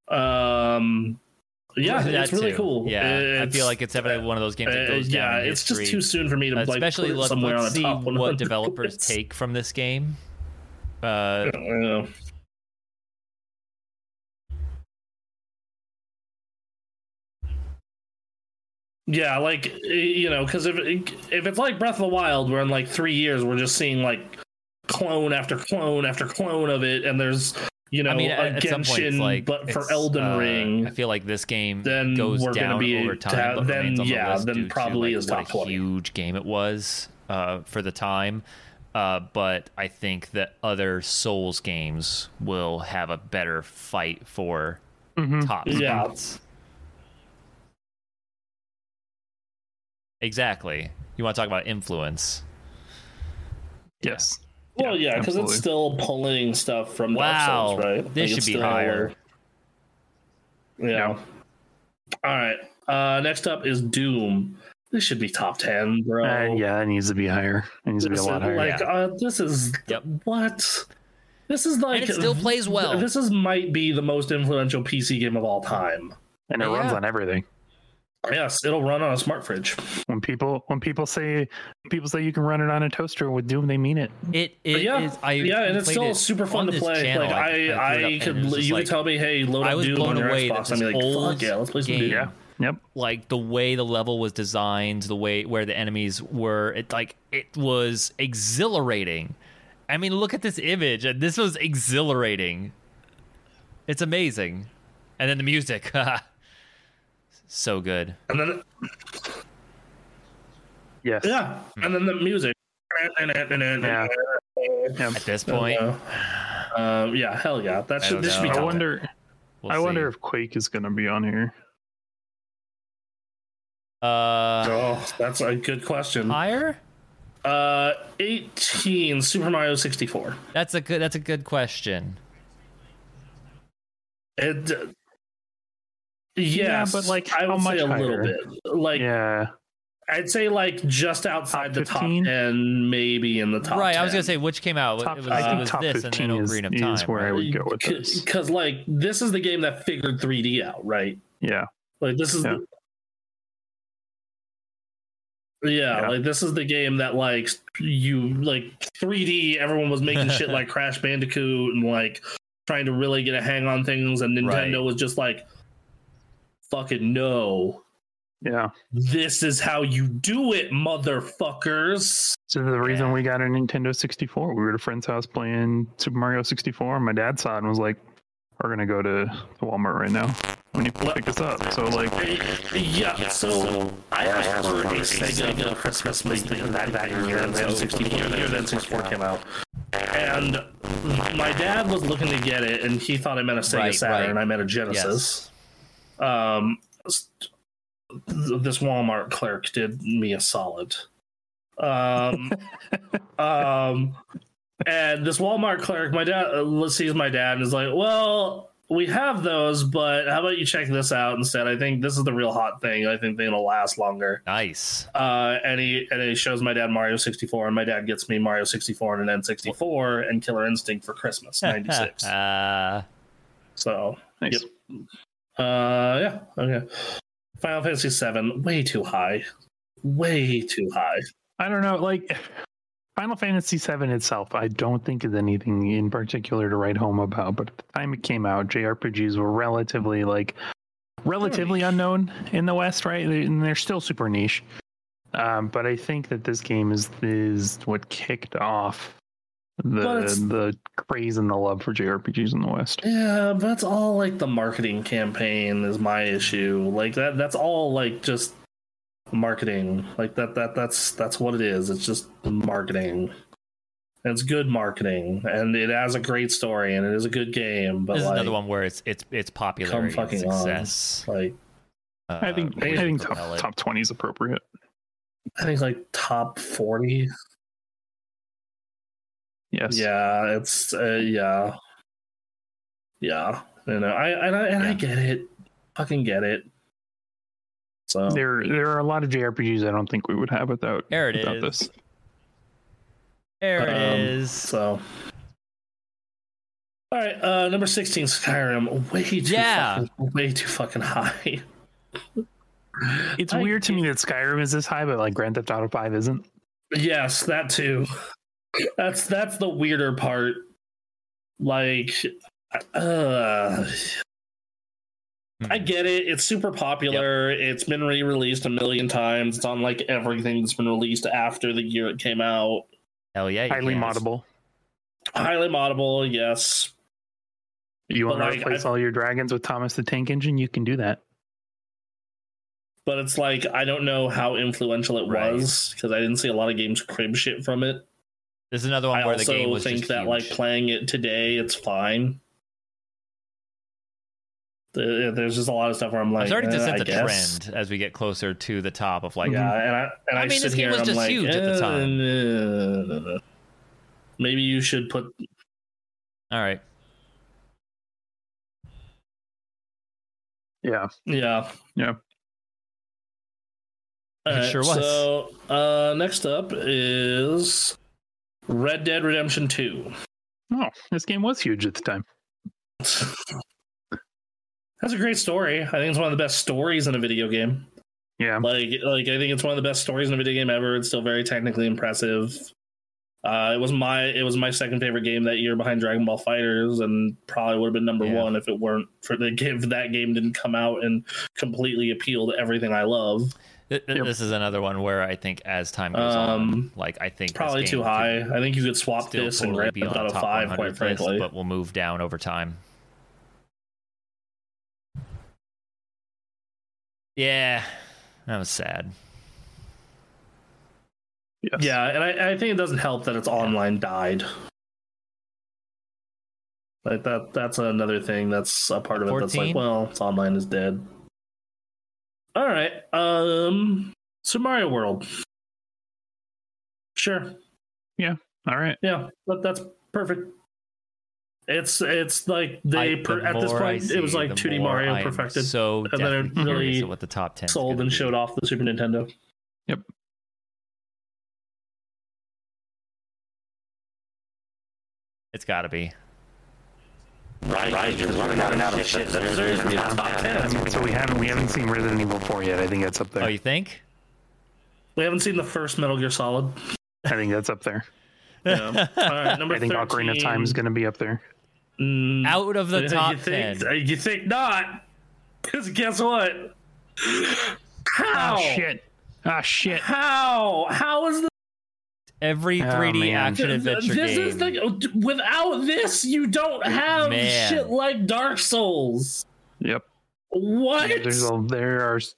Speaker 2: Um. Yeah,
Speaker 1: That
Speaker 2: it's really
Speaker 1: too.
Speaker 2: cool.
Speaker 1: Yeah, I
Speaker 2: It's-
Speaker 1: feel like it's definitely one of those
Speaker 2: uh,
Speaker 1: games that goes down.
Speaker 2: yeah,
Speaker 1: in
Speaker 2: it's just
Speaker 1: history.
Speaker 2: too soon for me to like
Speaker 1: Especially
Speaker 2: put it
Speaker 1: let,
Speaker 2: somewhere
Speaker 1: us
Speaker 2: on the
Speaker 1: see
Speaker 2: top
Speaker 1: what
Speaker 2: 100
Speaker 1: developers
Speaker 2: list.
Speaker 1: take from this game. Uh,
Speaker 2: Yeah. Yeah, like y- you know, because if if it's like Breath of the Wild, where in like three years we're just seeing like clone after clone after clone of it, and there's you know
Speaker 1: I mean,
Speaker 2: a
Speaker 1: at, at some
Speaker 2: Genshin,
Speaker 1: point, it's like,
Speaker 2: but for
Speaker 1: it's,
Speaker 2: Elden
Speaker 1: uh,
Speaker 2: Ring,
Speaker 1: I feel like this game
Speaker 2: then
Speaker 1: goes
Speaker 2: we're gonna
Speaker 1: down
Speaker 2: be-
Speaker 1: over time,
Speaker 2: ta-
Speaker 1: but
Speaker 2: then,
Speaker 1: remains on the
Speaker 2: yeah,
Speaker 1: list
Speaker 2: then
Speaker 1: due to,
Speaker 2: probably
Speaker 1: like,
Speaker 2: is
Speaker 1: what
Speaker 2: top
Speaker 1: a
Speaker 2: 20.
Speaker 1: huge game it was uh, for the time. Uh, but I think that other Souls games will have a better fight for
Speaker 4: Mhm.
Speaker 1: top
Speaker 2: Yeah.
Speaker 1: spots. Exactly. You want to talk about influence?
Speaker 4: Yes.
Speaker 2: well, yeah, because it's
Speaker 4: absolutely.
Speaker 2: still pulling stuff from
Speaker 1: Wow,
Speaker 2: Dark Souls, right?
Speaker 1: this
Speaker 2: Like,
Speaker 1: should
Speaker 2: it's
Speaker 1: be
Speaker 2: still-
Speaker 1: higher.
Speaker 2: Yeah. All right. Uh, next up is Doom. This should be top ten, bro.
Speaker 4: Uh, yeah, that needs to be higher. It needs to be
Speaker 2: This is,
Speaker 4: a lot higher.
Speaker 2: like uh, this is
Speaker 1: Yep.
Speaker 2: what this is like.
Speaker 1: and it still plays well.
Speaker 2: This is might be the most influential PC game of all time.
Speaker 4: and it runs
Speaker 1: yeah.
Speaker 4: on everything.
Speaker 2: Yes, it'll run on a smart fridge.
Speaker 4: When people when people say when people say you can run it on a toaster with Doom, they mean it.
Speaker 1: It,
Speaker 2: But
Speaker 1: it
Speaker 2: yeah,
Speaker 1: is- I
Speaker 2: yeah, and it's
Speaker 1: played
Speaker 2: still
Speaker 1: it
Speaker 2: super fun
Speaker 1: on
Speaker 2: to
Speaker 1: this
Speaker 2: play.
Speaker 1: channel.
Speaker 2: like I,
Speaker 1: I,
Speaker 2: I,
Speaker 1: threw it up and
Speaker 2: could,
Speaker 1: it was just
Speaker 2: you
Speaker 1: like,
Speaker 2: could tell me, hey, load
Speaker 1: I
Speaker 2: up
Speaker 1: was
Speaker 2: Doom
Speaker 1: blown
Speaker 2: on your
Speaker 1: away that
Speaker 2: Xbox. I'd
Speaker 1: this
Speaker 2: be like,
Speaker 1: old
Speaker 2: fuck yeah, let's play some
Speaker 1: game-
Speaker 2: Doom.
Speaker 4: Yeah. Yep.
Speaker 1: like the way the level was designed, the way where the enemies were, it like it was exhilarating. I mean, look at this image, and this was exhilarating. It's amazing, and then the music, so good.
Speaker 2: And then
Speaker 4: Yes.
Speaker 2: yeah,
Speaker 4: Hmm.
Speaker 2: and then the music.
Speaker 4: Yeah. Yep.
Speaker 1: At this point,
Speaker 2: Um, yeah, hell yeah. That
Speaker 1: I
Speaker 2: should
Speaker 1: don't
Speaker 2: this should be
Speaker 1: know.
Speaker 4: I
Speaker 2: top
Speaker 4: wonder.
Speaker 1: we'll
Speaker 4: I
Speaker 1: see.
Speaker 4: wonder if Quake is going to be on here.
Speaker 1: uh,
Speaker 2: Oh, that's a good question.
Speaker 1: higher.
Speaker 2: Uh, 18, Super Mario 64.
Speaker 1: That's a good. That's a good question.
Speaker 2: It, uh, yes,
Speaker 4: but, like,
Speaker 2: I
Speaker 4: how
Speaker 2: would say
Speaker 4: much
Speaker 2: a
Speaker 4: higher?
Speaker 2: little bit. Like,
Speaker 4: yeah.
Speaker 2: I'd say like just outside the top
Speaker 4: 15?
Speaker 2: 10, maybe in the top.
Speaker 1: right. I was gonna
Speaker 2: 10.
Speaker 1: say which came out.
Speaker 4: Top-
Speaker 1: it was,
Speaker 4: I
Speaker 1: it
Speaker 4: think
Speaker 1: was
Speaker 4: top
Speaker 1: this and then
Speaker 4: 15 is-
Speaker 1: Ocarina of
Speaker 4: is
Speaker 1: Time.
Speaker 4: where I
Speaker 1: right?
Speaker 4: would- we go with this.
Speaker 2: because like this is the game that figured 3D out, right?
Speaker 4: Yeah.
Speaker 2: Like this is.
Speaker 4: Yeah.
Speaker 2: The, yeah,
Speaker 4: Yeah.
Speaker 2: like this is the game that like you like 3D. Everyone was making shit like Crash Bandicoot and like trying to really get a hang on things, and Nintendo
Speaker 1: Right.
Speaker 2: was just like, "Fucking no,
Speaker 4: Yeah.
Speaker 2: this is how you do it, motherfuckers."
Speaker 4: So the reason
Speaker 1: Yeah.
Speaker 4: we got a Nintendo 64, we were at a friend's house playing Super Mario 64. and My dad saw it and was like, "We're gonna go to Walmart right now. We need to pick this up." So like,
Speaker 2: Yeah, so, I asked for a Sega Christmas thing that, that year, and then 64 year, then 64 came out. And my dad was looking to get it, and he thought I meant a Sega
Speaker 1: Right,
Speaker 2: Saturn,
Speaker 1: right.
Speaker 2: and I meant a Genesis. Um, s- th- this Walmart clerk did me a solid. Um, um, and this Walmart clerk, my dad uh, sees my dad and is like, "Well, we have those, but how about you check this out instead? I think this is the real hot thing. I think they'll last longer."
Speaker 1: Nice.
Speaker 2: Uh, and he and he shows my dad Mario 64, and my dad gets me Mario 64 and an N64 and Killer Instinct for Christmas '96.
Speaker 1: uh,
Speaker 2: so,
Speaker 4: nice.
Speaker 2: Yep. uh, yeah, okay. Final Fantasy 7, way too high, way too high.
Speaker 4: I don't know. Like, Final Fantasy VII itself, I don't think is anything in particular to write home about. But at the time it came out, JRPGs were relatively like relatively unknown in the West, right? They- And they're still super niche. Um, but I think that this game is is what kicked off
Speaker 2: But
Speaker 4: the
Speaker 2: it's-
Speaker 4: the craze and the love for JRPGs in the
Speaker 1: Uh,
Speaker 4: West.
Speaker 2: Yeah, but that's all like the marketing campaign is my issue. Like that that's all like just marketing. Like that that that's that's what it is. It's just marketing. And It's good marketing and it has a great story and it is a good game, but
Speaker 1: this is
Speaker 2: like,
Speaker 1: another one where it's it's it's popularity and
Speaker 2: fucking on.
Speaker 1: success.
Speaker 2: like
Speaker 1: Uh,
Speaker 4: I think I
Speaker 1: really
Speaker 4: think top,
Speaker 1: propel it.
Speaker 4: top twenty is appropriate.
Speaker 2: I think like top 40.
Speaker 4: Yes.
Speaker 2: Yeah, it's uh, yeah. Yeah. You know, I and I and I
Speaker 1: Yeah.
Speaker 2: get it. Fucking get it. So
Speaker 4: There there are a lot of JRPGs I don't think we would have without
Speaker 1: There it
Speaker 4: without
Speaker 1: is.
Speaker 4: this.
Speaker 1: There
Speaker 2: Um,
Speaker 1: it is.
Speaker 2: So. All right, uh, number sixteen, Skyrim. Way too,
Speaker 1: Yeah.
Speaker 2: fucking, way too fucking high.
Speaker 4: It's
Speaker 2: I-
Speaker 4: weird to me that Skyrim is this high, but like Grand Theft Auto Five isn't.
Speaker 2: yes, that too. That's that's the weirder part. Like, uh, I
Speaker 1: Hmm.
Speaker 2: get it. It's super popular. It's been re-released a million times. It's on like everything that's been released after the year it came out.
Speaker 1: Hell yeah, you
Speaker 4: Highly
Speaker 1: can.
Speaker 4: moddable.
Speaker 2: Highly moddable, yes.
Speaker 4: You
Speaker 2: But,
Speaker 4: want to
Speaker 2: like,
Speaker 4: replace
Speaker 2: I-
Speaker 4: all your dragons with Thomas the Tank Engine? You can do that.
Speaker 2: but it's like I don't know how influential it
Speaker 1: Right.
Speaker 2: was because I didn't see a lot of games crib shit from it.
Speaker 1: This is another one
Speaker 2: I
Speaker 1: where the
Speaker 2: also
Speaker 1: game was
Speaker 2: think
Speaker 1: just
Speaker 2: that
Speaker 1: huge.
Speaker 2: like playing it today, it's fine. There- There's just a lot of stuff where I'm like,
Speaker 1: I'm starting to
Speaker 2: eh,
Speaker 1: sense
Speaker 2: I
Speaker 1: a
Speaker 2: guess. Mm-hmm.
Speaker 1: trend as we get closer to the top of like
Speaker 2: Yeah, and I, and
Speaker 1: I
Speaker 2: I,
Speaker 1: mean,
Speaker 2: sit
Speaker 1: this game
Speaker 2: here
Speaker 1: was
Speaker 2: and I'm
Speaker 1: just
Speaker 2: like,
Speaker 1: huge at the
Speaker 2: eh,
Speaker 1: time.
Speaker 2: no, no, no. Maybe you should put
Speaker 1: all right.
Speaker 4: Yeah.
Speaker 2: yeah
Speaker 4: Yeah.
Speaker 1: It
Speaker 2: Alright,
Speaker 1: sure was.
Speaker 2: So uh, next up is Red Dead Redemption Two.
Speaker 4: Oh, this game was huge at the time.
Speaker 2: That's a great story. I think it's one of the best stories in a video game.
Speaker 4: Yeah.
Speaker 2: Like, like I think it's one of the best stories in a video game ever. It's still very technically impressive. Uh, it was my it was my second favorite game that year behind Dragon Ball Fighters, and probably would have been number
Speaker 1: Yeah.
Speaker 2: one if it weren't for the give that game didn't come out and completely appeal to everything I love.
Speaker 1: Th- th-
Speaker 4: Yep.
Speaker 1: This is another one where I think as time goes on,
Speaker 2: Um,
Speaker 1: like I think this
Speaker 2: Probably
Speaker 1: game
Speaker 2: too
Speaker 1: could
Speaker 2: high. I think you could swap
Speaker 1: Still
Speaker 2: this and
Speaker 1: totally
Speaker 2: rank
Speaker 1: be
Speaker 2: it
Speaker 1: on
Speaker 2: out of
Speaker 1: top
Speaker 2: five,
Speaker 1: 100
Speaker 2: quite
Speaker 1: list,
Speaker 2: frankly.
Speaker 1: but we'll move down over time. Yeah, that was sad.
Speaker 4: Yes.
Speaker 2: Yeah, and I, I think it doesn't help that it's online died. Like that that's another thing that's a part of it that's
Speaker 1: 14?
Speaker 2: like, well, it's online is dead. Alright. Um so Mario World. Sure.
Speaker 4: All right.
Speaker 2: Yeah, that, that's perfect. It's it's like they
Speaker 1: I-
Speaker 2: per,
Speaker 1: the
Speaker 2: at this
Speaker 1: more I
Speaker 2: point it was
Speaker 1: see,
Speaker 2: like
Speaker 1: the
Speaker 2: 2D
Speaker 1: more
Speaker 2: Mario
Speaker 1: I am
Speaker 2: perfected,
Speaker 1: So
Speaker 2: and then it
Speaker 1: deathly curious
Speaker 2: really
Speaker 1: at what the top ten
Speaker 2: sold and showed off the Super Nintendo.
Speaker 1: It's got to be.
Speaker 6: Right, right. You're running out of shit. There's there's there's top
Speaker 4: I mean,
Speaker 6: ten.
Speaker 4: so we haven't we haven't seen Resident Evil 4 yet. I think that's up there.
Speaker 1: Oh, you think?
Speaker 2: We haven't seen the first Metal Gear Solid.
Speaker 4: I think that's up there.
Speaker 2: Yeah. All right, number
Speaker 4: I think
Speaker 2: 13,
Speaker 4: Ocarina of Time is going to be up there.
Speaker 2: Mm,
Speaker 1: Out of the
Speaker 2: you
Speaker 1: top
Speaker 2: think,
Speaker 1: ten.
Speaker 2: uh, You think not? Because guess what?
Speaker 4: Oh.
Speaker 1: Oh,
Speaker 2: How?
Speaker 4: Ah shit.
Speaker 2: How? How is the,
Speaker 1: Every
Speaker 4: Oh,
Speaker 1: 3D
Speaker 4: man.
Speaker 1: action adventure
Speaker 2: this
Speaker 1: game.
Speaker 2: is the without this you don't have
Speaker 1: Man.
Speaker 2: shit like Dark Souls.
Speaker 4: Yep.
Speaker 2: What?
Speaker 4: There's a, there are s-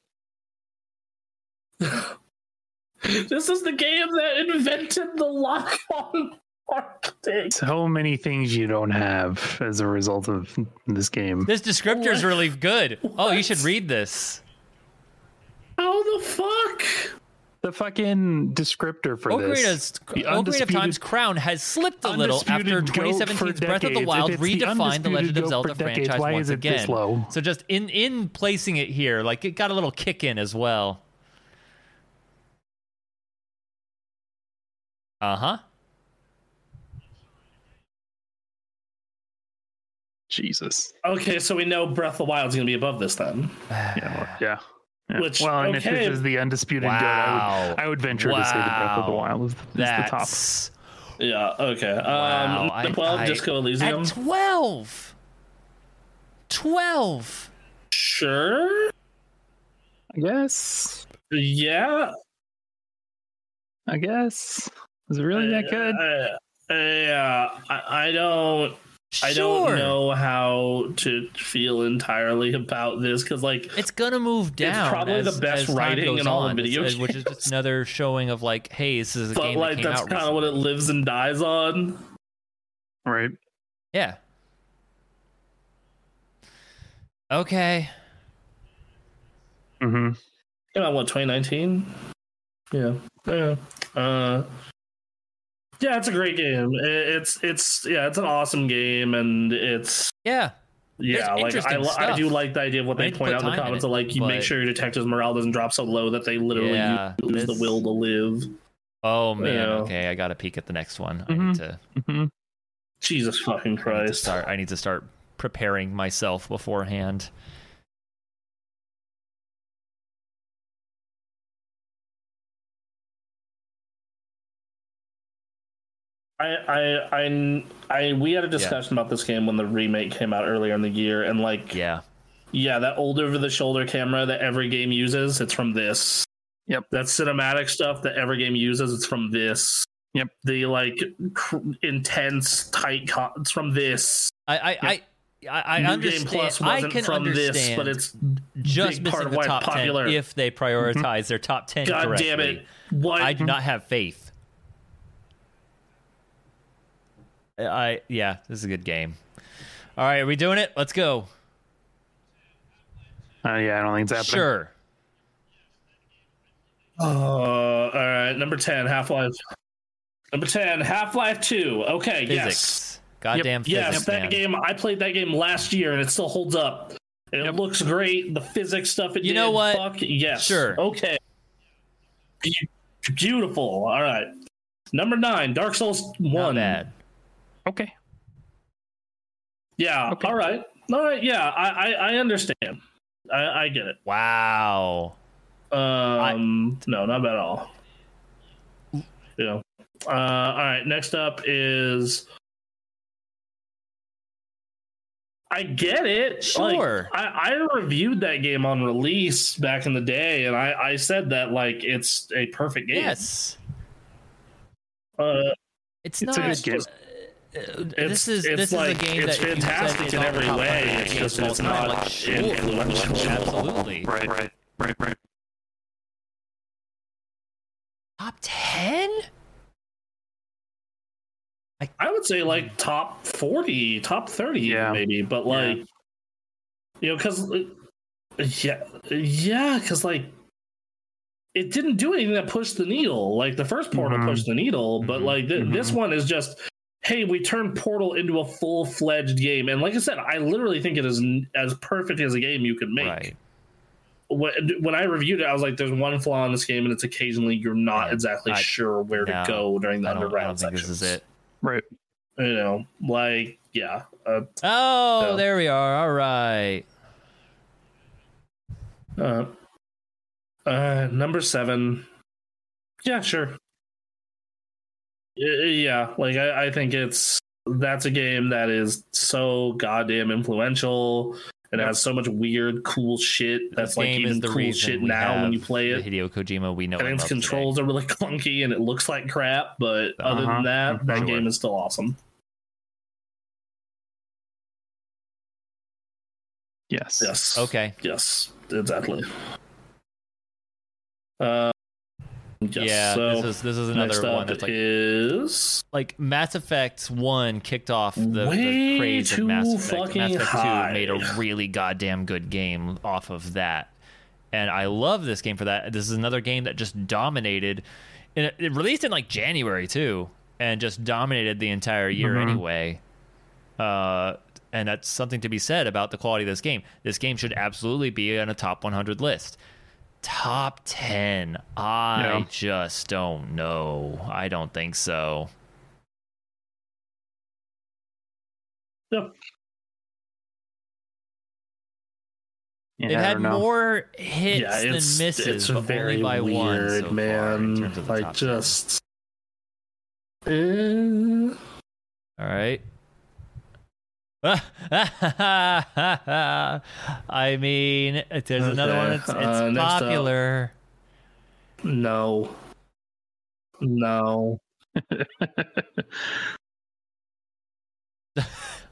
Speaker 2: this is the game that invented the lock on Arctic.
Speaker 4: so many things you don't have as a result of this game.
Speaker 1: This descriptor is
Speaker 2: What?
Speaker 1: really good. Oh, you should
Speaker 2: What?
Speaker 1: read this.
Speaker 2: How the fuck?
Speaker 4: The fucking descriptor for this.
Speaker 1: Ocarina's,
Speaker 4: The
Speaker 1: Ocarina of
Speaker 4: Undisputed-
Speaker 1: Time's crown has slipped a little after
Speaker 4: Undisputed goat for
Speaker 1: 2017's Breath of the
Speaker 4: decades.
Speaker 1: Wild
Speaker 4: If it's the
Speaker 1: redefined the
Speaker 4: undisputed
Speaker 1: Legend of
Speaker 4: goat
Speaker 1: Zelda
Speaker 4: for decades,
Speaker 1: franchise
Speaker 4: why
Speaker 1: once
Speaker 4: is it
Speaker 1: again.
Speaker 4: this low?
Speaker 1: So just in in placing it here, like it got a little kick in as well. Uh huh.
Speaker 4: Jesus.
Speaker 2: Okay, so we know Breath of the Wild's gonna be above this then.
Speaker 4: Yeah. well, yeah. Yeah.
Speaker 2: Which-
Speaker 4: well, and if
Speaker 2: okay.
Speaker 4: this is the undisputed goat, I
Speaker 1: Wow.
Speaker 4: would, I would venture to say the Breath of the
Speaker 1: Wow.
Speaker 4: Wild is, is the top.
Speaker 1: That's
Speaker 2: Yeah, okay. Um
Speaker 1: Wow, I-
Speaker 2: number twelve,
Speaker 1: I-
Speaker 2: Disco Elysium.
Speaker 1: at twelve. Twelve.
Speaker 2: Sure.
Speaker 4: I guess.
Speaker 2: Yeah.
Speaker 4: I guess. Is it
Speaker 1: Oh,
Speaker 4: really that good?
Speaker 2: Uh, yeah. I, I don't. I don't
Speaker 1: Sure.
Speaker 2: know how to feel entirely about this because, like,
Speaker 1: It's gonna move down.
Speaker 2: probably
Speaker 1: as-
Speaker 2: the best
Speaker 1: as time
Speaker 2: writing
Speaker 1: goes
Speaker 2: in all of
Speaker 1: on,
Speaker 2: video
Speaker 1: it's- uh, which is just another showing of like, hey, this is a
Speaker 2: but
Speaker 1: game
Speaker 2: like
Speaker 1: that came
Speaker 2: that's
Speaker 1: out.
Speaker 2: kind of what it lives and dies on.
Speaker 4: Right.
Speaker 1: recently. Yeah. Okay.
Speaker 4: Mm-hmm.
Speaker 2: You know, what 2019? Yeah. Yeah. Uh, yeah, it's a great game. It, it's it's yeah, it's an awesome game, and it's
Speaker 1: Yeah.
Speaker 2: yeah,
Speaker 1: There's
Speaker 2: like I,
Speaker 1: interesting
Speaker 2: li- I do
Speaker 1: stuff.
Speaker 2: like the idea of
Speaker 1: I
Speaker 2: what they
Speaker 1: need to
Speaker 2: point
Speaker 1: put
Speaker 2: out in the
Speaker 1: time in
Speaker 2: comments
Speaker 1: it,
Speaker 2: of like you make
Speaker 1: but-
Speaker 2: sure your detective's morale doesn't drop so low that they literally
Speaker 1: Yeah,
Speaker 2: lose
Speaker 1: this-
Speaker 2: the will to live.
Speaker 1: Oh man.
Speaker 2: Yeah.
Speaker 1: Okay, I gotta peek at the next one. I need
Speaker 4: Mhm.
Speaker 1: to.
Speaker 4: Mm-hmm.
Speaker 2: Jesus
Speaker 1: I
Speaker 2: fucking
Speaker 1: need to
Speaker 2: Christ!
Speaker 1: start. I need to start preparing myself beforehand.
Speaker 2: I, I, I, I, we had a discussion about this game when the remake came out earlier in the year, and like, yeah,
Speaker 1: Yeah.
Speaker 2: that old over-the-shoulder camera that every game uses, it's from this.
Speaker 4: Yep.
Speaker 2: That cinematic stuff that every game uses, it's from this.
Speaker 4: Yep.
Speaker 2: The like cr- intense, tight, co- it's from this.
Speaker 1: I. I. I I, I
Speaker 2: New
Speaker 1: understand.
Speaker 2: Game Plus
Speaker 1: I
Speaker 2: wasn't
Speaker 1: can
Speaker 2: from
Speaker 1: understand,
Speaker 2: this, but it's
Speaker 1: just
Speaker 2: big
Speaker 1: missing
Speaker 2: part of
Speaker 1: the
Speaker 2: why it's
Speaker 1: top
Speaker 2: popular. Mm-hmm.
Speaker 1: ten if they prioritize their top ten
Speaker 2: god
Speaker 1: correctly.
Speaker 2: damn it. Mm-hmm. What?
Speaker 1: I do not have faith. I- I yeah, this is a good game. All right, are we doing it? Let's go.
Speaker 4: Uh, yeah, I don't think it's happening.
Speaker 1: Sure.
Speaker 2: Uh, all right, number ten, Half Life. Number ten, Half Life Two. Okay, yes.
Speaker 1: Physics. Goddamn
Speaker 2: Yes,
Speaker 1: physics,
Speaker 2: that
Speaker 1: man.
Speaker 2: game. I played that game last year, and it still holds up. And It looks great. The physics stuff. It
Speaker 1: You
Speaker 2: did,
Speaker 1: know what?
Speaker 2: Fuck yes.
Speaker 1: Sure.
Speaker 2: Okay. Beautiful. All right. Number nine, Dark Souls
Speaker 1: Not
Speaker 2: One.
Speaker 1: bad.
Speaker 4: Okay.
Speaker 2: Yeah.
Speaker 4: Okay.
Speaker 2: All right. All right. Yeah. I I, I understand. I, I get it.
Speaker 1: Wow.
Speaker 2: Um. No, not bad at all. Yeah. Uh, all right. Next up is. I get it. Like,
Speaker 1: Sure.
Speaker 2: I, I reviewed that game on release back in the day, and I, I said that like it's a perfect game.
Speaker 1: Yes.
Speaker 2: Uh,
Speaker 1: It's
Speaker 4: It's
Speaker 1: not.
Speaker 4: a good game.
Speaker 1: uh, this is
Speaker 2: it's
Speaker 1: this is
Speaker 2: like-
Speaker 1: a game
Speaker 2: it's
Speaker 1: that you said
Speaker 2: fantastic
Speaker 1: it's
Speaker 2: in
Speaker 1: all
Speaker 2: every
Speaker 1: about
Speaker 2: way,
Speaker 1: fighting
Speaker 2: it's
Speaker 1: games
Speaker 2: just
Speaker 1: all
Speaker 2: it's
Speaker 1: the time.
Speaker 2: not
Speaker 1: like sure,
Speaker 6: influential.
Speaker 1: absolutely.
Speaker 4: Right, right, right, right.
Speaker 1: Top ten?
Speaker 2: I would say
Speaker 1: Mm-hmm.
Speaker 2: like top 40, top 30
Speaker 4: Yeah.
Speaker 2: maybe, but
Speaker 4: Yeah.
Speaker 2: like you know cuz yeah yeah cuz like it didn't do anything that pushed the needle. Like the first portal
Speaker 4: Mhm.
Speaker 2: pushed the needle, but
Speaker 1: Mhm,
Speaker 2: like th- this
Speaker 4: mhm.
Speaker 2: one is just hey, we turned Portal into a full-fledged game. And like I said, I literally think it is n- as perfect as a game you could make.
Speaker 1: Right.
Speaker 2: When, when I reviewed it, I was like there's one flaw in this game and it's occasionally you're not
Speaker 1: Yeah,
Speaker 2: exactly
Speaker 1: I-
Speaker 2: sure where
Speaker 1: no,
Speaker 2: to go during the
Speaker 1: I don't, I
Speaker 2: underground
Speaker 1: don't think this
Speaker 2: sections
Speaker 1: is it.
Speaker 4: Right.
Speaker 2: you know, like yeah, uh,
Speaker 1: Oh,
Speaker 2: So-
Speaker 1: there we are. All right.
Speaker 2: uh, uh, number seven. Yeah, sure. Y- Yeah, like I, I think it's that's a game that is so goddamn influential and has so much weird, cool shit that's
Speaker 1: this
Speaker 2: like
Speaker 1: game
Speaker 2: even
Speaker 1: is the
Speaker 2: cool
Speaker 1: reason
Speaker 2: shit
Speaker 1: we
Speaker 2: now when
Speaker 1: have
Speaker 2: you play
Speaker 1: the
Speaker 2: it.
Speaker 1: Hideo Kojima, we know.
Speaker 2: And
Speaker 1: and
Speaker 2: its
Speaker 1: love today.
Speaker 2: controls are really clunky and it looks like crap, but other
Speaker 4: Uh-huh,
Speaker 2: than that, that
Speaker 1: sure.
Speaker 2: game is still awesome.
Speaker 4: Yes.
Speaker 2: Yes.
Speaker 1: Okay.
Speaker 2: Yes, exactly. Uh, yes,
Speaker 1: yeah.
Speaker 2: so
Speaker 1: this is this is
Speaker 2: next
Speaker 1: another
Speaker 2: up
Speaker 1: one that's like
Speaker 2: is
Speaker 1: like Mass Effect One kicked off the, the
Speaker 2: Way
Speaker 1: craze of
Speaker 2: too
Speaker 1: Mass Effect.
Speaker 2: fucking
Speaker 1: Mass Effect
Speaker 2: high.
Speaker 1: Two made a really goddamn good game off of that, and I love this game for that. This is another game that just dominated, and it, it released in like January too, and just dominated the entire year
Speaker 2: Mm-hmm.
Speaker 4: Mhm.
Speaker 1: anyway. Uh, and that's something to be said about the quality of this game. This game should absolutely be on a top 100 list. Top 10. I
Speaker 4: Yeah.
Speaker 1: just don't know. I don't think so.
Speaker 4: Yeah,
Speaker 1: It
Speaker 4: I
Speaker 1: had
Speaker 4: don't know.
Speaker 1: more hits
Speaker 2: yeah,
Speaker 1: than
Speaker 2: it's,
Speaker 1: misses,
Speaker 2: it's
Speaker 1: but only
Speaker 2: very
Speaker 1: by
Speaker 2: weird,
Speaker 1: one. So far in
Speaker 2: man.
Speaker 1: terms of the
Speaker 2: like
Speaker 1: top 10.
Speaker 2: just. Eh,
Speaker 1: All right. I mean, if there's another
Speaker 2: Okay,
Speaker 1: one. It's, it's
Speaker 2: uh, next up.
Speaker 1: popular.
Speaker 2: no. No.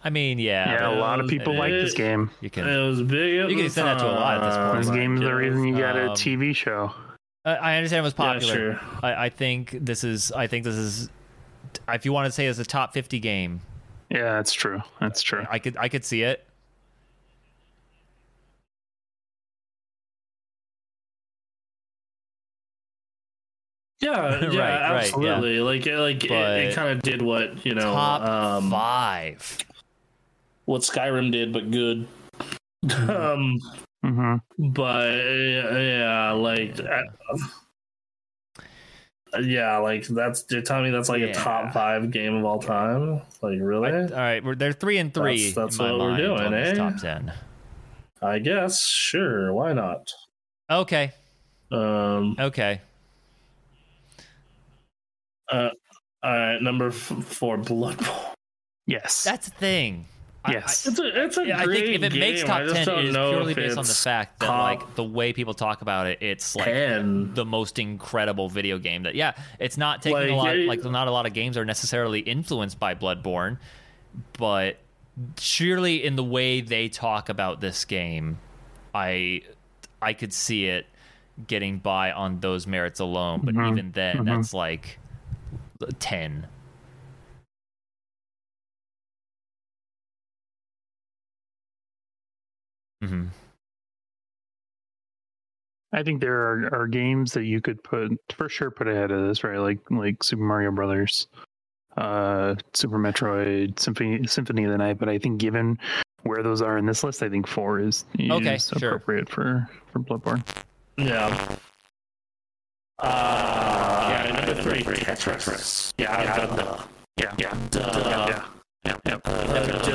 Speaker 1: I mean, yeah,
Speaker 4: Yeah, a lot of people
Speaker 1: it
Speaker 4: like
Speaker 2: is.
Speaker 4: this game.
Speaker 1: you can
Speaker 2: It was big. at
Speaker 1: You can
Speaker 2: the
Speaker 1: send that to a lot at this point.
Speaker 2: time.
Speaker 4: This game's the reason you got a
Speaker 1: Um,
Speaker 4: TV show.
Speaker 1: I- I understand it was
Speaker 2: Yeah,
Speaker 1: popular.
Speaker 2: sure.
Speaker 1: I, I think this is. I think this is. If you want to say it's a top fifty game,
Speaker 4: Yeah, that's true. That's true.
Speaker 1: I could. I could see it.
Speaker 2: Yeah, yeah,
Speaker 1: Right, right,
Speaker 2: absolutely. Like, it- like it,
Speaker 1: But-
Speaker 2: it kind of did what you know.
Speaker 1: top
Speaker 2: um,
Speaker 1: five.
Speaker 2: what Skyrim did, but good. um,
Speaker 4: Mm-hmm.
Speaker 2: but uh, yeah, like uh, yeah, like that's you're telling me that's like
Speaker 1: Yeah.
Speaker 2: a top five game of all time. Like
Speaker 1: I-
Speaker 2: really?
Speaker 1: all right, we're, they're three and three.
Speaker 2: That's- that's
Speaker 1: in my
Speaker 2: what we're
Speaker 1: mind
Speaker 2: doing,
Speaker 1: on this
Speaker 2: eh?
Speaker 1: Top ten.
Speaker 2: I, guess sure. Why not?
Speaker 1: Okay.
Speaker 2: Um,
Speaker 1: Okay.
Speaker 2: uh, all right, number f- four, Bloodborne.
Speaker 4: Yes.
Speaker 1: That's the thing. I-
Speaker 4: yes.
Speaker 2: It's a it's a
Speaker 1: I, yeah, I
Speaker 2: great
Speaker 1: think if it
Speaker 2: game.
Speaker 1: makes
Speaker 2: I
Speaker 1: top
Speaker 2: just
Speaker 1: ten,
Speaker 2: don't
Speaker 1: it is
Speaker 2: know
Speaker 1: purely
Speaker 2: if
Speaker 1: based on the
Speaker 2: it's
Speaker 1: fact that,
Speaker 2: top
Speaker 1: like, the way people talk about it, it's like
Speaker 2: ten.
Speaker 1: the most incredible video game that yeah it's not taking a
Speaker 2: Like,
Speaker 1: lot
Speaker 2: yeah,
Speaker 1: like not a lot of games are necessarily influenced by bloodborne but surely in the way they talk about this game i i could see it getting by on those merits alone but
Speaker 2: Mm-hmm.
Speaker 4: Mhm.
Speaker 1: even then
Speaker 4: Mhm.
Speaker 1: that's like 10 hmm
Speaker 4: I think there are, are games that you could put for sure put ahead of this, right? Like like Super Mario Brothers, uh, Super Metroid, Symphony Symphony of the Night. But I think given where those are in this list, I think four is, is
Speaker 1: Okay, sure.
Speaker 4: appropriate for for Bloodborne.
Speaker 2: Yeah. Uh,
Speaker 6: great Tetris. Yeah, duh.
Speaker 4: Yeah.
Speaker 6: Yeah, duh.
Speaker 4: yeah.
Speaker 6: Yeah, yeah. Duh,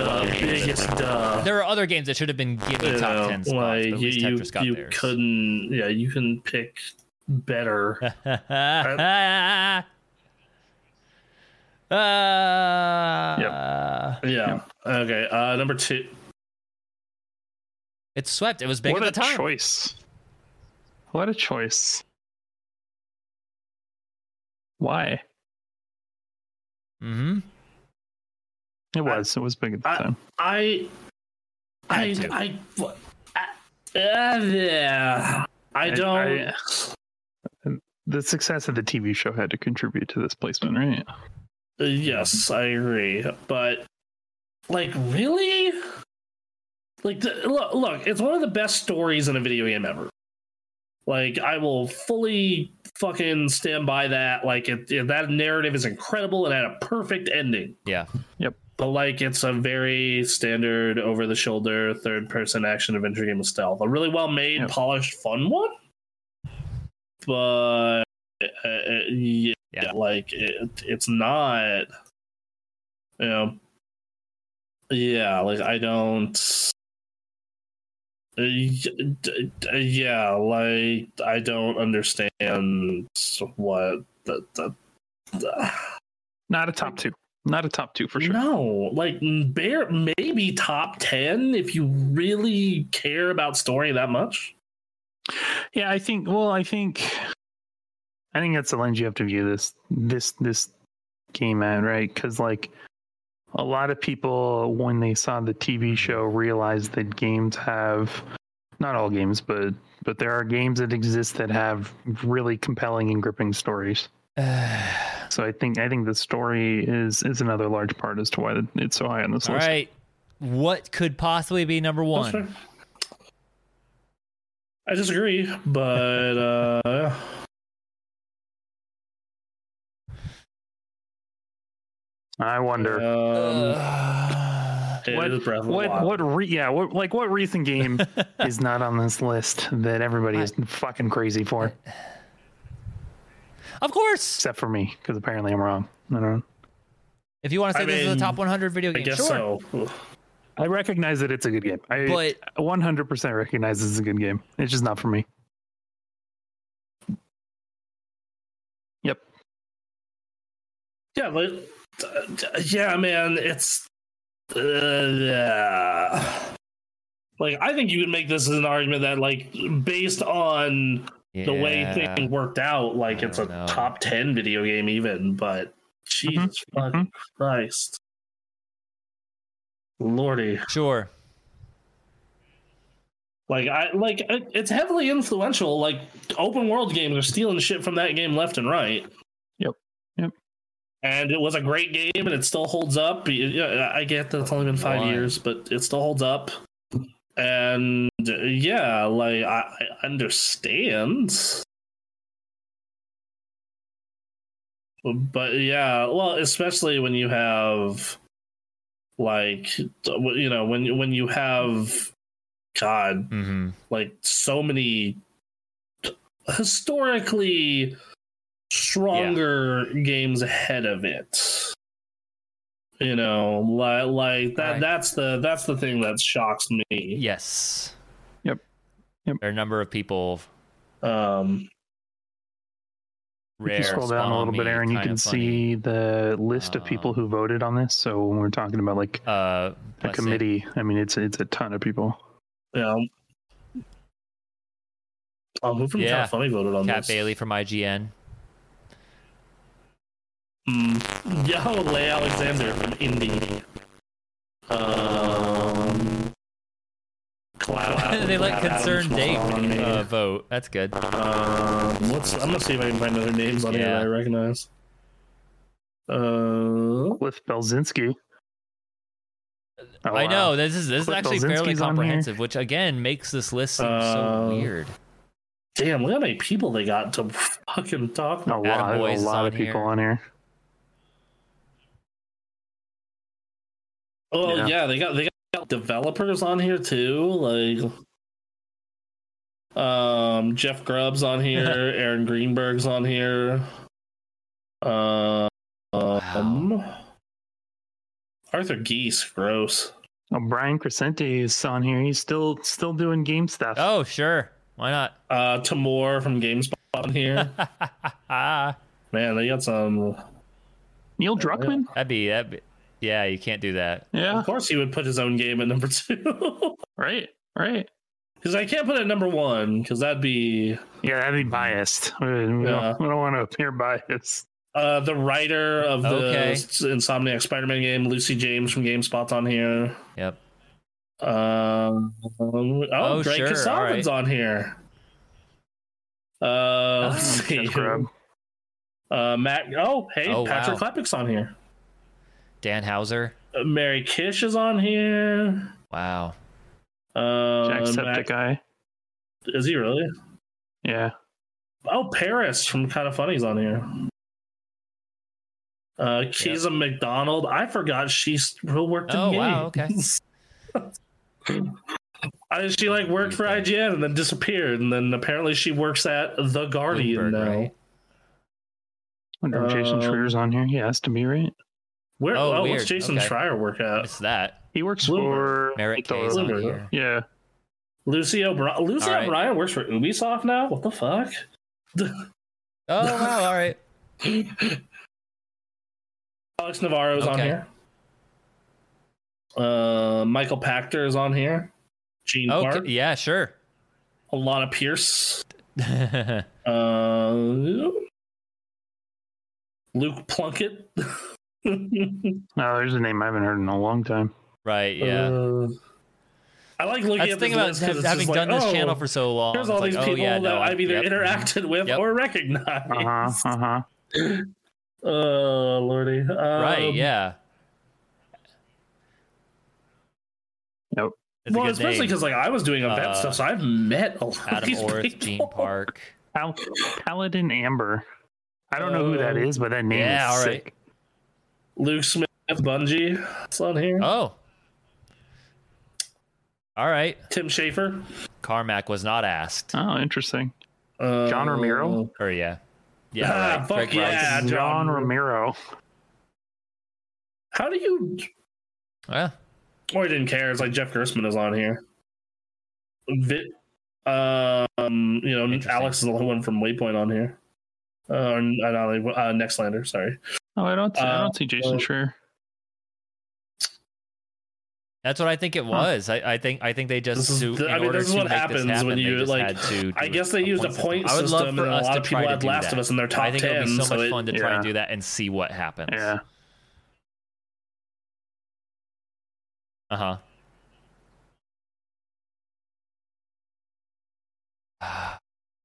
Speaker 2: Uh, biggest duh.
Speaker 1: There are other games that should have been given
Speaker 2: You
Speaker 1: top
Speaker 2: know,
Speaker 1: ten spots,
Speaker 2: like,
Speaker 1: but at least
Speaker 2: you,
Speaker 1: Tetris got
Speaker 2: you, you
Speaker 1: theirs.
Speaker 2: couldn't. Yeah, you can pick better.
Speaker 1: uh,
Speaker 2: yeah. Okay. Uh, number two.
Speaker 1: It swept. It was big
Speaker 4: what
Speaker 1: at the
Speaker 4: a
Speaker 1: time.
Speaker 4: choice. What a choice. Why?
Speaker 1: Mm-hmm.
Speaker 4: It was. It was big at the
Speaker 2: I-
Speaker 4: time.
Speaker 2: I, I,
Speaker 1: Had to.
Speaker 2: I, I, uh, yeah. I
Speaker 4: I-
Speaker 2: don't.
Speaker 4: I- The success of the TV show had to contribute to this placement, right?
Speaker 2: Uh, yes, I agree. But like, really? Like, the, look, look, it's one of the best stories in a video game ever. Like, I will fully fucking stand by that. Like, it, it- that narrative is incredible and had a perfect ending.
Speaker 1: Yeah.
Speaker 2: But like, it's a very standard, over-the-shoulder, third-person action adventure game of stealth. A really well-made,
Speaker 4: Yep.
Speaker 2: polished, fun one. But uh, uh, yeah,
Speaker 1: Yeah.
Speaker 2: like it, it's not you know yeah like i don't uh, y- d- d- yeah like i don't understand what the, the, the-
Speaker 4: Not a top two. Not a top two for sure.
Speaker 2: no like bare, maybe top 10 if you really care about story that much
Speaker 4: Yeah, I think. Well, I think. I think that's the lens you have to view this this this game at, right? Because like a lot of people, when they saw the TV show, realized that games have not all games, but but there are games that exist that have really compelling and gripping stories. So I think I think the story is is another large part as to why it's so high on this
Speaker 1: All
Speaker 4: list.
Speaker 1: right. What could possibly be number
Speaker 2: That's
Speaker 1: one?
Speaker 2: fair. i disagree but uh yeah.
Speaker 4: I wonder.
Speaker 2: Um,
Speaker 1: Uh,
Speaker 2: it
Speaker 4: what
Speaker 2: is Breath of the
Speaker 4: what
Speaker 2: Wild.
Speaker 4: what re- yeah what like what recent game is not on this list that everybody is fucking crazy for
Speaker 1: of course.
Speaker 4: except for me because apparently I'm wrong. I don't know.
Speaker 1: If you want to
Speaker 2: I
Speaker 1: say this is
Speaker 2: mean,
Speaker 1: the top 100 video
Speaker 2: I
Speaker 1: game,
Speaker 2: guess
Speaker 1: sure.
Speaker 2: so. Ugh.
Speaker 4: I recognize that it's a good game. I
Speaker 1: But
Speaker 4: 100% recognize this is a good game. It's just not for me. Yep.
Speaker 2: Yeah, like, uh, yeah, man, it's uh, yeah. Like, I think you could make this as an argument that, like, based on the way
Speaker 1: Yeah.
Speaker 2: things worked out, like
Speaker 1: I
Speaker 2: it's a
Speaker 1: don't know.
Speaker 2: top ten video game, even. But Jesus fucking Christ, Lordy,
Speaker 1: Sure.
Speaker 2: like I like it- it's heavily influential. Like open world games are stealing shit from that game left and right.
Speaker 4: Yep. Yep.
Speaker 2: And it was a great game, and it still holds up. Y- yeah, I get that it's only been five
Speaker 1: Why?
Speaker 2: years, but it still holds up. And uh, yeah, like I, I understand. But yeah, well, especially when you have like you know when when you have God
Speaker 1: Mm-hmm.
Speaker 2: like so many historically stronger games ahead of it you know like, like that
Speaker 1: Right.
Speaker 2: that's the that's the thing that shocks me
Speaker 1: Yes.
Speaker 4: Yep. Yep.
Speaker 1: There are a number of people.
Speaker 2: um
Speaker 1: Rare.
Speaker 4: if you scroll down a little bit,
Speaker 1: Squammy,
Speaker 4: Aaron, you
Speaker 1: Kinda
Speaker 4: can
Speaker 1: Funny,
Speaker 4: see the list of people
Speaker 1: Um,
Speaker 4: who voted on this. So when we're talking about like
Speaker 1: uh,
Speaker 4: a
Speaker 1: blessing.
Speaker 4: committee, I mean it's it's a ton of people.
Speaker 2: you know oh who from
Speaker 1: Yeah.
Speaker 2: yeah. funny voted on
Speaker 1: Cat
Speaker 2: this
Speaker 1: Bailey from IGN.
Speaker 2: mm. yo lay alexander from indie um Cloud.
Speaker 1: they let
Speaker 2: Cloud Adams
Speaker 1: concerned
Speaker 2: from
Speaker 1: Dave
Speaker 2: Homemade.
Speaker 1: uh, vote. That's good.
Speaker 2: Oh, Um, let's. I'm gonna see if I can find other names on here
Speaker 1: Yeah.
Speaker 2: that I recognize. Uh,
Speaker 4: Cliff Belzinski. Oh,
Speaker 1: I
Speaker 4: wow.
Speaker 1: know this is this is
Speaker 4: Cliff
Speaker 1: actually fairly
Speaker 4: Belzinski's on here.
Speaker 1: comprehensive, which again makes this list seem
Speaker 2: Uh,
Speaker 1: so weird.
Speaker 2: damn, look how many people they got to fucking talk.
Speaker 4: A
Speaker 2: to.
Speaker 4: lot,
Speaker 1: Adam Boyce
Speaker 4: a
Speaker 1: is
Speaker 4: lot of
Speaker 1: on
Speaker 4: people
Speaker 1: here.
Speaker 4: on here.
Speaker 2: Oh
Speaker 4: Yeah.
Speaker 2: yeah. they got they got developers on here too. Like, um, Jeff Grubbs on here, Aaron Greenberg's on here. Uh, um, Arthur Geese, gross.
Speaker 4: Oh, Brian Crescente is on here. He's still still doing game stuff.
Speaker 1: Oh, sure. Why not?
Speaker 2: Uh, Tamor from GameSpot on here.
Speaker 1: That'd
Speaker 2: Man, they got some.
Speaker 4: Neil
Speaker 2: Oh, yeah.
Speaker 4: Druckmann.
Speaker 1: be that. Be, yeah, you can't do that.
Speaker 4: Yeah.
Speaker 2: Of course, he would put his own game at number two.
Speaker 4: Right. Right.
Speaker 2: Because I can't put it at number one, because that'd be
Speaker 4: Yeah, that'd be biased. We, we
Speaker 2: Yeah.
Speaker 4: don't, we don't want to appear biased.
Speaker 2: uh, the writer of the
Speaker 1: Okay.
Speaker 2: S- Insomniac Spider Man game, Lucy James from GameSpot's on here.
Speaker 1: Yep.
Speaker 2: Um, oh,
Speaker 1: Oh,
Speaker 2: Drake
Speaker 1: sure,
Speaker 2: Kassavin's on here. Uh, let's
Speaker 4: Oh,
Speaker 2: see.
Speaker 4: that's grub.
Speaker 2: Uh, Matt. Oh, hey,
Speaker 1: Oh,
Speaker 2: Patrick
Speaker 1: wow.
Speaker 2: Klepek's on here.
Speaker 1: Dan Hauser.
Speaker 2: Uh, Mary Kish is on here.
Speaker 1: Wow.
Speaker 2: Uh, Mac-
Speaker 4: Jacksepticeye.
Speaker 2: is he really?
Speaker 4: Yeah.
Speaker 2: Oh, Paris from Kind of Funny's on here. Uh, Kiza McDonald. I forgot she still worked in
Speaker 1: Oh,
Speaker 2: games.
Speaker 1: wow,
Speaker 2: I, she like worked for
Speaker 1: Okay.
Speaker 2: IGN and then disappeared, and then apparently she works at The Guardian
Speaker 1: Bloomberg,
Speaker 2: now.
Speaker 1: right?
Speaker 4: Wonder if Jason
Speaker 2: Um,
Speaker 4: Schreier's on here. He has to be right.
Speaker 2: Where?
Speaker 1: Oh,
Speaker 2: Oh,
Speaker 1: weird.
Speaker 2: what's Jason
Speaker 1: Okay.
Speaker 2: Schreier work at?
Speaker 1: It's that.
Speaker 4: He works
Speaker 2: Bloomberg.
Speaker 4: for
Speaker 1: Merrick
Speaker 4: like,
Speaker 1: Kay's
Speaker 4: the-
Speaker 1: on
Speaker 2: Bloomberg.
Speaker 1: here.
Speaker 4: Yeah.
Speaker 2: Lucy O'Brien. Lucy
Speaker 1: All right.
Speaker 2: O'Brien works for Ubisoft now. What the fuck?
Speaker 1: Oh wow! All right.
Speaker 2: Alex Navarro's on
Speaker 1: Okay.
Speaker 2: here. Uh, Michael Pachter is on here. Gene Clark.
Speaker 1: Okay. Yeah, sure.
Speaker 2: Alana Pierce.
Speaker 1: yeah,
Speaker 2: Uh, Luke Plunkett.
Speaker 4: No, there's a name I haven't heard in a long time.
Speaker 1: right. Yeah.
Speaker 2: Uh, I like looking
Speaker 1: That's
Speaker 2: at
Speaker 1: the thing about
Speaker 2: this
Speaker 1: ha-
Speaker 2: because
Speaker 1: having
Speaker 2: like,
Speaker 1: done this
Speaker 2: oh,
Speaker 1: channel for so long.
Speaker 2: Here's
Speaker 1: it's
Speaker 2: all
Speaker 1: like,
Speaker 2: these
Speaker 1: oh,
Speaker 2: people
Speaker 1: yeah,
Speaker 2: that
Speaker 1: no,
Speaker 2: I've either
Speaker 1: yep.
Speaker 2: interacted with
Speaker 1: Yep.
Speaker 2: or recognized.
Speaker 4: Uh huh. Uh huh.
Speaker 2: Oh, lordy. Um,
Speaker 1: Right. Yeah.
Speaker 4: Nope.
Speaker 1: It's a
Speaker 2: well,
Speaker 1: good
Speaker 2: especially
Speaker 1: name.
Speaker 2: because like I was doing event
Speaker 1: Uh,
Speaker 2: stuff, so I've met a lot of
Speaker 1: Adam
Speaker 2: these
Speaker 1: Orth,
Speaker 2: people.
Speaker 1: Gene Park.
Speaker 4: Pal- Paladin Amber. I don't know who that
Speaker 2: Uh,
Speaker 4: is, but that name
Speaker 1: yeah,
Speaker 4: is
Speaker 1: all right.
Speaker 4: sick.
Speaker 2: Luke Smith, Bungie, it's on here.
Speaker 1: Oh. All right.
Speaker 2: Tim Schafer,
Speaker 1: Carmack was not asked.
Speaker 4: Oh, interesting.
Speaker 2: uh,
Speaker 4: John Romero?
Speaker 1: Or yeah. Yeah.
Speaker 2: Ah,
Speaker 1: right.
Speaker 2: fuck
Speaker 1: Craig
Speaker 2: yeah.
Speaker 1: Robinson.
Speaker 4: John,
Speaker 2: John-
Speaker 4: Romero.
Speaker 2: How do you?
Speaker 1: Well,
Speaker 2: Or I didn't care. It's like Jeff Gersman is on here. Vit, um, you know,
Speaker 1: Interesting.
Speaker 2: Alex is the only one from Waypoint on here. Uh, or, uh, not, uh, Nextlander, sorry.
Speaker 4: Oh, I don't. I
Speaker 2: Uh,
Speaker 4: don't see Jason
Speaker 2: well-
Speaker 4: Schreier.
Speaker 1: that's what I think it was. I, I think I think they just
Speaker 2: This is
Speaker 1: to,
Speaker 2: the-
Speaker 1: in
Speaker 2: I mean,
Speaker 1: order
Speaker 2: this is
Speaker 1: to
Speaker 2: what
Speaker 1: make this
Speaker 2: happens
Speaker 1: happen,
Speaker 2: when
Speaker 1: they
Speaker 2: you,
Speaker 1: just
Speaker 2: like-
Speaker 1: had to
Speaker 2: I
Speaker 1: do
Speaker 2: guess they used a point
Speaker 1: I would
Speaker 2: system,
Speaker 1: love for
Speaker 2: and a
Speaker 1: us
Speaker 2: lot
Speaker 1: to
Speaker 2: of people
Speaker 1: try to
Speaker 2: had
Speaker 1: do
Speaker 2: Last
Speaker 1: that.
Speaker 2: of Us in their
Speaker 1: I
Speaker 2: top
Speaker 1: think it would
Speaker 2: 10,
Speaker 1: be so,
Speaker 2: so
Speaker 1: much
Speaker 2: it-
Speaker 1: fun to try and
Speaker 4: yeah.
Speaker 1: do that and see what happens.
Speaker 4: Yeah.
Speaker 1: Uh huh.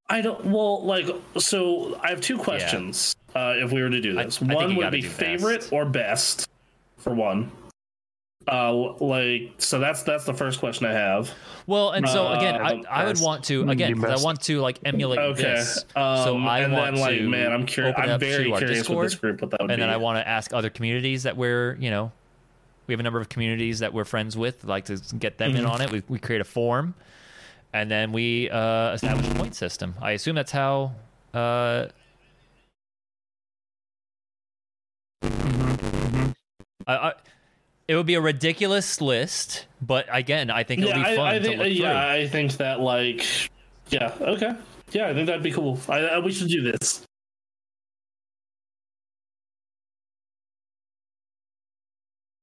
Speaker 2: I don't. Well, like, so I have two questions. Uh, if we were to do
Speaker 1: I-
Speaker 2: this,
Speaker 1: I think
Speaker 2: one
Speaker 1: you
Speaker 2: would
Speaker 1: gotta
Speaker 2: be
Speaker 1: do
Speaker 2: favorite
Speaker 1: best.
Speaker 2: or best, for one. Uh, like, so that's that's the first question I have.
Speaker 1: Well, and so
Speaker 2: Uh,
Speaker 1: again, I, I would
Speaker 4: best.
Speaker 1: want to
Speaker 4: Mm,
Speaker 1: again
Speaker 4: you
Speaker 1: because I
Speaker 4: best.
Speaker 1: want to like emulate
Speaker 2: okay.
Speaker 1: this.
Speaker 2: Um,
Speaker 1: so I
Speaker 2: and
Speaker 1: want
Speaker 2: then, like,
Speaker 1: to
Speaker 2: man, I'm curious.
Speaker 1: open it
Speaker 2: I'm
Speaker 1: up
Speaker 2: very
Speaker 1: to our
Speaker 2: curious
Speaker 1: Discord,
Speaker 2: with this group what that would
Speaker 1: and
Speaker 2: be.
Speaker 1: then I want to ask other communities that we're you know we have a number of communities that we're friends with like to get them
Speaker 2: Mm-hmm.
Speaker 1: in on it. We we create a form, and then we uh, establish a point system. I assume that's how. Uh,
Speaker 2: Mm-hmm.
Speaker 1: I, I, it would be a ridiculous list, but again, I think it would
Speaker 2: yeah,
Speaker 1: be fun
Speaker 2: I, I
Speaker 1: to
Speaker 2: think.
Speaker 1: look
Speaker 2: yeah,
Speaker 1: through.
Speaker 2: I think that like. Yeah. Okay. Yeah, I think that'd be cool. I, I we should do this.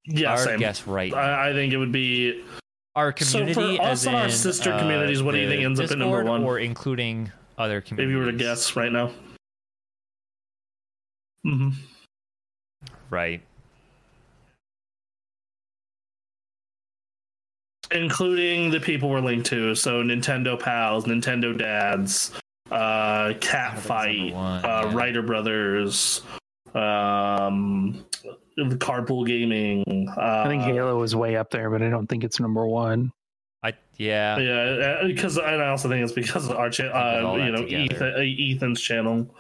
Speaker 2: Yeah,
Speaker 1: our
Speaker 2: same.
Speaker 1: guess right.
Speaker 2: I, I think it would be
Speaker 1: our
Speaker 2: So for
Speaker 1: community
Speaker 2: us
Speaker 1: as
Speaker 2: and our
Speaker 1: in,
Speaker 2: sister
Speaker 1: uh,
Speaker 2: communities, what do you
Speaker 1: the
Speaker 2: think ends up in number
Speaker 1: Discord
Speaker 2: one?
Speaker 1: or including other
Speaker 2: if
Speaker 1: communities
Speaker 2: you were to guess right now. hmm
Speaker 1: right
Speaker 2: Including the people we're linked to, so Nintendo pals, Nintendo dads, uh,
Speaker 1: I
Speaker 2: Cat
Speaker 1: think it's
Speaker 2: Fight,
Speaker 1: number one,
Speaker 2: uh,
Speaker 1: yeah.
Speaker 2: Writer Brothers, um, the Carpool Gaming. Uh,
Speaker 4: I think Halo is way up there, but I don't think it's number one.
Speaker 1: i yeah
Speaker 2: Yeah, because and I also think it's because of our channel,
Speaker 1: Think of all
Speaker 2: uh,
Speaker 1: that
Speaker 2: you know,
Speaker 1: together.
Speaker 2: Ethan, uh, Ethan's channel,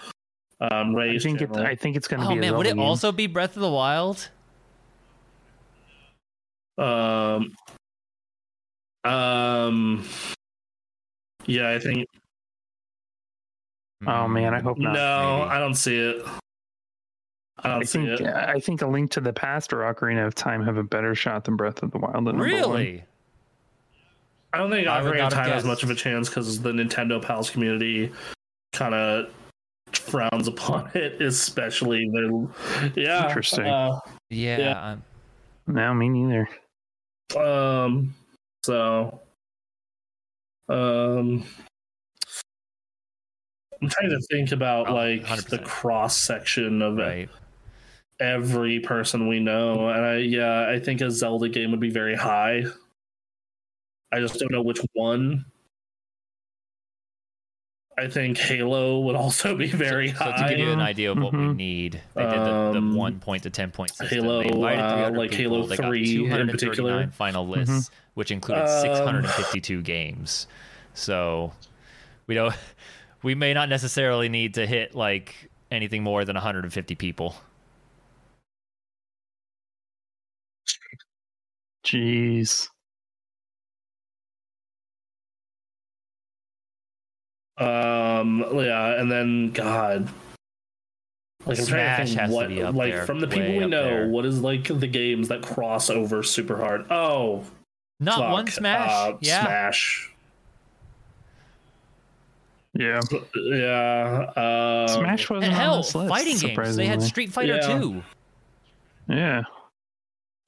Speaker 2: um,
Speaker 4: I
Speaker 2: Ray's
Speaker 4: think it,
Speaker 2: channel.
Speaker 4: I think it's going to
Speaker 1: oh
Speaker 4: be. a
Speaker 1: man would
Speaker 4: Zelda
Speaker 1: it
Speaker 4: game.
Speaker 1: also be breath of the wild
Speaker 2: Um, um, yeah, I think
Speaker 4: Oh man, I
Speaker 1: Mm,
Speaker 4: Oh, hope not.
Speaker 2: no,
Speaker 1: maybe.
Speaker 2: I don't see it. I don't
Speaker 4: I
Speaker 2: see
Speaker 4: think
Speaker 2: it.
Speaker 4: I think A Link to the Past or Ocarina of Time have a better shot than Breath of the Wild. At number
Speaker 1: Really?
Speaker 2: I don't think
Speaker 1: I would
Speaker 2: Ocarina
Speaker 1: not
Speaker 2: of
Speaker 1: have
Speaker 2: Time has
Speaker 1: guessed.
Speaker 2: much of a chance because the Nintendo Pals community kind of frowns upon it, especially their. Yeah.
Speaker 4: Interesting.
Speaker 2: uh,
Speaker 1: Yeah.
Speaker 2: Yeah.
Speaker 1: I'm-
Speaker 4: One. No, me neither.
Speaker 2: um. So. Um. I'm trying to think about
Speaker 1: Oh,
Speaker 2: like the
Speaker 1: 100%.
Speaker 2: cross section of
Speaker 1: right.
Speaker 2: every person we know, and I yeah, I think a Zelda game would be very high. I just don't know which one. I think Halo would also be very
Speaker 1: So to
Speaker 2: high.
Speaker 1: give you an idea of what we
Speaker 4: Mhm.
Speaker 1: need, they did the, the
Speaker 2: Um,
Speaker 1: one point to ten point system.
Speaker 2: Halo,
Speaker 1: they invited
Speaker 2: uh,
Speaker 1: 300
Speaker 2: like
Speaker 1: people.
Speaker 2: Halo
Speaker 1: they
Speaker 2: 3 in
Speaker 1: got 239
Speaker 2: particular.
Speaker 1: final lists, which included
Speaker 2: Um,
Speaker 1: 652 games. So we don't, we may not necessarily need to hit like anything more than 150 people.
Speaker 4: Jeez.
Speaker 2: um, yeah, and then God, like I'm trying
Speaker 1: Smash
Speaker 2: to
Speaker 1: has
Speaker 2: think
Speaker 1: to
Speaker 2: what
Speaker 1: be up
Speaker 2: like
Speaker 1: there,
Speaker 2: from the people
Speaker 1: way
Speaker 2: we
Speaker 1: up
Speaker 2: know,
Speaker 1: there.
Speaker 2: what is like the games that cross over super hard? Oh,
Speaker 1: Not
Speaker 2: fuck.
Speaker 1: one smash.
Speaker 2: Uh,
Speaker 1: yeah.
Speaker 2: Smash.
Speaker 4: Yeah.
Speaker 2: Yeah. Um,
Speaker 4: Smash wasn't
Speaker 1: And
Speaker 4: on
Speaker 1: hell,
Speaker 4: this list,
Speaker 1: fighting games. They had
Speaker 4: surprisingly.
Speaker 1: Street Fighter
Speaker 2: Yeah.
Speaker 1: 2.
Speaker 4: Yeah.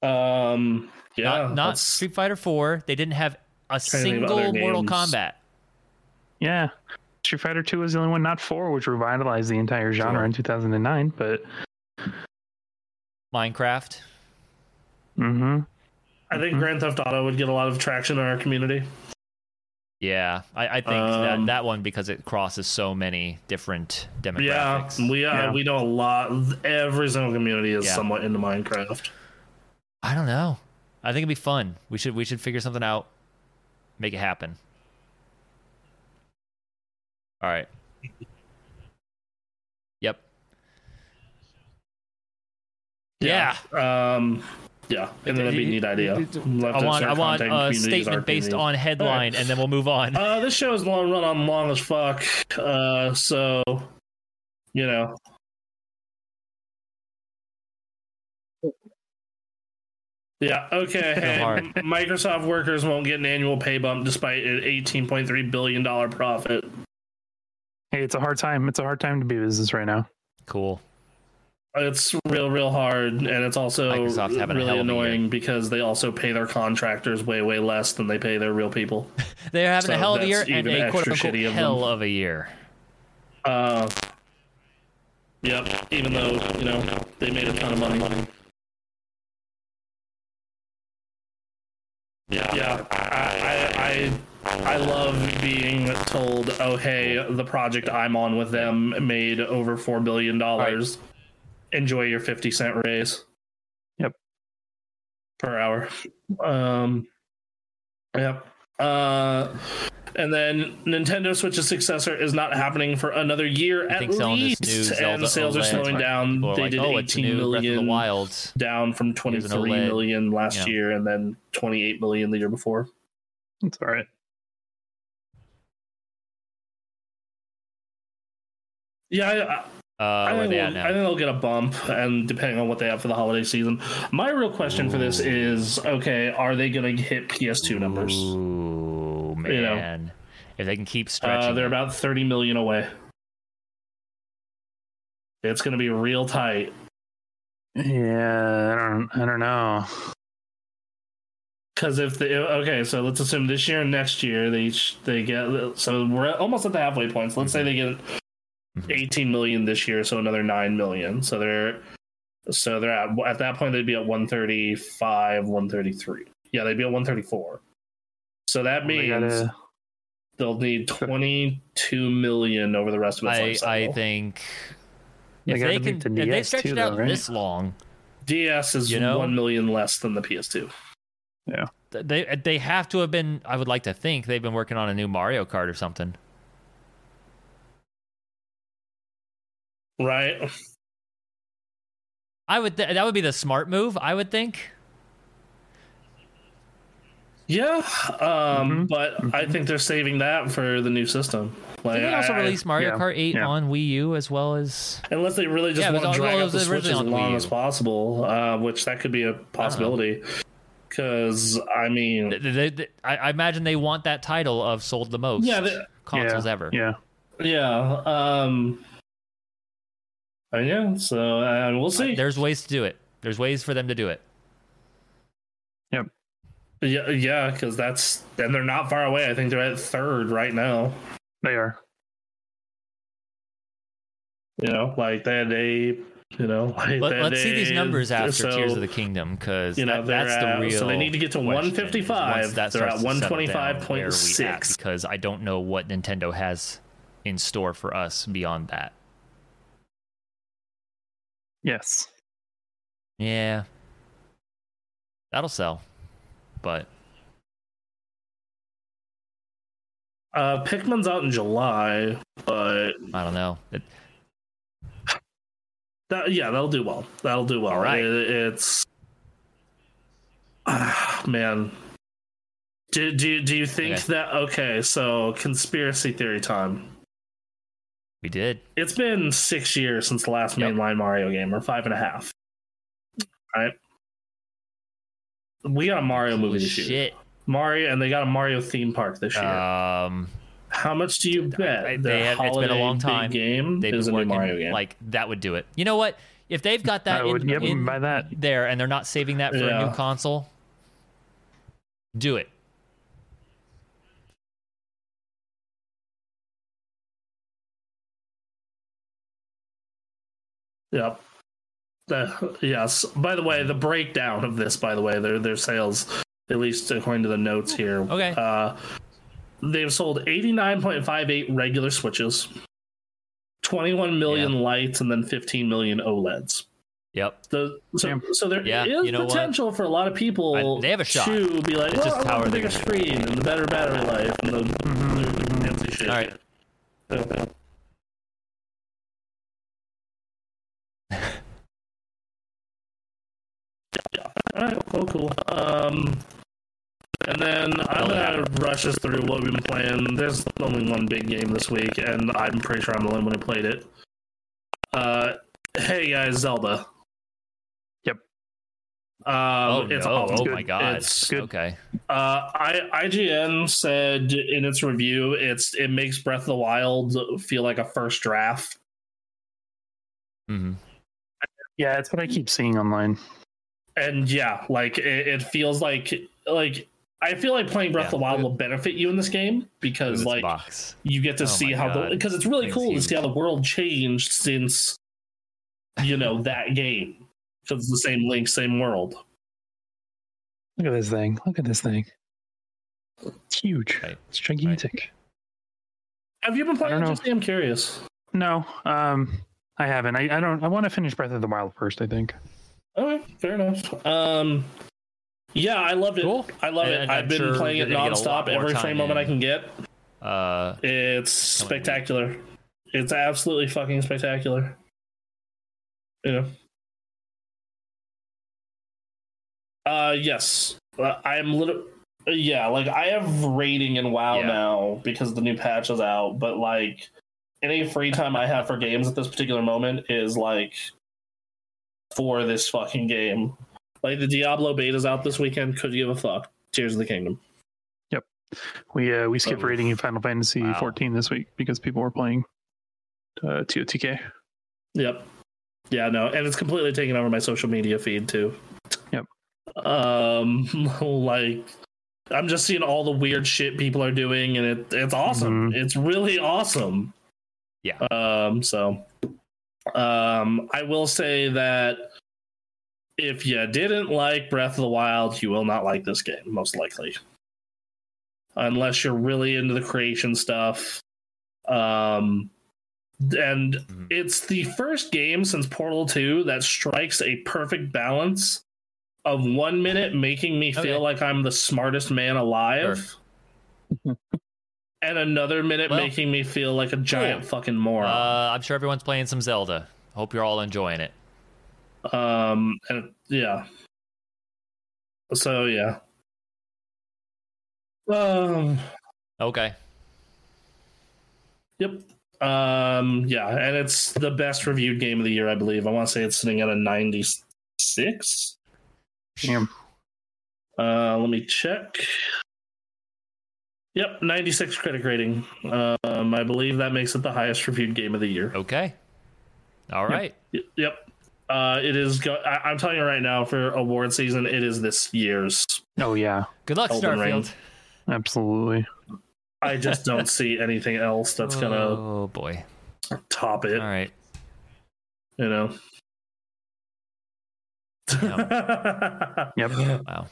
Speaker 2: Um. Yeah.
Speaker 1: not not
Speaker 2: that's-
Speaker 1: Street Fighter 4. They didn't have a
Speaker 2: to think of other
Speaker 1: single Mortal
Speaker 2: games.
Speaker 1: Kombat.
Speaker 4: Yeah. Street Fighter 2 was the only one, not 4, which revitalized the entire genre in 2009, but
Speaker 1: Minecraft.
Speaker 4: hmm
Speaker 2: I
Speaker 1: Mm-hmm.
Speaker 2: think Grand Theft Auto would get a lot of traction in our community.
Speaker 1: Yeah, I, I think that
Speaker 2: Um,
Speaker 1: that one because it crosses so many different
Speaker 2: Yeah,
Speaker 1: demographics.
Speaker 2: we uh,
Speaker 4: Yeah.
Speaker 2: we know a lot. Every single community is
Speaker 1: Yeah.
Speaker 2: somewhat into Minecraft.
Speaker 1: I don't know. I think it'd be fun. We should we should figure something out, make it happen. All right. Yep. Yeah.
Speaker 2: Um. Yeah, and then that'd be a neat idea. We'll have
Speaker 1: I
Speaker 2: to
Speaker 1: want
Speaker 2: start
Speaker 1: I want
Speaker 2: contacting
Speaker 1: a
Speaker 2: communities, our
Speaker 1: statement based
Speaker 2: communities.
Speaker 1: on headline, and then we'll move on.
Speaker 2: Uh, this show is long run on long as fuck. Uh, so you know, yeah, okay.
Speaker 1: Hit 'em
Speaker 2: Hey,
Speaker 1: hard.
Speaker 2: Microsoft workers won't get an annual pay bump despite an eighteen point three billion dollar profit.
Speaker 4: Hey, it's a hard time. It's a hard time to be a business right now.
Speaker 1: cool.
Speaker 2: It's real, real hard, and it's also
Speaker 1: Microsoft's having a hell
Speaker 2: really
Speaker 1: of a
Speaker 2: annoying because they also pay their contractors way, way less than they pay their real people.
Speaker 1: They're having a
Speaker 2: So
Speaker 1: hell of a
Speaker 2: that's
Speaker 1: year and
Speaker 2: even
Speaker 1: a quote
Speaker 2: extra
Speaker 1: unquote
Speaker 2: shitty of them.
Speaker 1: hell of a year.
Speaker 2: Uh, yep. Even though you know they made a ton of money.
Speaker 6: Yeah.
Speaker 2: Yeah, I, I, I, I love being told, oh hey, the project I'm on with them made over four billion dollars. Enjoy your fifty cent raise.
Speaker 4: Yep.
Speaker 2: Per hour. Um. Yep. Uh. And then Nintendo Switch's successor is not happening for another year
Speaker 1: I
Speaker 2: at
Speaker 1: think selling this
Speaker 2: least,
Speaker 1: new Zelda
Speaker 2: and sales
Speaker 1: OLED,
Speaker 2: are slowing down.
Speaker 1: People are
Speaker 2: They
Speaker 1: like,
Speaker 2: did
Speaker 1: oh, it's a
Speaker 2: eighteen
Speaker 1: new
Speaker 2: million
Speaker 1: Breath of the Wild.
Speaker 2: down from
Speaker 1: Here's an
Speaker 2: 23
Speaker 1: OLED.
Speaker 2: million last
Speaker 1: Yeah.
Speaker 2: year and then 28 million the year before.
Speaker 4: It's all right.
Speaker 2: Yeah, I, I-
Speaker 1: Uh,
Speaker 2: I,
Speaker 1: where
Speaker 2: think
Speaker 1: they
Speaker 2: we'll-
Speaker 1: at
Speaker 2: I think
Speaker 1: now?
Speaker 2: they'll get a bump, and depending on what they have for the holiday season. My real question for this is: Okay, are they going to hit PS2 numbers? Uh,
Speaker 1: Ooh, man.
Speaker 2: You know.
Speaker 1: If they can keep stretching,
Speaker 2: Uh, they're
Speaker 1: it.
Speaker 2: about 30 million away. It's going to be real tight.
Speaker 4: Yeah, I don't. I don't know.
Speaker 2: Because if they okay, so let's assume this year and next year they each they get so we're at- almost at the halfway point. So let's
Speaker 1: Mm-hmm.
Speaker 2: say they get
Speaker 1: Mhm.
Speaker 2: eighteen million this year, so another nine million. So they're so they're at at that point they'd be at one thirty five, one thirty three. Yeah, they'd be at one thirty four. So that means
Speaker 4: They gotta-
Speaker 2: they'll need twenty two million over the rest of its
Speaker 1: I,
Speaker 2: life
Speaker 1: I
Speaker 2: cycle.
Speaker 1: think
Speaker 4: They
Speaker 1: if
Speaker 4: gotta
Speaker 1: they
Speaker 4: beat
Speaker 1: can,
Speaker 4: the
Speaker 1: if they
Speaker 4: DS
Speaker 1: stretch
Speaker 4: E too,
Speaker 1: it out
Speaker 4: though, right?
Speaker 1: this long,
Speaker 2: DS is
Speaker 1: You know?
Speaker 2: one million less than the PS2.
Speaker 1: th- they they have to have been. I would like to think they've been working on a new Mario Kart or something.
Speaker 2: Right?
Speaker 1: I would th- that would be the smart move. I would think.
Speaker 2: Yeah, um, but I think they're saving that for the new system. Like,
Speaker 1: Did they also
Speaker 2: I- I-
Speaker 1: release Mario
Speaker 4: yeah,
Speaker 1: Kart 8
Speaker 4: yeah.
Speaker 1: on Wii U as well as?
Speaker 2: unless they really just
Speaker 1: Yeah, it was
Speaker 2: want
Speaker 1: all-
Speaker 2: to drag
Speaker 1: well, it
Speaker 2: out the
Speaker 1: was
Speaker 2: Switch
Speaker 1: originally
Speaker 2: as
Speaker 1: on the Wii
Speaker 2: long
Speaker 1: U.
Speaker 2: as possible, uh, which that could be a possibility. Because I mean,
Speaker 1: Th- th- th- I, I imagine they want that title of sold the most
Speaker 2: Yeah, they-
Speaker 1: consoles
Speaker 4: yeah,
Speaker 1: ever.
Speaker 4: Yeah.
Speaker 2: yeah, um, I mean, yeah. So uh, we'll see.
Speaker 1: There's ways to do it. There's ways for them to do it.
Speaker 2: yeah, yeah, because that's and they're not far away. I think they're at third right now.
Speaker 4: They are.
Speaker 2: You know, like that they, you know, like
Speaker 1: Let,
Speaker 2: that
Speaker 1: let's see these
Speaker 2: they-
Speaker 1: numbers after
Speaker 2: so-
Speaker 1: Tears of the Kingdom, because
Speaker 2: you know, they're
Speaker 1: that's the
Speaker 2: at-
Speaker 1: real.
Speaker 2: so they need to get to
Speaker 1: question, is
Speaker 2: 155,
Speaker 1: once that
Speaker 2: they're
Speaker 1: starts
Speaker 2: at
Speaker 1: to settle down, where are we at?
Speaker 2: 125.6.
Speaker 1: Because I don't know what Nintendo has in store for us beyond that.
Speaker 4: Yes.
Speaker 1: Yeah, that'll sell, but
Speaker 2: Uh, Pikmin's out in July, but
Speaker 1: I don't know. It-
Speaker 2: that, yeah, that'll do well. That'll do well.
Speaker 1: All right.
Speaker 2: It- it's Ah, man. Do do do you think
Speaker 1: Okay.
Speaker 2: that okay? So conspiracy theory time.
Speaker 1: we did.
Speaker 2: It's been six years since the last
Speaker 1: Yep.
Speaker 2: mainline Mario game, or five and a half. All right. We got a Mario movie this year.
Speaker 1: Shit.
Speaker 2: Mario, and they got a Mario theme park this year.
Speaker 1: Um,
Speaker 2: How much do you bet?
Speaker 1: I-
Speaker 2: the
Speaker 1: they have- it's been a
Speaker 2: holiday
Speaker 1: long
Speaker 2: big
Speaker 1: time.
Speaker 2: Game
Speaker 1: they've
Speaker 2: is
Speaker 1: been
Speaker 2: a new
Speaker 1: working
Speaker 2: Mario game.
Speaker 1: like that would do it. You know what? If they've got that
Speaker 4: I
Speaker 1: in,
Speaker 4: would, yep,
Speaker 1: in
Speaker 4: by that.
Speaker 1: there and they're not saving that for a
Speaker 2: Yeah.
Speaker 1: new console, do it.
Speaker 2: Yep. The, yes. By the way, the breakdown of this, by the way, their their sales, at least according to the notes here.
Speaker 1: Okay.
Speaker 2: Uh, they've sold eighty nine point five eight regular switches, twenty one million lights, and then fifteen million E OLEDs.
Speaker 1: Yep.
Speaker 2: The, so,
Speaker 4: Yeah.
Speaker 2: so there is
Speaker 1: Yeah, you know what?
Speaker 2: potential for a lot of people
Speaker 1: I- they have a shot.
Speaker 2: to be like,
Speaker 1: It's
Speaker 2: well,
Speaker 1: just
Speaker 2: I
Speaker 1: how
Speaker 2: want
Speaker 1: are
Speaker 2: the
Speaker 1: they
Speaker 2: bigger
Speaker 1: gonna
Speaker 2: screen and the better battery life and the, the fancy shit.
Speaker 1: All right.
Speaker 2: All right, cool, cool. Um, and then I'm gonna rush us through what we've been playing. There's only one big game this week, and I'm pretty sure I'm the only one who played it. Uh, hey guys, Zelda.
Speaker 4: Yep.
Speaker 2: Um,
Speaker 1: Oh
Speaker 2: it's
Speaker 1: no!
Speaker 2: awesome.
Speaker 1: oh
Speaker 4: good.
Speaker 1: my god!
Speaker 2: It's
Speaker 4: good.
Speaker 1: Okay.
Speaker 2: Uh, I, IGN said in its review, it's it makes Breath of the Wild feel like a first draft.
Speaker 1: hmm
Speaker 4: Yeah, that's what I keep seeing online.
Speaker 2: and yeah, like it, it feels like like I feel like playing Breath of the
Speaker 1: Yeah.
Speaker 2: Wild will benefit you in this game because like
Speaker 1: box.
Speaker 2: you get to
Speaker 1: Oh
Speaker 2: see
Speaker 1: my
Speaker 2: how the
Speaker 1: God.
Speaker 2: because it's really
Speaker 1: Thing's
Speaker 2: cool
Speaker 1: huge.
Speaker 2: to see how the world changed since you know that game because it's the same link, same world.
Speaker 4: Look at this thing. Look at this thing. It's huge.
Speaker 1: Right.
Speaker 4: It's gigantic.
Speaker 2: Have you been playing?
Speaker 4: don't know.
Speaker 2: Just I'm curious.
Speaker 4: No, um, I haven't. I, I don't. I want to finish Breath of the Wild first. I think.
Speaker 2: Okay, fair enough. Um, yeah, I loved it.
Speaker 1: Cool.
Speaker 2: I love
Speaker 1: And-
Speaker 2: it.
Speaker 1: and
Speaker 2: I've
Speaker 1: I'm
Speaker 2: been
Speaker 1: sure
Speaker 2: playing
Speaker 1: you're
Speaker 2: it
Speaker 1: gonna get a lot
Speaker 2: nonstop
Speaker 1: more
Speaker 2: every
Speaker 1: time
Speaker 2: free moment
Speaker 1: in.
Speaker 2: I can get.
Speaker 1: Uh,
Speaker 2: It's
Speaker 1: Come on, man.
Speaker 2: spectacular. It's absolutely fucking spectacular. Yeah. Uh yes. Uh, I'm little yeah, like I have rating in WoW
Speaker 1: Yeah.
Speaker 2: now because the new patch is out, but like any free time I have for games at this particular moment is like for this fucking game. Like the Diablo beta's out this weekend, could give a fuck. Tears of the Kingdom.
Speaker 4: We uh, we skip
Speaker 2: Oh.
Speaker 4: rating in Final Fantasy
Speaker 1: Wow.
Speaker 4: 14 this week because people were playing uh, TOTK.
Speaker 2: Yep. Yeah, no, and it's completely taken over my social media feed too.
Speaker 4: Yep.
Speaker 2: Um, like I'm just seeing all the weird shit people are doing, and it it's awesome. It's really awesome.
Speaker 1: Yeah.
Speaker 2: Um. So, um, I will say that if you didn't like Breath of the Wild, you will not like this game most likely, unless you're really into the creation stuff. Um, and
Speaker 1: Mhm.
Speaker 2: it's the first game since Portal 2 that strikes a perfect balance of one minute making me
Speaker 1: Okay.
Speaker 2: feel like I'm the smartest man alive. And another minute
Speaker 1: Well,
Speaker 2: making me feel like a giant
Speaker 1: cool.
Speaker 2: fucking
Speaker 1: uh,
Speaker 2: moron.
Speaker 1: I'm sure everyone's playing some Zelda. Hope you're all enjoying it.
Speaker 2: um, and yeah. So yeah, Um,
Speaker 1: Okay.
Speaker 2: yep. Um, yeah, and it's the best reviewed game of the year, I believe. I want to say it's sitting at a 96.
Speaker 4: Damn.
Speaker 2: Uh, let me check. Yep, 96 critic rating. Um, I believe that makes it the highest reviewed game of the year.
Speaker 1: Okay. All right.
Speaker 2: Y- Yep. Uh, it is. Go- I- I'm telling you right now, for award season, it is this year's.
Speaker 4: Oh yeah,
Speaker 1: Good luck,
Speaker 2: Elden Ring.
Speaker 1: Starfield.
Speaker 4: absolutely.
Speaker 2: I just don't see anything else that's gonna
Speaker 1: Oh boy.
Speaker 2: top it.
Speaker 1: All right.
Speaker 2: You know.
Speaker 4: Yep.
Speaker 1: Wow.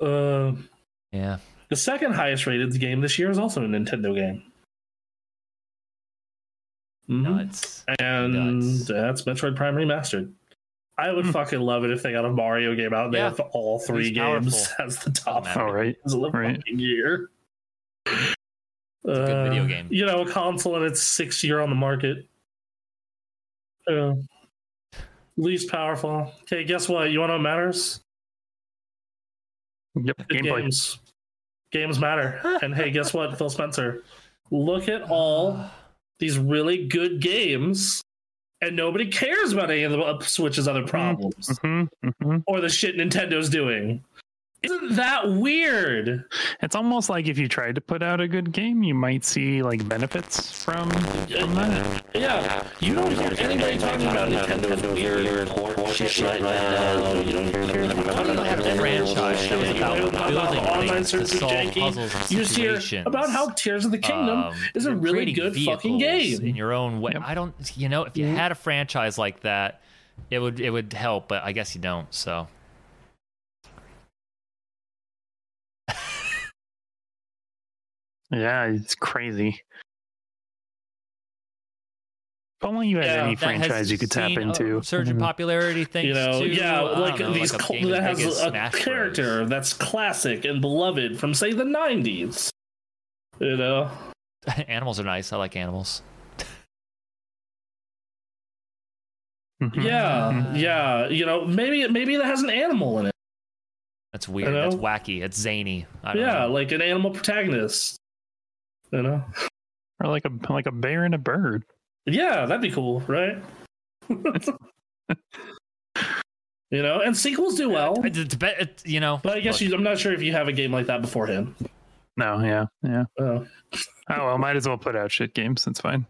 Speaker 2: Uh,
Speaker 1: Yeah.
Speaker 2: the second highest rated game this year is also a Nintendo game. Mhm.
Speaker 1: Nuts.
Speaker 2: And
Speaker 1: Nuts. Hmm.
Speaker 2: that's Metroid Prime Remastered. I would fucking love it if they got a Mario game out there
Speaker 1: Yeah.
Speaker 2: for all three
Speaker 1: He's
Speaker 2: games
Speaker 1: powerful.
Speaker 2: as the top
Speaker 1: Doesn't
Speaker 4: All right.
Speaker 2: games of the
Speaker 4: Right.
Speaker 2: fucking year.
Speaker 1: It's a good
Speaker 2: Uh,
Speaker 1: video game.
Speaker 2: You know, a console and its sixth year on the market. Uh, least powerful. Okay, guess what? You want to know what matters?
Speaker 4: Yep.
Speaker 2: Good
Speaker 4: Gameplay.
Speaker 2: games. Games matter. and hey, guess what, Phil Spencer? Look at all these really good games, and nobody cares about any of the uh, Switch's other problems
Speaker 4: Mm-hmm, hmm
Speaker 2: or the shit Nintendo's doing. Isn't that weird?
Speaker 4: It's almost like if you tried to put out a good game, you might see like benefits from from that.
Speaker 2: Yeah, you don't hear anybody talking about Nintendo's weird
Speaker 6: shit like that. uh, You don't hear them.
Speaker 1: How do you have a franchise that was
Speaker 2: Yeah,
Speaker 1: about
Speaker 2: about
Speaker 1: building
Speaker 2: online
Speaker 1: things to
Speaker 2: services,
Speaker 1: solve
Speaker 2: janky.
Speaker 1: puzzles and
Speaker 2: You just hear
Speaker 1: situations?
Speaker 2: about how Tears of the Kingdom
Speaker 1: Um,
Speaker 2: is a
Speaker 1: you're
Speaker 2: really
Speaker 1: creating
Speaker 2: good fucking
Speaker 1: vehicles in
Speaker 2: game.
Speaker 1: your own way.
Speaker 4: Yep. Mm-hmm.
Speaker 1: I don't, you know, if you had a franchise like that, it would it would help, but I guess you don't. So
Speaker 4: Yeah, it's crazy. If only you had
Speaker 2: Yeah,
Speaker 4: any
Speaker 1: That has
Speaker 4: franchise you could tap
Speaker 1: seen a
Speaker 4: into.
Speaker 1: surge in
Speaker 4: Mhm.
Speaker 1: popularity. Thanks
Speaker 2: You know,
Speaker 1: to,
Speaker 2: yeah,
Speaker 1: I don't
Speaker 2: like
Speaker 1: know,
Speaker 2: these
Speaker 1: like a
Speaker 2: cl-
Speaker 1: game
Speaker 2: that
Speaker 1: as
Speaker 2: has
Speaker 1: big as
Speaker 2: a
Speaker 1: Smash
Speaker 2: character
Speaker 1: Bros.
Speaker 2: that's classic and beloved from say the '90s. You know,
Speaker 1: animals are nice. I like animals. Mm-hmm.
Speaker 4: Mhm.
Speaker 2: yeah, yeah. You know, maybe maybe that has an animal in it.
Speaker 1: That's weird.
Speaker 2: know?
Speaker 1: That's wacky. It's zany. I don't
Speaker 2: Yeah,
Speaker 1: know.
Speaker 2: like an animal protagonist. You know,
Speaker 4: Or like a like a bear and a bird.
Speaker 2: yeah, that'd be cool, right? you know, and sequels do well.
Speaker 1: It's, it's, be- it's, you know,
Speaker 2: But I guess
Speaker 1: look,
Speaker 2: you, I'm not sure if you have a game like that beforehand.
Speaker 4: No, yeah, yeah.
Speaker 2: Oh.
Speaker 4: Oh well, might as well put out shit games. That's fine.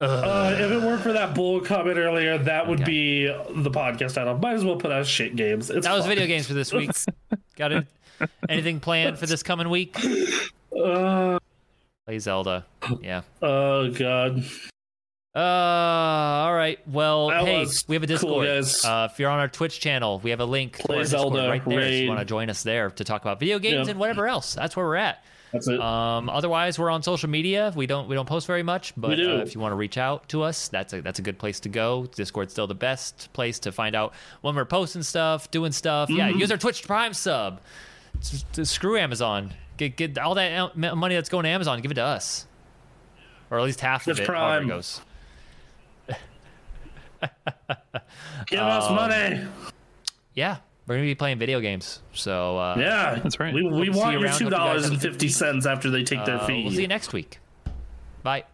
Speaker 2: Uh, if it weren't for that bull comment earlier, that would
Speaker 1: Okay.
Speaker 2: be the podcast title. Might as well put out shit games. It's
Speaker 1: that was
Speaker 2: fine.
Speaker 1: video games for this week. Got it. Anything planned for this coming week?
Speaker 2: Uh,
Speaker 1: Play Zelda. Yeah.
Speaker 2: oh god.
Speaker 1: Uh, all right. Well,
Speaker 2: That
Speaker 1: hey,
Speaker 2: was
Speaker 1: we have a
Speaker 2: cool,
Speaker 1: Discord.
Speaker 2: guys.
Speaker 1: uh, if you're on our Twitch channel, we have a link to
Speaker 2: Play
Speaker 1: our Discord
Speaker 2: Zelda,
Speaker 1: right there. If you
Speaker 2: raid.
Speaker 1: want to join us there to talk about video games
Speaker 2: Yeah.
Speaker 1: and whatever else, that's where we're at.
Speaker 2: That's it.
Speaker 1: Um, otherwise, we're on social media. We don't we don't post very much, but
Speaker 2: do.
Speaker 1: uh, if you want to reach out to us, that's a that's a good place to go. Discord's still the best place to find out when we're posting stuff, doing stuff. Yeah,
Speaker 2: Mm-hmm.
Speaker 1: use our Twitch Prime sub. S- s- screw Amazon. Get get all that am- m- money that's going to Amazon. Give it to us, or at least half
Speaker 2: Twitch
Speaker 1: of it. however
Speaker 2: Prime.
Speaker 1: It goes.
Speaker 2: Give us
Speaker 1: um,
Speaker 2: money.
Speaker 1: Yeah, we're gonna be playing video games, so uh,
Speaker 2: Yeah,
Speaker 4: That's right.
Speaker 2: We, we
Speaker 1: see
Speaker 2: want
Speaker 1: you
Speaker 2: your
Speaker 1: around.
Speaker 2: two
Speaker 1: Hope you guys
Speaker 2: dollars
Speaker 1: have a
Speaker 2: and
Speaker 1: good
Speaker 2: fifty cents after they take their
Speaker 1: uh,
Speaker 2: fee.
Speaker 1: we'll see you next week. Bye.